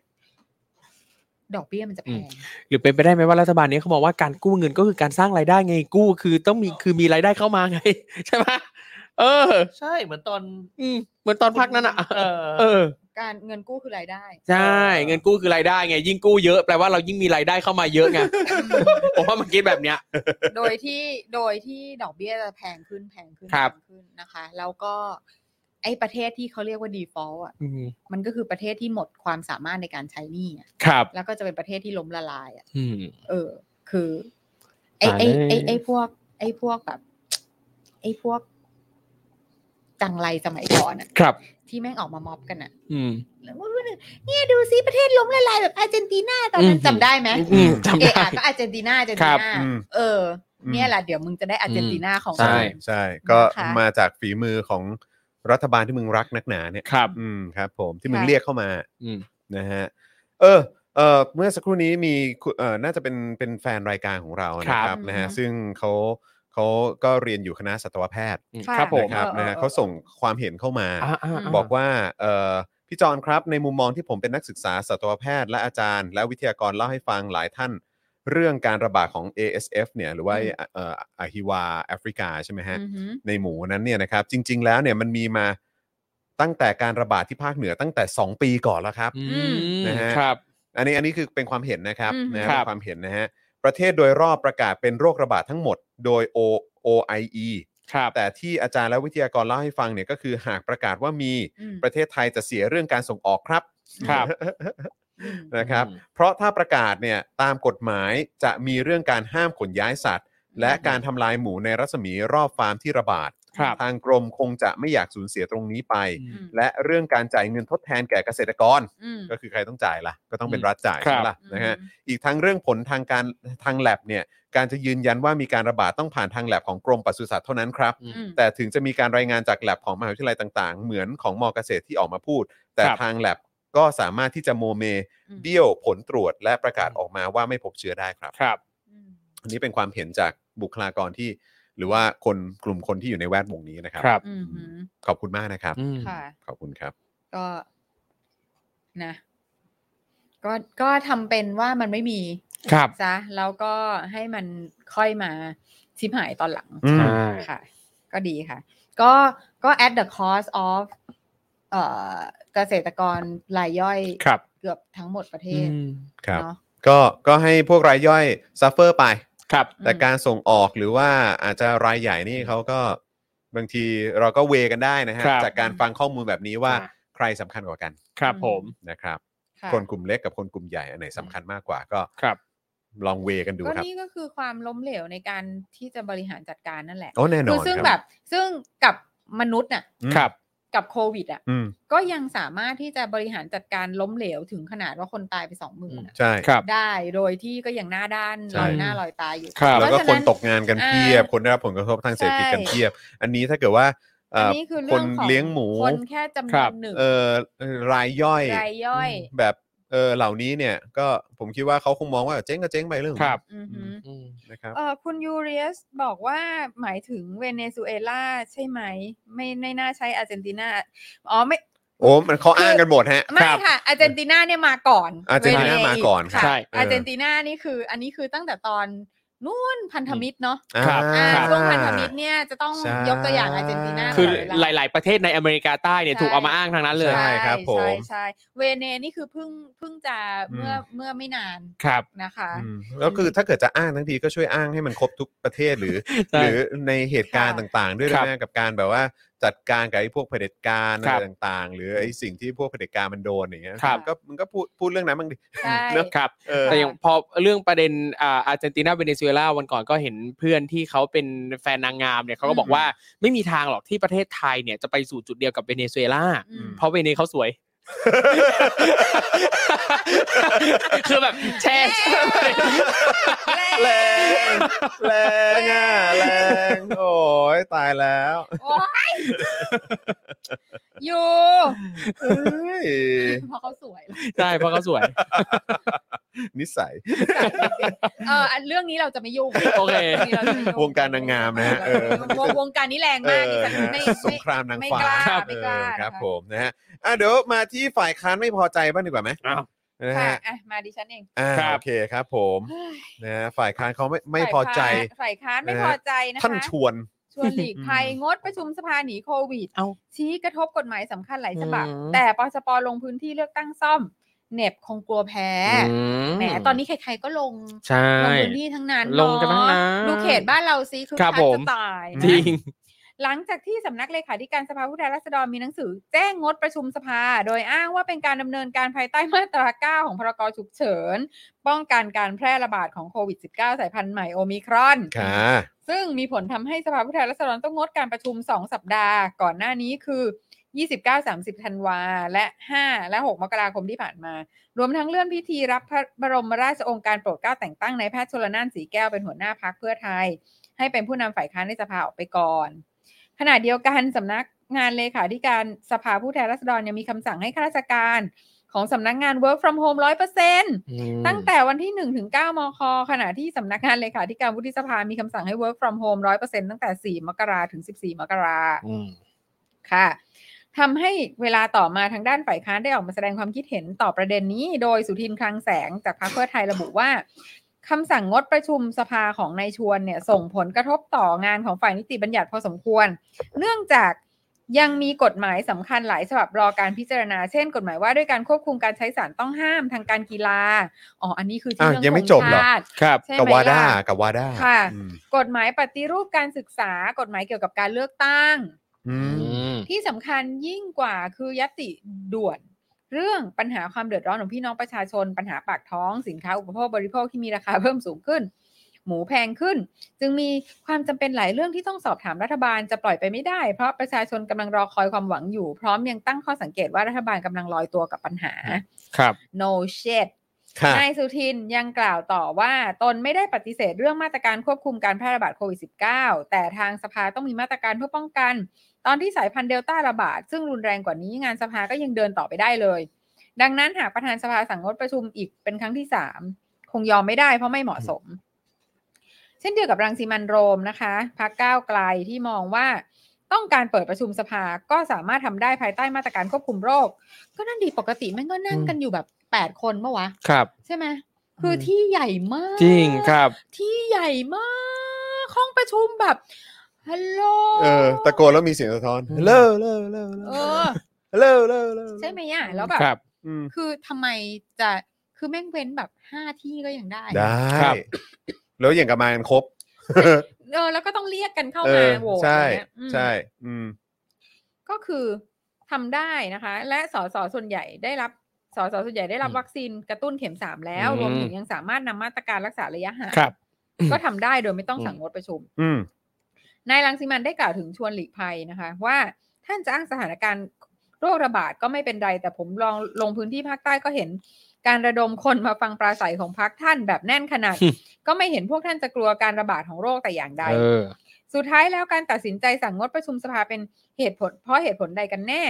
Speaker 4: ดอกเบี้ยมันจะแพ
Speaker 3: อื
Speaker 4: ง
Speaker 3: ม หรือเป็นไปได้ไหมว่ารัฐบาลเนี้เขาบอกว่าการกู้เงินก็คือการสร้างรายได้ไงกู้คือต้องมีคือมีรายได้เข้ามาไง (laughs) ใช่ไหมเออ
Speaker 5: ใช่เหมือนตอน
Speaker 3: อืมเหมือนตอนพักนั้นอ่ะ
Speaker 5: เออ
Speaker 3: เออ
Speaker 4: การเงินกู้คือรายได้
Speaker 3: ใช่ เงินกู้คือรายได้ไง ยิ่งกู้เยอะแปลว่าเรายิ่งมีรายได้เข้ามาเยอะไง (laughs) ผมว่ามันคิดแบบเนี้ย
Speaker 4: โดยที่โดยที่ดอกเบี้ยจะแพงขึ้นแพงขึ้น
Speaker 3: ครับ
Speaker 4: แพงขึ้นนะคะ แล้วก็ ไอ้ประเทศที่เขาเรียกว่า default อ่ะ
Speaker 3: อืม
Speaker 4: มันก็คือประเทศที่หมดความสามารถในการใช้หนี้อะ
Speaker 3: ครับ
Speaker 4: แล้วก็จะเป็นประเทศที่ล้มละลายอ่ะ
Speaker 3: อืม
Speaker 4: เออ คือไอ้
Speaker 3: ตาย
Speaker 4: ไอ้ไอ้
Speaker 3: แล้ว
Speaker 4: ไอ้พวก ไอ้พวกแบบ ไอ้พวก จังไรสมัยก่อนอะ
Speaker 3: ครับ
Speaker 4: ที่แม่งออกมาม็อบกันอะ
Speaker 3: อืม
Speaker 4: แล้วก็เนี่ยดูซิประเทศล้มละลายแบบอาร์เจนตินาตอนนั้น
Speaker 3: อืม
Speaker 4: จำได้ไหม
Speaker 3: อืมจำ
Speaker 4: เออ
Speaker 3: ได้
Speaker 4: อะก็อาร์เจนตินาอาร์เจน
Speaker 3: ค
Speaker 4: ติ
Speaker 3: รับ
Speaker 4: นา
Speaker 1: อืม
Speaker 4: เอออ
Speaker 1: ม
Speaker 4: เนี่ยแหละเดี๋ยวมึงจะได้อาร์เจนตินาของ
Speaker 3: ใช่
Speaker 4: มึง
Speaker 1: ใช่ ก็
Speaker 4: นะคะ
Speaker 1: มาจากฝีมือของรัฐบาลที่มึงรักนักหนาเนี่ย
Speaker 3: ครับ
Speaker 1: อืมครับผมที่มึงเรียกเข้ามา
Speaker 3: อืม
Speaker 1: นะฮะเออเออเมื่อสักครู่นี้มีคุณเออน่าจะเป็นเป็นแฟนรายการของเรานะค
Speaker 3: ครั
Speaker 1: รับบ นะฮะ
Speaker 4: อืม
Speaker 1: ซึ่งเขาเขาก็เรียนอยู่คณะสัตวแพทย์
Speaker 3: อืม
Speaker 4: ค่ะ
Speaker 3: ครับผม
Speaker 1: นะครับ
Speaker 4: เออ
Speaker 1: นะฮะ
Speaker 4: เออ
Speaker 1: เขาส่งความเห็นเข้ามา
Speaker 3: อ่าอ่าา
Speaker 1: บอกว่าเอ่อพี่จอนครับในมุมมองที่ผมเป็นนักศึกษาสัตวแพทย์ และอาจารย์ และวิทยากรเล่าให้ฟังหลายท่าน เรื่องการระบาดของ ASF เนี่ยหรือว่า
Speaker 4: อืม
Speaker 1: เอ่ออะฮิวาแอฟริกาใช่ไหมฮะ
Speaker 4: อือหือ
Speaker 1: ในหมูนั้นเนี่ยนะครับ จริง ๆ แล้วเนี่ยมันมีมาตั้งแต่การระบาดที่ภาคเหนือตั้งแต่ 2 ปีก่อนแล้วครับ
Speaker 3: อื
Speaker 4: ม
Speaker 3: ม
Speaker 1: นะฮะ
Speaker 3: ครับ
Speaker 1: อันนี้อันนี้คือเป็นความเห็นนะครับ
Speaker 4: อืม
Speaker 1: นะฮะ
Speaker 3: ครั
Speaker 1: เป็
Speaker 3: บ
Speaker 1: นความเห็นนะฮะประเทศโดยรอบประกาศเป็นโรคระบาดทั้งหมดโดย O OIE
Speaker 3: ครับ
Speaker 1: แต่ที่อาจารย์และวิทยากรเล่าให้ฟังเนี่ยก็คือหากประกาศว่ามี
Speaker 4: อืม
Speaker 1: ประเทศไทยจะเสียเรื่องการส่งออกครับ
Speaker 3: ครับ
Speaker 4: อืม
Speaker 1: นะครับ
Speaker 3: อืม
Speaker 1: เพราะถ้าประกาศเนี่ยตามกฎหมายจะมีเรื่องการห้ามขนย้ายสัตว์ และการทำลายหมูในรัศมีรอบฟาร์มที่ระบาด
Speaker 3: ครับ
Speaker 1: ทางกรมคงจะไม่อยากสูญเสียตรงนี้ไป
Speaker 3: อืม
Speaker 4: อืม
Speaker 1: และเรื่องการจ่ายเงินทดแทนแก่เกษตรกร
Speaker 4: อืม
Speaker 1: ก็คือใครต้องจ่ายล่ะ ก็ต้องเป็น
Speaker 3: อืม
Speaker 1: รัฐจ่าย
Speaker 3: ครั
Speaker 1: ใช่
Speaker 3: บ
Speaker 1: ไหมล่ะนะฮะอีกทั้งเรื่องผลทางการทางแลบเนี่ยการจะยืนยันว่ามีการระบาดต้องผ่านทางแลบของกรมปศุสัตว์เท่านั้นครับ
Speaker 4: อืม
Speaker 1: แต่ถึงจะมีการรายงานจากแลบของมหาวิทยาลัยต่าง ๆ เหมือนของมอเกษตรที่ออกมาพูด แต่
Speaker 3: ครับ
Speaker 1: ทางแลบก็สามารถที่จะโมเม
Speaker 4: อืม
Speaker 1: เบี้ยวผลตรวจและประกาศออกมาว่าไม่พบเชื้อได้ครับ
Speaker 3: ครับ
Speaker 4: อืม
Speaker 1: อันนี้เป็นความเห็นจากบุคลากรที่ หรือว่าคนกลุ่มคนที่อยู่ในแวดวงนี้นะครับ
Speaker 3: ครับ
Speaker 4: อืมหือ
Speaker 1: ขอบคุณมากนะครับ
Speaker 3: อืม
Speaker 4: ค่ะ
Speaker 1: ขอบคุณครับ
Speaker 4: ก็นะก็ก็ทำเป็นว่ามันไม่มี
Speaker 3: ครับ
Speaker 4: ซะแล้วก็ให้มันค่อยมาชิบหายตอนหลัง
Speaker 1: อืม
Speaker 4: ค่ะ ก็ดีค่ะ ก็ก็ at the cost of เอ่อเกษตรกรรายย่อย
Speaker 3: ครับ
Speaker 4: เกือบทั้งหมดประเท
Speaker 3: อื
Speaker 4: ศ
Speaker 3: ม
Speaker 1: ครับ
Speaker 4: เนาะ
Speaker 1: ก็ก็ให้พวกรายย่อยซัฟเฟอร์ไป
Speaker 3: ครับ
Speaker 1: แต่
Speaker 4: อืม
Speaker 1: การส่งออกหรือว่าอาจจะรายใหญ่นี่เขาก็บางทีเราก็เวกันได้นะฮะ
Speaker 3: ครับ
Speaker 1: จากการฟังข้อมูลแบบนี้ว่า
Speaker 3: อ่า
Speaker 1: ใครสำคัญกว่ากัน
Speaker 3: ครับผม
Speaker 1: นะครับ
Speaker 4: ค่ะ
Speaker 1: คนกลุ่มเล็กกับคนกลุ่มใหญ่อันไหนสำคัญมากกว่าก็
Speaker 3: ครับ
Speaker 1: ลองเวกันดู
Speaker 4: ก็
Speaker 1: ครับ
Speaker 4: นี่ก็คือความล้มเหลวในการที่จะบริหารจัดการนั่นแหละ
Speaker 1: โอ้แน่นอ
Speaker 4: คื
Speaker 1: น
Speaker 4: ซึ่ง
Speaker 1: ครั
Speaker 4: แบบซึ่งกับมนุษย์น่ะ
Speaker 1: อืม
Speaker 3: ครับ
Speaker 4: กับโควิดอ่ะ
Speaker 1: อืม
Speaker 4: ก็ยังสามารถที่จะบริหารจัดการล้มเหลวถึงขนาดว่าคนตายไปสองหมื่น
Speaker 1: ใช่
Speaker 3: ครับ
Speaker 4: ได้โดยที่ก็ยังหน้าด้าน
Speaker 1: ใช่
Speaker 4: ลอยหน้าลอยตายอยู่
Speaker 3: ครับ
Speaker 1: แล้วก็
Speaker 4: เพราะฉะ
Speaker 1: ค
Speaker 4: นั้น น
Speaker 1: ตกงานกันเพียบ
Speaker 4: อ่า
Speaker 1: คนได้รับผลกระทบทางเศรษฐกิจกัน
Speaker 4: ใช่
Speaker 1: เพียบ อันนี้ถ้าเกิดว่าเอ่
Speaker 4: อัน
Speaker 1: อ
Speaker 4: นี้คือ
Speaker 1: ค
Speaker 4: เรื่อน งของ
Speaker 1: เลี้ยงหมู
Speaker 4: คนแค่จำน
Speaker 3: ครั
Speaker 4: ว
Speaker 3: บ
Speaker 4: นหนึ่ง
Speaker 1: เอ่อรายย่อย
Speaker 4: รายย่อย
Speaker 1: แบบ เออเหล่านี้เนี่ยก็ผมคิดว่าเขาคงมองว่าเจ๊งก็เจ๊งไปเรื่องของ
Speaker 3: ครับ
Speaker 4: อือหือ
Speaker 3: อืม
Speaker 1: นะครับ
Speaker 4: เออคุณยูเรียสบอกว่าหมายถึงเวเนซุเอลาใช่ไหม ไม่ไม่น่าใช้อาร์เจนตินาอ๋อไม่
Speaker 1: โอ้มันเขาอ้างกันหมดฮะ
Speaker 4: ไม่ค่ะอาร์เจนตินาเนี่ยมาก่อน
Speaker 1: อาร์เจนตินา
Speaker 4: เว
Speaker 1: มาก่อน
Speaker 4: ค่ะ
Speaker 3: ใช่
Speaker 4: อาร์เจนตินานี่คือ อันนี้คือตั้งแต่ตอนนู่นพันธมิตรเนาะ
Speaker 1: อ่า
Speaker 3: ครับ
Speaker 4: อ่าช่วงพันธมิตรเนี่ยจะต้อง
Speaker 1: ใช่
Speaker 4: ยกตัวอย่างอาร์เจนตินา
Speaker 3: คือ
Speaker 4: ก่นเว
Speaker 3: ห
Speaker 4: ลา
Speaker 3: ลาย ๆ ประเทศในอเมริกาใต้เนี่ย
Speaker 4: ใช่
Speaker 3: ถูกเอามาอ้างทางนั้นเลย
Speaker 1: ใช่ครับผม
Speaker 4: ใช่ใช่เวเนนี่คือเพิ่งเพิ่งจะเมื่อเมื่อไม่นาน
Speaker 3: ครับ
Speaker 4: นะคะ
Speaker 1: อืมแล้วคือถ้าเกิดจะอ้างทั้งทีก็ช่วยอ้างให้มันครบทุกประเทศหรือ
Speaker 3: ใช่
Speaker 1: หรือในเหตุการณ์ต่างๆ ด้วย
Speaker 3: ครับ
Speaker 1: นะกับการแบบว่าจัดการกับไอ้พวกเผด็จการอะ
Speaker 3: ครั
Speaker 1: ไร
Speaker 3: บ
Speaker 1: ต่างๆ หรือไอ้สิ่งที่พวกเผด็จการมันโดนอย่างเงี้ย
Speaker 3: ครับ
Speaker 1: มันก็มันก็พูดพูดเรื่องนั้นบ้างดิ
Speaker 4: ใช่
Speaker 1: เนอะ
Speaker 3: ครับ
Speaker 1: เออ
Speaker 3: แต่อย่างพอเรื่องประเด็นอ่าอาร์เจนตินาเวเนซุเอลาวันก่อนก็เห็นเพื่อนที่เขาเป็นแฟนนางงามเนี่ยเขาก็บอกว่าไม่มีทางหรอกที่ประเทศไทยเนี่ยจะไปสู่จุดเดียวกับเวเนซุเอลา
Speaker 4: อืม
Speaker 3: เพราะเวเนเขาส
Speaker 4: (laughs)
Speaker 3: วย คือแบบแช่
Speaker 1: แรงแรงอ่ะแรง
Speaker 3: (laughs)
Speaker 1: โอ้ยตายแล้ว
Speaker 4: โอ้
Speaker 1: (laughs)
Speaker 4: ยอยู่
Speaker 1: เอ้ย
Speaker 4: เพราะเขาสวย
Speaker 3: ใช่เพราะเขาสวย
Speaker 1: นิสัย
Speaker 4: เอออันเรื่องนี้เราจะไม่ยุ่ง
Speaker 3: โอเค
Speaker 4: รื่องนี้ราจะไม่ยุ่
Speaker 1: วงการนางงามนะฮะเออ
Speaker 4: วงวงการนี้แรงมากดิฉัน
Speaker 1: เออ
Speaker 4: ไม่
Speaker 1: ฮะส
Speaker 4: ไม่
Speaker 1: งครามนาง
Speaker 4: ไม่
Speaker 1: ฟ้าก
Speaker 4: ล้า
Speaker 1: ครับ
Speaker 4: ไม่กล้า
Speaker 1: เออครับ
Speaker 4: นะคะ
Speaker 1: ผมนะฮะอ่ะเดี๋ยวมาที่ฝ่ายค้านไม่พอใจบ้างดีกว่าไหม
Speaker 3: อ้าว
Speaker 1: นะ
Speaker 4: ค่ะ
Speaker 1: ฮะ
Speaker 4: อ่ะมาดิฉันเอง
Speaker 1: อ่า
Speaker 3: ครับ
Speaker 1: โอเคครับผมนะฮะฝ่ายค้านเขาไม่ไม่พอใจ
Speaker 4: ฝ่ายค้านไม่
Speaker 1: นะฮะ
Speaker 4: พอใจนะคะ
Speaker 1: ท่านชวน
Speaker 4: ชวนหลีกภัย
Speaker 1: อืม
Speaker 4: งดประชุมสภาหนีโควิด
Speaker 3: เอ้า
Speaker 4: ชี้กระทบกฎหมายสำคัญหลายฉบับ
Speaker 3: อืม
Speaker 4: แต่ปชปลงพื้นที่เลือกตั้งซ่อมเหน็บคงกลัวแพ้แหมตอนนี้ใครๆก็ลง
Speaker 3: ใช่
Speaker 4: ลงพื้นที่ทั้งนั้น
Speaker 3: ลงกันทั้งนั้น
Speaker 4: เอะดูเขตบ้านเราซิคือ
Speaker 3: ครับ
Speaker 4: คัก
Speaker 3: ผม
Speaker 4: จะตายนะ
Speaker 3: จริง
Speaker 4: หลังจากที่สำนักเลขาธิการสภาผู้แทนราษฎรมีหนังสือ แจ้งงดประชุมสภา โดยอ้างว่าเป็นการดำเนินการภายใต้มาตรา 9 ของพรกฉุกเฉิน ป้องกันการแพร่ระบาดของโควิด -19 สายพันธุ์ใหม่โอมิครอน
Speaker 1: ค่ะ
Speaker 4: ซึ่งมีผลทำให้สภาผู้แทนราษฎรต้องงดการประชุม 2 สัปดาห์ ก่อนหน้านี้คือ 29 30 ธันวา และ 5 และ 6 มกราคมที่ผ่านมา รวมทั้งเลื่อนพิธีรับพระบรมราชโองการโปรดเกล้าแต่งตั้งนายแพทย์ชลนานสีแก้วเป็นหัวหน้าพักเพื่อไทย ให้เป็นผู้นำฝ่ายค้านในสภาออกไปก่อน ขณะเดียวกันสำนักงานเลขาธิการสภาผู้แทนราษฎรยังมีคำสั่งให้ข้าราชการ ของสำนักงาน work from home 100% ตั้งแต่วันที่1ถึง9มค ขณะที่สำนักงานเลขาธิการวุฒิสภา มีคำสั่งให้ work from home 100%ตั้งแต่ 4 มกราถึง 14 มกราค่ะทำให้เวลาต่อมาทางด้านฝ่ายค้านได้ออกมาแสดงความคิดเห็นต่อประเด็นนี้ โดยสุทินคลังแสงจากพรรคเพื่อไทยระบุว่าคำสั่งงดประชุมสภาของนายชวนเนี่ยส่งผลกระทบต่องานของฝ่ายนิติบัญญัติพอสมควร เนื่องจากยังมีกฎหมายสำคัญหลายฉบับรอการพิจารณา เช่น กฎหมายว่าด้วยการควบคุมการใช้สารต้องห้ามทางการกีฬา อ๋อ อันนี้คือที่
Speaker 1: อ้าว
Speaker 4: เรื่อง
Speaker 1: ยังไม่จบเหรอ
Speaker 4: ธงชาติ
Speaker 3: ครับ
Speaker 4: ใช่
Speaker 1: กับ
Speaker 4: ไหม
Speaker 1: วาด้า
Speaker 4: ล่ะ
Speaker 1: กับวาด้า
Speaker 4: ค่ะ
Speaker 1: อืม
Speaker 4: กฎหมายปฏิรูปการศึกษากฎหมายเกี่ยวกับการเลือกตั้ง
Speaker 1: อืม
Speaker 4: (laughs) ที่สำคัญยิ่งกว่าคือยติด่วน เรื่องปัญหาความเดือดร้อนของพี่น้องประชาชน ปัญหาปากท้องสินค้าอุปโภคบริโภคที่มีราคาเพิ่มสูงขึ้น หมูแพงขึ้น จึงมีความจำเป็นหลายเรื่องที่ต้องสอบถามรัฐบาลจะปล่อยไปไม่ได้ เพราะประชาชนกำลังรอคอยความหวังอยู่ พร้อมยังตั้งข้อสังเกตว่ารัฐบาลกำลังลอยตัวกับปัญหา
Speaker 3: ครับ
Speaker 4: no shit
Speaker 1: ค่ะ
Speaker 4: นายสุทินยังกล่าวต่อว่าตนไม่ได้ปฏิเสธเรื่องมาตรการควบคุมการแพร่ระบาดโควิด -19 แต่ทางสภาต้องมีมาตรการเพื่อป้องกัน ตอนที่สายพันธุ์เดลต้าระบาด ซึ่งรุนแรงกว่านี้งานสภาก็ยังเดินต่อไปได้เลย ดังนั้นหากประธานสภาสั่งงดประชุมอีกเป็นครั้งที่ 3 คงยอมไม่ได้เพราะไม่เหมาะสม เช่นเดียวกับรังสีมันโรมนะคะพักก้าวไกลที่มองว่า ต้องการเปิดประชุมสภาก็สามารถทำได้ภายใต้มาตรการควบคุมโรค ก็นั่นดีปกติแม่งก็นั่งกันอยู่แบบแปดคนเมื่อวะ
Speaker 3: ครับ
Speaker 4: ใช่ไหมคือ
Speaker 3: ม
Speaker 4: ที่ใหญ่มาก
Speaker 3: จริงครับ
Speaker 4: ที่ใหญ่มาก ห้องประชุมแบบฮัลโหล
Speaker 1: เออตะโกนแล้วมีเสียงสะท้อน
Speaker 3: อืม
Speaker 1: เล่อเล่อเล่อ
Speaker 4: เอ
Speaker 1: เล่อ
Speaker 4: อ
Speaker 1: เล่อเล่อเล่อ
Speaker 4: ใช่ไหมอ่ะ แล้วแบบ
Speaker 3: ครับ
Speaker 1: อืม
Speaker 4: คือทำไมจะคือแม่งเว้นแบบห้าที่ก็ยังได้
Speaker 1: ได้
Speaker 3: ครับ
Speaker 1: แล้วอย่างกับมากันครบ
Speaker 4: เออแล้วก็ต้องเรียกกันเข้า
Speaker 1: เอ
Speaker 4: มา
Speaker 1: อ
Speaker 4: โหวต
Speaker 1: ใช่
Speaker 4: อย่างเงี้ยอืม
Speaker 1: ใช่อืม
Speaker 4: ก็คือทำได้นะคะ และสสส่วนใหญ่ได้รับสสส่วนใหญ่ได้รับ
Speaker 3: อืม
Speaker 4: วัคซีนกระตุ้นเข็มสามแล้ว
Speaker 3: อืม
Speaker 4: รวมถึงยังสามารถนำมาตรการรักษาระยะห่าง
Speaker 3: ครับ
Speaker 4: ก็ทำได้โดยไม่ต้อง
Speaker 3: อืม
Speaker 4: สั่งงดประชุม
Speaker 1: อืม
Speaker 4: นายรังสิมันได้กล่าวถึงชวนหลีกภัยนะคะ ว่าท่านจะอ้างสถานการณ์โรคระบาดก็ไม่เป็นไร แต่ผมลองลงพื้นที่ภาคใต้ก็เห็น การระดมคนมาฟังปราศัยของพรรคท่านแบบแน่นขนาด ก็ไม่เห็นพวกท่านจะกลัวการระบาดของโรคแต่อย่างใด
Speaker 3: เออ
Speaker 4: สุดท้ายแล้วการตัดสินใจสั่งงดประชุมสภาเป็นเหตุผล เพราะเหตุผลใดกันแน่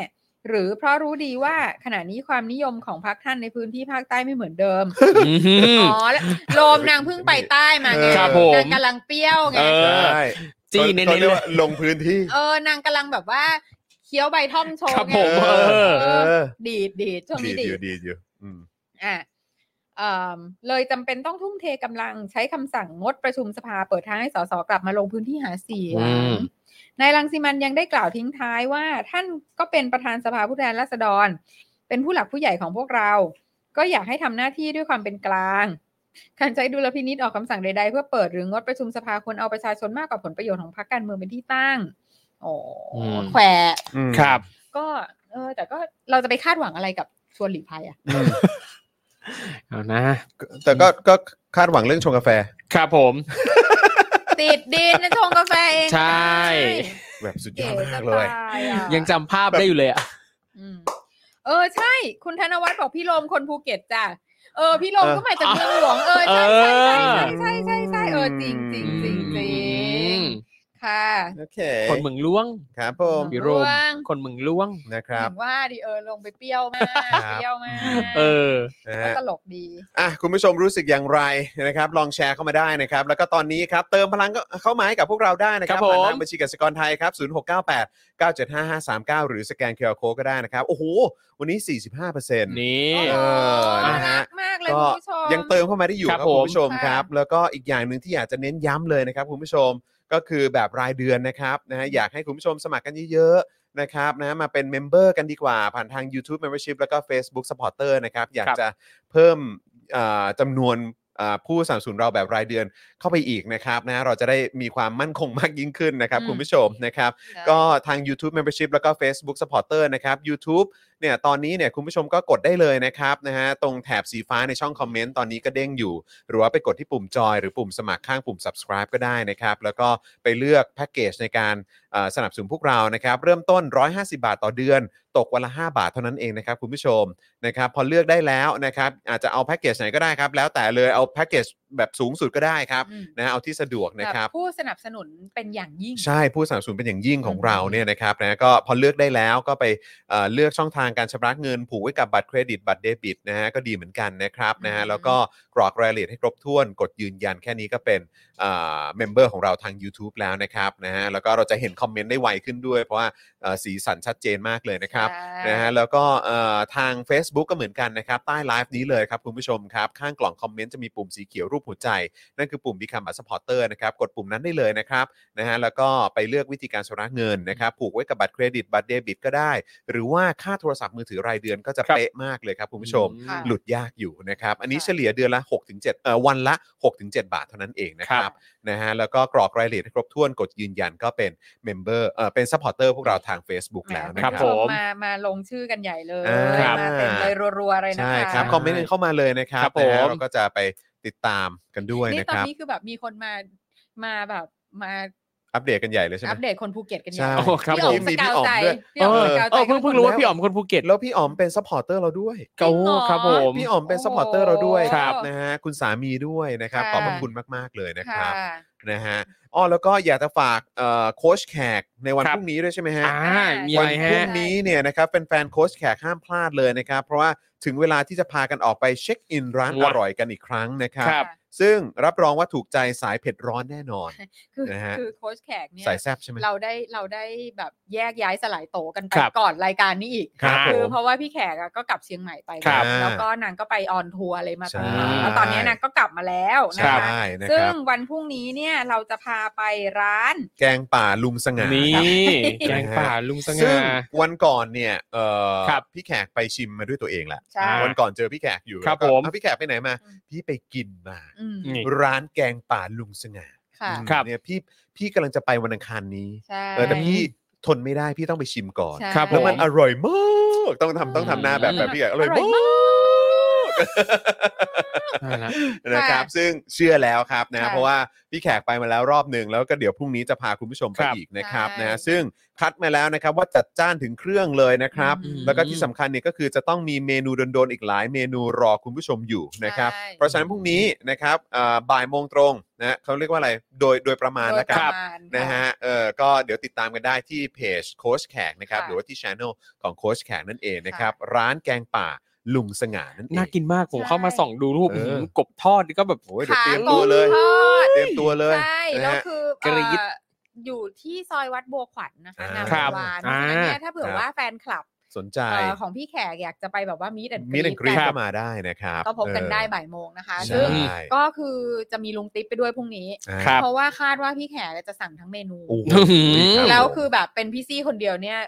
Speaker 4: หรือเพราะรู้ดีว่าขณะนี้ความนิยมของพรรคท่านในพื้นที่ภาคใต้ไม่เหมือนเดิม
Speaker 3: อืม
Speaker 4: อ๋อแล้วโลมนางเพิ่งไปใต้มาไง
Speaker 3: ครับผม
Speaker 4: นางกำลังเปรี้ยวไง
Speaker 3: เออ
Speaker 1: ใช่
Speaker 3: จี้เน้น
Speaker 1: ขา
Speaker 3: ๆ
Speaker 1: เรี
Speaker 3: เลย
Speaker 1: ก
Speaker 3: ย
Speaker 1: ว่าลงพื้นที่
Speaker 4: เออนางกำลังแบบว่าเคี้ยวใบท่อมโชว์
Speaker 3: ครับ
Speaker 4: ไง
Speaker 3: ผมเออ
Speaker 4: เอ
Speaker 1: เออ
Speaker 4: อดีดดีดช่วง
Speaker 1: ดี
Speaker 4: นี้
Speaker 1: ดอ
Speaker 4: ดี
Speaker 1: ยู่
Speaker 4: ด
Speaker 1: ดีดอยู่อืม
Speaker 4: อ่ะเอ่มเลยจำเป็นต้องทุ่มเทกำลังใช้คำสั่งงดประชุมสภาเปิดทางให้สสกลับมาลงพื้นที่หาเสีย
Speaker 3: อื
Speaker 4: ง
Speaker 3: ม
Speaker 4: นายรังสิมันยังได้กล่าวทิ้งท้ายว่า ท่านก็เป็นประธานสภาผู้แทนราษฎร เป็นผู้หลักผู้ใหญ่ของพวกเรา ก็อยากให้ทำหน้าที่ด้วยความเป็นกลาง การใช้ดุลพินิษออกคำสั่งใดๆ เพื่อเปิดหรืองดประชุมสภาควรเอาประชาชนมากกว่าผลประโยชน์ของพรรคการเมืองเป็นที่ตั้งโอ้
Speaker 3: อืม
Speaker 4: แขวะ
Speaker 3: ครับ
Speaker 4: ก็เออแต่ก็เราจะไปคาดหวังอะไรกับชวนหลีกภัยอ่ะ
Speaker 3: เอานะ
Speaker 1: แต่ก็ก็คาดหวังเรื่องชงกาแฟ
Speaker 3: ครับผม
Speaker 4: ติดดินนะชงกาแฟเอง
Speaker 3: ใช่
Speaker 1: แบบสุดย
Speaker 4: เก๋
Speaker 1: อดมาก
Speaker 4: จะ
Speaker 1: เลย
Speaker 4: ตายอ่ะ
Speaker 3: ยังจำภาพได้อยู่เลยอ่ะ
Speaker 4: อืมเออใช่ คุณธนวัฒน์บอกพี่ลมคนภูเก็ตจ้ะเออพี่ลม
Speaker 1: เออ
Speaker 4: ก็มาจากเมืองหลวงเออใช่ใช่ใช่
Speaker 3: เออ
Speaker 4: ใช่ใช่ใช่ใช่เออจริงจริงจริงจริงค่ะ
Speaker 1: โอเค
Speaker 3: คนเมืองล่วง
Speaker 1: ครับผม
Speaker 3: พี่ลม
Speaker 4: ร่วง
Speaker 3: คนเมืองล่วง
Speaker 1: นะครับ
Speaker 4: เห็นว่าดิเออลงไปเปรี้ยวมาก
Speaker 1: ครับ
Speaker 4: เปรี้ยวมาก
Speaker 3: เออ
Speaker 1: นะ
Speaker 4: ก็
Speaker 1: ฮะ
Speaker 4: ตลกดี
Speaker 1: อ่ะคุณผู้ชมรู้สึกอย่างไรนะครับ ลองแชร์เข้ามาได้นะครับ แล้วก็ตอนนี้ครับ เติมพลังก็เข้ามาให้กับพวกเราได้นะครับ
Speaker 3: ครับผ
Speaker 1: ผ่า
Speaker 3: ม
Speaker 1: นทางบัญชีกสิกรไทยครับ 0698 975539 หรือสแกนเคอร์โคก็ได้นะครับ โอ้โห วันนี้ 45%นี่
Speaker 3: นี่
Speaker 1: เออ
Speaker 4: น่า
Speaker 1: นะฮะ
Speaker 4: รักมากเลย
Speaker 1: ก็
Speaker 4: คุณผู้ชม
Speaker 1: ยังเติมเข้ามาได้อยู่ค
Speaker 3: ครั
Speaker 1: รับบ คุณ
Speaker 3: ผม
Speaker 1: ผู้ชมครับ แล้วก็อีกอย่างหนึ่งที่อยากจะเน้นย้ำเลยนะครับคุณผู้ชมก็คือแบบรายเดือนนะครับนะฮะอยากให้คุณผู้ชมสมัครกันเยอะๆนะครับนะมาเป็นเมมเบอร์กันดีกว่า ผ่านทาง YouTube Membership แล้วก็ Facebook Supporter นะครับ อยากจะเพิ่มเอ่อจำนวนเอ่อผู้สนับสนุนเราแบบรายเดือนเข้าไปอีกนะครับนะเราจะได้มีความมั่นคงมากยิ่งขึ้นนะครับ
Speaker 4: อืม
Speaker 1: คุณผู้ชมนะครับ ก็ทาง YouTube Membership แล้วก็ Facebook Supporter นะครับ YouTube เนี่ยตอนนี้เนี่ยคุณผู้ชมก็กดได้เลยนะครับนะฮะตรงแถบสีฟ้าในช่องคอมเมนต์ตอนนี้ก็เด้งอยู่ หรือว่าไปกดที่ปุ่มจอยหรือปุ่มสมัครข้างปุ่ม subscribe ก็ได้นะครับ แล้วก็ไปเลือกแพ็กเกจในการเอ่อสนับสนุนพวกเรานะครับ เริ่มต้น 150 บาทต่อเดือน ตกวันละ 5 บาทเท่านั้นเองนะครับคุณผู้ชมนะครับพอเลือกได้แล้วนะครับอาจจะเอาแพ็กเกจไหนก็ได้ครับ แล้วแต่เลยเอาแพ็กเกจแบบสูงสุดก็ได้ครับ
Speaker 4: อืม
Speaker 1: นะฮะเอาที่สะดวกนะครับ
Speaker 4: แบบผู้สนับสนุนเป็นอย่างยิ่ง
Speaker 1: ใช่ผู้สนับสนุนเป็นอย่างยิ่งของ
Speaker 4: อืม
Speaker 1: เราเนี่ยนะครับนะก็พอเลือกได้แล้วก็ไปเอ่อเลือกช่องทางการชำระเงิน ผูกไว้กับบัตรเครดิตบัตรเดบิตนะฮะก็ดีเหมือนกันนะครับนะฮะแล้วก็กรอกรายละเอียดให้ครบถ้วน กดยืนยันแค่นี้ก็เป็นเมมเบอร์ของเราทาง YouTube แล้วนะครับนะฮะแล้วก็เราจะเห็นคอมเมนต์ได้ไวขึ้นด้วย เพราะว่าเอ่อสีสันชัดเจนมากเลยนะครับ นะฮะแล้วก็เอ่อทาง Facebook ก็เหมือนกันนะครับ ใต้ไลฟ์นี้เลยครับ คุณผู้ชมครับ ข้างกล่องคอมเมนต์จะมีปุ่มสีเขียวรูปหัวใจ นั่นคือปุ่ม Become a supporter นะครับ กดปุ่มนั้นได้เลยนะครับนะฮะแล้วก็ไปเลือกวิธีการชำระเงินนะครับ ผูกไว้กับบัตรเครดิต บัตรเดบิตก็ได้ หรือว่าค่าโทรศัพท์มือถือรายเดือนก็จะ
Speaker 3: ครับ
Speaker 1: เป๊ะมากเลยครับ คุณผู้ชม
Speaker 4: ค่ะ
Speaker 1: หลุดยากอยู่นะครับ อันนี้
Speaker 4: ค่ะ
Speaker 1: เฉลี่ยเดือนละ6-7ถึงเอ่อวันละ 6-7 บาทเท่านั้นเองนะครับ
Speaker 3: ครับ
Speaker 1: นะฮะแล้วก็กรอกรายละเอียดให้ครบถ้วนกดยืนยันก็เป็นเมมเบอร์เอ่อเป็นซัพพอร์เตอร์พวกเราทาง Facebook
Speaker 4: แหม
Speaker 1: แล้วนะ
Speaker 4: ณ
Speaker 1: ค
Speaker 3: ค
Speaker 1: รับ
Speaker 3: รั
Speaker 1: บ
Speaker 4: ผู้
Speaker 1: ผ
Speaker 4: ช
Speaker 1: ม
Speaker 4: ม
Speaker 3: ผม
Speaker 4: มามาลงชื่อกันใหญ่เลย
Speaker 1: อ่าม
Speaker 4: มาเป็นเลยรัวๆเลยนะคะ
Speaker 1: ใช่ครับคอมเมนต์กันเข้ามาเลยนะครับ
Speaker 3: ครับ
Speaker 1: นะฮะ
Speaker 3: ผม
Speaker 1: เราก็จะไปติดตามกันด้วย
Speaker 4: นี่
Speaker 1: นะ
Speaker 4: ต
Speaker 1: ค
Speaker 4: อ
Speaker 1: นรับ
Speaker 4: นี้คือแบบมีคนมามาแบบมา
Speaker 1: อัปเดตกันใหญ่เลยใช่ไหม
Speaker 4: อัปเดตคนภูเก็ตกันใหญ่
Speaker 1: ใช่
Speaker 4: พี่
Speaker 1: โอ้
Speaker 4: อ๋อ
Speaker 3: ครับ
Speaker 4: มสกาวใจ
Speaker 3: เอ
Speaker 4: พี่อ๋อม
Speaker 3: อ
Speaker 4: สกาวใจ
Speaker 3: เออเพิ่งเพิ่งรู้ว่าพี่อ๋อมคนภูเก็ต
Speaker 1: แล้วพี่อ๋อมเป็นซัพพอร์เตอร์เราด้วย
Speaker 3: โอ้ครับผม
Speaker 1: พี่อ๋อมเป็นซัพพอร์เตอร์เราด้วย
Speaker 3: ครับ
Speaker 1: นะฮะคุณสามีด้วยนะครับ
Speaker 4: ะ
Speaker 1: ขอบพระคุณมาก ๆ เลยนะค
Speaker 4: ค่ะ
Speaker 1: รับนะฮะอ๋อแล้วก็อยากจะฝากเอ่อโค้ชแขกในวัน
Speaker 3: ครั
Speaker 1: พ
Speaker 3: บ
Speaker 1: รุ่งนี้ด้วยใช่ไหมฮะ
Speaker 3: อ่ามีอะ
Speaker 1: วัน
Speaker 3: ไร
Speaker 1: พรุ่
Speaker 3: ฮะ
Speaker 1: งนี้เนี่ยนะครับแฟนๆโค้ชแขกห้ามพลาดเลยนะครับ เพราะว่าถึงเวลาที่จะพากันออกไปเช็คอินร้านอ
Speaker 3: ว้า
Speaker 1: ร่อยกันอีกครั้งนะครับ
Speaker 3: ครับ
Speaker 1: ซึ่งรับรองว่าถูกใจสายเผ็ดร้อนแน่นอน
Speaker 4: คือ
Speaker 1: นะฮะ
Speaker 4: คือโค้ชแขกเนี่ย
Speaker 1: สายแซ่บใช่ไหม
Speaker 4: เราได้เราได้แบบแยกย้ายสลายโตกันไป
Speaker 3: ครับ
Speaker 4: ก่อนรายการนี้อีก
Speaker 1: ครับ
Speaker 4: คือ
Speaker 1: ผม
Speaker 4: เพราะว่าพี่แขกอะก็กลับเชียงใหม่ไป
Speaker 3: ครับ
Speaker 4: แล้วก็นางก็ไปออนทัวร์อะไรมา
Speaker 1: ใช่
Speaker 4: แล้วตอนเนี้ยนางก็กลับมาแล้วนะ
Speaker 1: ใช่
Speaker 4: คะ
Speaker 1: นะค
Speaker 4: ซึ่ง
Speaker 1: รับ
Speaker 4: วันพรุ่งนี้เนี่ยเราจะพาไปร้าน
Speaker 1: แกงป่าลุงสง่า
Speaker 3: นี่
Speaker 1: ครับ
Speaker 3: แกงป่าลุงส
Speaker 1: ซึ่
Speaker 3: ง่า
Speaker 1: งวันก่อนเนี่ยเอ่อ
Speaker 3: ครับ
Speaker 1: พี่แขกไปชิมมาด้วยตัวเองแหละ
Speaker 4: ใช่
Speaker 1: วันก่อนเจอพี่แขกอยู่
Speaker 3: ครับ
Speaker 1: แล้วก็
Speaker 3: ผม
Speaker 1: เอ้าพี่แขกไปไหนมา พี่ไปกินมา
Speaker 4: อืม
Speaker 3: นี่
Speaker 1: ร้านแกงป่าลุงสง่า
Speaker 4: ค่ะ
Speaker 1: อืม
Speaker 3: ครับ
Speaker 1: เนี่ยพี่พี่กำลังจะไปวันอังคารนี้
Speaker 4: ใช่
Speaker 1: เออแต่พี่ทนไม่ได้พี่ต้องไปชิมก่อน
Speaker 4: ใช่
Speaker 3: ครับ
Speaker 1: แล้วมัน
Speaker 3: ผม
Speaker 1: อร่อยมาก ต้องทำต้องทำหน้าแบบ
Speaker 4: อืม
Speaker 1: แบบพี่แขกอร่อย
Speaker 4: อร่
Speaker 1: มา
Speaker 4: อย
Speaker 1: ก
Speaker 4: มาก
Speaker 3: นั่นแหละ
Speaker 1: นะครับซึ่งเชื่อแล้วครับนะ
Speaker 4: ค่ะ
Speaker 1: เพราะว่าพี่แขกไปมาแล้วรอบหนึ่งแล้วก็เดี๋ยวพรุ่งนี้จะพาคุณผู้ชมไป
Speaker 3: ครับ
Speaker 1: อีกนะครับ
Speaker 4: ใช่
Speaker 1: นะซึ่งคัดมาแล้วนะครับว่าจัดจ้านถึงเครื่องเลยนะครับ
Speaker 4: อืม
Speaker 1: แล้วก็ที่สำคัญเนี่ยก็คือจะต้องมีเมนูโดนๆอีกหลายเมนูรอคุณผู้ชมอยู่นะครับ
Speaker 4: ใช่
Speaker 1: เพราะฉะนั้นพรุ่งนี้นะครับอ่าบ่ายโมงตรงนะเขาเรียกว่าอะไรโดยโดยประมาณแล้วกัน
Speaker 4: โดยประมาณ
Speaker 1: นะฮะ เออก็เดี๋ยวติดตามกันได้ที่เพจโค้ชแขกนะครับ
Speaker 4: ค่ะ
Speaker 1: หรือว่าที่ช anel ของโค้ชแขกนั่นเองนะครับ
Speaker 4: ค่ะ
Speaker 1: ร้านแกงป่าลุงสง่านั่นเอง
Speaker 3: น่ากินมากผม
Speaker 4: ใช่
Speaker 3: เข้ามาส่องดูรูป
Speaker 1: เออ
Speaker 3: หือกบทอดนี่ก็แบบ
Speaker 1: โอ้ยเดี๋ยว
Speaker 4: ขา
Speaker 1: เตรียม
Speaker 4: ก
Speaker 1: ตัว
Speaker 4: บ
Speaker 1: เลย
Speaker 4: ทอด
Speaker 1: เตรียมตัวเลย
Speaker 4: ใช่
Speaker 1: นะ
Speaker 4: แล้ว
Speaker 1: ฮะ
Speaker 4: คือ
Speaker 3: เกรี๊ด
Speaker 4: เอ่ออยู่ที่ซอยวัดบัวขวัญนะ
Speaker 1: อ่าง
Speaker 4: คะาม
Speaker 1: ครั
Speaker 4: วา
Speaker 1: บ
Speaker 4: นเพราะฉะนั้นเนี่ย
Speaker 3: อ่า
Speaker 4: ถ้าเผื่อ
Speaker 1: ครับ
Speaker 4: ว่าแฟนคลับ
Speaker 1: สนใจ
Speaker 4: เอ่อของพี่แขกอยากจะไปแบบว่ามีดแอน
Speaker 1: มีดังกรีดก็มาได้นะครับ
Speaker 4: ก็พบกันได้
Speaker 1: เอ
Speaker 4: บ่ายโมงนะคะ
Speaker 1: อ
Speaker 4: ซึ่ง
Speaker 1: ใช่
Speaker 4: ก็คือจะมีลุงติ๊บไปด้วยพรุ่งนี้
Speaker 1: อ่า
Speaker 3: ครับ
Speaker 4: เพราะว่าคาดว่าพี่แขกจะสั่งทั้งเมนู
Speaker 1: โอ้โห
Speaker 3: ครับ
Speaker 4: แล้วคือแบบเป็นพี่ซี่คนเดียวเนี่ย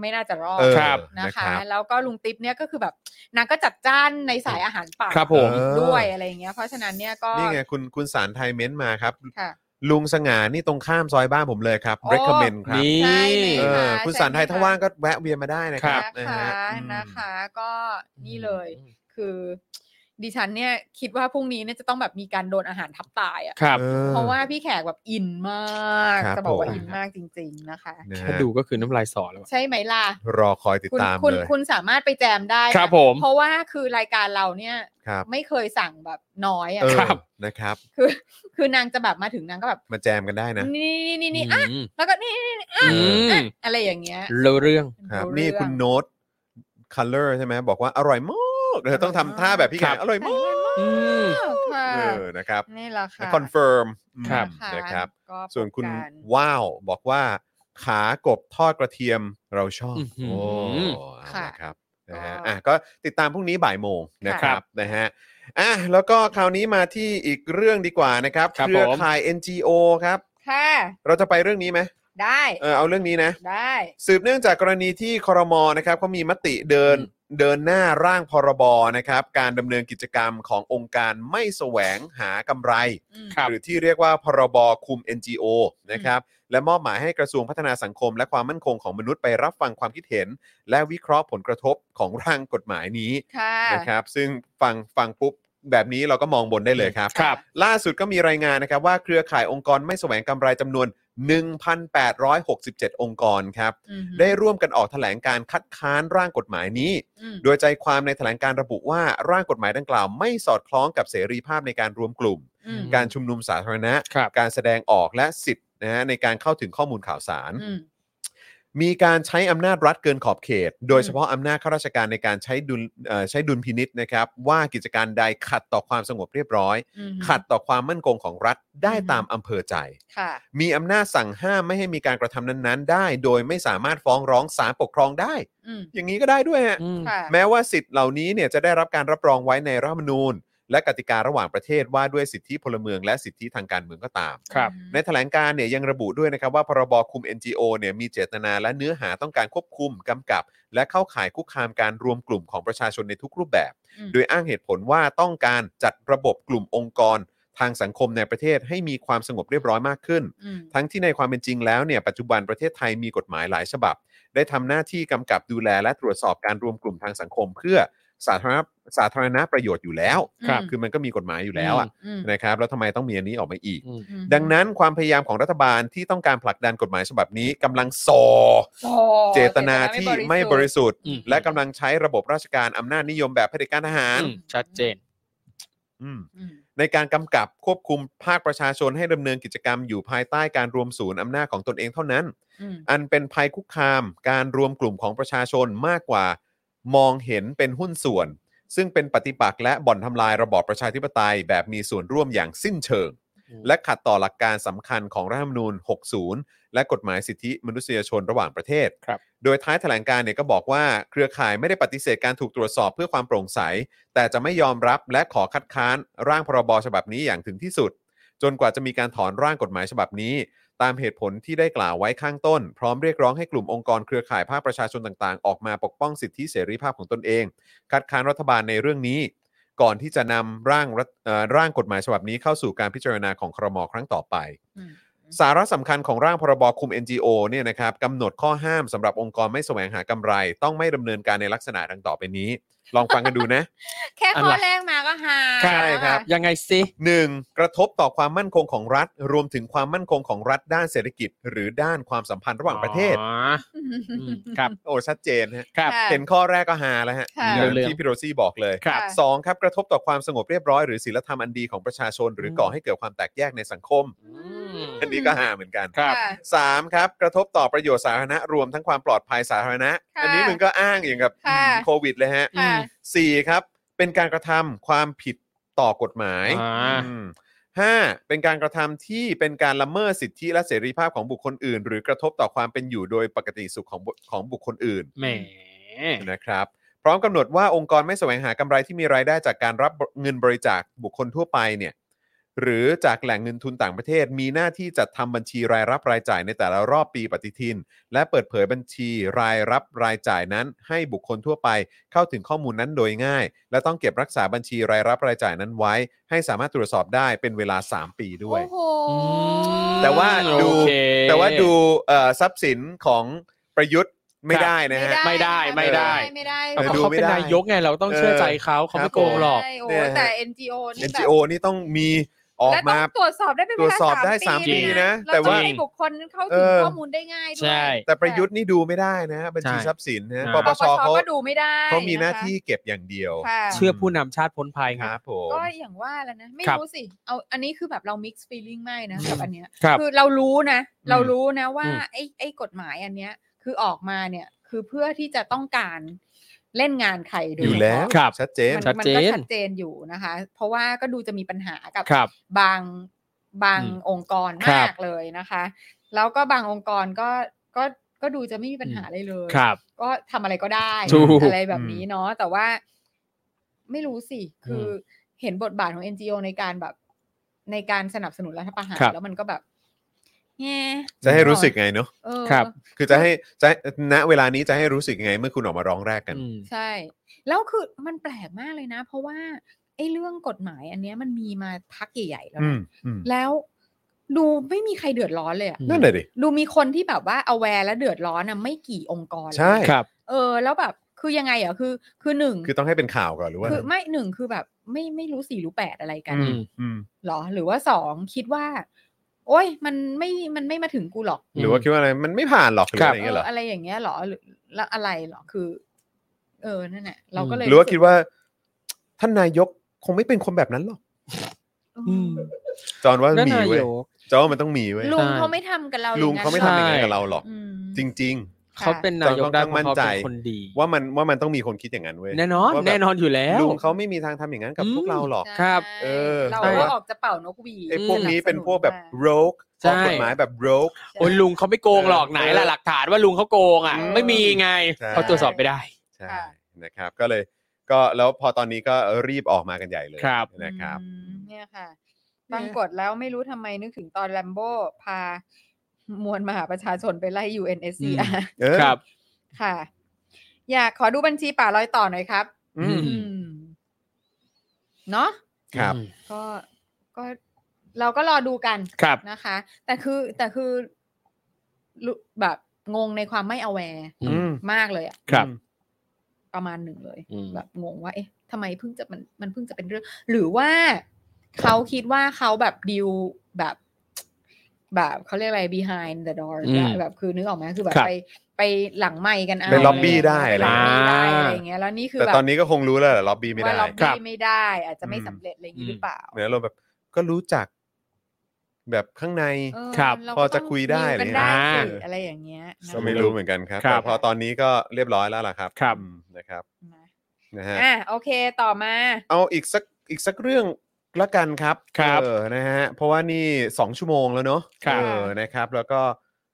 Speaker 4: ไม่น่าจะรอด
Speaker 1: เออ
Speaker 3: ครับ
Speaker 4: นะ
Speaker 1: นะค
Speaker 4: คะ
Speaker 1: รับ
Speaker 4: แล้วก็ลุงติ๊บเนี่ยก็คือแบบนางก็จัดจ้านในสายอาหารป่า
Speaker 3: ครับผม
Speaker 1: เออ
Speaker 4: ด้วยอะไรอย่างเงี้ยเพราะฉะนั้นเนี่ยก็
Speaker 1: นี่ไงคุณคุณสารไทยเม้นต์มาครับ
Speaker 4: ค่ะ
Speaker 1: ลุงสง่านี่ตรงข้ามซอยบ้านผมเลยครับ
Speaker 4: โอ้
Speaker 1: recommend ครับ
Speaker 3: นี่
Speaker 4: ใช่ไหม
Speaker 1: เออคุณสารไทย
Speaker 4: ใช่
Speaker 1: ถ้า
Speaker 4: ไหมคะ
Speaker 1: ว่างก็แวะเวียนมาได้นะค
Speaker 3: ครั
Speaker 1: รับบ นะ
Speaker 4: นะ
Speaker 1: ฮะ
Speaker 4: คะ
Speaker 1: อืม
Speaker 4: นะคะก็นี่เลยคือดิฉันเนี่ยคิดว่าพรุ่งนี้เนี่ยจะต้องแบบมีการโดนอาหารทับตายอ่ะ
Speaker 3: ครับ
Speaker 1: ออ
Speaker 4: เพราะว่าพี่แขกแบบอินมาก
Speaker 1: ครับ
Speaker 4: จะบอกว่า
Speaker 1: ผม
Speaker 4: อินมากจริง ๆนะคะ
Speaker 1: นะฮะ
Speaker 3: ถ้าดูก็คือน้ำลายสอแล้วอะ
Speaker 4: ใช่ไหมล่ะ
Speaker 1: รอคอยติด
Speaker 4: คุณ
Speaker 1: ตาม
Speaker 4: คุณ
Speaker 1: เลย
Speaker 4: คุณสามารถไปแจมได้นะครับ
Speaker 3: ผม
Speaker 4: เพราะว่าคือรายการเราเนี่ย
Speaker 1: ครับ
Speaker 4: ไม่เคยสั่งแบบน้อยอ่ะ
Speaker 1: เออ
Speaker 3: ครับ
Speaker 1: นะครับ
Speaker 4: คือ (laughs) คือนางจะแบบมาถึงนางก็แบบ
Speaker 1: มาแจมกันได้นะ
Speaker 4: นี่นี่นี่นี่อ่ะ
Speaker 3: อืม
Speaker 4: แล้วก็นี่นี่นี่อ่ะ
Speaker 3: อืม
Speaker 4: อะไรอย่างเงี้ย
Speaker 3: รู้เรื่อง
Speaker 1: ครับ
Speaker 4: ดู
Speaker 1: นี่
Speaker 4: เรื่อง
Speaker 1: คุณโน้ตคัลเลอร์ใช่ไหมบอกว่าอร่อยมากเดี๋ยวต้องทำท่าแบบพี่แข
Speaker 3: ครั
Speaker 1: ก
Speaker 3: บ
Speaker 1: อร่อยมาก
Speaker 3: อืม
Speaker 4: ค่ะ
Speaker 1: เออนะครับ
Speaker 4: นี่แหละค่ะ
Speaker 1: คอนเฟิร์ม
Speaker 3: ครับ
Speaker 1: นะครับ
Speaker 4: ก็พบ
Speaker 1: ส่วนคุณ
Speaker 4: กัน
Speaker 1: ว้าวบอกว่า ขากบทอดกระเทียมเราชอบ
Speaker 3: อื้อหือ
Speaker 1: โอ้เอา
Speaker 4: ค่ะ
Speaker 1: ละครับนะฮะ
Speaker 4: ก็
Speaker 1: อ่ะก็ติดตามพรุ่งนี้บ่ายโมงนะค
Speaker 3: ครั
Speaker 1: รับบ นะฮะอ่ะแล้วก็คราวนี้มาที่อีกเรื่องดีกว่านะครับ
Speaker 3: ครับ
Speaker 1: เครือ
Speaker 3: ผม
Speaker 1: ข่าย NGO ครับ
Speaker 4: ค่ะ
Speaker 1: เราจะไปเรื่องนี้ไหม
Speaker 4: ได้
Speaker 1: เออเอาเรื่องนี้นะ
Speaker 4: ได้
Speaker 1: สืบเนื่องจากกรณีที่ครมนะครับเขามีมติเดิน
Speaker 3: อืม
Speaker 1: เดินหน้าร่างพรบนะครับ การดำเนินกิจกรรมขององค์การไม่แสวงหากำไร
Speaker 4: อืม
Speaker 3: ครับ
Speaker 1: หรือที่เรียกว่าพรบคุม NGO นะครับและมอบหมายให้กระทรวงพัฒนาสังคม และความมั่นคงของมนุษย์ไปรับฟังความคิดเห็น และวิเคราะห์ผลกระทบของร่างกฎหมายนี้
Speaker 4: ค่ะ
Speaker 1: นะครับ ซึ่งฟังฟังปุ๊บแบบนี้เราก็มองบนได้เลยครับ
Speaker 3: ครับ
Speaker 1: ล่าสุดก็มีรายงานนะครับว่าเครือข่ายองค์กรไม่แสวงกำไรจำนวน 1,867 องค์กรครับ
Speaker 4: อืม
Speaker 1: ได้ร่วมกันออกแถลงการคัดค้านร่างกฎหมายนี้
Speaker 4: อืม
Speaker 1: โดยใจความในแถลงการระบุว่าร่างกฎหมายดังกล่าวไม่สอดคล้องกับเสรีภาพในการรวมกลุ่ม
Speaker 4: อืม
Speaker 1: การชุมนุมสาธารณะ
Speaker 3: ครับ
Speaker 1: การแสดงออกและสิทธิ์นะฮะในการเข้าถึงข้อมูลข่าวสาร
Speaker 4: อืม
Speaker 1: มีการใช้อำนาจรัฐเกินขอบเขต โดย
Speaker 4: อืม
Speaker 1: เฉพาะอำนาจข้าราชการในการใช้ดุลเอ่อใช้ดุลพินิษนะครับ ว่ากิจการใดขัดต่อความสงบเรียบร้อย
Speaker 4: อืม
Speaker 1: ขัดต่อความมั่นคงของรัฐได้
Speaker 4: อืม
Speaker 1: ตามอำเภอใจ
Speaker 4: ค่ะ
Speaker 1: มีอำนาจสั่งห้ามไม่ให้มีการกระทำนั้นๆ ได้ โดยไม่สามารถฟ้องร้องศาลปกครองได้
Speaker 4: อืม
Speaker 1: อย่างนี้ก็ได้ด้วยฮะ
Speaker 3: อืม
Speaker 4: ค่ะ
Speaker 1: แม้ว่าสิทธิ์เหล่านี้เนี่ยจะได้รับการรับรองไว้ในรัฐธรรมนูญ และกติการะหว่างประเทศว่าด้วยสิทธิพลเมืองและสิทธิทางการเมืองก็ตาม
Speaker 3: ครับ
Speaker 1: ในแถลงการเนี่ยยังระบุด้วยนะครับว่าพรบคุม NGO เนี่ยมีเจตนาและเนื้อหาต้องการควบคุมกำกับ และเข้าข่ายคุกคามการรวมกลุ่มของประชาชนในทุกรูปแบบ
Speaker 4: อืม
Speaker 1: โดยอ้างเหตุผลว่าต้องการจัดระบบกลุ่มองค์กร ทางสังคมในประเทศให้มีความสงบเรียบร้อยมากขึ้น
Speaker 4: อืม
Speaker 1: ทั้งที่ในความเป็นจริงแล้วเนี่ยปัจจุบันประเทศไทยมีกฎหมายหลายฉบับ ได้ทำหน้าที่กำกับดูแลและตรวจสอบการรวมกลุ่มทางสังคม เพื่อสาธารณสาธารณประโยชน์อยู่แล้ว
Speaker 3: ครับ
Speaker 1: คือมันก็มีกฎหมายอยู่แล้วอะ
Speaker 4: อืม
Speaker 1: นะครับแล้วทำไมต้องมีอันนี้ออกมาอีก
Speaker 3: อืม
Speaker 4: อืม
Speaker 1: ดังนั้นความพยายามของรัฐบาลที่ต้องการผลักดันกฎหมายฉบับนี้กำลังสอ
Speaker 4: โอ้
Speaker 1: เจตนาที่ไม่บริสุทธิ์
Speaker 3: อืม
Speaker 1: และกำลังใช้ระบบราชการอำนาจนิยมแบบเผด็จการทหาร
Speaker 3: อืมชัดเจน
Speaker 1: อืม
Speaker 4: อืม
Speaker 1: ในการกำกับควบคุมภาคประชาชนให้ดำเนินกิจกรรมอยู่ภายใต้การรวมศูนย์อำนาจของตนเองเท่านั้น
Speaker 4: อืม
Speaker 1: อันเป็นภัยคุกคาม การรวมกลุ่มของประชาชนมากกว่า มองเห็นเป็นหุ้นส่วน ซึ่งเป็นปฏิปักษ์และบ่อนทำลายระบอบประชาธิปไตย แบบมีส่วนร่วมอย่างสิ้นเชิง
Speaker 3: อืม
Speaker 1: และขัดต่อหลักการสำคัญของรัฐธรรมนูญ 60 และกฎหมายสิทธิมนุษยชนระหว่างประเทศ
Speaker 3: ครับ
Speaker 1: โดยท้ายแถลงการเนี่ยก็บอกว่าเครือข่ายไม่ได้ปฏิเสธการถูกตรวจสอบเพื่อความโปร่งใส แต่จะไม่ยอมรับและขอคัดค้านร่างพรบฉบับนี้อย่างถึงที่สุด จนกว่าจะมีการถอนร่างกฎหมายฉบับนี้ ตามเหตุผลที่ได้กล่าวไว้ข้างต้น พร้อมเรียกร้องให้กลุ่มองค์กรเครือข่ายภาคประชาชนต่างๆ ออกมาปกป้องสิทธิเสรีภาพของตนเอง คัดค้านรัฐบาลในเรื่องนี้ ก่อนที่จะนำร่างรัฐเอ่อร่างกฎหมายฉบับนี้เข้าสู่การพิจารณาของครมครั้งต่อไป
Speaker 4: อืม
Speaker 1: สาระสำคัญของร่างพรบคุม NGO เนี่ยนะครับกำหนดข้อห้ามสำหรับองค์กรไม่แสวงหากำไร ต้องไม่ดำเนินการในลักษณะดังต่อไปนี้ ลองฟังกันดู
Speaker 4: (laughs)
Speaker 1: นะ
Speaker 4: แค่ข้อ
Speaker 3: อะไร
Speaker 4: แรกมาก็หา
Speaker 1: ใช่ครับ
Speaker 3: ยังไงสิ
Speaker 1: หนึ่งกระทบต่อความมั่นคงของรัฐ รวมถึงความมั่นคงของรัฐด้านเศรษฐกิจ หรือด้านความสัมพันธ์ระหว่างประเทศ
Speaker 3: อ๋อ
Speaker 4: อื
Speaker 3: อืม
Speaker 4: ม
Speaker 3: ครับ
Speaker 1: โอ้ชัดเจนฮะ
Speaker 3: ครับ
Speaker 4: ค่ะ
Speaker 1: เห็นข้อแรกก็หาแล้วฮะ
Speaker 4: ค่ะ
Speaker 1: อย่างที่พี่โรซี่บอกเลย
Speaker 3: ครับ
Speaker 4: ค่ะ
Speaker 1: สองครับกระทบต่อความสงบเรียบร้อยหรือศีลธรรมอันดีของประชาชน หรือก่อให้เกิดความแตกแยกในสังคม
Speaker 3: อืม
Speaker 1: อันนี้ก็หาเหมือนกัน
Speaker 3: ครับ
Speaker 4: ค่ะ
Speaker 1: สามครับกระทบต่อประโยชน์สาธารณะรวมทั้งความปลอดภัยสาธารณะ
Speaker 4: ค่ะ
Speaker 1: อันนี้มึงก็อ้างอย่างกับ
Speaker 4: ค่ะ
Speaker 1: โควิดเลยฮะ
Speaker 4: ค่ะ
Speaker 1: สี่ครับเป็นการกระทำความผิดต่อกฎหมาย
Speaker 3: อ่า
Speaker 1: อืมห้าเป็นการกระทำที่เป็นการละเมิดสิทธิและเสรีภาพของบุคคลอื่น หรือกระทบต่อความเป็นอยู่โดยปกติสุขของบุของบุคคลอื่น
Speaker 3: แหม
Speaker 1: นะครับ พร้อมกำหนดว่าองค์กรไม่แสวงหากำไรที่มีรายได้จากการรับเงินบริจาคบุคคลทั่วไปเนี่ยหรือจากแหล่งเงินทุนต่างประเทศ มีหน้าที่จัดทำบัญชีรายรับรายจ่ายในแต่ละรอบปีปฏิทิน และเปิดเผยบัญชีรายรับรายจ่ายนั้น ให้บุคคลทั่วไปเข้าถึงข้อมูลนั้นโดยง่าย และต้องเก็บรักษาบัญชีรายรับรายจ่ายนั้นไว้ ให้สามารถตรวจสอบได้เป็นเวลา 3 ปีด้วย
Speaker 4: โอ้โห
Speaker 1: แต่ว่า ดู
Speaker 3: โอเค
Speaker 1: แต่ว่าดูเอ่อทรัพย์สินของประยุทธ์ไม่ได้นะฮะ
Speaker 3: ไม่ได้
Speaker 4: ไม่
Speaker 3: ไม่
Speaker 4: ได้
Speaker 3: ได้
Speaker 4: ไม่ได้
Speaker 1: อ
Speaker 3: เขา
Speaker 1: อดู
Speaker 4: ไม่ได้
Speaker 3: เขา
Speaker 1: ไม่
Speaker 3: เป็น
Speaker 1: ได้
Speaker 3: นายกไงเราต้องเชื่อใจเขาเขา
Speaker 1: ครั
Speaker 3: ไม่
Speaker 1: บ
Speaker 3: โกงหรอก
Speaker 4: ใช่โอ้
Speaker 1: เนี่ยฮะ
Speaker 4: แต่ NGO นี่แบบ
Speaker 1: NGO นี่ต้องมีออก
Speaker 4: และ
Speaker 1: มา
Speaker 4: ต้องตรวจสอบได้เป็น
Speaker 1: ตรวจสอบ
Speaker 4: เา
Speaker 1: ได้สามปีนะ
Speaker 4: เรา
Speaker 1: แต่
Speaker 4: ต้อง
Speaker 1: ว่า
Speaker 4: ให้บุคคลเข้า
Speaker 1: เอ
Speaker 4: ถึง
Speaker 1: อ
Speaker 4: ข้อมูลได้ง่ายด้วย
Speaker 3: ใช่
Speaker 1: แต่ประยุทธ์นี่ดูไม่ได้นะฮะบัญชี
Speaker 3: ใช่
Speaker 1: ทรัพย์สินนะฮะ
Speaker 3: ใช่
Speaker 1: ปป
Speaker 4: ป
Speaker 1: ช
Speaker 4: ปช
Speaker 1: เขา
Speaker 4: ก็ดูไม่ได้
Speaker 1: เขามีหน้า
Speaker 4: ะคะ
Speaker 1: ที่เก็บอย่างเดียว
Speaker 4: ค่ะ
Speaker 3: เชื่อผู้นำชาติพ้นภัย
Speaker 1: ค
Speaker 3: ค
Speaker 1: รั
Speaker 3: รั
Speaker 1: บบ ผม
Speaker 4: ก็อย่างว่าแหล้วนะ ไม่
Speaker 3: ครับ
Speaker 4: รู้สิ เอาอันนี้คือแบบเรา mix feeling ไม่นะกับอันเนี้ย
Speaker 3: ครับ
Speaker 4: คือเรารู้นะ
Speaker 3: ม
Speaker 4: เรารู้นะว่า
Speaker 3: อืม
Speaker 4: ไอ้ไอ้กฎหมายอันเนี้ย คือออกมาเนี่ยคือเพื่อที่จะต้องการเล่นงานใครโดย
Speaker 1: อยู่แล้ว
Speaker 3: ครับ
Speaker 1: ชัดเจ
Speaker 4: เฉ
Speaker 1: น
Speaker 4: พาะ
Speaker 3: ชั
Speaker 4: มั
Speaker 3: ด
Speaker 4: นมัน
Speaker 3: เจน
Speaker 4: ก็ชัดเจนอยู่นะคะ เพราะว่าก็ดูจะมีปัญหากับ
Speaker 3: ครับ
Speaker 4: บางบาง
Speaker 3: อืม
Speaker 4: องค์กร
Speaker 3: ครั
Speaker 4: มา
Speaker 3: บ
Speaker 4: กเลยนะคะ แล้วก็บางองค์กรก็ก็ก็ดูจะไม่มีปัญหา
Speaker 3: อืม
Speaker 4: เลยเลย
Speaker 3: ครับ
Speaker 4: ก็ทำอะไรก็ได้
Speaker 3: ถูก
Speaker 4: อะไรแบบนี้เนาะแต่ว่าไม่รู้สิ คืออเห็นบทบาทของ NGO ในการแบบ ในการสนับสนุนรัฐประหาร
Speaker 3: ครับ
Speaker 4: แล้วมันก็แบบแง่
Speaker 1: จะให้รู้สึกไงเนาะ
Speaker 4: เออ
Speaker 3: ครับ
Speaker 1: คือจะให้จะให้ณเวลานี้จะให้รู้สึกยังไงเมื่อคุณออกมาร้องแรกกัน
Speaker 3: อืม
Speaker 4: ใช่ แล้วคือมันแปลกมากเลยนะ เพราะว่าไอ้เรื่องกฎหมาย อันเนี้ยมันมีมาพักใหญ่ๆแล้ว
Speaker 1: อื
Speaker 4: นะ
Speaker 1: มอืม
Speaker 4: แล้วดูไม่มีใครเดือดร้อนเลยอะ
Speaker 3: อืม
Speaker 1: นั่นแหละดิ
Speaker 4: ดูมีคนที่แบบว่า aware และเดือดร้อนนะไม่กี่องค์กรเลย
Speaker 1: ใช่
Speaker 3: ครับ
Speaker 4: เออ แล้วแบบคือยังไงอ่ะคือ คือหนึ่ง
Speaker 1: คือต้องให้เป็นข่าวก่อนหรือว่า
Speaker 4: คือไม่หนึ่งคือแบบไม่ไม่รู้สี่รู้แปดอะไรกัน
Speaker 1: อืมอืม
Speaker 4: หรอ หรือว่าสองคิดว่า โอ้ยมันไม่มันไม่มาถึงกูหรอก
Speaker 1: หรือว่าคิดว่าอะไรมันไม่ผ่านหรอกหรือ
Speaker 3: ครับ
Speaker 1: อะไรอย่างเงี้ยเหรอ
Speaker 4: เอออะไรอย่างเงี้ยหรอหรือแล้วอะไรหรอคือ เออนั่นแหละเราก็เลย
Speaker 1: หรือว่าคิด
Speaker 4: สึก
Speaker 1: ว่า ท่านนายกคงไม่เป็นคนแบบนั้นหรอก
Speaker 4: อืม
Speaker 1: จอนว่า
Speaker 3: นั่น
Speaker 1: มี
Speaker 3: นาย
Speaker 1: เว้ย
Speaker 3: ก
Speaker 1: จอนว่ามันต้องมีเว้ย
Speaker 4: ลุง
Speaker 3: ใช่
Speaker 4: เขาไม่ทำกับเราอย่
Speaker 1: ลุง
Speaker 4: นั้น
Speaker 1: เขาไม่ทำอย่างนั้น
Speaker 3: ใช่
Speaker 1: กับเราหรอก
Speaker 4: อืม
Speaker 1: จริง
Speaker 3: เขาเป็นนายกได้เพราะเขา
Speaker 1: ต้องมั่นใจ
Speaker 3: เป็นคนดี
Speaker 1: ๆ ว่ามันว่ามันต้องมีคนคิดอย่างนั้นเว้ย
Speaker 3: แน่นอน
Speaker 1: ว่าบบ
Speaker 3: แน่นอนอยู่แล้ว
Speaker 1: ลุงเขาไม่มีทางทำอย่างนั้นกับ
Speaker 3: อืม
Speaker 1: พวกเราหรอก
Speaker 3: ครับ
Speaker 4: ใช่
Speaker 1: เออ
Speaker 4: เรา
Speaker 1: ใช่
Speaker 4: ก็ออกจะเป่านกหวีด
Speaker 1: ไอ้พวกนี้เป็นพวกแบบ
Speaker 4: ส
Speaker 1: โรก
Speaker 3: ใช่
Speaker 1: ออกกฎหมายแบบโรก
Speaker 3: โอ้ยลุงเขาไม่โกงหรอก
Speaker 1: เออ
Speaker 3: ไหนล่ะหลักฐานว่าลุงเขาโกงอ่ะ
Speaker 1: อืม
Speaker 3: ไม่มีไง
Speaker 1: ใช่
Speaker 3: เขาตรวจสอบไม่ได้
Speaker 1: ใช่นะครับก็เลยก็แล้วพอตอนนี้ก็รีบออกมากันใหญ่เลย
Speaker 3: ครับ
Speaker 4: นับสนุน
Speaker 1: นะครับ
Speaker 4: อืมเนี่ยค่ะปรากฏแล้วไม่รู้ทำไมนึกถึงตอนแลมโบ้พามวลมหาประชาชนไปไล่ UNSCR
Speaker 1: เออ
Speaker 3: ครับ
Speaker 4: ค่ะ อยากขอดูบัญชีป่ารอยต่อหน่อยครับ
Speaker 1: อืม
Speaker 4: อืมเนาะ
Speaker 1: ครับ
Speaker 4: ก็ก็เราก็รอดูกัน
Speaker 3: ครับ
Speaker 4: นะคะ แต่คือแต่คือรู้แบบงงในความไม่ aware
Speaker 1: อืม
Speaker 4: มากเลยอะ
Speaker 3: ครับ
Speaker 4: ประมาณหนึ่งเลย
Speaker 3: อืม
Speaker 4: แบบงงว่า เอ๊ะทำไมเพิ่งจะมันมันเพิ่งจะเป็นเรื่อง หรือว่าเขาคิดว่าเขาแบบดิวแบบ แบบเขาเรียกอะไร behind the door
Speaker 3: อืม
Speaker 4: แบบแบบคือนึกออกไหมคือแบบ
Speaker 3: ครับ
Speaker 4: ไปไปหลังไมค์กันเอา
Speaker 1: ไปล็อบบี้ได้
Speaker 4: ป
Speaker 1: อะไร
Speaker 4: ล็อบบี้ได้
Speaker 3: อ่า
Speaker 4: อะไรอย่างเงี้ยแล้วนี่คือ
Speaker 1: แต่
Speaker 4: แบบ
Speaker 1: ตอนนี้ก็คงรู้แล้วแหละล็อบบี้ไม่ได้
Speaker 4: ว่าล็อบ
Speaker 3: ครั
Speaker 4: บี้
Speaker 3: บ
Speaker 4: ไม่ได้ อาจจะไม่สำเร็จอะไรอย่างงี้
Speaker 3: อืม
Speaker 4: หรือเปล่า
Speaker 1: เหมือนเราแบบก็รู้จักแบบข้างใน
Speaker 4: เออ
Speaker 3: ครับ
Speaker 4: เรา
Speaker 1: พอ
Speaker 4: ก็
Speaker 1: จะ
Speaker 4: ต้อง
Speaker 1: คุยได้
Speaker 4: ดิว
Speaker 1: เลย
Speaker 4: กันได้
Speaker 3: อ่า
Speaker 4: สิอะไรอย่างเงี้ยนะ
Speaker 1: ก็ไม่รู้เหมือนกันครับ
Speaker 3: ครั
Speaker 1: แต่
Speaker 3: บ
Speaker 1: พอตอนนี้ก็เรียบร้อยแล้วล่ะครับ
Speaker 3: ครับ
Speaker 1: อืมนะครับ
Speaker 4: นะ
Speaker 1: นะฮะ
Speaker 4: อ่ะโอเคต่อมา
Speaker 1: เอาอีกสักอีกสักเรื่องละกันครับ
Speaker 3: ครับ
Speaker 1: เออนะฮะเพราะว่านี่ 2 ชั่วโมงแล้วเนาะ
Speaker 3: ครับ
Speaker 1: เออนะครับ แล้วก็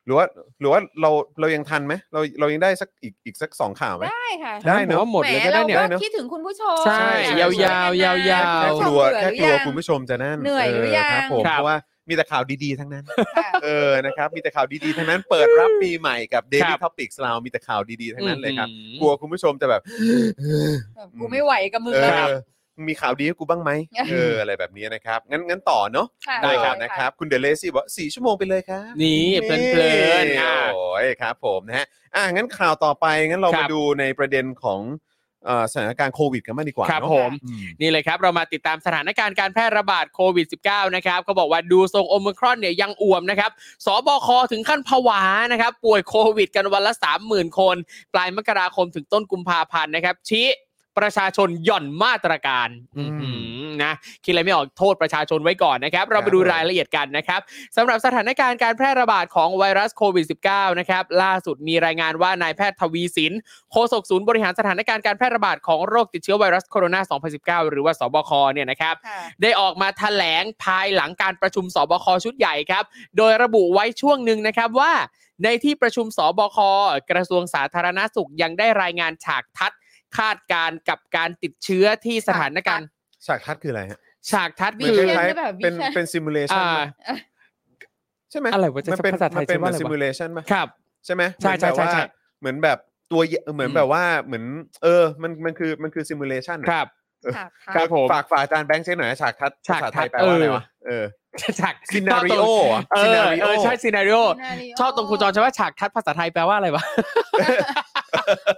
Speaker 1: หรือว่าหรือว่าเราเรายังทันไหมเราเรายังได้สักอีกอีกสักสองข่าวไหม
Speaker 4: ได้ค่ะ
Speaker 1: ได้เนอะ
Speaker 3: ว่าหมดเลยก็ได้เนี่ย
Speaker 4: แหมราก็คิดถึงคุณผู้ชม
Speaker 3: ใช่
Speaker 4: ช่วย
Speaker 3: าวๆ
Speaker 4: กัน
Speaker 3: ยา
Speaker 4: นะ
Speaker 3: วๆ
Speaker 1: แค่กลัวแค่
Speaker 4: ผู้ชมเบื่อหรื
Speaker 1: กลัว
Speaker 4: อยัง
Speaker 1: คุณผู้ชมจะนั่น
Speaker 4: เหนื่อยหรือยัง
Speaker 1: ครับผม
Speaker 3: ครับ
Speaker 1: เพราะว่ามีแต่ข่าวดีๆทั้งนั้น
Speaker 4: ค่ะ
Speaker 1: เออ นะครับ มีแต่ข่าวดีๆ ทั้งนั้น เปิดรับปีใหม่กับ
Speaker 3: ค
Speaker 1: Daily
Speaker 3: รับ
Speaker 1: Topics เรา มีแต่ข่าวดีๆ ทั้งนั้นเลยครับ
Speaker 3: อืม
Speaker 1: กลัวคุณผู้ชมจะแบบ
Speaker 4: แบบกูไม่ไหวกับมึง
Speaker 1: เอ
Speaker 4: แล้ว
Speaker 1: อ มีข่าวดีให้กูบ้างไหม เออ อะไรแบบนี้นะครับ งั้นงั้นต่อเนาะ
Speaker 4: ะ
Speaker 3: ได้ครับ
Speaker 1: เออนะครับ คุณเดลเลซี่บอกสี่ชั่วโมงไปเลยครับ
Speaker 3: นี่เพลินเพลินๆอ่า
Speaker 1: โอ้ยครับผมนะฮะ อ่ะ งั้นข่าวต่อไป งั้นเรา
Speaker 3: ครั
Speaker 1: มา
Speaker 3: บ
Speaker 1: ดูในประเด็นของ เอ่อสถานการณ์โควิดกันมากดีกว่า
Speaker 3: ครับ
Speaker 1: เนอะ
Speaker 3: ผม
Speaker 1: อืม
Speaker 3: นี่เลยครับ เรามาติดตามสถานการณ์การแพร่ระบาดโควิด -19 นะครับเขาบอกว่าดูทรงโอมครอนเนี่ยยังอ่วมนะครับสบคถึงขั้นผวานะครับ ป่วยโควิดกันวันละ 30,000 คน ปลายมกราคมถึงต้นกุมภาพันธ์นะครับ ชี้ประชาชนหย่อนมาตรการ
Speaker 1: อืม
Speaker 3: อื้อหือนะคิดอะไรไม่ออกโทษประชาชนไว้ก่อนนะครับ เราไปดูรายละเอียดกันนะครับ สำหรับสถานการณ์การแพร่ระบาดของไวรัสโควิด -19 นะครับ ล่าสุดมีรายงานว่านายแพทย์ทวีสินโฆษกศูนย์บริหารสถานการณ์การแพร่ระบาดของโรคติดเชื้อไวรัสโคโรนา 2019 หรือว่าสบคเนี่ยนะครับ
Speaker 4: ค่ะ
Speaker 3: ได้ออกมาแถลงภายหลังการประชุมสบคชุดใหญ่ครับ โดยระบุไว้ช่วงหนึ่งนะครับว่า ในที่ประชุมสบคกระทรวงสาธารณสุขยังได้รายงานฉากทัดคาดการณ์กับการติดเชื้อที่สถานการณ์
Speaker 1: ฉากทัดคืออะไรฮะ
Speaker 3: ฉากทัด
Speaker 1: เหมือน
Speaker 3: คือ
Speaker 1: คล้าย
Speaker 4: หรือเปล่า
Speaker 1: ๆเป็น
Speaker 4: วิชั่น
Speaker 1: เป็นซิมูเลชัน
Speaker 3: อ่า
Speaker 1: ใช่ไหม
Speaker 3: อะไรวะจะ
Speaker 1: มันเป็น
Speaker 3: ภาษาไท
Speaker 1: มั
Speaker 3: ย
Speaker 1: นเป็น
Speaker 3: ใช้
Speaker 1: เหมือนซิ
Speaker 3: ว่าอะไรวะ
Speaker 1: มูเลชันป่ะ
Speaker 3: ครับ
Speaker 1: ใช่ไหม
Speaker 3: ใช่ใช่
Speaker 1: เหมือนแบบว่าเหมือน
Speaker 3: ใช่ใช่
Speaker 1: แบบตัวเยเหมือน
Speaker 3: อืม
Speaker 1: แบบว่าเหมือน เออ มันมันคือมันคือซิมูเลชัน
Speaker 3: ครับ
Speaker 4: ฉากทัด
Speaker 3: ครับผม
Speaker 1: ฝากฝากอาจารย์แบงค์เช็คหน่อยนะฉากทัด
Speaker 3: ฉากทัด
Speaker 1: ภษไทยแปลว่าอะไร
Speaker 3: เออ
Speaker 1: วะเออ
Speaker 3: ฉ (laughs) าก
Speaker 1: ซินาริโอ
Speaker 3: เอ
Speaker 1: ซิ
Speaker 3: อ
Speaker 1: นาริ
Speaker 3: เอ
Speaker 1: โอ
Speaker 3: อใช่ซีนาริโอ
Speaker 4: Scenario
Speaker 3: ชอบตรงครูจอนใช่ว่าฉากทัดภาษาไทยแปลว่าอะไรวะ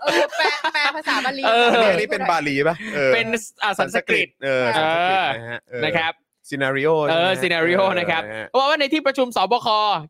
Speaker 4: เออแปลแปลภาษาบาลี
Speaker 3: เออ
Speaker 1: อันนี้อันนี้เป็นบาลีป่ะออ
Speaker 3: เป็นอ่าสันสกฤต
Speaker 1: เออสันสกฤตนะฮะเออ
Speaker 3: นะครับ
Speaker 1: ซินาริโอ
Speaker 3: เออ
Speaker 1: ใช่ไหม
Speaker 3: ซีนาริโอนะครับ
Speaker 1: เออ
Speaker 3: เพราะว่าในที่ประชุมสบค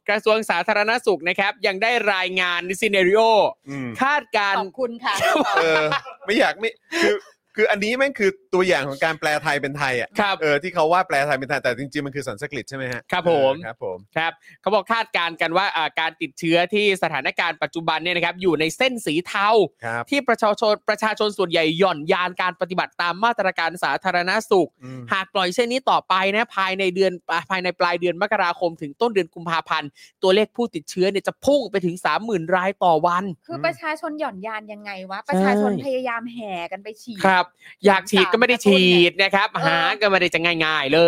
Speaker 3: กระทรวงสาธารณสุขนะครับ ยังได้รายงานซีนาริโอ
Speaker 1: อืม
Speaker 3: คาดการ
Speaker 4: ข
Speaker 3: ณ์
Speaker 4: อบคุณค่ะ
Speaker 1: เออ ไม่อยากไม่คือคืออันนี้แม่งคือตัวอย่างของการแปลไทยเป็นไทยอ่ะ
Speaker 3: ครับ
Speaker 1: เออที่เขาว่าแปลไทยเป็นไทยแต่จริงๆมันคือสันสกฤตใช่ไหมฮะ
Speaker 3: ครับผม
Speaker 1: เออครับผม
Speaker 3: ครับเขาบอกคาดการณ์กันว่าอ่าการติดเชื้อที่สถานการณ์ปัจจุบันเนี่ยนะครับอยู่ในเส้นสีเทา
Speaker 1: ครับ
Speaker 3: ที่ประชาชนประชาชนส่วนใหญ่หย่อนยานการปฏิบัติตามมาตรการสาธารณสุข
Speaker 1: อืม
Speaker 3: หากปล่อยเช่นนี้ต่อไปนะภายในเดือนภายในปลายเดือนมกราคมถึงต้นเดือนกุมภาพันธ์ ตัวเลขผู้ติดเชื้อเนี่ยจะพุ่งไปถึง 30,000 รายต่อวัน
Speaker 4: คือประชาชนหย่อนยานยังไงวะ ประชาชนพยายามแห่กันไปฉีด
Speaker 3: ครับ อยากฉีดก็ไม่ได้ฉีดนะครับ
Speaker 4: เออ
Speaker 3: หาก็ไม่ได้จะง่าย ๆเล
Speaker 4: เ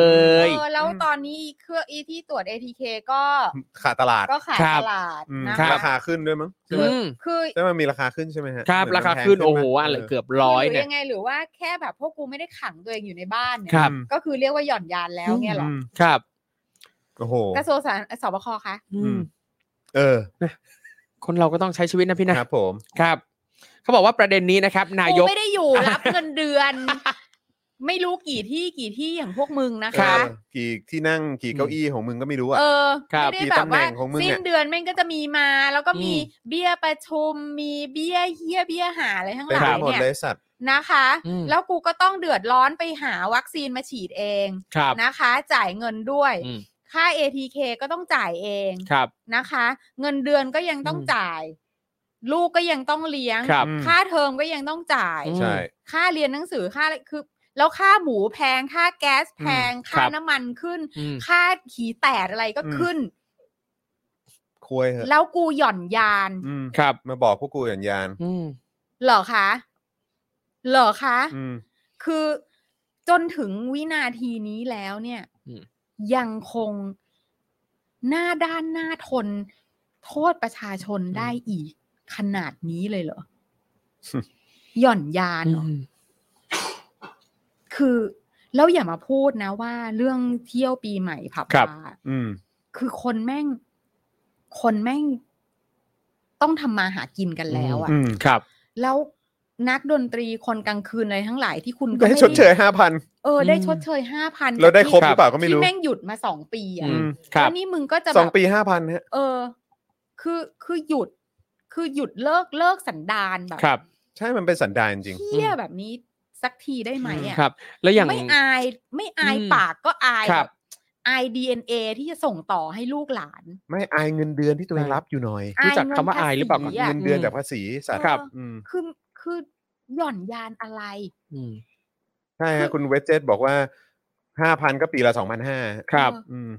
Speaker 4: อย อแล้วตอนนี้อีเครื่องอีที่ตรวจ ATK ก็
Speaker 1: ขาดตลาด
Speaker 4: ก็ขาย
Speaker 3: ครับ
Speaker 4: ตลาด
Speaker 1: อืม
Speaker 4: นะ
Speaker 3: ค
Speaker 4: คะ
Speaker 1: ราคาขึ้นด้วยมั้งใช่ไหม
Speaker 3: อืม
Speaker 4: คือ
Speaker 1: ใช่ไหมมีราคาขึ้นใช่ไหมฮะ
Speaker 3: ครับ
Speaker 1: เหมือ
Speaker 3: ราคา
Speaker 1: มัแพง
Speaker 3: ขึ้น
Speaker 1: ไหม
Speaker 3: โอ้โหอะไรเกือบร้อย
Speaker 4: หรื
Speaker 3: เนี่ย
Speaker 4: ยังไงหรือว่าแค่แบบพวกกูไม่ได้ขังตัวเองอยู่ในบ้านเนี่ย
Speaker 3: ครับ
Speaker 4: ก็คือเรียกว่าหย่อนยานแล้วเนี่ยเหรอ
Speaker 1: อืม
Speaker 3: ครับ
Speaker 1: โอ้โห
Speaker 4: กระทรวงสาธารณสบคคะ
Speaker 3: อืม
Speaker 1: เออ
Speaker 3: คนเราก็ต้องใช้ชีวิตนะพี่นะครับ
Speaker 1: ผม
Speaker 3: ครับเขาบอกว่าประเด็นนี้นะครับ นาย
Speaker 4: กู
Speaker 3: ก
Speaker 4: ไม่ได้อยู่รับเงินเดือน (laughs) ไม่รู้กี่ที่กี่ที่อย่างพวกมึงนะ
Speaker 3: ครั
Speaker 4: คะ
Speaker 3: บ
Speaker 1: เออกี่ที่นั่งกี่เก้าอี้ของมึงก็ไม่รู้อ่ะ
Speaker 4: เออ
Speaker 3: ครับ
Speaker 4: ไม่ได้แบบว่า
Speaker 1: กี่ตำแหน่งของมึง
Speaker 4: สิ้
Speaker 1: เนี่
Speaker 4: น
Speaker 1: ย
Speaker 4: เดือนแม่งก็จะมีมา แล้วก็มี
Speaker 3: อืม
Speaker 4: เบี้ยประชุม มีเบี้ยเฮียเบี้ยหาอะไรทั้งห
Speaker 1: เต็ม
Speaker 4: ลา
Speaker 1: ไป
Speaker 4: ย
Speaker 1: หมด
Speaker 4: เนี่ย
Speaker 1: เลยสัตว์
Speaker 4: นะคะ
Speaker 3: อืม
Speaker 4: แล้วกูก็ต้องเดือดร้อนไปหาวัคซีนมาฉีดเอง
Speaker 3: ครับ
Speaker 4: นะคะ จ่ายเงินด้วย
Speaker 3: อืม
Speaker 4: ค่า ATK ก็ต้องจ่ายเอง
Speaker 3: ครับ
Speaker 4: นะคะ เงินเดือนก็ยังต้อง
Speaker 3: อืม
Speaker 4: จ่าย ลูกก็ยังต้องเลี้ยง
Speaker 3: ครับ
Speaker 1: อืม
Speaker 4: ค่าเทอมก็ยังต้องจ่าย
Speaker 3: อืม
Speaker 1: ใช่
Speaker 4: ค่าเรียนหนังสือค่าอะไรคือ แล้วค่าหมูแพงค่าแก๊สแพง
Speaker 3: ครั
Speaker 4: ค่า
Speaker 3: บ
Speaker 4: น้ำมันขึ้น
Speaker 3: อืม
Speaker 4: ค่าขี่แตดอะไรก็
Speaker 1: อืม
Speaker 4: ขึ้น
Speaker 1: คุยเหอะ
Speaker 4: แล้วกูหย่อนยาน
Speaker 1: อืม
Speaker 3: ครับ
Speaker 1: มาบอกพวกกูอย่างยาน
Speaker 3: อืม
Speaker 4: เหรอคะเหรอคะ
Speaker 1: อืม
Speaker 4: คือจนถึงวินาทีนี้แล้วเนี่ย
Speaker 3: อืม
Speaker 4: ยังคงหน้าด้านหน้าทน โทษประชาชนได้อีก ขนาดนี้เลยเหรอ
Speaker 1: ฮึ
Speaker 4: หย่อนยานเหรอ คือแล้วอย่ามาพูดนะว่าเรื่องเที่ยวปีใหม่ผับ
Speaker 3: ครับ
Speaker 4: บาร์
Speaker 1: อืม
Speaker 4: คือคนแม่ง คนแม่งต้องทำมาหากินกันแล้วอะ
Speaker 1: อืม
Speaker 3: ครับ
Speaker 4: แล้วนักดนตรีคนกลางคืนอะไรทั้งหลายที่คุณก็
Speaker 1: ได้
Speaker 4: ไม่
Speaker 1: ชดเชยห้าพัน
Speaker 4: เออได้
Speaker 3: อืม
Speaker 4: ชดเชยห้าพัน
Speaker 1: แล้วได้ครบหรือเปล่าก็ไม่รู้
Speaker 4: ที่แม่งหยุดมาสองปีอะ
Speaker 3: อืมครั
Speaker 4: แล้
Speaker 3: บ
Speaker 4: วนี่มึงก็จะ
Speaker 1: ส
Speaker 4: แบ
Speaker 1: อง
Speaker 4: บ
Speaker 1: ปีห้าพันฮะ
Speaker 4: เออ คือคือหยุด คือหยุดเลิกเลิกสันดานแบบ
Speaker 3: ครับ
Speaker 1: ใช่มันเป็นสันดานจริง
Speaker 4: เที่ยแบบนี้สักทีได้ไหมอะ
Speaker 3: ครับ แล้วอย่าง
Speaker 4: ไม่อายไม่อาย
Speaker 3: อืม
Speaker 4: ปากก็อาย
Speaker 3: ครับ
Speaker 4: แอายดีเอ็นเอที่จะส่งต่อให้ลูกหลาน
Speaker 1: ไม่อายเงินเดือนที่ตัวเองรับอยู่หน่อย
Speaker 3: รู้จัก
Speaker 4: เงิน
Speaker 3: คำว่าอายหรือเปล่า
Speaker 4: ภษี
Speaker 1: เงิ
Speaker 4: อะ
Speaker 1: นเดือนจากภาษีสัตว์
Speaker 4: ครับ
Speaker 1: อืม
Speaker 4: คือคือหย่อนยานอะไร
Speaker 3: อืม
Speaker 1: ใช่ฮะคุณเวจเจตบอกว่าห้าพันก็ปีละสองพันห้า
Speaker 3: ครับ
Speaker 1: อืม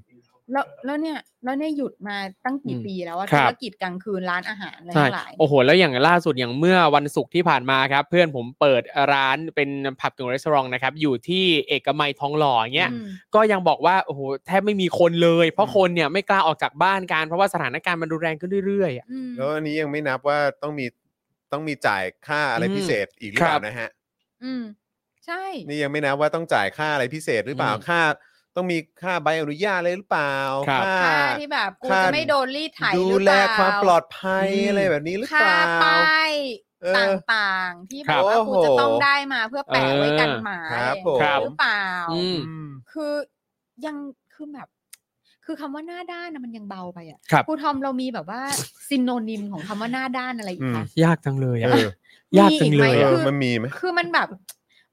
Speaker 4: แล้วแล้วเนี่ยแล้วเนี่ยหยุดมาตั้งกี่ปีแล้วอะ
Speaker 3: ครั
Speaker 4: ธุ
Speaker 3: บ
Speaker 4: รกิจกลางคืนร้านอาหารอะไร
Speaker 3: ใช่
Speaker 4: ทั้งหลาย
Speaker 3: โอ้โห แล้วอย่างล่าสุดอย่างเมื่อวันศุกร์ที่ผ่านมาครับ เพื่อนผมเปิดร้านเป็นผับกึ่งรีสอร์ทนะครับ อยู่ที่เอกมัยทองหล่อเงี้ย
Speaker 4: อืม
Speaker 3: ก็ยังบอกว่า โอ้โห แทบไม่มีคนเลย เพราะคนเนี่ยไม่กล้าออกจากบ้านกัน เพราะว่าสถานการณ์มันรุนแรงขึ้นเรื่อยๆอะ
Speaker 4: อืม
Speaker 1: แล้วอันนี้ยังไม่นับว่าต้องมีต้องมีจ่ายค่าอะไร
Speaker 3: อืม
Speaker 1: พิเศษอีกหรือเป
Speaker 3: ครั
Speaker 1: ล่า
Speaker 3: บ
Speaker 1: นะฮะ
Speaker 4: อืมใช่
Speaker 1: นี่ยังไม่นับว่าต้องจ่ายค่าอะไรพิเศษหรือเปล่า
Speaker 3: อืม
Speaker 1: ค่า ต้องมีค่าใบอนุญาตอะไรหรือเปล่า
Speaker 3: ครับ
Speaker 1: ค่า
Speaker 4: ค่าที่แบบกู
Speaker 1: ค่า
Speaker 4: จะไม่โดนรีดไถห
Speaker 1: ดู
Speaker 4: รือ
Speaker 1: แล
Speaker 4: เปล่า
Speaker 1: ความปลอดภัย
Speaker 3: อืม
Speaker 1: อะไรแบบนี้หรือเป
Speaker 4: ค่า
Speaker 1: ล่า
Speaker 4: ป้าย
Speaker 1: เออ
Speaker 4: ต่างๆ ที่แบ
Speaker 3: ครับ บ
Speaker 4: ว่าคุณจะต้อง
Speaker 1: โอ้โห
Speaker 4: ได้มาเพื่อแปะไว้กันหมา
Speaker 1: ครับ
Speaker 4: อะไอย่าง
Speaker 1: ผม
Speaker 4: นี้หรือเปล่า
Speaker 3: อืม
Speaker 1: อืม
Speaker 4: คือยังคือแบบ คือคำว่าหน้าด้านนะมันยังเบาไปอ่ะ
Speaker 3: ครับ
Speaker 4: ครูทอมเรามีแบบว่าซินโนนิมของคำว่าหน้าด้านอะไรอีกคะ
Speaker 3: ยากจังเลย
Speaker 1: เอ
Speaker 3: อ่ะ
Speaker 1: อ
Speaker 3: ยากจังเล
Speaker 1: เอย
Speaker 4: กไห
Speaker 1: อ
Speaker 3: อะ
Speaker 1: มันมีไหม
Speaker 4: คือมันแบบ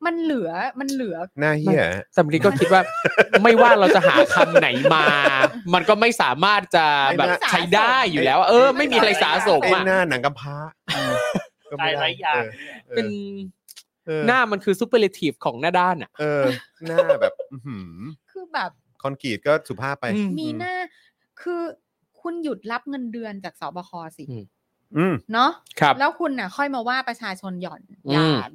Speaker 4: มันเหลือมันเหลือ
Speaker 1: หน้าเฮีย
Speaker 3: สำลีก็คิดว่า ไม่ว่าเราจะหาคำไหนมา มันก็ไม่สามารถจะแบบใช้ได้อยู่แล้วอะเออ ไม่มีอะไรสะสม
Speaker 1: ไอ้
Speaker 3: อ่ะ
Speaker 1: หน้าหนังกำพร้าก็
Speaker 5: ห
Speaker 1: ม่ด้
Speaker 5: ลายๆอย่าง
Speaker 1: เออ
Speaker 3: เป็น
Speaker 1: เออ
Speaker 3: หน้ามันคือซูเปอร์เลทีฟของหน้าด้านอ่ะ
Speaker 1: เออ หน้าแบบอื้อหือ
Speaker 4: คือแบบ
Speaker 1: คอนกรีตก็สุภาพไป
Speaker 3: อืม
Speaker 4: มีหน้า คือคุณหยุดรับเงินเดือนจากสบคสิ
Speaker 3: อืม
Speaker 1: อืม
Speaker 4: เนาะ
Speaker 3: ครับ
Speaker 4: แล้วคุณน่ะ ค่อยมาว่าประชาชนหย่อน
Speaker 3: อืม
Speaker 4: ยาน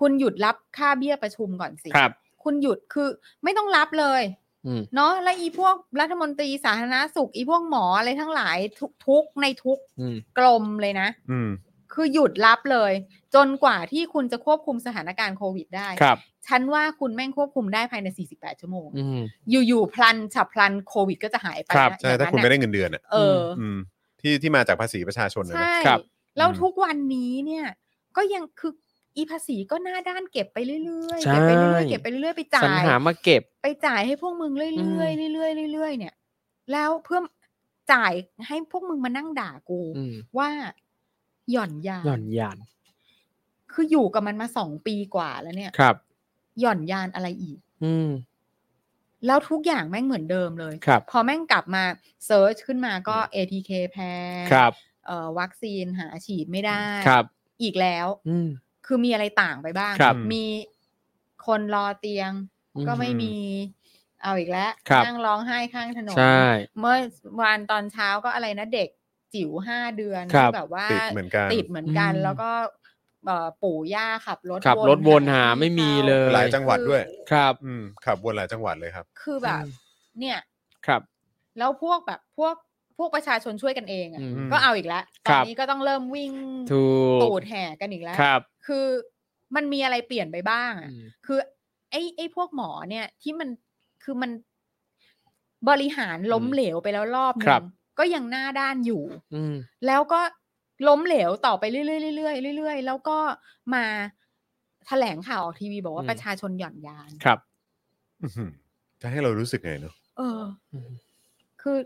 Speaker 4: คุณหยุดรับค่าเบี้ยประชุมก่อนสิ
Speaker 3: ครับ
Speaker 4: คุณหยุดคือไม่ต้องรับเลย
Speaker 3: อืม
Speaker 4: เนาะและอีพวกรัฐมนตรีสาธารณสุข อีพวกหมออะไรทั้งหลายทุกทุกในทุก
Speaker 3: อืม
Speaker 4: กลมเลยนะ
Speaker 1: อืม
Speaker 4: คือหยุดรับเลย จนกว่าที่คุณจะควบคุมสถานการณ์โควิดได้
Speaker 3: ครับ
Speaker 4: ฉันว่าคุณแม่งควบคุมได้ภายใน 48 ชั่วโมง
Speaker 3: อืม
Speaker 4: อยู่ๆพลันฉับพลันโควิดก็จะหายไป
Speaker 3: ครับ
Speaker 4: นะ
Speaker 1: ใช่
Speaker 4: อย่ง
Speaker 1: ถ้า
Speaker 4: นั้น
Speaker 1: คุณ
Speaker 4: น่ะ
Speaker 1: ไม่ได้เงินเดือนอ่ะ
Speaker 4: เอออ
Speaker 1: อืม ที่ที่มาจากภาษีประชาชนนะนะ
Speaker 4: ใช่
Speaker 3: ครับ
Speaker 4: แล้ว
Speaker 1: อืม
Speaker 4: ทุกวันนี้เนี่ย ก็ยังคืออีภาษีก็หน้าด้านเก็บไปเรื่อยๆ
Speaker 3: ใช่
Speaker 4: เก็บไปเรื่อยๆเก็บไปเรื่อยๆไปจ่า
Speaker 3: สรร
Speaker 4: ย
Speaker 3: หามาเก็บ
Speaker 4: ไปจ่ายให้พวกมึงเรื่อย
Speaker 3: อื
Speaker 4: ๆ
Speaker 3: ม
Speaker 4: เรื่อยๆเรื่อยๆเนี่ย แล้วเพื่อจ่ายให้พวกมึงมานั่งด่ากู
Speaker 3: อืม
Speaker 4: ว่าหย่อนยาน
Speaker 3: หย่อนยาน
Speaker 4: คืออยู่กับมันมาสองปีกว่าแล้วเนี่ย
Speaker 3: ครับ
Speaker 4: หย่อนยานอะไรอีก
Speaker 3: อืม
Speaker 4: แล้วทุกอย่างแม่งเหมือนเดิมเลย
Speaker 3: ครับ
Speaker 4: พอแม่งกลับมาเซิร์ชขึ้นมาก็ ATK แพ้
Speaker 3: ครับ
Speaker 4: เอ่อวัคซีนหาฉีดไม่ได้
Speaker 3: ครับ
Speaker 4: อีกแล้ว
Speaker 3: อืม
Speaker 4: คือมีอะไรต่างไปบ้าง
Speaker 3: ครับ
Speaker 4: มีคนรอเตียง ก็ไม่
Speaker 1: อืม
Speaker 4: มี เอาอีกแล้ว
Speaker 3: ครับ
Speaker 4: นั่งร้องไห้ข้างถนน
Speaker 3: ใช่
Speaker 4: เมื่อวานตอนเช้าก็อะไรนะเด็กจิ๋วห้าเดือน
Speaker 3: ครับ
Speaker 4: ที่แบบว่า
Speaker 1: ติดเหมือนกัน
Speaker 4: ติดเหมือนกัน
Speaker 3: อืม
Speaker 4: แล้วก็เอ่อปู่ย่าขับรถ
Speaker 3: ขับรถวนหาไม่มีเลย
Speaker 1: หลายจังหวัดด้วย
Speaker 3: ครับ
Speaker 1: อืมขับวนหลายจังหวัดเลยครับ
Speaker 4: คือแบบ เนี่ย
Speaker 3: ครับ
Speaker 4: แล้วพวกแบบพวกพวกประชาชนช่วยกันเองอะ
Speaker 3: อืม
Speaker 4: ก็เอาอีกแล้ว
Speaker 3: ค
Speaker 4: ตอ
Speaker 3: รั
Speaker 4: น
Speaker 3: บ
Speaker 4: นี้ก็ต้องเริ่มวิ่ง
Speaker 3: ถูก
Speaker 4: ตูดแห่กันอีกแล้ว
Speaker 3: ครับ
Speaker 4: คือมันมีอะไรเปลี่ยนไปบ้าง
Speaker 3: อื
Speaker 4: อะ
Speaker 3: ม
Speaker 4: คือ ไอ้ไอ้พวกหมอเนี่ยที่มันคือมันบริหารล้ม
Speaker 3: อืม
Speaker 4: เหลวไปแล้วรอบนึ
Speaker 3: ครับ
Speaker 4: งก็ยังหน้าด้านอยู่
Speaker 3: อืม
Speaker 4: แล้วก็ล้มเหลวต่อไปเรื่อยๆเรื่อยๆเรื่อยๆ แล้วก็มาแถลงข่าวออกทีวีบอกว่า
Speaker 3: อืม
Speaker 4: ประชาชนหย่อนยาน
Speaker 3: ครับ
Speaker 1: อื้อหือจะให้เรารู้สึกไงเนาะ
Speaker 4: เออ คือ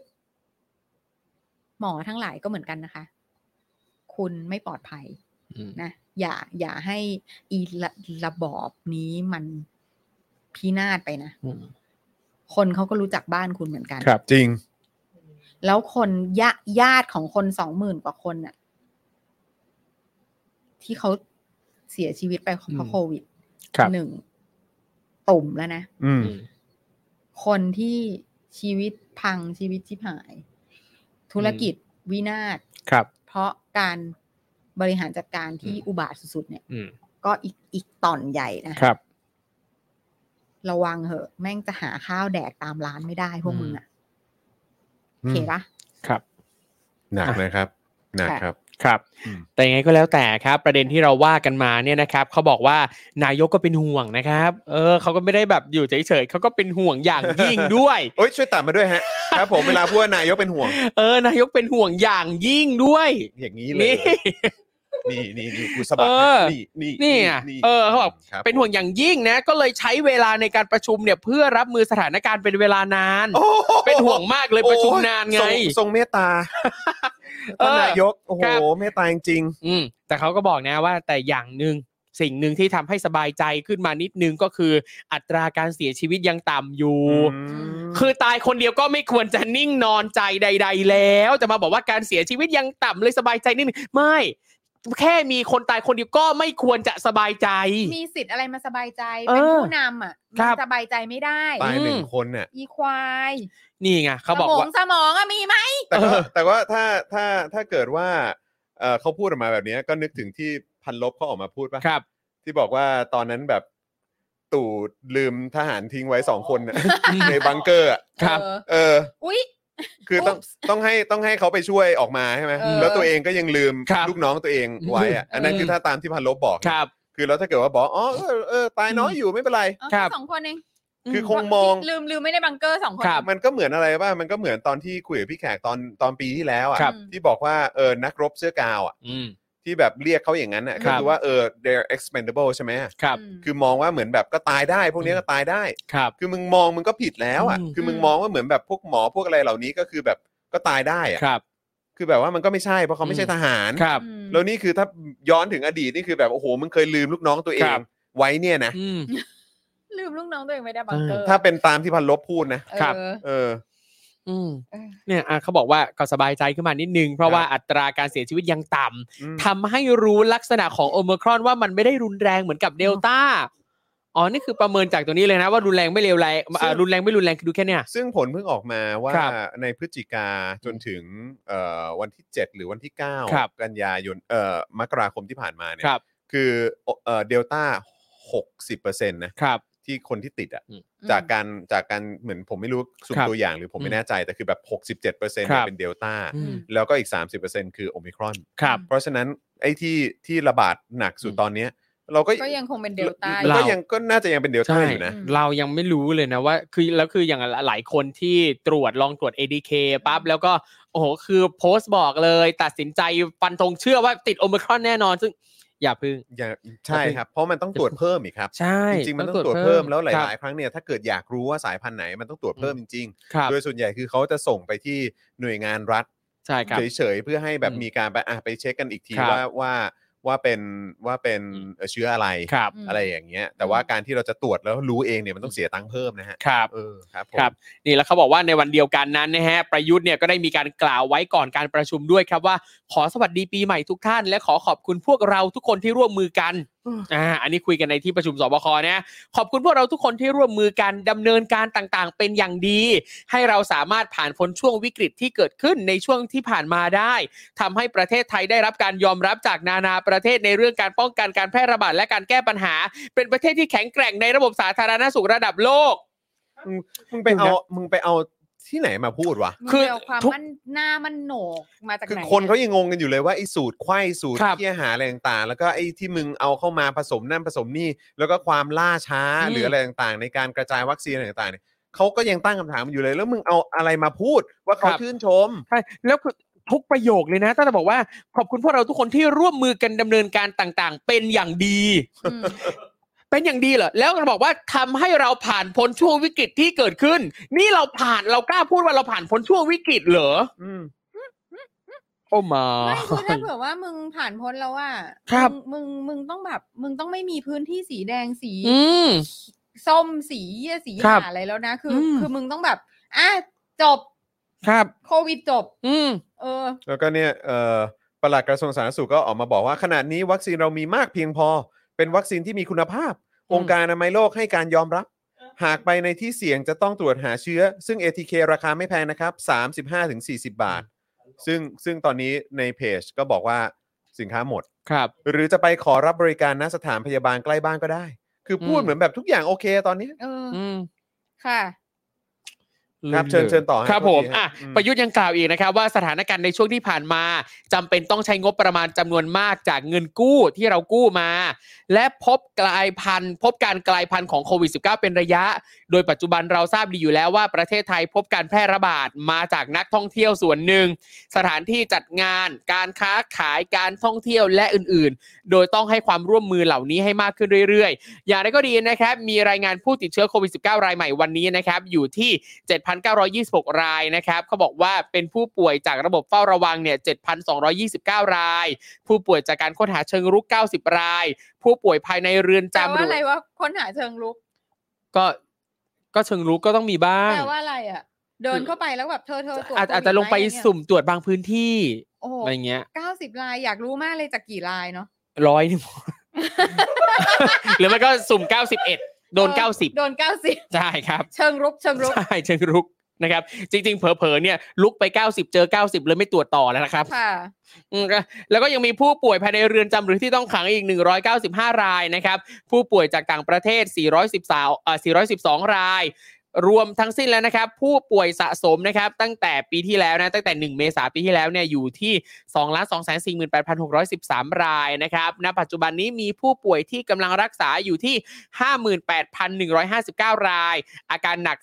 Speaker 4: หมอทั้งหลายก็เหมือนกันนะคะ คุณไม่ปลอดภัย
Speaker 3: อืม
Speaker 4: นะอย่า อย่าให้อีระระบอบนี้มันพินาศไปนะ
Speaker 3: อืม
Speaker 4: คนเขาก็รู้จักบ้านคุณเหมือนกัน
Speaker 3: ครับ
Speaker 1: จริง
Speaker 4: แล้วคนญาญาติของคนสองหมื่นกว่าคนน่ะ ที่เขาเสียชีวิตไปเพ
Speaker 3: อืม
Speaker 4: ราะโควิด
Speaker 3: ครับ
Speaker 4: หนึ่งตุ่มแล้วนะ
Speaker 1: อืม
Speaker 3: อืม
Speaker 4: คนที่ชีวิตพังชีวิตชิบหาย ธุรกิจวินาศ
Speaker 3: ครับ
Speaker 4: เพราะการบริหารจัดการที่อุบาทสุดๆเนี่ย
Speaker 3: อืม
Speaker 4: ก็อีกอีกตอนใหญ่นะครับ ระวังเหอะ แม่งจะหาข้าวแดกตามร้านไม่ได้พวกมึงอ่ะโอเคปะ
Speaker 3: ครับ
Speaker 1: หนักนะครับ หนักครับ
Speaker 3: ครับ
Speaker 1: อืม
Speaker 3: แต่ยังไงก็แล้วแต่ครับ ประเด็นที่เราว่ากันมาเนี่ยนะครับเขาบอกว่านายกก็เป็นห่วงนะครับ เออเขาก็ไม่ได้แบบอยู่เฉยๆเขาก็เป็นห่วงอย่างยิ่งด้วย
Speaker 1: โอ้ยช่วยตัดมาด้วยฮะ ครับผมเวลาพูดว่านายกเป็นห่วง
Speaker 3: เออนายกเป็นห่วงอย่างยิ่งด้วย
Speaker 1: อย่างนี้เลย นี่นี่นี่กูสะบัด
Speaker 3: เออ
Speaker 1: นี่นี่
Speaker 3: นี่ไงเออเขาบอก
Speaker 1: ครับ
Speaker 3: เป็นห่วงอย่างยิ่งนะ ก็เลยใช้เวลาในการประชุมเนี่ย เพื่อรับมือสถานการณ์เป็นเวลานาน
Speaker 1: โอ้โ
Speaker 3: เป็นห่วงมากเลยประชุมนานไง
Speaker 1: ทรทรงเมตตา
Speaker 3: เอ
Speaker 1: ท่า
Speaker 3: อ
Speaker 1: นนายก โอ้โห
Speaker 3: ครับ
Speaker 1: เมตตาจริง
Speaker 3: อืมแต่เขาก็บอกนะว่าแต่อย่างหนึ่งสิ่งหนึ่งที่ทำให้สบายใจขึ้นมานิดนึงก็คือ อัตราการเสียชีวิตยังต่ำอยู่
Speaker 1: ๆ
Speaker 3: คือตายคนเดียวก็ไม่ควรจะนิ่งนอนใจใด ๆ แล้ว จะมาบอกว่าการเสียชีวิตยังต่ำเลยสบายใจนิดนึงไม่ แค่มีคนตายคนเดียวก็ไม่ควรจะสบายใจ
Speaker 4: มีสิทธิ์อะไรมาสบายใจ
Speaker 3: เออ
Speaker 4: เป็นผู้นำอ่ะ
Speaker 3: ครั
Speaker 4: มัน
Speaker 3: บ
Speaker 4: สบายใจไม่ได้
Speaker 1: ตายหนึ่งคนเนี่ย
Speaker 4: อีควาย
Speaker 3: นี่ไงเขาบอก
Speaker 4: สมอง
Speaker 3: ว่า
Speaker 4: สมองอะมีไหม
Speaker 1: แต่ก็
Speaker 3: เออ
Speaker 1: แต่ว่าถ้าถ้าถ้าเกิดว่าเอ่อเขาพูดออกมาแบบเนี้ยก็นึกถึงที่พันลบเขาออกมาพูดป่ะ
Speaker 3: ครับ
Speaker 1: ที่บอกว่าตอนนั้นแบบตู่ลืมทหารทิ้งไว้สองคนน่ะ (laughs)
Speaker 3: อืม
Speaker 1: ในบังเกอร์อะ
Speaker 3: ครับ
Speaker 4: เออ
Speaker 1: เออ
Speaker 4: อุ๊ย
Speaker 1: คือต้อง
Speaker 4: Oops
Speaker 1: ต้องให้ต้องให้เขาไปช่วยออกมาใช่ไหม
Speaker 4: เออ
Speaker 1: แล้วตัวเองก็ยังลืม
Speaker 3: ครับ
Speaker 1: ลูกน้องตัวเองไว้อะอันนั้น
Speaker 3: อืม
Speaker 1: คือถ้าตามที่พันลบบอก
Speaker 3: ครับ
Speaker 1: คือแล้วถ้าเกิดว่าบอกอ๋อเออเออตายน้อยอยู่ไม่เป็นไร
Speaker 4: เอา
Speaker 3: ครับ
Speaker 4: แสองคนเอง
Speaker 1: คือคง
Speaker 4: เพราะ
Speaker 1: มอง
Speaker 4: ลืมลืมไม่ได้บังเกอร์สองคน
Speaker 3: ครับ
Speaker 1: มันก็เหมือนอะไรป่ะมันก็เหมือนตอนที่คุยกับพี่แขกตอนตอนปีที่แล้ว
Speaker 3: ครั
Speaker 1: อ่ะ
Speaker 3: บ
Speaker 1: ที่บอกว่าเออนักรบเสื้อกาวอ่ะ
Speaker 3: อืม
Speaker 1: ที่แบบเรียกเขาอย่างนั้นน่ะ
Speaker 3: ค
Speaker 1: ก็
Speaker 3: รับ
Speaker 1: คือว่าเออ they're expendable ใช่ไหม
Speaker 3: ครับ
Speaker 4: อืม
Speaker 1: คือมองว่าเหมือนแบบก็ตายได้ พวกเนี้ยก็ตายได้
Speaker 3: ครับ
Speaker 1: คือมึงมองมึงก็ผิดแล้วอ่ะ
Speaker 3: อืม
Speaker 1: คือมึงมองว่าเหมือนแบบพวกหมอพวกอะไรเหล่านี้ก็คือแบบก็ตายได้อ่ะ
Speaker 3: ครับ
Speaker 1: คือแบบว่ามันก็ไม่ใช่เพราะเขาไม่ใช่
Speaker 3: อืม
Speaker 1: ทหาร
Speaker 3: ครับ
Speaker 4: อืม
Speaker 1: แล้วนี่คือถ้าย้อนถึงอดีตนี่คือแบบโอ้โหมึงเคยลืมลูกน้องตัวเอง
Speaker 3: ครับ
Speaker 1: ไว้เนี่ยนะ
Speaker 3: อืม
Speaker 4: ลืมลูกน้องตัวเองไม่ได้บังเกอร์
Speaker 1: ถ้าเป็นตามที่พันลบพูดนะครับ
Speaker 4: เออ
Speaker 1: เออ
Speaker 3: อืม
Speaker 4: เออ
Speaker 3: เนี่ยอ่ะเขาบอกว่าก็สบายใจขึ้นมานิดนึง เพราะว่าอัตราการเสียชีวิตยังต่ำ
Speaker 1: อืม
Speaker 3: ทำให้รู้ลักษณะของโอมครอนว่ามันไม่ได้รุนแรงเหมือนกับเดลต้าอ๋อนี่คือประเมินจากตัวนี้เลยนะว่ารุนแรงไม่เลวแรงอ่ะรุนแรงไม่รุนแรงคือดูแค่เนี้ย
Speaker 1: ซึ่งผลเพิ่งออกมาว่า
Speaker 3: ครับ
Speaker 1: ในพฤศจิกาจนถึงเอ่อวันที่ 7 หรือวันที่
Speaker 3: ครับ
Speaker 1: 9 กันยายนเอ่อมกราคมที่ผ่านมาเนี่ย
Speaker 3: ครับ
Speaker 1: คือเอ่อเดลต้า60%นะ
Speaker 3: ครับ
Speaker 1: ที่คนที่ติดอ่ะ
Speaker 3: อืม
Speaker 1: จากการจากการเหมือนผมไม่รู้สุ่ม
Speaker 3: ครับ
Speaker 1: ตัวอย่างหรือผมไม่แน่ใจ แต่คือแบบ 67%เ
Speaker 3: ค
Speaker 1: นี่
Speaker 3: รับ
Speaker 1: ยเป็นเดลต้า
Speaker 3: อืม
Speaker 1: แล้วก็อีก 30%คือโอมิครอน
Speaker 3: ครับ
Speaker 1: เพราะฉะนั้นไอ้ที่ที่ระบาดหนักสุด
Speaker 3: อืม
Speaker 1: ตอนเนี้ยเราก็
Speaker 4: ก็ยังคงเป็นเดลต้า
Speaker 1: เรา
Speaker 4: อ
Speaker 1: ก็
Speaker 4: ยู่
Speaker 1: ยังก็น่าจะยังเป็นเดลต้า
Speaker 3: ใช่
Speaker 1: อยู่นะ
Speaker 4: อืม
Speaker 3: เรายังไม่รู้เลยนะว่า คือแล้วคืออย่างหลายคนที่ตรวจลองตรวจ ADK ปั๊บแล้วก็โอ้โหคือโพสต์บอกเลย ตัดสินใจฟันธงเชื่อว่าติดโอมครอนแน่นอน ซึ่งอย่าพึ่ง
Speaker 1: อย่าใช่ครับ เพราะมันต้องตรวจเพิ่มอีกครับ
Speaker 3: ใช่
Speaker 1: จริงๆ มันต้องตรวจเพิ่มแล้วห
Speaker 3: ครับ
Speaker 1: ลายๆ ครั้งเนี่ยถ้าเกิดอยากรู้ว่าสายพันธุ์ไหนมันต้องตรวจเพิ่มจริง
Speaker 3: ครับ
Speaker 1: ๆ โดยส่วนใหญ่คือเขาจะส่งไปที่หน่วยงานรัฐ
Speaker 3: ใช่ครับ
Speaker 1: เฉยๆ เพื่อให้แบบ
Speaker 3: อืม
Speaker 1: มีการไปอ่ะไปเช็คกันอีกที
Speaker 3: ครับ
Speaker 1: ว่าว่าว่าเป็นว่าเป็น
Speaker 3: อืม
Speaker 1: เอ่อเชื้ออะไร
Speaker 3: ครับ
Speaker 4: อืม
Speaker 1: อะไรอย่างเงี้ย แต่ว่าการที่เราจะตรวจแล้วรู้เองเนี่ยมันต้องเสียตังค์เพิ่มนะฮะ
Speaker 3: ครับ
Speaker 1: เออครับผม
Speaker 3: ครับ นี่แล้วเขาบอกว่าในวันเดียวกันนั้นนะฮะประยุทธ์เนี่ยก็ได้มีการกล่าวไว้ก่อนการประชุมด้วยครับว่าขอสวัสดีปีใหม่ทุกท่าน และขอขอบคุณพวกเราทุกคนที่ร่วมมือกันอ่าอันนี้คุยกันในที่ประชุมสบคนะขอบคุณพวกเราทุกคนที่ร่วมมือกันดำเนินการต่างๆ เป็นอย่างดี ให้เราสามารถผ่านพ้นช่วงวิกฤตที่เกิดขึ้นในช่วงที่ผ่านมาได้ทำให้ประเทศไทยได้รับการยอมรับจากนานาประเทศในเรื่องการป้องกันการแพร่ระบาดและการแก้ปัญหา เป็นประเทศที่แข็งแกร่งในระบบสาธารณสุขระดับโลก
Speaker 1: มึงไปเอามึงไปเอาที่ไหนมาพูดวะ
Speaker 4: มึง
Speaker 3: คือ
Speaker 4: ไปเอาความ
Speaker 3: ทุก
Speaker 4: มันหน้ามันโหนกมาจาก
Speaker 1: คือ
Speaker 4: ไหน
Speaker 1: คนเขายังงงกันอยู่เลยว่าไอ้สูตรไข้สูตร
Speaker 3: ครับ
Speaker 1: ที่อาหารอะไรต่างๆ แล้วก็ไอ้ที่มึงเอาเข้ามาผสมนั่นผสมนี่ แล้วก็ความล่าช้า
Speaker 3: อืม
Speaker 1: หรืออะไรต่างๆ ในการกระจายวัคซีนอะไรต่างๆเนี่ยเขาก็ยังตั้งคำถามอยู่เลย แล้วมึงเอาอะไรมาพูดว่าเขาชื่นชม
Speaker 3: ใช่แล้วคือทุกประโยคเลยนะตั้งแต่บอกว่าขอบคุณพวกเราทุกคนที่ร่วมมือกันดำเนินการต่างๆ เป็นอย่างดี
Speaker 4: อืม
Speaker 3: เป็นอย่างดีเหรอแล้วก็บอกว่าทำให้เราผ่านพ้นช่วงวิกฤตที่เกิดขึ้น นี่เราผ่านเรากล้าพูดว่าเราผ่านพ้นช่วงวิกฤตเหรอ
Speaker 1: อืม
Speaker 3: โอ้มา
Speaker 4: ไม่คือถ้าเผื่อว่ามึงผ่านพ้นแล้วว่า
Speaker 3: ครับ
Speaker 4: มึงมึงต้องแบบ มึงต้องไม่มีพื้นที่สีแดงสี
Speaker 3: อืม
Speaker 4: ส้มสีเหี้ยสี
Speaker 3: ครั
Speaker 4: หา
Speaker 3: บ
Speaker 4: อะไรแล้วนะ คือ
Speaker 3: ม
Speaker 4: คือมึงต้องแบบอ่ะจบ
Speaker 3: ครับ
Speaker 4: โควิดจบ
Speaker 3: อืม
Speaker 4: เออ
Speaker 1: แล้วก็เนี่ยเอ่อปลัดกระทรวงสาธารณสุขก็ออกมาบอกว่าขณะนี้วัคซีนเรามีมากเพียงพอ เป็นวัคซีนที่มีคุณภาพ
Speaker 3: อืม
Speaker 1: องค์การอนามัยโลกให้การยอมรับ หากไปในที่เสี่ยงจะต้องตรวจหาเชื้อ ซึ่ง ATK ราคาไม่แพงนะครับ 35-40 บาท ซึ่งซึ่งตอนนี้ในเพจก็บอกว่าสินค้าหมด
Speaker 3: ครับ
Speaker 1: หรือจะไปขอรับบริการณสถานพยาบาลใกล้บ้านก็ได้ คือพูด
Speaker 3: อืม
Speaker 1: เหมือนแบบทุกอย่างโอเคตอนนี้
Speaker 4: เออ
Speaker 3: อืม
Speaker 4: ค่ะ
Speaker 1: ครับเชิญเชิญต่อฮะ
Speaker 3: ครับ
Speaker 1: โทษ
Speaker 3: ผม
Speaker 1: ทีฮะ
Speaker 3: อ่ะ
Speaker 1: อืม
Speaker 3: ประยุทธ์ยังกล่าวอีกนะครับว่าสถานการณ์ในช่วงที่ผ่านมาจำเป็นต้องใช้งบประมาณจำนวนมากจากเงินกู้ที่เรากู้มา และพบกลายพันธุ์ พบการกลายพันธุ์ของโควิด -19 เป็นระยะ โดยปัจจุบันเราทราบดีอยู่แล้วว่าประเทศไทยพบการแพร่ระบาดมาจากนักท่องเที่ยวส่วนหนึ่ง สถานที่จัดงาน การค้าขายการท่องเที่ยวและอื่นๆ โดยต้องให้ความร่วมมือเหล่านี้ให้มากขึ้นเรื่อยๆ อย่างไรก็ดีนะครับ มีรายงานผู้ติดเชื้อโควิด -19 รายใหม่วันนี้นะครับ อยู่ที่ 7,926 รายนะครับ เขาบอกว่าเป็นผู้ป่วยจากระบบเฝ้าระวังเนี่ย 7,229 ราย ผู้ป่วยจากการค้นหาเชิงรุก 90 ราย ผู้ป่วยภายในเรือน
Speaker 4: แปล
Speaker 3: จำห
Speaker 4: ว่า
Speaker 3: รือ
Speaker 4: อะไรว่าค้นหาเชิงลุก
Speaker 3: ก็ ก็เชิงรุกก็ต้องมีบ้าง
Speaker 4: แปลว่าอะไรอ่ะ เดินเข้าไปแล้วแบบเธอเธอตรวจ
Speaker 3: อาจ
Speaker 4: โควิด
Speaker 3: อาจจะลงไป
Speaker 4: หมเนี่ย
Speaker 3: สุ่มตรวจบางพื้นที่
Speaker 4: โอ้โห
Speaker 3: อะไรเงี้ย
Speaker 4: เก้าสิบลายอยากรู้มากเลยจากกี่ลายเนาะ
Speaker 3: ร้อย
Speaker 4: (laughs)
Speaker 3: หนึ่ง หรือไม่ก็สุ่ม 91 โดน
Speaker 4: ออ
Speaker 3: 90
Speaker 4: โดนเก้าสิบ (laughs)
Speaker 3: ใช่ครับ
Speaker 4: เชิงรุกเชิงรุก
Speaker 3: ใช่เชิงรุกนะครับ จริงๆ เผลอๆเนี่ยลุกไป 90 เจอ 90 เลยไม่ตรวจต่อแล้วนะครับ
Speaker 4: ค่ะ
Speaker 3: อืมก็แล้วก็ยังมีผู้ป่วยภายในเรือนจำหรือที่ต้องขังอีก 195 รายนะครับ ผู้ป่วยจากต่างประเทศ 413เอ่อ412 ราย รวมทั้งสิ้นแล้วนะครับ ผู้ป่วยสะสมนะครับ ตั้งแต่ปีที่แล้วนะตั้งแต่ 1 เมษายนปีที่แล้วเนี่ยอยู่ที่ 2 2 4 8 6 1 3 รายนะครับณปัจจุบันนี้มีผู้ป่วยที่กำลังรักษาอยู่ที่ 58,159 ราย อาการหนัก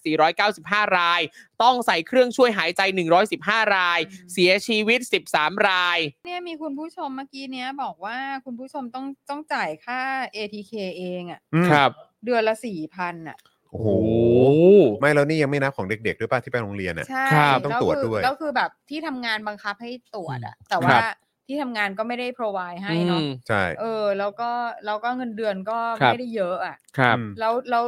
Speaker 3: 495 ราย ต้องใส่เครื่องช่วยหายใจ 115 ราย
Speaker 4: อืม
Speaker 3: เสียชีวิต 13 ราย
Speaker 4: เนี่ยมีคุณผู้ชมเมื่อกี้เนี้ยบอกว่าคุณผู้ชมต้องต้องจ่ายค่า ATK เองอะ่ะ
Speaker 3: ครับ
Speaker 4: เดือนละสี่พันอ่ะ
Speaker 1: โอ้โห ไม่แล้วนี่ยังไม่นับของเด็กๆด้วยป่ะที่ไปโรงเรียนอ่ะ
Speaker 4: ใช่
Speaker 1: ครับ
Speaker 4: แล้
Speaker 1: ต้องตรวจ
Speaker 4: คือ
Speaker 1: ด้วย
Speaker 4: ก็คือแบบที่ทำงานบังคับให้ตรวจอะ่ะ แต่
Speaker 1: ครั
Speaker 4: ว่า
Speaker 1: บ
Speaker 4: ที่ทำงานก็ไม่ได้ provide ให้
Speaker 3: อื
Speaker 4: เนาะ
Speaker 3: ม
Speaker 1: ใช่
Speaker 4: เออ แล้วก็แล้วก็เงินเดือนก็
Speaker 3: ครับ
Speaker 4: ไม่ได้เยอะอ่ะ
Speaker 3: ครับ
Speaker 1: อืม
Speaker 4: แล้วแล้ว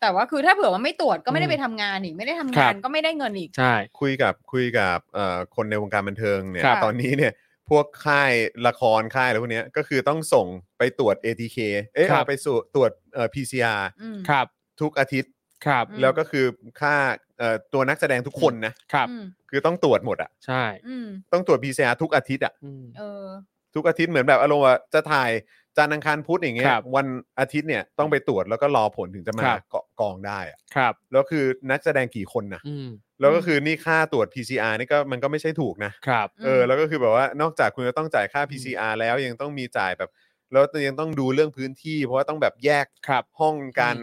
Speaker 4: แต่ว่าคือถ้าเผื่อว่าไม่ตรวจก็ไม่ได้
Speaker 3: อืม
Speaker 4: ไปทำงานอีกไม่ได้ทำ
Speaker 3: ครั
Speaker 4: งาน
Speaker 3: บ
Speaker 4: ก็ไม่ได้เงินอีก
Speaker 3: ใช่
Speaker 1: คุยกับคุยกับเอ่อคนในวงการบันเทิงเนี่ย
Speaker 4: ครับ
Speaker 1: ตอนนี้เนี่ยพวกค่ายละครค่ายอะไรพวกเนี้ยก็คือต้องส่งไปตรวจ ATK เอ้ย
Speaker 3: ครับ
Speaker 1: เอาไปสู่ตรวจเอ่อ PCR
Speaker 4: อืม
Speaker 3: ครับ
Speaker 1: ทุกอาทิตย์
Speaker 3: ครับ
Speaker 4: อืม
Speaker 1: แล้วก็คือค่าเอ่อตัวนักแสดงทุกคนนะครับ
Speaker 4: อืม
Speaker 1: คือต้องตรวจหมดอะ
Speaker 3: ใช่
Speaker 4: อืม
Speaker 1: ต้องตรวจ PCR ทุกอาทิตย์อะ
Speaker 3: อืม
Speaker 4: เออ
Speaker 1: ทุกอาทิตย์เหมือนแบบอารมณ์ว่าจะถ่ายจันทร์อังคารพุธอย่างเงี้ย
Speaker 3: ครับ
Speaker 1: วันอาทิตย์เนี่ยต้องไปตรวจแล้วก็รอผลถึงจะมา
Speaker 3: ครับ
Speaker 1: เกาะกองได้อะ
Speaker 3: ครับ
Speaker 1: แล้วคือนักแสดงกี่คนนะ
Speaker 3: อืม
Speaker 1: แล้วก็คือนี่ค่าตรวจ PCR นี่ก็มันก็ไม่ใช่ถูกนะ
Speaker 3: ครับ
Speaker 1: เออแล้วก็คือแบบว่านอกจากคุณจะต้องจ่ายค่า PCR แล้วยังต้องมีจ่ายแบบแล้วยังต้องดูเรื่องพื้นที่ เพราะว่าต้องแบบแยก
Speaker 3: ครับ
Speaker 1: ห้องกัน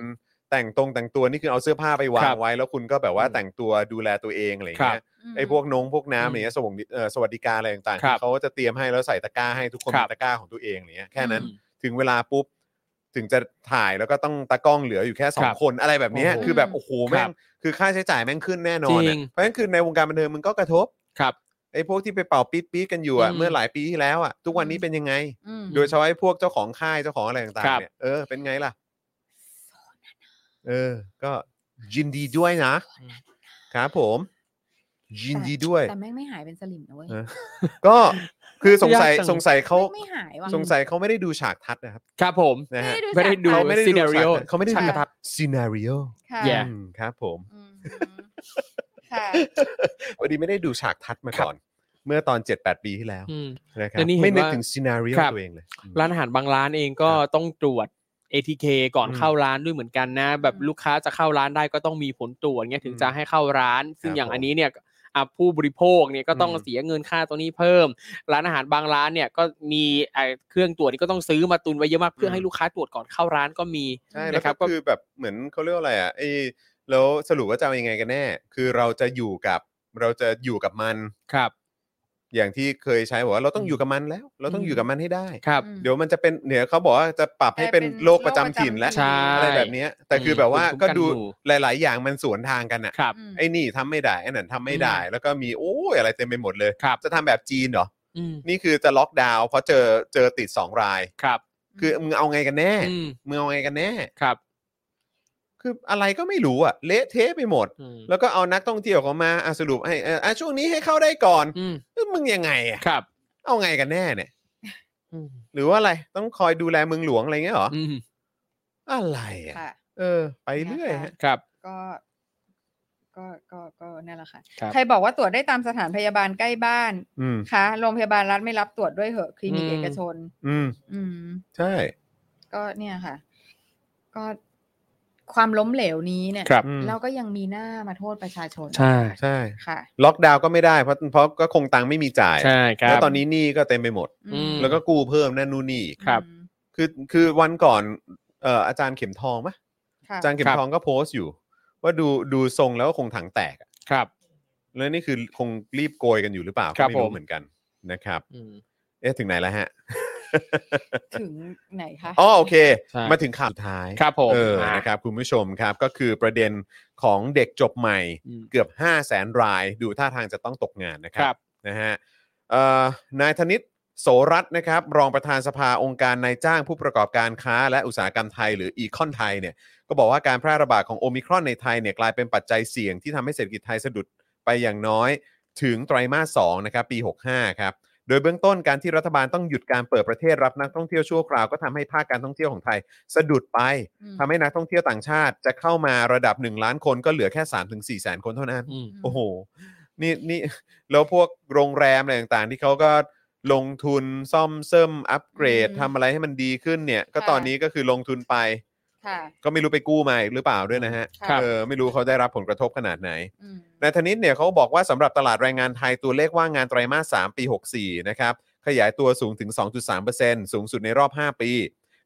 Speaker 1: แต่งตรงแต่งตัวนี่คือเอาเสื้อผ้าไปวาง
Speaker 3: ครับ
Speaker 1: ไว้ แล้วคุณก็แบบว่า
Speaker 3: อืม
Speaker 1: แต่งตัวดูแลตัวเองอะไรอย่างเงี้ย
Speaker 4: ม
Speaker 1: ไอ้พวกนงพวกน้ำ
Speaker 3: อืม
Speaker 1: อะไรเงี้ยสวัสดิเอ่อสวัสดิการอะไรต่างๆ
Speaker 3: ค
Speaker 1: คื
Speaker 3: รับ
Speaker 1: อเขาก็จะเตรียมให้แล้วใส่ตะกร้าให้ทุกคน
Speaker 3: ครั
Speaker 1: มี
Speaker 3: บ
Speaker 1: ตะกร้าของตัวเองอะไรเงี้ยแค่นั้น
Speaker 3: อืม
Speaker 1: ถึงเวลาปุ๊บถึงจะถ่ายแล้วก็ต้องตะกล้องเหลืออยู่แค่สอง
Speaker 3: ครับ
Speaker 1: คนอะไรแบบเนี้ย
Speaker 3: โอ้โห
Speaker 1: คือแบบโอ้โหแม่
Speaker 3: ครั
Speaker 1: ง
Speaker 3: บ
Speaker 1: คือค่าใช้จ่ายแม่งขึ้นแน่นอน
Speaker 3: จริ
Speaker 1: อะ
Speaker 3: ง
Speaker 1: เพราะฉะนั้นคือในวงการบันเทิงมันก็กระทบ
Speaker 3: ครับ
Speaker 1: ไอ้พวกที่ไปเป่าปี๊ดปี๊ดกันอยู่อ่ะ
Speaker 3: อืม
Speaker 1: เมื่อหลายปีที่แล้วอ่ะทุกวันนี้เป็นยังไง
Speaker 4: อืม
Speaker 1: โดยเฉพาะไอ้พวกเจ้าของค่ายเจ้าของอะไรต่าง
Speaker 3: ค
Speaker 1: ๆ
Speaker 3: รับ
Speaker 1: เนี่ยเออเป็นไงล่ะเออ ก็ยินดีด้วยนะครับผม ยินดีด้วย
Speaker 4: แต่แม่งไม่หายเป็นสลิมนะเว้ย
Speaker 1: เออก็คือสงสัย
Speaker 3: ยากจัง
Speaker 1: สงสัยเขา
Speaker 4: แม่งไม่หายว่ะ
Speaker 1: สงสัยเขาไม่ได้ดูฉากทัดนะครับ
Speaker 3: ครับผม
Speaker 1: นะฮะ
Speaker 4: ไม่
Speaker 3: ไม่
Speaker 4: ได้
Speaker 3: ได้
Speaker 4: ดู
Speaker 3: ดู
Speaker 1: เขาไม่ได้
Speaker 3: ซี
Speaker 1: ดู
Speaker 3: เนรีโอ
Speaker 1: ฉากทัดเขาไม่ได้ดู
Speaker 4: ฉากทัด
Speaker 1: ซีนารีโอ
Speaker 4: ค่ะ
Speaker 3: แย่
Speaker 1: มครับผม
Speaker 4: อืมค่ะ
Speaker 1: วันนี้ไม่ได้ดูฉากทัดมาก่อน เมื่อตอน 7-8 ปีที่แล้ว
Speaker 3: อืม
Speaker 1: นะครับ
Speaker 3: แต่นี่เห็น
Speaker 1: ไม่นึก
Speaker 3: ว่า
Speaker 1: ถึงซีนารีโอ
Speaker 3: ครับ
Speaker 1: ตัวเองเลย
Speaker 3: ร้านอาหารบางร้านเองก็
Speaker 1: ครับ
Speaker 3: ต้องตรวจ ATK ก่อน
Speaker 1: อืม
Speaker 3: เข้าร้านด้วยเหมือนกันนะ แบบลูกค้าจะเข้าร้านได้ก็ต้องมีผลตรวจเงี้ยถึงจะให้เข้าร้าน ซึ่งอย่าง
Speaker 1: ผม
Speaker 3: อันนี้เนี่ยอ่ะผู้บริโภคเนี่ยก็ต้อง
Speaker 1: อืม
Speaker 3: เสียเงินค่าตัวนี้เพิ่ม ร้านอาหารบางร้านเนี่ยก็มีไอ้เครื่องตรวจนี่ก็ต้องซื้อมาตุนไว้เยอะมากเพื่อ
Speaker 1: ม
Speaker 3: ให้ลูกค้าตรวจก่อนเข้าร้านก็มี
Speaker 1: ใช่แล้ว
Speaker 3: นะครั
Speaker 1: ก็
Speaker 3: บก็
Speaker 1: คือแบบเหมือนเขาเรียกว่าอะไรอ่ะไอ้แล้วสรุปว่าจะเอายังไงกันแน่ คือเราจะอยู่กับเราจะอยู่กับมัน
Speaker 3: ครับ
Speaker 1: อย่างที่เคยใช้บอกว่าเราต้องอยู่กับมันแล้ว เราต้อง
Speaker 3: อืม
Speaker 1: อยู่กับมันให้ได้
Speaker 3: ครับ
Speaker 4: อืม
Speaker 1: เดี๋ยวมันจะเป็นเนี่ยเขาบอกว่าจะปรับให้เป็น
Speaker 4: กลายเป็น
Speaker 1: โรคประจำถิ่นและ
Speaker 4: โรคประจำถิ่น
Speaker 1: อะไรแบบเนี้ยแต่คือแบบว่า
Speaker 3: ภูมิคุ้ม
Speaker 1: ก็
Speaker 3: กัน
Speaker 1: ดู
Speaker 3: หมู่
Speaker 1: หลาย ๆ อย่างมันสวนทางกันอ่ะ
Speaker 3: ครับ
Speaker 4: อืม
Speaker 1: ไอ้นี่ทำไม่ได้ไอ้นั่นทำไม่ได้
Speaker 3: อืม
Speaker 1: แล้วก็มีโอ้ยอะไรเต็มไปหมดเลย
Speaker 3: ครับ
Speaker 1: จะทำแบบจีนเหรอ
Speaker 3: อืม
Speaker 1: นี่คือจะล็อกดาวน์เพราะเจอเจอติดสองราย
Speaker 3: ครับ
Speaker 1: คือมึงเอาไงกันแน่
Speaker 3: อืม
Speaker 1: มึงเอาไงกันแน่
Speaker 3: ครับ
Speaker 1: คืออะไรก็ไม่รู้อ่ะเละเทะไปหมด
Speaker 3: อืม
Speaker 1: แล้วก็เอานักท่องเที่ยวเขามาอ่ะสรุปให้เอออ่ะช่วงนี้ให้เข้าได้ก่อน
Speaker 3: อืม
Speaker 1: เอ้ยมึงยังไงอ่ะ
Speaker 3: ครับ
Speaker 1: เอาไงกันแน่เนี่ย
Speaker 3: อืม
Speaker 1: หรือว่าอะไรต้องคอยดูแลเมืองหลวงอะไรเงี้ยเหรอ
Speaker 3: อืม
Speaker 1: อะไรอ่ะ
Speaker 4: ค่ะ
Speaker 1: เออ ไปเรื่อยฮะ
Speaker 3: ครับ
Speaker 4: ก็ ก็ก็ก็นั่นแหละค่ะ
Speaker 3: ครับ
Speaker 4: ใครบอกว่าตรวจได้ตามสถานพยาบาลใกล้บ้าน
Speaker 1: อืม
Speaker 4: คะโรงพยาบาลรัฐไม่รับตรวจด้วยเหอะคลินิก
Speaker 3: อืม
Speaker 4: เอกชน
Speaker 1: อืม
Speaker 4: อืม
Speaker 1: ใช่
Speaker 4: ก็เนี่ยค่ะ ก็ความล้มเหลวนี้เนี่ย
Speaker 3: ครับ
Speaker 1: อืม
Speaker 4: เราก็ยังมีหน้ามาโทษประชาชน
Speaker 3: ใช่
Speaker 1: ใช่
Speaker 4: ค่ะ
Speaker 1: ล็อกดาวน์ก็ไม่ได้เพราะเพราะก็คงตังค์ไม่มีจ่าย
Speaker 3: ใช่ครั
Speaker 1: แล้ว
Speaker 3: บ
Speaker 1: ตอนนี้หนี้ก็เต็มไปหมด
Speaker 4: อืม
Speaker 3: ม
Speaker 1: แล้วก็กู้เพิ่มนั่นนู่นนี่อีก
Speaker 3: ครับ
Speaker 4: อืม
Speaker 1: คือคือวันก่อนเอ่ออาจารย์เข็มทองปะ
Speaker 4: ค่ะ
Speaker 1: อาจารย์เข็ม
Speaker 3: ครับ
Speaker 1: ทองก็โพสต์อยู่ ว่าดูดูทรงแล้วก็คงถังแตกอะ
Speaker 3: ครับ
Speaker 1: แล้วนี่คือคงรีบโกยกันอยู่หรือเปล่าก็
Speaker 3: ครับ
Speaker 1: ไม่รู้
Speaker 3: ผม
Speaker 1: เหมือนกันนะครับ
Speaker 3: อืม
Speaker 1: เอ๊ะถึงไหนแล้วฮะ
Speaker 4: ถึงไหนคะ
Speaker 1: อ๋อโอเค
Speaker 3: ใช่
Speaker 1: มาถึงข่าวสุดท้าย
Speaker 3: ครับผม
Speaker 1: เออ
Speaker 3: อ่ะ
Speaker 1: นะครับคุณผู้ชมครับก็คือประเด็นของเด็กจบใหม่
Speaker 3: อืม
Speaker 1: เกือบ 5 0 0แสนราย ดูท่าทางจะต้องตกงานนะครั
Speaker 3: ครับ บ
Speaker 1: นะฮะเอ่อนายธนิตโสรัตน์นะครับ รองประธานสภาองค์การนายจ้างผู้ประกอบการค้า และอุตสาหกรรมไทยหรืออีคอนไทยเนี่ย ก็บอกว่าการแพร่ระบาดของโอมิครอนในไทยเนี่ยกลายเป็นปัจจัยเสี่ยงที่ทำให้เศรษฐกิจไทยสะดุดไปอย่างน้อยถึงไตรมาส2นะครับปี 65 ครับ โดยเบื้องต้นการที่รัฐบาลต้องหยุดการเปิดประเทศรับนักท่องเที่ยวชั่วคราวก็ทำให้ภาคการท่องเที่ยวของไทย สะดุดไป
Speaker 4: อืม
Speaker 1: ทำให้นักท่องเที่ยวต่างชาติจะเข้ามาระดับ 1 ล้านคนก็เหลือแค่ 3-4 แสนคนเท่านั้น
Speaker 3: อืม
Speaker 1: โอ้โห นี่นี่ แล้วพวกโรงแรมอะไรต่างๆ ที่เขาก็ลงทุนซ่อมเสริมอัปเกรด
Speaker 4: อืม
Speaker 1: ทำอะไรให้มันดีขึ้นเนี่ย ก็
Speaker 4: ค่ะ
Speaker 1: ตอนนี้ก็คือลงทุนไป
Speaker 4: ค่ะ
Speaker 1: ก็ไม่รู้ไปกู้มาอีกหรือเปล่าด้วยนะฮะ
Speaker 4: ครับ
Speaker 1: เออไม่รู้เขาได้รับผลกระทบขนาดไหน
Speaker 4: อืม
Speaker 1: นายธนิตเนี่ยเขาบอกว่าสำหรับตลาดแรงงานไทยตัวเลขว่างงานไตรมาส 3 ปี 64 นะครับ ขยายตัวสูงถึง 2.3%สูงสุดในรอบ 5 ปี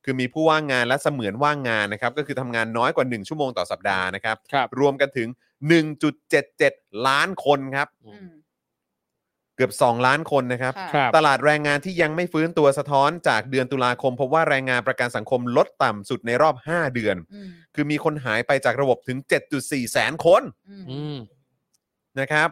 Speaker 1: คือมีผู้ว่างงานและเสมือนว่างงานนะครับ ก็คือทำงานน้อยกว่า 1 ชั่วโมงต่อสัปดาห์นะครับ
Speaker 3: ครับ
Speaker 1: รวมกันถึง 1.77 ล้านคนครับ
Speaker 4: อืม
Speaker 1: เกือบ 2 ล้านคนนะครับ
Speaker 4: ะ
Speaker 3: ครับ
Speaker 1: ตลาดแรงงานที่ยังไม่ฟื้นตัวสะท้อนจากเดือนตุลาคมพบว่าแรงงานประกันสังคมลดต่ำสุดในรอบ 5 เดือน
Speaker 4: อืม
Speaker 1: คือมีคนหายไปจากระบบถึง 7.4 แสนคน
Speaker 4: อืม
Speaker 3: อืม
Speaker 1: นะครับ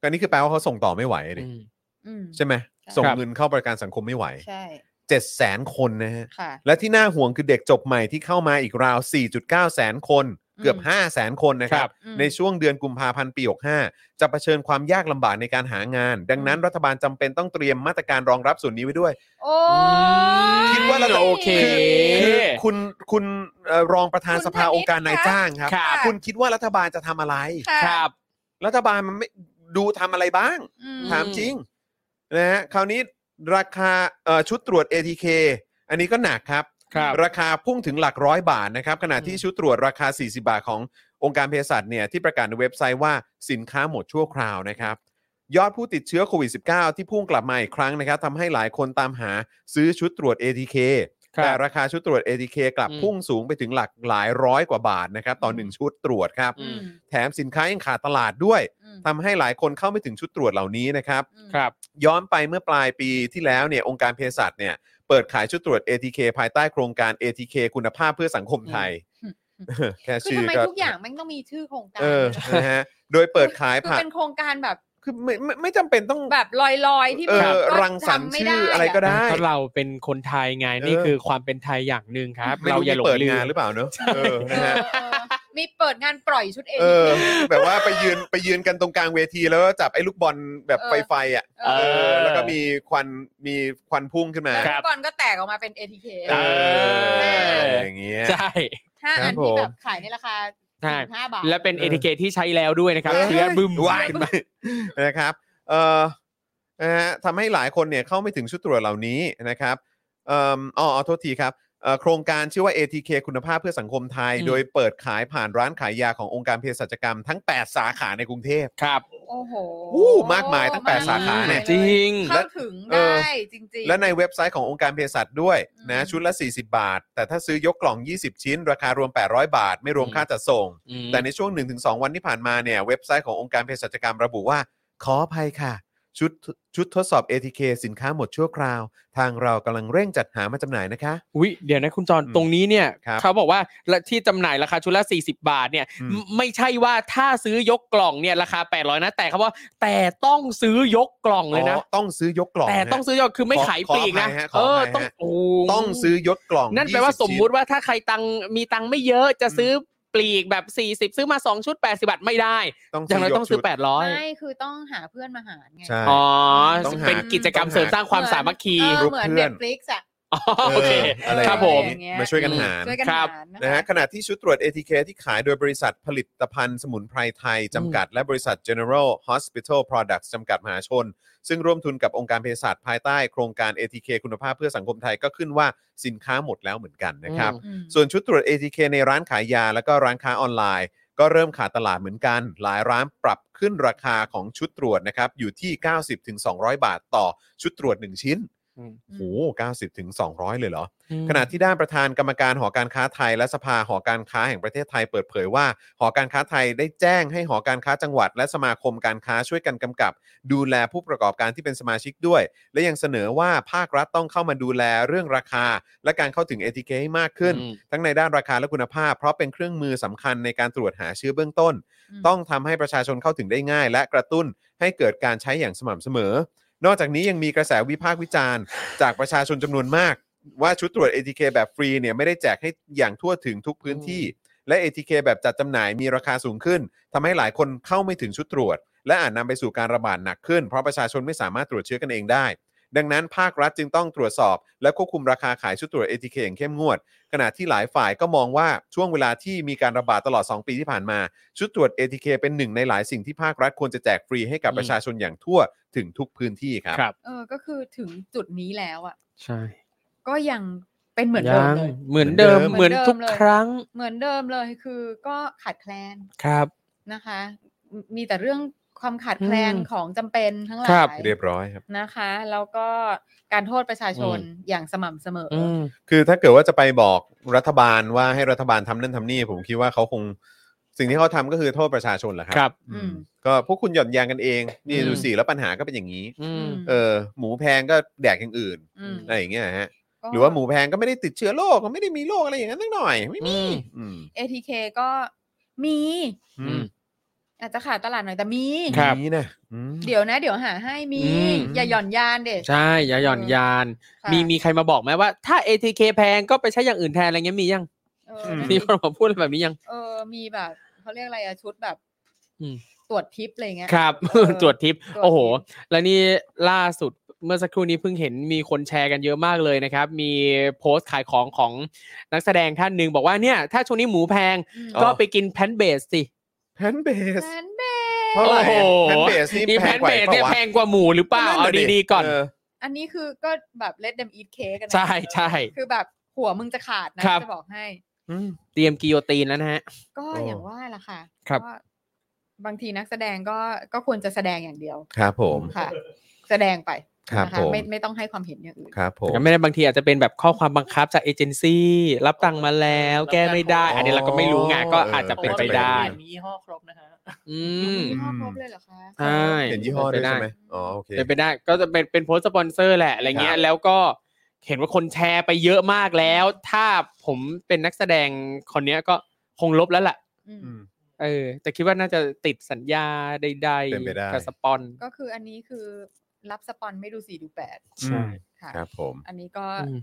Speaker 1: ก็นี่คือแปลว่าเขาส่งต่อไม่ไหวดิ
Speaker 3: อืม
Speaker 4: อืม
Speaker 1: ใช่ไหม
Speaker 4: ช่
Speaker 1: ส่ง
Speaker 3: ครับ
Speaker 1: เงินเข้าประกันสังคมไม่ไหว
Speaker 4: ใช่
Speaker 1: 7 0 0แสนคนนะฮะ
Speaker 4: ค่ะ
Speaker 1: และที่น่าห่วงคือเด็กจบใหม่ที่เข้ามาอีกราว 4.9 แสนคน เกือบ
Speaker 4: อืม
Speaker 1: 5 แสนคนนะครับ
Speaker 4: อืม
Speaker 1: ในช่วงเดือนกุมภาพันธ์ปี 65 จะเผชิญความยากลำบากในการหางาน ดังนั้น
Speaker 4: อืม
Speaker 1: รัฐบาลจำเป็นต้องเตรียมมาตรการรองรับส่วนนี้ไว้ด้วย
Speaker 4: โอ้ย
Speaker 1: คิดว่าเราจะ
Speaker 3: โอเค
Speaker 1: คือคุณคุณเอ่อรองประธาน
Speaker 4: คุณ
Speaker 1: สภา
Speaker 4: ธนิต
Speaker 1: องค์การนาย
Speaker 4: คะ
Speaker 1: จ้างครับ
Speaker 4: ครับ
Speaker 1: คุณคิดว่ารัฐบาลจะทำอะไร
Speaker 4: ค่ะ
Speaker 3: ครับ
Speaker 1: รัฐบาลมันไม่ดูทำอะไรบ้าง
Speaker 4: อืม
Speaker 1: ถามจริงนะฮะคราวนี้ราคาเอ่อชุดตรวจ ATK อันนี้ก็หนักครับ
Speaker 3: ครับ
Speaker 1: ราคาพุ่งถึงหลักร้อยบาทนะครับ ขณะที่ชุดตรวจราคา 40 บาทขององค์การเภสัชเนี่ยที่ประกาศในเว็บไซต์ว่าสินค้าหมดชั่วคราวนะครับ ยอดผู้ติดเชื้อโควิด -19 ที่พุ่งกลับมาอีกครั้งนะครับทำให้หลายคนตามหาซื้อชุดตรวจ ATK
Speaker 3: ครับ
Speaker 1: แต่ราคาชุดตรวจ ATK กลับ
Speaker 3: อืม
Speaker 1: พุ่งสูงไปถึงหลักหลายร้อยกว่าบาทนะครับต่อหนึ่งชุดตรวจครับ
Speaker 4: อืม
Speaker 1: แถมสินค้ายังขาดตลาดด้วย
Speaker 4: อืม
Speaker 1: ทำให้หลายคนเข้าไม่ถึงชุดตรวจเหล่านี้นะครับ
Speaker 4: อืม
Speaker 3: ครับ
Speaker 1: ย้อนไปเมื่อปลายปีที่แล้วเนี่ยองค์การเภสัชเนี่ยเปิดขายชุดตรวจ ATK ภายใต้โครงการ ATK คุณภาพเพื่อสังคมไทย (laughs) แค่
Speaker 4: คือ
Speaker 1: ชื่อ
Speaker 4: ทำไม
Speaker 1: ก็
Speaker 4: ทุกอย่างแม่งต้องมีชื่อโครงการ
Speaker 1: เออนะฮะโดยเปิดขาย
Speaker 4: คือ
Speaker 1: ผ่าน
Speaker 4: เป็นโครงการแบบ
Speaker 1: คือไม่ไม่ไม่จำเป็นต้อง
Speaker 4: แบบลอยๆที่
Speaker 1: เอ
Speaker 4: แบ
Speaker 1: อบ
Speaker 4: ก็
Speaker 1: รังสรรค์
Speaker 4: จำม่
Speaker 1: ชื่
Speaker 4: ด้
Speaker 1: ออะไรก็ได้
Speaker 3: เพราะเราเป็นคนไทยไงนี่
Speaker 1: เออ
Speaker 3: คือความเป็นไทยอย่างหนึ่งครับ
Speaker 1: ไม่
Speaker 3: เรา
Speaker 1: รู้
Speaker 3: อย่าหล
Speaker 1: มีเปิ
Speaker 3: ง
Speaker 1: ด
Speaker 3: ลืม
Speaker 1: งานหรือเปล่าเนอะเออ
Speaker 4: เอ
Speaker 1: นะ
Speaker 4: อ (laughs)
Speaker 1: ฮะ
Speaker 4: เออมีเปิดงานปล่อยชุดเอง
Speaker 1: เออแบบว่าไปยืนไปยืนกันตรงกลางเวทีแล้วก็จับไอ้ลูกบอลแบบ
Speaker 4: เออ
Speaker 1: ไฟไฟๆอ่ะ
Speaker 4: เอ
Speaker 1: เอ
Speaker 4: อ
Speaker 1: อแล้วก็มีควันมีควันพุ่งขึ้นมา
Speaker 4: แล้ว
Speaker 3: ครั
Speaker 4: ฟุตบอลก็แตกออกมาเป็น ATK
Speaker 1: เอ
Speaker 3: เออ
Speaker 1: ออย่างเงี้ย
Speaker 3: ใช่
Speaker 4: ห้า
Speaker 1: ครั
Speaker 4: อั
Speaker 1: บ
Speaker 4: น
Speaker 1: ผ
Speaker 4: ที่
Speaker 1: ม
Speaker 4: แบบขายในราคา
Speaker 3: ใช่
Speaker 4: สิบห้าบาท
Speaker 3: และเป็น
Speaker 1: เอ
Speaker 3: เอ
Speaker 1: อ
Speaker 3: ทิเกตที่ใช้แล้วด้วยนะครับ
Speaker 1: เอ้ย
Speaker 3: เชื้อบึ้ม
Speaker 1: ว่ายขึ้นมา นะครับเอ่อนะฮะทำให้หลายคนเนี่ยเข้าไม่ถึงชุดตรวจเหล่านี้นะครับเอิ่มอ๋ออ๋อโทษทีครับเอ่อโครงการชื่อว่า ATK คุณภาพเพื่อสังคมไทย โดยเปิดขายผ่านร้านขายยาขององค์การเภสัชกรรมทั้ง 8 สาขาในกรุงเทพ
Speaker 3: ครับ
Speaker 4: โอ้โห
Speaker 1: อู้มากมายตั้งแต่
Speaker 4: มกม
Speaker 1: สาขาเนี่ย
Speaker 4: ล
Speaker 3: จริง
Speaker 4: เข้าถึง
Speaker 1: เออ
Speaker 4: ได้จริง
Speaker 1: และในเว็บไซต์ขององค์การเภสัชด้วย
Speaker 4: อื
Speaker 1: นะ
Speaker 4: ม
Speaker 1: ชุดละ 40 บาท แต่ถ้าซื้อยกกล่อง 20 ชิ้น ราคารวม 800 บาท ไม่รวม
Speaker 3: อืม
Speaker 1: ค่าจัดส่ง
Speaker 3: อืม
Speaker 1: แต่ในช่วง 1-2 วันที่ผ่านมาเนี่ยเว็บไซต์ขององค์การเภสัชกรรมระบุว่า ขออภัยค่ะ ชุดชุดทดสอบ ATK สินค้าหมดชั่วคราว ทางเรากำลังเร่งจัดหามาจำหน่ายนะคะ
Speaker 3: วิเดี๋ยวนะคุณจร
Speaker 1: อืม
Speaker 3: ตรงนี้เนี่ย
Speaker 1: ครับ
Speaker 3: เขาบอกว่าและที่จำหน่ายราคาชุดละ 40 บาทเนี่ย
Speaker 1: อืม
Speaker 3: ไม่ไม่ใช่ว่าถ้าซื้อยกกล่องเนี่ยราคา 800 นะ แต่เขาบอกแต่ต้องซื้อยกกล่องเลยนะ
Speaker 1: อ๋อต้องซื้อยกกล่อง
Speaker 3: แต่
Speaker 1: ฮะ
Speaker 3: ต้องซื้อยกคือไม่
Speaker 1: ขอ
Speaker 3: ขายปลีกนะ
Speaker 1: ขออภัยฮะขอ
Speaker 3: เออ
Speaker 1: อภัยฮะ
Speaker 3: ต้องโอ้
Speaker 1: ต้องซื้อยกกล่อง
Speaker 3: นั่นแปลว่า
Speaker 1: 20
Speaker 3: สมมุติว่าถ้าใครตังมีตังไม่เยอะจะซื้อปลีกแบบ 40 ซื้อมา 2 ชุด 80 บาทไม่ได้
Speaker 1: ชิ้น
Speaker 3: อย่างน้อยต้องซื้อ
Speaker 1: ยกชุด
Speaker 4: ๆ
Speaker 3: 800
Speaker 4: ไม่คือต้องหาเพื่อนมาหารไง
Speaker 1: ใช่
Speaker 3: อ๋อ
Speaker 1: ต้องหา
Speaker 3: เป็นกิจกรรม
Speaker 1: ต้องหา
Speaker 3: เสริมสร้างความ (laughs) สามัคคี
Speaker 4: เออ
Speaker 1: รูป
Speaker 4: เหมือน
Speaker 1: เพื่
Speaker 4: เน็
Speaker 1: อน
Speaker 4: ตฟลิกซ์อะ
Speaker 3: อ๋อโอเค
Speaker 1: เอออะไร
Speaker 3: ครับผม
Speaker 1: อย่างเงี้ย
Speaker 4: ผม
Speaker 1: มาช่วยกันหาร
Speaker 4: ช่วยกัน
Speaker 3: ครับ
Speaker 4: หารนะ
Speaker 1: นะคะ ฮะขณะที่ชุดตรวจ ATK ที่ขายโดยบริษัทผลิตภัณฑ์สมุนไพรไทย จำกัดและบริษัท General Hospital Products จำกัดมหาชน ซึ่งร่วมทุนกับองค์การเภสัชภายใต้โครงการ ATK คุณภาพเพื่อสังคมไทยก็ขึ้นว่าสินค้าหมดแล้วเหมือนกันนะครับ
Speaker 4: อืม
Speaker 1: ส่วนชุดตรวจ ATK ในร้านขายยา และก็ร้านค้าออนไลน์ ก็เริ่มขาดตลาดเหมือนกัน หลายร้านปรับขึ้นราคาของชุดตรวจนะครับอยู่ที่ 90-200 บาทต่อชุดตรวจ 1 ชิ้น
Speaker 3: อืม
Speaker 1: โอ้โห90-200 เลยเหรอ ขณะที่ด้านประธานกรรมการหอการค้าไทย และสภาหอการค้าแห่งประเทศไทยเปิดเผยว่า หอการค้าไทยได้แจ้งให้หอการค้าจังหวัด และสมาคมการค้าช่วยกันกำกับ ดูแลผู้ประกอบการที่เป็นสมาชิกด้วย และยังเสนอว่าภาครัฐต้องเข้ามาดูแลเรื่องราคา และการเข้าถึงเอทีเคให้มากขึ้น
Speaker 3: อืม
Speaker 1: ทั้งในด้านราคาและคุณภาพ เพราะเป็นเครื่องมือสำคัญในการตรวจหาเชื้อเบื้องต้น
Speaker 4: อืม
Speaker 1: ต้องทำให้ประชาชนเข้าถึงได้ง่าย และกระตุ้นให้เกิดการใช้อย่างสม่ำเสมอ นอกจากนี้ยังมีกระแสวิพากษ์วิจารณ์ จากประชาชนจำนวนมาก ว่าชุดตรวจ ATK แบบฟรีเนี่ยไม่ได้แจกให้อย่างทั่วถึงทุกพื้นที่ และ ATK แบบจัดจำหน่ายมีราคาสูงขึ้นทำให้หลายคนเข้าไม่ถึงชุดตรวจ และอาจนำไปสู่การระบาดหนักขึ้น เพราะประชาชนไม่สามารถตรวจเชื้อกันเองได้ ดังนั้นภาครัฐจึงต้องตรวจสอบ และควบคุมราคาขายชุดตรวจ ATK อย่างเข้มงวด ขณะที่หลายฝ่ายก็มองว่าช่วงเวลาที่มีการระบาดตลอด 2 ปีที่ผ่านมา ชุดตรวจ ATK เป็นหนึ่งในหลายสิ่งที่ภาครัฐควรจะแจกฟรีให้กับ
Speaker 3: อืม
Speaker 1: ประชาชนอย่างทั่วถึงทุกพื้นที่ครับ
Speaker 3: ครับ
Speaker 4: เออก็คือถึงจุดนี้แล้วอะ
Speaker 3: ใช่
Speaker 4: ก็ยัง เป็นเหมือนเดิ
Speaker 3: ยั
Speaker 4: ม
Speaker 3: ง
Speaker 4: เลย
Speaker 3: เหมือนเดิม
Speaker 4: เห
Speaker 3: เห
Speaker 4: มื
Speaker 3: มื
Speaker 4: อ
Speaker 3: อน น
Speaker 4: เดิม
Speaker 3: ทุกครั้ง
Speaker 4: เหมือนเดิมเลยคือก็ขาดแคลน
Speaker 3: ครับ
Speaker 4: นะคะ มีแต่เรื่องความขาดแคลน
Speaker 3: อืม
Speaker 4: ของจำเป็นทั้งห
Speaker 3: ครั
Speaker 4: ลา
Speaker 3: บ
Speaker 4: ย
Speaker 1: เรียบร้อยครับ
Speaker 4: นะคะ แล้วก็การโทษประชาชนอย่างสม่ำเสมออ
Speaker 3: อืม
Speaker 1: คือถ้าเกิดว่าจะไปบอกรัฐบาลว่าให้รัฐบาลทำนั่นทำนี่ ผมคิดว่าเขาคงสิ่งที่เขาทำก็คือโทษประชาชนแหละครั
Speaker 3: ครับ
Speaker 1: อืมก็พวกคุณหย่อนยานกันเองนี่ดูสิแล้วปัญหาก็เป็นอย่างนี้
Speaker 3: อืม
Speaker 1: เออหมูแพงก็แดกอย่างอื่น
Speaker 4: ม
Speaker 1: อะไรอย่างเงี้ยฮะ
Speaker 4: ก็
Speaker 1: หรือว่าหมูแพงก็ไม่ได้ติดเชื้อโรคก็ไม่ได้มีโรคอะไรอย่างนั้นสักหน่อย ไม่มี
Speaker 3: อืม
Speaker 1: อืม
Speaker 4: ATK ก็มี
Speaker 1: อื
Speaker 3: อื
Speaker 1: ม
Speaker 3: ม
Speaker 4: อาจจะขาดตลาดหน่อยแต่มี
Speaker 3: ครับ
Speaker 1: นี่นะอืม
Speaker 4: เดี๋ยวนะ เดี๋ยวหาให้มี
Speaker 3: อืม
Speaker 4: อย่าหย่อนยานเด็ด
Speaker 3: ใช่อย่าหย่อนยาน
Speaker 4: ค่ะ
Speaker 3: มีมีใครมาบอกไหมว่า ถ้า ATK แพงก็ไปใช้อย่างอื่นแทนอะไรเงี้ยมียัง
Speaker 4: เออนั่น
Speaker 3: มี
Speaker 4: ดิ
Speaker 3: คนมาพูดแบบนี้ยัง
Speaker 4: เออ มีแบบเขาเรียกอะไรอะชุดแบบ
Speaker 3: อืม
Speaker 4: ตรวจทิปอะไรเงี้ย
Speaker 3: ครับ
Speaker 4: เออ
Speaker 3: ตรวจทิป
Speaker 4: ตรวจทิป
Speaker 3: โอ้โห แล้วนี่ล่าสุดเมื่อสักครู่นี้เพิ่งเห็นมีคนแชร์กันเยอะมากเลยนะครับ มีโพสต์ขายของของนักแสดงท่านหนึ่งบอกว่าเนี่ย ถ้าช่วงนี้หมูแพง
Speaker 4: อืม
Speaker 1: อ๋อ
Speaker 3: ก็ไปกินแพนเบสสิ
Speaker 1: แพนเบส
Speaker 4: แฟนเบส
Speaker 1: เท่าไหร่
Speaker 3: โอ้โห
Speaker 1: แพนเบสนี่
Speaker 3: นี่
Speaker 1: แพ
Speaker 3: แพ
Speaker 1: ง
Speaker 3: น
Speaker 1: กว่า
Speaker 3: เบสเนี่ย
Speaker 1: ปะวะ
Speaker 3: แพงกว่าหมูหรือเปล่าเอาดีๆก่อน
Speaker 1: เ
Speaker 4: อันนี้คือก็แบบเลดเดมอีทเค้กนะ
Speaker 3: ใช่ใช่
Speaker 4: คือแบบหัวมึงจะขาดนะ
Speaker 3: ครับ
Speaker 4: จะบอกให้
Speaker 1: อืม
Speaker 3: เตรียมกิโยตีนแล้วนะฮะ
Speaker 4: ก็
Speaker 1: โอ้
Speaker 4: อย่างว่าล่ะค่ะ
Speaker 3: ครับ
Speaker 4: ก็บางทีนักแสดงก็ก็ควรจะแสดงอย่างเดียว
Speaker 1: ครับผม
Speaker 4: ค่ะ แสดงไป
Speaker 1: ครับ
Speaker 4: นะคะ
Speaker 1: ผม
Speaker 4: ไม่ไม่ต้องให้ความเห็นอย่างอื่น
Speaker 1: ครับผม
Speaker 3: แต่ก็ไม่ได้บางทีอาจจะเป็นแบบข้อความบังคับจากเอเจนซี่รับตังค์มาแล้ว แก้ไม่ได้ อันนี้เราก็ไม่รู้ไงก็อาจจะเป็นไปได้
Speaker 5: มียี่ห้อครบนะฮะ
Speaker 3: อืม
Speaker 4: ยี่ห้อ
Speaker 1: อืม
Speaker 4: ครบเลยเหรอคะ
Speaker 3: ใช่
Speaker 1: เห็นยี่ห้อด้วยใช่ไหม
Speaker 4: เป็นปด้
Speaker 1: อ๋อโอเค
Speaker 3: เป็นไปได้ก็จะเป็นเป็นโพสต์สปอนเซอร์แหละอะไรเงี้
Speaker 1: ค
Speaker 3: ย
Speaker 1: รับ
Speaker 3: แล้วก็เห็นว่าคนแชร์ไปเยอะมากแล้ว ถ้าผมเป็นนักแสดงคนเนี้ยก็คงลบแล้วล่ะ
Speaker 4: อืม
Speaker 1: อืม
Speaker 3: เออแต่คิดว่าน่าจะติดสัญญาใด
Speaker 1: เป็นไปได้
Speaker 3: ๆกับสปอน
Speaker 4: ก็คืออันนี้คือรับสปอนไม่ดูสี่ดูแปด
Speaker 3: ใช่
Speaker 4: ค่ะ
Speaker 1: ครับผม
Speaker 4: อันนี้ก็
Speaker 3: อืม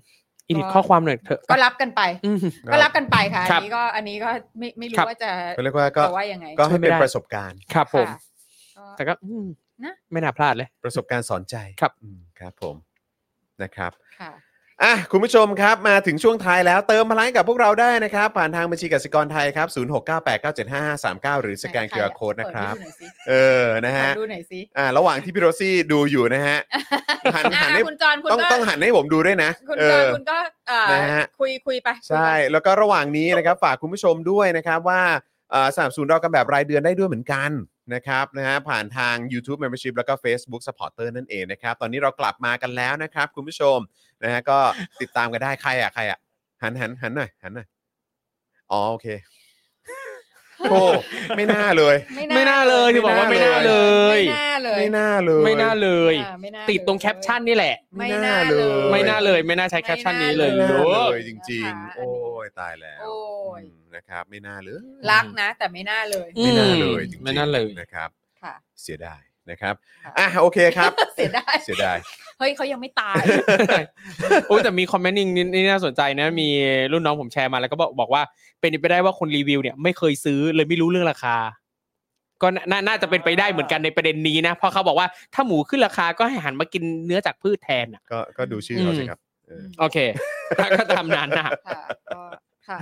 Speaker 3: อีดิทข้อความหน่อยเถอะ
Speaker 4: ก็รับกันไป
Speaker 3: อืม
Speaker 4: ก็รับกันไปค่ะ
Speaker 3: ครั
Speaker 4: อั
Speaker 3: บ
Speaker 4: นนี้ก็อันนี้ก็ไม่ไม่รู้
Speaker 3: ครับ
Speaker 4: ว่าจะ
Speaker 1: ก็เรียกว่าก็
Speaker 4: จะว่ายังไง
Speaker 1: ก็ให้เป็น
Speaker 3: ไม่ได้
Speaker 1: ประสบการณ์
Speaker 3: ครับผม
Speaker 4: ค่ะก็
Speaker 3: แต่ก็อืม
Speaker 4: นะ
Speaker 3: ไม่น่าพลาดเลย
Speaker 1: ประสบการณ์สอนใจ
Speaker 3: ครับ
Speaker 1: อืมครับผมนะครับ
Speaker 4: ค่ะ
Speaker 1: อ่ะคุณผู้ชมครับมาถึงช่วงท้ายแล้วเติมพลังให้กับพวกเราได้นะครับ ผ่านทางบัญชีกสิกรไทยครับ 0698975539 หรือสแกน
Speaker 4: ไหน
Speaker 1: QR Code
Speaker 4: เปิด
Speaker 1: นะครับ
Speaker 4: ดูหน่อยสิ
Speaker 1: เออนะฮะ
Speaker 4: เปิดดูหน่อยสิ
Speaker 1: อ่าระหว่างที่พี่โรซี่ดูอยู่นะฮะ หัน
Speaker 4: อ่ะ
Speaker 1: หันให้
Speaker 4: คุณจอนคุณ
Speaker 1: ต้อง
Speaker 4: ก็
Speaker 1: ต้องหันให้ผมดูด้วยนะ
Speaker 4: คุณ
Speaker 1: เอ
Speaker 4: จอน
Speaker 1: อ
Speaker 4: คุณก็เอ่อ
Speaker 1: นะฮะ
Speaker 4: คุยคุยไปคุยไป
Speaker 1: ใช่แล้วก็ระหว่างนี้นะครับฝากคุณผู้ชมด้วยนะครับว่าเอ่อสนับสนุนเรากันแบบรายเดือนได้ด้วยเหมือนกันนะครับนะฮะผ่านทาง YouTube Membership แล้วก็ Facebook Supporter นั่นเองนะครับ ตอนนี้เรากลับมากันแล้วนะครับคุณผู้ชมนะฮะก็ติดตามกันได้ใครอ่ะใครอ่ะหันหันหันหน่อยหันหน่อยอ๋อโอเคโอ้ไม่น่าเลย
Speaker 3: ไม่น่าเลยที่บอกว่าไม่น่าเลย
Speaker 4: ไม่น่าเลย
Speaker 1: ไม่น่าเลย
Speaker 3: ไม่น่าเลย
Speaker 4: อ่าไม่น่า
Speaker 3: ติดตรงแคปชั่นนี่แหละ
Speaker 4: ไม่น่าเลย
Speaker 3: ไม่น่าเลยไม่น่าใช้แคปชั่นนี้เลย
Speaker 1: ไม่น่า
Speaker 3: ลู
Speaker 1: เล
Speaker 3: ก
Speaker 1: ยจริง
Speaker 4: นะ
Speaker 1: ๆ
Speaker 4: คะ
Speaker 1: โอ้ยตายแล้ว
Speaker 4: โอ้ย
Speaker 1: อืมนะครับ ไม่น่าเลย
Speaker 4: รักนะ แต่ไม่น่าเลย
Speaker 3: อื
Speaker 1: ไม่น่าเลยจริงๆ
Speaker 3: ไม่น่าเลย
Speaker 1: นะครับ
Speaker 4: ค่ะ
Speaker 1: เสียดายนะครับ
Speaker 4: ค่ะ
Speaker 1: อ่ะโอเคครับ
Speaker 4: เสียดาย
Speaker 1: เสียดาย
Speaker 4: เฮ้ยเขายังไม่ตาย
Speaker 3: โอ้แต่มีคอมเมนต์หนึงนี่นี่น่าสนใจนะ มีรุ่นน้องผมแชร์มาแล้วก็บอกบอกว่า เป็นไปได้ว่าคนรีวิวเนี่ยไม่เคยซื้อเลยไม่รู้เรื่องราคา ก็น่าน่าน่าจะเป็นไปได้เหมือนกันในประเด็นนี้นะ เพราะเขาบอกว่าถ้าหมูขึ้นราคาก็ให้หันมากินเนื้อจากพืชแทนอ่ะ
Speaker 1: ก็ก็ดูชื่อเขาสิครับเออ
Speaker 3: โอเคก็ตามนั้นนะ
Speaker 4: ค่ะก็ค่ะ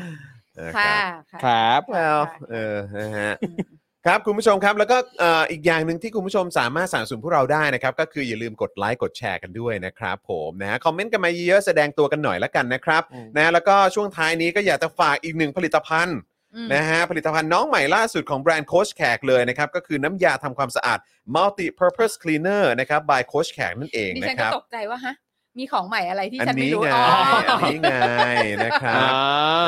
Speaker 1: นะ
Speaker 4: ค่ะ
Speaker 3: ค
Speaker 4: ค่ะ
Speaker 3: รับ
Speaker 1: แล้ว
Speaker 4: ค่ะ
Speaker 1: เออนะฮะ
Speaker 4: อืม
Speaker 1: ครับคุณผู้ชมครับแล้วก็เอ่ออีกอย่างหนึ่งที่คุณผู้ชมสามารถสนับสนุนพวกเราได้นะครับ ก็คืออย่าลืมกดไลค์กดแชร์กันด้วยนะครับผมนะคอมเมนต์กันมาเยอะๆแสดงตัวกันหน่อยละกันนะครับ
Speaker 3: อืม
Speaker 1: นะแล้วก็ช่วงท้ายนี้ก็อยากจะฝากอีกหนึ่งผลิตภัณฑ์
Speaker 4: อืม
Speaker 1: นะฮะผลิตภัณฑ์น้องใหม่ล่าสุดของแบรนด์โคชแขกเลยนะครับ ก็คือน้ำยาทำความสะอาด multi purpose cleaner นะครับ by โคชแขกนั่นเอง
Speaker 4: ดิ
Speaker 1: นะ
Speaker 4: ฉัน
Speaker 1: ค
Speaker 4: ก็
Speaker 1: รับ
Speaker 4: ตกใจว่าฮะ มีของใหม่อะไรที่
Speaker 1: อัน
Speaker 4: ฉันไม่
Speaker 1: นี้
Speaker 4: รู้
Speaker 1: ไง
Speaker 4: อ๋อ
Speaker 1: อันนี้ไงนะครับ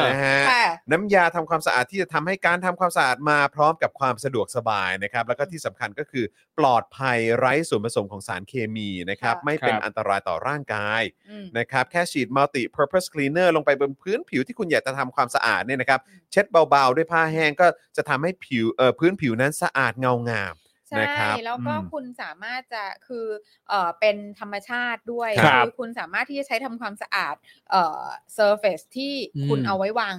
Speaker 1: นะฮะ
Speaker 4: ค่ะ
Speaker 1: น้ำยาทำความสะอาดที่จะทำให้การทำความสะอาดมาพร้อมกับความสะดวกสบายนะครับ แล้วก็ที่สำคัญก็คือปลอดภัยไร้ส่วนผสมของสารเคมีนะครับ
Speaker 4: ค่ะ
Speaker 1: ไม่เป็น
Speaker 3: ครับ
Speaker 1: อันตรายต่อร่างกาย
Speaker 4: อืม
Speaker 1: นะครับ แค่ฉีด multi purpose cleaner ลงไปบนพื้นผิวที่คุณอยากจะทำความสะอาดเนี่ยนะครับ
Speaker 4: อืม
Speaker 1: เช็ดเบาๆ ด้วยผ้าแห้งก็จะทำให้ผิวเอ่อพื้นผิวนั้นสะอาดเงางาม
Speaker 4: ใช่
Speaker 1: นะครับ
Speaker 4: แล้วก็
Speaker 1: อืม
Speaker 4: คุณสามารถจะคือเอ่อเป็นธรรมชาติด้วย
Speaker 3: ครับ
Speaker 4: คุณสามารถที่จะใช้ทำความสะอาดเอ่อเซอร์เฟซที่คุณ
Speaker 3: อืม
Speaker 4: เอาไว้วาง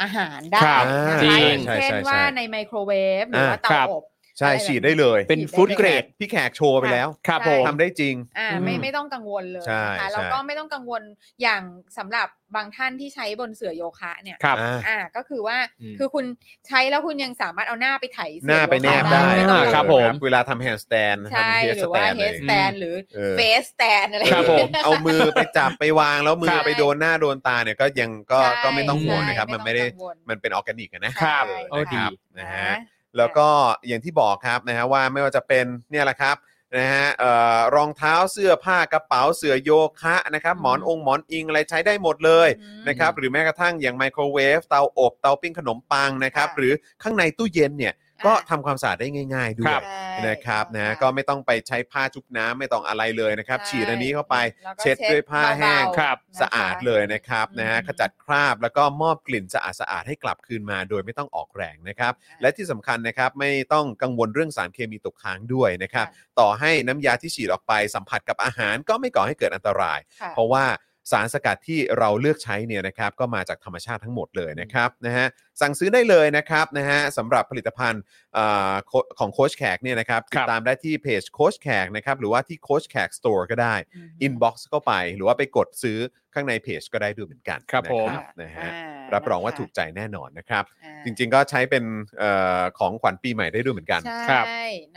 Speaker 4: อาหารได้
Speaker 3: ครับ
Speaker 4: นะ
Speaker 1: จริ
Speaker 4: คะ
Speaker 1: ง
Speaker 4: อย่างเช่น
Speaker 1: ใช่ใช่ใช่
Speaker 4: ว่าในไมโครเวฟหรือว่า
Speaker 1: อ่า
Speaker 4: เตา
Speaker 3: ครับ
Speaker 4: อบ
Speaker 1: ใช่
Speaker 4: อะไรแบบ
Speaker 1: ฉีดได้เลย
Speaker 3: เป็น food
Speaker 1: พี่แข
Speaker 3: grade
Speaker 1: พี่แขกโชว์ไปแล้ว
Speaker 3: ครับ
Speaker 4: ใช่
Speaker 3: ผม
Speaker 1: ทำได้จริง
Speaker 4: อ่า
Speaker 3: อืม
Speaker 4: ไม่ไม่ต้องกังวลเลย
Speaker 1: ใช่
Speaker 4: นะคะแล้ว
Speaker 1: ใช่
Speaker 4: ก็ไม่ต้องกังวลอย่างสำหรับบางท่านที่ใช้บนเสื่อโยคะเนี่ย
Speaker 3: ครับ
Speaker 1: อ่า
Speaker 4: อ่าก็คือว่า
Speaker 3: อืม
Speaker 4: คือคุณใช้แล้วคุณยังสามารถเอาหน้าไปไถ
Speaker 1: หน้าไปแนบได้
Speaker 4: ม่ต้องกังวล
Speaker 3: ครับผม
Speaker 1: เวลาทำแฮนด์สแตน
Speaker 4: ใช่
Speaker 1: ทำเฮด
Speaker 4: ห
Speaker 1: ส
Speaker 4: รือ
Speaker 1: แต
Speaker 4: ว่าน เฮ
Speaker 1: เล
Speaker 4: ด
Speaker 1: ย
Speaker 4: สแตนหรือ
Speaker 1: เออ
Speaker 4: เฟสสแตนอะไร
Speaker 3: ครับผม
Speaker 1: เอามือไปจับไปวางแล้วมือ
Speaker 4: ใช่
Speaker 1: ไปโดนหน้าโดนตาเนี่ยก็ยังก็
Speaker 4: ใช่
Speaker 1: ก็ไม่ต้องห่วง
Speaker 4: ใช่
Speaker 1: นะครับ มันไม่ได้
Speaker 4: ต้องกังวล
Speaker 1: มันเป็นออร์แกนิกอะนะครับ เออ
Speaker 3: โอ้
Speaker 1: นะค
Speaker 3: ดี
Speaker 1: รับนะฮะ
Speaker 4: นะ
Speaker 1: แล้วก็อย่างที่บอกครับนะฮะว่าไม่ว่าจะเป็นเนี่ยแหละครับนะฮะเอ่อรองเท้าเสื้อผ้ากระเป๋าเสื้อโยคะนะครับ
Speaker 4: อืม
Speaker 1: หมอนองค์หมอนอิงอะไรใช้ได้หมดเลย
Speaker 4: อืม
Speaker 1: นะครับหรือแม้กระทั่งอย่างไมโครเวฟเตาอบ เตาปิ้งขนมปังนะครับ
Speaker 4: ค่ะ
Speaker 1: หรือข้างในตู้เย็นเนี่ยก็
Speaker 4: อ่า
Speaker 1: ทำความสะอาดได้ง่าย ๆ ด้วย
Speaker 4: ใช่
Speaker 1: นะครับนะฮะ
Speaker 4: ใช่
Speaker 1: ก็ไม่ต้องไปใช้ผ้าชุบน้ำไม่ต้องอะไรเลยนะครับ
Speaker 4: ใช่
Speaker 1: ฉีดอันนี้เข้าไป
Speaker 4: แล้วก็
Speaker 1: เช็ดด้วยผ้า
Speaker 4: เช็ดเบาๆ
Speaker 1: แห้ง
Speaker 4: ครับนะคะ
Speaker 1: สะอาดเลยนะครับนะฮะ
Speaker 4: อืม
Speaker 1: ขจัดคราบแล้วก็มอบกลิ่นสะอาดสะอาดๆให้กลับคืนมา โดยไม่ต้องออกแรงนะครับ และที่สำคัญนะครับไม่ต้องกังวลเรื่องสารเคมีตกค้างด้วยนะครับ
Speaker 4: ค่
Speaker 1: ต่อให้น้ำยาที่ฉีดออกไปสัมผัสกับอาหารก็ไม่ก่อให้เกิดอันตราย
Speaker 4: ค่ะ
Speaker 1: เพราะว่าสารสกัดที่เราเลือกใช้เนี่ยนะครับ ก็มาจากธรรมชาติทั้งหมดเลยนะครับนะฮะสั่งซื้อได้เลยนะครับนะฮะสำหรับผลิตภัณฑ์อ่าโคของโคชแขกเนี่ยนะครับ
Speaker 3: ค
Speaker 1: ติ
Speaker 3: รั
Speaker 1: ด
Speaker 3: บ
Speaker 1: ตามได้ที่เพจโคชแขกนะครับหรือว่าที่โคชแขกสโตร์ก็ได้ อินบ็อกซ์ก็ไปหรือว่าไปกดซื้อข้างในเพจก็ได้ด้วยเหมือนกัน
Speaker 3: ครับผม
Speaker 1: นะนะฮะรับรองว่าถูกใจแน่นอนนะครับ
Speaker 4: อ่า
Speaker 1: จริงๆก็ใช้เป็นเออของขวัญปีใหม่ได้ด้วยเหมือนกัน
Speaker 4: ใช่
Speaker 3: ครับ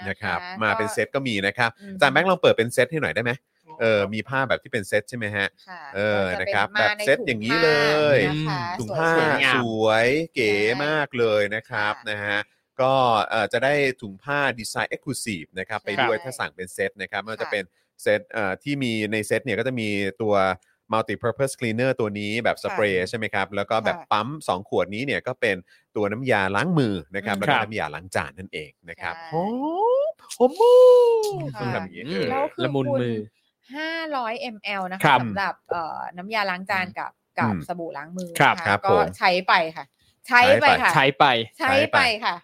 Speaker 1: นะครับมาเป็นเซตก็มีนะครับ
Speaker 4: อืม
Speaker 1: อาจารย์แบงค์ลองเปิดเป็นเซตให้หน่อยได้ไหมเออมีผ้าแบบที่เป็นเซตใช่ไหมฮะ
Speaker 4: ค่ะ
Speaker 1: เออ
Speaker 4: ก็จ
Speaker 1: นะ
Speaker 4: ป็
Speaker 1: ครับ
Speaker 4: มา
Speaker 1: แบบ
Speaker 4: ใน
Speaker 1: เซตอย่างนี้เลย
Speaker 4: นะคะ
Speaker 1: ถุงผ้า
Speaker 4: สวยๆ
Speaker 1: สวยเก๋
Speaker 4: ใช่
Speaker 1: มากเลยนะครับ
Speaker 4: ค่ะ
Speaker 1: นะฮะก็เอ่อจะได้ถุงผ้าดีไซน์เอ็กซ์คลูซีฟนะครับไป
Speaker 4: ใช่
Speaker 1: ด้วยถ้าสั่งเป็นเซตนะครับไม่ว่าจะ
Speaker 4: ค่ะ
Speaker 1: เป็นเซตเอ่อที่มีในเซตเนี่ยก็จะมีตัว multi purpose cleaner ตัวนี้แบบสเปรย์ใช่ไหมครับ แล้วก็แบบ
Speaker 4: ค่ะ
Speaker 1: ปั๊ม 2 ขวดนี้เนี่ยก็เป็นตัวน้ำยาล้างมือนะครับ
Speaker 4: อืม
Speaker 1: แล้วก็
Speaker 3: ครับ
Speaker 1: น้ำยาล้างจานนั่นเองนะครับ
Speaker 4: ใช่
Speaker 1: โอ้โหมูต้องทำอย่างนี้เออ
Speaker 4: แล้วคือ
Speaker 3: ละมุน
Speaker 4: คุณ
Speaker 3: มือ
Speaker 4: 500 ml นะ
Speaker 3: ครั
Speaker 4: คะ
Speaker 3: บ
Speaker 4: สำหรับเอ่อน้ำยาล้างจานกับกับ
Speaker 1: อืม
Speaker 4: สบู่ล้างมือ
Speaker 3: ครับ
Speaker 4: นะะ
Speaker 1: ครับ
Speaker 4: ก็
Speaker 1: ผม
Speaker 4: ใช้ไปค่ะ ใช้ไปค่ะ
Speaker 3: ใช้ไป
Speaker 4: ใช้
Speaker 1: ไป
Speaker 4: ไปค่ะ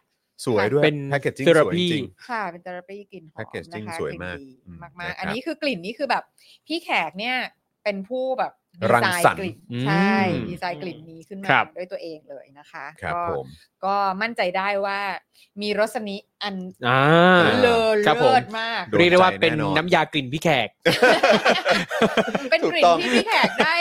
Speaker 1: สวยด้วย
Speaker 3: เป็น
Speaker 1: แพคเกจจิ้งสวยจริง
Speaker 4: ค่ะเป็นเทอราปีกลิ่นหอมนะคะ
Speaker 1: Packaging สวยมาก
Speaker 4: กลิ่นดี
Speaker 1: อืม
Speaker 4: มาก
Speaker 1: นะครับ
Speaker 4: ๆ อันนี้คือกลิ่นนี่คือแบบ พี่แขกเนี่ยเป็นผู้แบบดี
Speaker 1: รัง
Speaker 4: ไซน์
Speaker 1: สรรค์
Speaker 4: กลิ่น
Speaker 3: อืม
Speaker 4: ใช่ดีไซน์กลิ่นนี้ขึ้นมา
Speaker 3: ครับ
Speaker 4: ด้วยตัวเองเลยนะคะ
Speaker 1: ครับ
Speaker 4: ก็
Speaker 1: ผม
Speaker 4: ก็มั่นใจได้ว่ามีรสนิอัน
Speaker 3: อ่า
Speaker 4: เลอ
Speaker 3: ครับผม
Speaker 4: เลิศมาก
Speaker 1: โดนใจ
Speaker 3: เรียกได้ว่าเป็น
Speaker 1: แน่นอน
Speaker 3: น้ำยากลิ่นพี่แขก
Speaker 4: เป็น
Speaker 1: ถู
Speaker 4: ก
Speaker 1: ก
Speaker 4: ลิ่น
Speaker 1: ต้อง
Speaker 4: ที่พี่แขกได้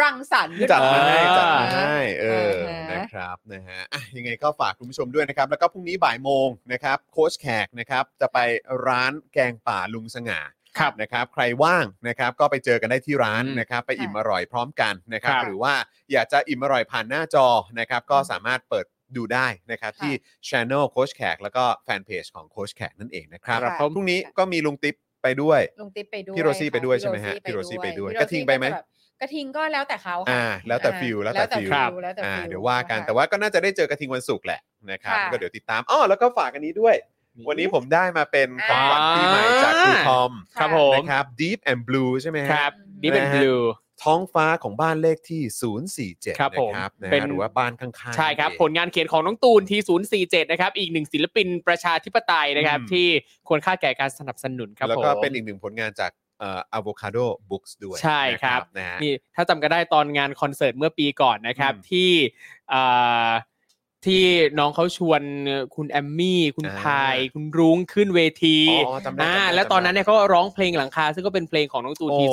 Speaker 4: รังสรรค์ขึ้น
Speaker 1: จัดมา
Speaker 4: มา
Speaker 1: ให้
Speaker 3: อ่า
Speaker 1: จัดมาให้เออ
Speaker 4: อ่าฮะ
Speaker 1: นะครับนะฮะอ่ะยังไงก็ฝากคุณผู้ชมด้วยนะครับ แล้วก็พรุ่งนี้บ่ายโมงนะครับโค้ชแขกนะครับจะไปร้านแกงป่าลุงสง่า
Speaker 3: ครับ
Speaker 1: นะครับใครว่างนะครับก็ไปเจอกันได้ที่ร้าน
Speaker 3: อืม
Speaker 1: นะครับไป
Speaker 4: ค่ะ
Speaker 1: อิ่มอร่อยพร้อมกันนะครับ
Speaker 3: ครับ
Speaker 1: หรือว่าอยากจะอิ่มอร่อยผ่านหน้าจอนะครับก็สามารถเปิดดูได้นะครับ
Speaker 4: ค่ะ
Speaker 1: ที่ Channel โค้ชแขกแล้วก็แฟนเพจของโค้ชแขกนั่นเองนะครับ
Speaker 4: ครับ
Speaker 1: พรุ่งนี้ก็มีลุงติ๊บไปด้วย
Speaker 4: ลุงติ๊บไปด้วย
Speaker 1: พี่โรซี่ไปด้วย
Speaker 4: ค่ะ
Speaker 1: ใช่ไหมฮะพี่โรซี่ไปด้วย
Speaker 4: พี่
Speaker 1: กระทิงไปไหม
Speaker 4: ก็จะแบบกระทิงก็แล้วแต่เขา
Speaker 1: อ่า
Speaker 4: ค่ะ
Speaker 1: แล้วแต่ฟิลแล้วแต่ฟิล
Speaker 3: ครับ
Speaker 4: แล้วแต่
Speaker 1: อ่า
Speaker 4: ฟิล
Speaker 1: เดี๋ยวว่ากัน
Speaker 4: ค่ะ
Speaker 1: แต่ว่าก็น่าจะได้เจอกระทิงวันศุกร์แหละนะครับ
Speaker 4: ค่ะ
Speaker 1: ก็เดี๋ยวติดตามอ้อแล้วก็ฝากอันนี้ด้วย วันนี้ผมได้มาเป็นของขวัญปีใหม่จากครูทอม
Speaker 3: ครับผม
Speaker 1: นะครับ Deep and Blue ใช่ไหมฮะ
Speaker 3: ครับนี่เป็นบลู
Speaker 1: ท้องฟ้าของบ้านเลขที่ 047
Speaker 3: ครับผม
Speaker 1: นะครับนะ
Speaker 3: เป็
Speaker 1: ฮะ
Speaker 3: น
Speaker 1: หรือว่าบ้านข้างๆ
Speaker 3: ใช่ครับ
Speaker 1: นั่น
Speaker 3: ผ
Speaker 1: เอง
Speaker 3: ลงานเขียนของน้องตูนที่ 047 นะครับ อีกหนึ่งศิลปินประชาธิปไตยนะครับ
Speaker 1: อืม
Speaker 3: ที่ควรค่าแก่การสนับสนุนครับ
Speaker 1: แล้ว
Speaker 3: ผม
Speaker 1: ก็เป็นอีกหนึ่งผลงานจากเอ่อ Avocado Books ด้วย
Speaker 3: ใช่ครับ
Speaker 1: นะฮะ
Speaker 3: นี่ถ้าจำกันได้ตอนงานคอนเสิร์ตเมื่อปีก่อนนะครับ
Speaker 1: อืม
Speaker 3: ที่เอ่อที่น้องเขาชวนคุณแอมมี่ คุณ
Speaker 1: อ่า
Speaker 3: พาย คุณรุ้งขึ้นเวที
Speaker 1: อ๋อจำได้
Speaker 3: อ่า
Speaker 1: จำได้
Speaker 3: แล้วตอนนั้น
Speaker 1: จำได้
Speaker 3: เนี่ยเขาร้องเพลงหลังคา ซึ่งก็เป็นเพลงของน้องตูน
Speaker 1: โอ้
Speaker 3: ที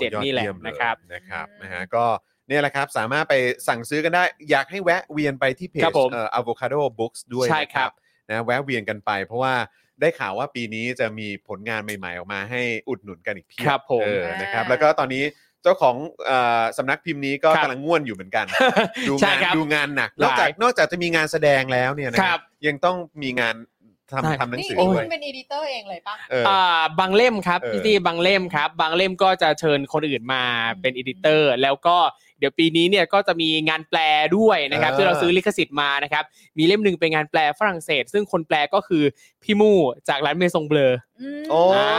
Speaker 3: 047 นี่แหละ
Speaker 1: ยอดเยี่ยมเย
Speaker 3: นะครับ
Speaker 1: นะครับ
Speaker 4: อืม
Speaker 1: นะฮะก็เนี่ยแหละครับสามารถไปสั่งซื้อกันได้ อยากให้แวะเวียนไปที่เพจ
Speaker 3: ครับผม
Speaker 1: เอ่อ avocado books ด้วย
Speaker 3: ใช่
Speaker 1: นะค
Speaker 3: ครั
Speaker 1: รับบ นะแวะเวียนกันไปเพราะว่าได้ข่าวว่าปีนี้จะมีผลงานใหม่ ๆ ออกมาให้อุดหนุนกันอีกเพีย
Speaker 3: ครับผม
Speaker 1: เออนะครับ
Speaker 4: อ่า
Speaker 1: แล้วก็ตอนนี้เจ้าของเอ่อสำนักพิมพ์นี้ก็
Speaker 3: ครับ
Speaker 1: กำลังง่วนอยู่เหมือนกัน ดู
Speaker 3: ใช่
Speaker 1: งาน
Speaker 3: ครับ
Speaker 1: ดูงานหนัก
Speaker 3: ห
Speaker 1: น
Speaker 3: ลาย
Speaker 1: อกจากนอกจากจะมีงานแสดงแล้วเนี่ยนะค
Speaker 3: ครั
Speaker 1: รับบ ยังต้องมีงาน
Speaker 3: ใช่
Speaker 1: ทำทำหนัง
Speaker 4: นี่
Speaker 1: สือ
Speaker 4: นี่
Speaker 1: ด้ว
Speaker 4: คุ
Speaker 1: ย
Speaker 4: ณเป็นอีดิเตอร์เองเลยปะ
Speaker 1: เออ
Speaker 3: อ่าบางเล่มครับ
Speaker 1: เออ
Speaker 3: พี่ตี้บางเล่มครับ บางเล่มก็จะเชิญคนอื่นมาเป็น
Speaker 4: อืม
Speaker 3: อดิเตอร์ แล้วก็เดี๋ยวปีนี้เนี่ยก็จะมีงานแปลด้วยนะครับ
Speaker 1: เออ
Speaker 3: ที่เราซื้อลิขสิทธิ์มานะครับ มีเล่มหนึ่งเป็นงานแปลฝรั่งเศส ซึ่งคนแปลก็คือพี่มู่จากร้านเมซงเบลอ
Speaker 4: ม
Speaker 1: โอ้
Speaker 3: อ่า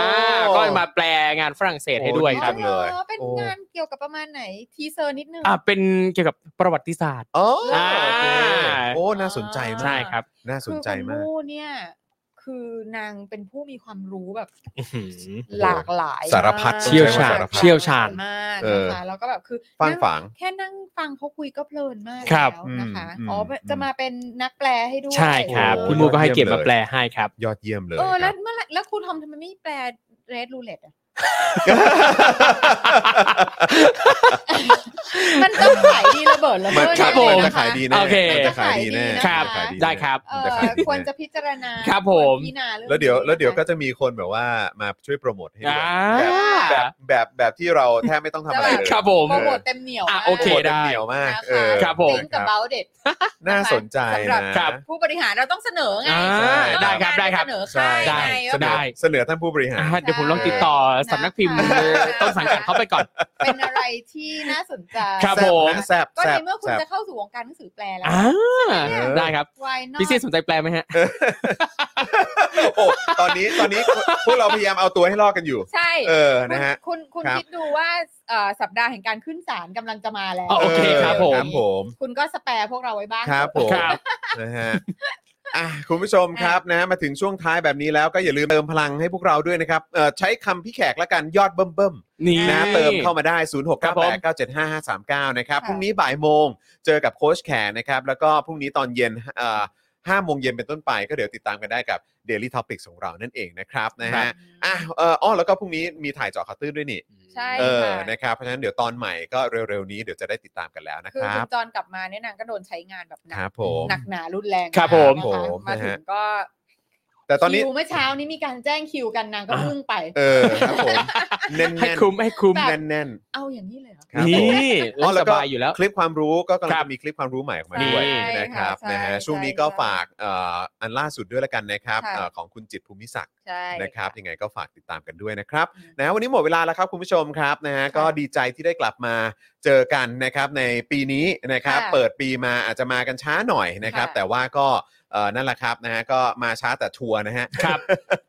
Speaker 3: ก็มาแปลงานฝรั่งเศสให้ด้วย
Speaker 1: โอ้ดี
Speaker 3: ค
Speaker 1: จั
Speaker 3: รับ
Speaker 1: ง
Speaker 4: อ๋อหอเป็น
Speaker 1: โอ้
Speaker 4: งานเกี่ยวกับประมาณไหนทีเซอร์นิดนึง
Speaker 3: อ่าเป็นเกี่ยวกับประวัติศาสตร์
Speaker 1: อ๋อ
Speaker 3: อ่า
Speaker 1: โอเคโอ้น่าสนใจมาก
Speaker 3: ใช่ครับ
Speaker 1: น่าสนใจ
Speaker 4: คือคุณ
Speaker 1: มาก
Speaker 4: มู่เนี่ย คือนางเป็นผู้มีความรู้แบบ
Speaker 3: อื้อหือ
Speaker 4: หลากหลาย
Speaker 1: สารพัด
Speaker 4: มก
Speaker 1: เชี่ยวชาญ
Speaker 4: สรพัด
Speaker 3: เชี่ยวชาญ
Speaker 4: มาก
Speaker 1: เออ
Speaker 4: นะคะแล้วก็แบบคือ
Speaker 1: ฟัง
Speaker 4: นั่ง
Speaker 1: ฝัง
Speaker 4: แค่นั่งฟังเขาคุยก็เพลินมาก
Speaker 3: ครับ
Speaker 4: แล้วนะคะ
Speaker 1: อืม
Speaker 4: อ๋ออ
Speaker 1: ม
Speaker 4: จะมาเป็นนักแปลให้ด้วย
Speaker 3: ใช่ครับ
Speaker 4: เออ
Speaker 3: พี่มูก็ให้เก็บมาแปลให้ครับ
Speaker 1: ยอดเยี่ยมเลย
Speaker 4: เออ
Speaker 1: ค
Speaker 4: แล้
Speaker 1: รั
Speaker 4: ว
Speaker 1: บ
Speaker 4: เมื่อไหร่แล้วครูทอมทำไมไม่แปลเรดรูเลตอ่ะ มันก็ขายดีระเบิดระ
Speaker 1: มันค
Speaker 4: เบ้อ
Speaker 1: รับ
Speaker 4: แน่ๆ
Speaker 1: จะ
Speaker 4: นะะ
Speaker 1: ขายดีแน่
Speaker 3: โอเค
Speaker 1: มันจะขายดีแน่
Speaker 4: จะ
Speaker 1: จะ
Speaker 4: ขา
Speaker 1: ขายยดี
Speaker 4: ดีนะ
Speaker 1: แน่
Speaker 3: ได้ครับ
Speaker 4: เออ
Speaker 1: จะขายดี
Speaker 4: ควรจะ
Speaker 1: แน่
Speaker 4: พิจารณา
Speaker 3: ครับผม
Speaker 4: วรพิจารณารื่อง
Speaker 1: แล้วเดี๋ยว
Speaker 4: นี้นะคะ
Speaker 1: แล้วเดี๋ยวก็จะมีคนแบบว่ามาช่วยโปรโมทให้ด้
Speaker 3: อ่
Speaker 1: วย
Speaker 3: า
Speaker 1: แบบแบบแบบที่เราแทบไม่ต้องทำอะไรเลย
Speaker 3: ครับผม
Speaker 4: โปรโมทเต็มเหนียว
Speaker 3: อ่ะโอเค
Speaker 1: โปรโมท
Speaker 3: ได้
Speaker 1: เหนียวมากเออ
Speaker 3: ครับผม
Speaker 4: กับ about it
Speaker 1: น่าสนใจ
Speaker 4: สำหรับ
Speaker 1: นะ
Speaker 3: ครับ
Speaker 4: ผู้บริหารเราต้องเสนอไง
Speaker 3: อ่า
Speaker 4: ต้อง
Speaker 3: ได้ครับได้ครับ
Speaker 4: เสนอค่าย
Speaker 3: ได้
Speaker 1: เส
Speaker 4: ไงว่า
Speaker 1: น
Speaker 3: ได้
Speaker 1: อเสนอท่านผู้บริหาร
Speaker 3: อ่าเดี๋ยวผมลองติดต่อสำนักพิมพ์
Speaker 4: ใช่
Speaker 3: ต้นสังกัดเขาไปก่อน
Speaker 4: เป็นอะไรที่น่าสนใจ
Speaker 3: ครับผม
Speaker 1: แซบ
Speaker 4: ก็
Speaker 1: แซ
Speaker 4: ใน
Speaker 1: บ
Speaker 4: เมื่อคุณ
Speaker 1: แซบ
Speaker 4: จะเข้าสู่วงการหนังสือแปลแล้ว
Speaker 3: อ่า
Speaker 4: เนี่ย
Speaker 3: ได้ครับ
Speaker 4: วายนอ
Speaker 3: พี่ซีสนใจแปลไหมฮะ
Speaker 1: โอ้ตอนนี้ตอนนี้พวกเราพยายามเอาตัวให้รอดกันอยู่
Speaker 4: ใช่
Speaker 1: เออ
Speaker 4: คุณ
Speaker 1: นะฮะ
Speaker 4: คุณคุณ
Speaker 1: ครับ
Speaker 4: คิดดูว่าเอ่อสัปดาห์แห่งการขึ้นศาลกำลังจะมาแล้ว
Speaker 3: อ๋อโอเคครับผม
Speaker 1: ครับผม
Speaker 4: คุณก็สแปรพวกเราไว้บ้าง
Speaker 1: ครับผม
Speaker 3: ครับ
Speaker 1: นะฮะ
Speaker 4: (laughs)
Speaker 1: อ่ะคุณผู้ชมครับนะ มาถึงช่วงท้ายแบบนี้แล้วก็อย่าลืมเติมพลังให้พวกเราด้วยนะครับเอ่อใช้คำพี่แขกละกันยอดเบิ่ม
Speaker 3: นี่
Speaker 1: ๆนะเติมเข้ามาได้ 0698975539 นะครับ พรุ่งนี้บ่ายโมงเจอกับโค้ชแขกนะครับ แล้วก็พรุ่งนี้ตอนเย็นเอ่อห้าโมงเย็นเป็นต้นไป ก็เดี๋ยวติดตามกันได้กับ Daily Topics ของเรานั่นเองนะครับนะ
Speaker 3: ครั
Speaker 1: ฮะ
Speaker 3: บ
Speaker 1: อ่ะเอ่ออ๋อแล้วก็พรุ่งนี้มีถ่ายเจาะข่าวตื้นด้วยนี่
Speaker 4: ใช่
Speaker 1: เออ
Speaker 4: ค่ะ
Speaker 1: นะครับ เพราะฉะนั้นเดี๋ยวตอนใหม่ก็เร็วๆนี้เดี๋ยวจะได้ติดตามกันแล้วนะ
Speaker 4: คื
Speaker 1: ค
Speaker 4: อ
Speaker 1: รั
Speaker 4: คุณ
Speaker 1: บ
Speaker 4: จอนกลับมาเนี่ยนางก็โดนใช้งานแบบหนั
Speaker 1: ค
Speaker 4: ก
Speaker 1: รับผม
Speaker 4: หนักหนารุนแรง
Speaker 3: ครับ
Speaker 4: าก
Speaker 3: ผม
Speaker 4: นะคะ
Speaker 1: ผม
Speaker 4: มาถึ
Speaker 1: นะ
Speaker 4: ง
Speaker 1: ฮะ
Speaker 4: ก็
Speaker 1: แต่ตอนนี้
Speaker 4: คิวเมื่อเช้านี้มีการแจ้งคิวกันนางก็อึ้งไป
Speaker 1: เออครับผมแน่น
Speaker 3: ให้คุ้มให้คุ้ม
Speaker 1: แน่นแน่น
Speaker 4: เอาอย่างนี้เลยเหรอ
Speaker 1: ๆครับผม
Speaker 3: นี่
Speaker 1: อ๋อแล้
Speaker 3: ส
Speaker 1: วก็
Speaker 3: บายอยู่แล้ว
Speaker 1: คลิปความรู้ก็กำลัง
Speaker 3: ครับ
Speaker 1: จะมีคลิปความรู้ใหม่ออกมา
Speaker 4: ใช่
Speaker 1: ด้วย
Speaker 4: ค่ะ
Speaker 1: นะครับ
Speaker 4: ใช่
Speaker 1: นะฮะ
Speaker 4: ใช่
Speaker 1: ช่วงนี้ก็
Speaker 4: ใช่
Speaker 1: ฝากเอ่ออันล่าสุดด้วยละกันนะครับ
Speaker 4: ค่ะ
Speaker 1: เอ่อของคุณจิตรภูมิศักดิ์
Speaker 4: ใช่
Speaker 1: นะครับยังไงก็ฝากติดตามกันด้วยนะครับ
Speaker 4: อืม
Speaker 1: นะฮะวันนี้หมดเวลาแล้วครับคุณผู้ชมครับนะฮะก็ดีใจที่ได้กลับมาเจอกันนะครับในปีนี้นะครับ
Speaker 4: ค่ะ
Speaker 1: เปิดปีมาอาจจะมากันช้าหน่อยนะครับ
Speaker 4: ค่ะ
Speaker 1: แต่ว่าก็เอ่อนั่นแหละครับนะฮะก็มาช้าแต่ชัวร์นะฮะ
Speaker 3: ครับ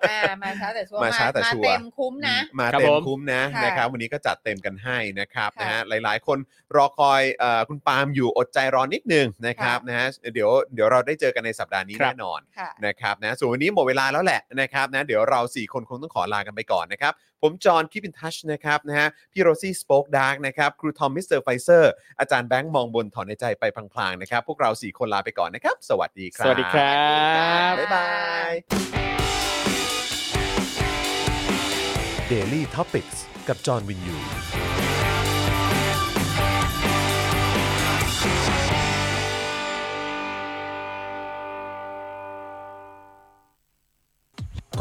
Speaker 4: อ่ามาช้าแต่ชัวร์
Speaker 1: มาช้าแต่ชัวร์
Speaker 4: เต็มคุ้มนะ
Speaker 1: มา
Speaker 3: ครับ
Speaker 1: เต็
Speaker 3: ผม ม
Speaker 1: คุ้มนะ
Speaker 4: ค่ะ
Speaker 1: นะครับ วันนี้ก็จัดเต็มกันให้นะครับ
Speaker 4: ค่ะ
Speaker 1: นะฮะหลายๆ คนรอคอยเอ่อคุณปาล์มอยู่อดใจรอนิดนึงนะครับ
Speaker 4: ค่ะ
Speaker 1: นะฮะเดี๋ยวเดี๋ยวเราได้เจอกันในสัปดาห์นี้
Speaker 3: ครับ
Speaker 1: แน่นอน
Speaker 4: ค่ะ
Speaker 1: นะครับนะส่วนวันนี้หมดเวลาแล้วแหละนะครับนะเดี๋ยวเรา 4 คนคงต้องขอลากันไปก่อนนะครับ ผมจอห์นคิปินทัชนะครับนะฮะพี่โรซี่สป็อคดาร์กนะครับครูทอมมิสเตอร์ไฟเซอร์อาจารย์แบงค์มองบนถอนในใจไปพลางๆนะครับ พวกเรา 4 คนลาไปก่อนนะครับ สวัสดีค
Speaker 3: ส
Speaker 1: รับ
Speaker 3: วัสดีครับ
Speaker 1: บ๊ายบาย Daily Topics กับจอห์นวินยูค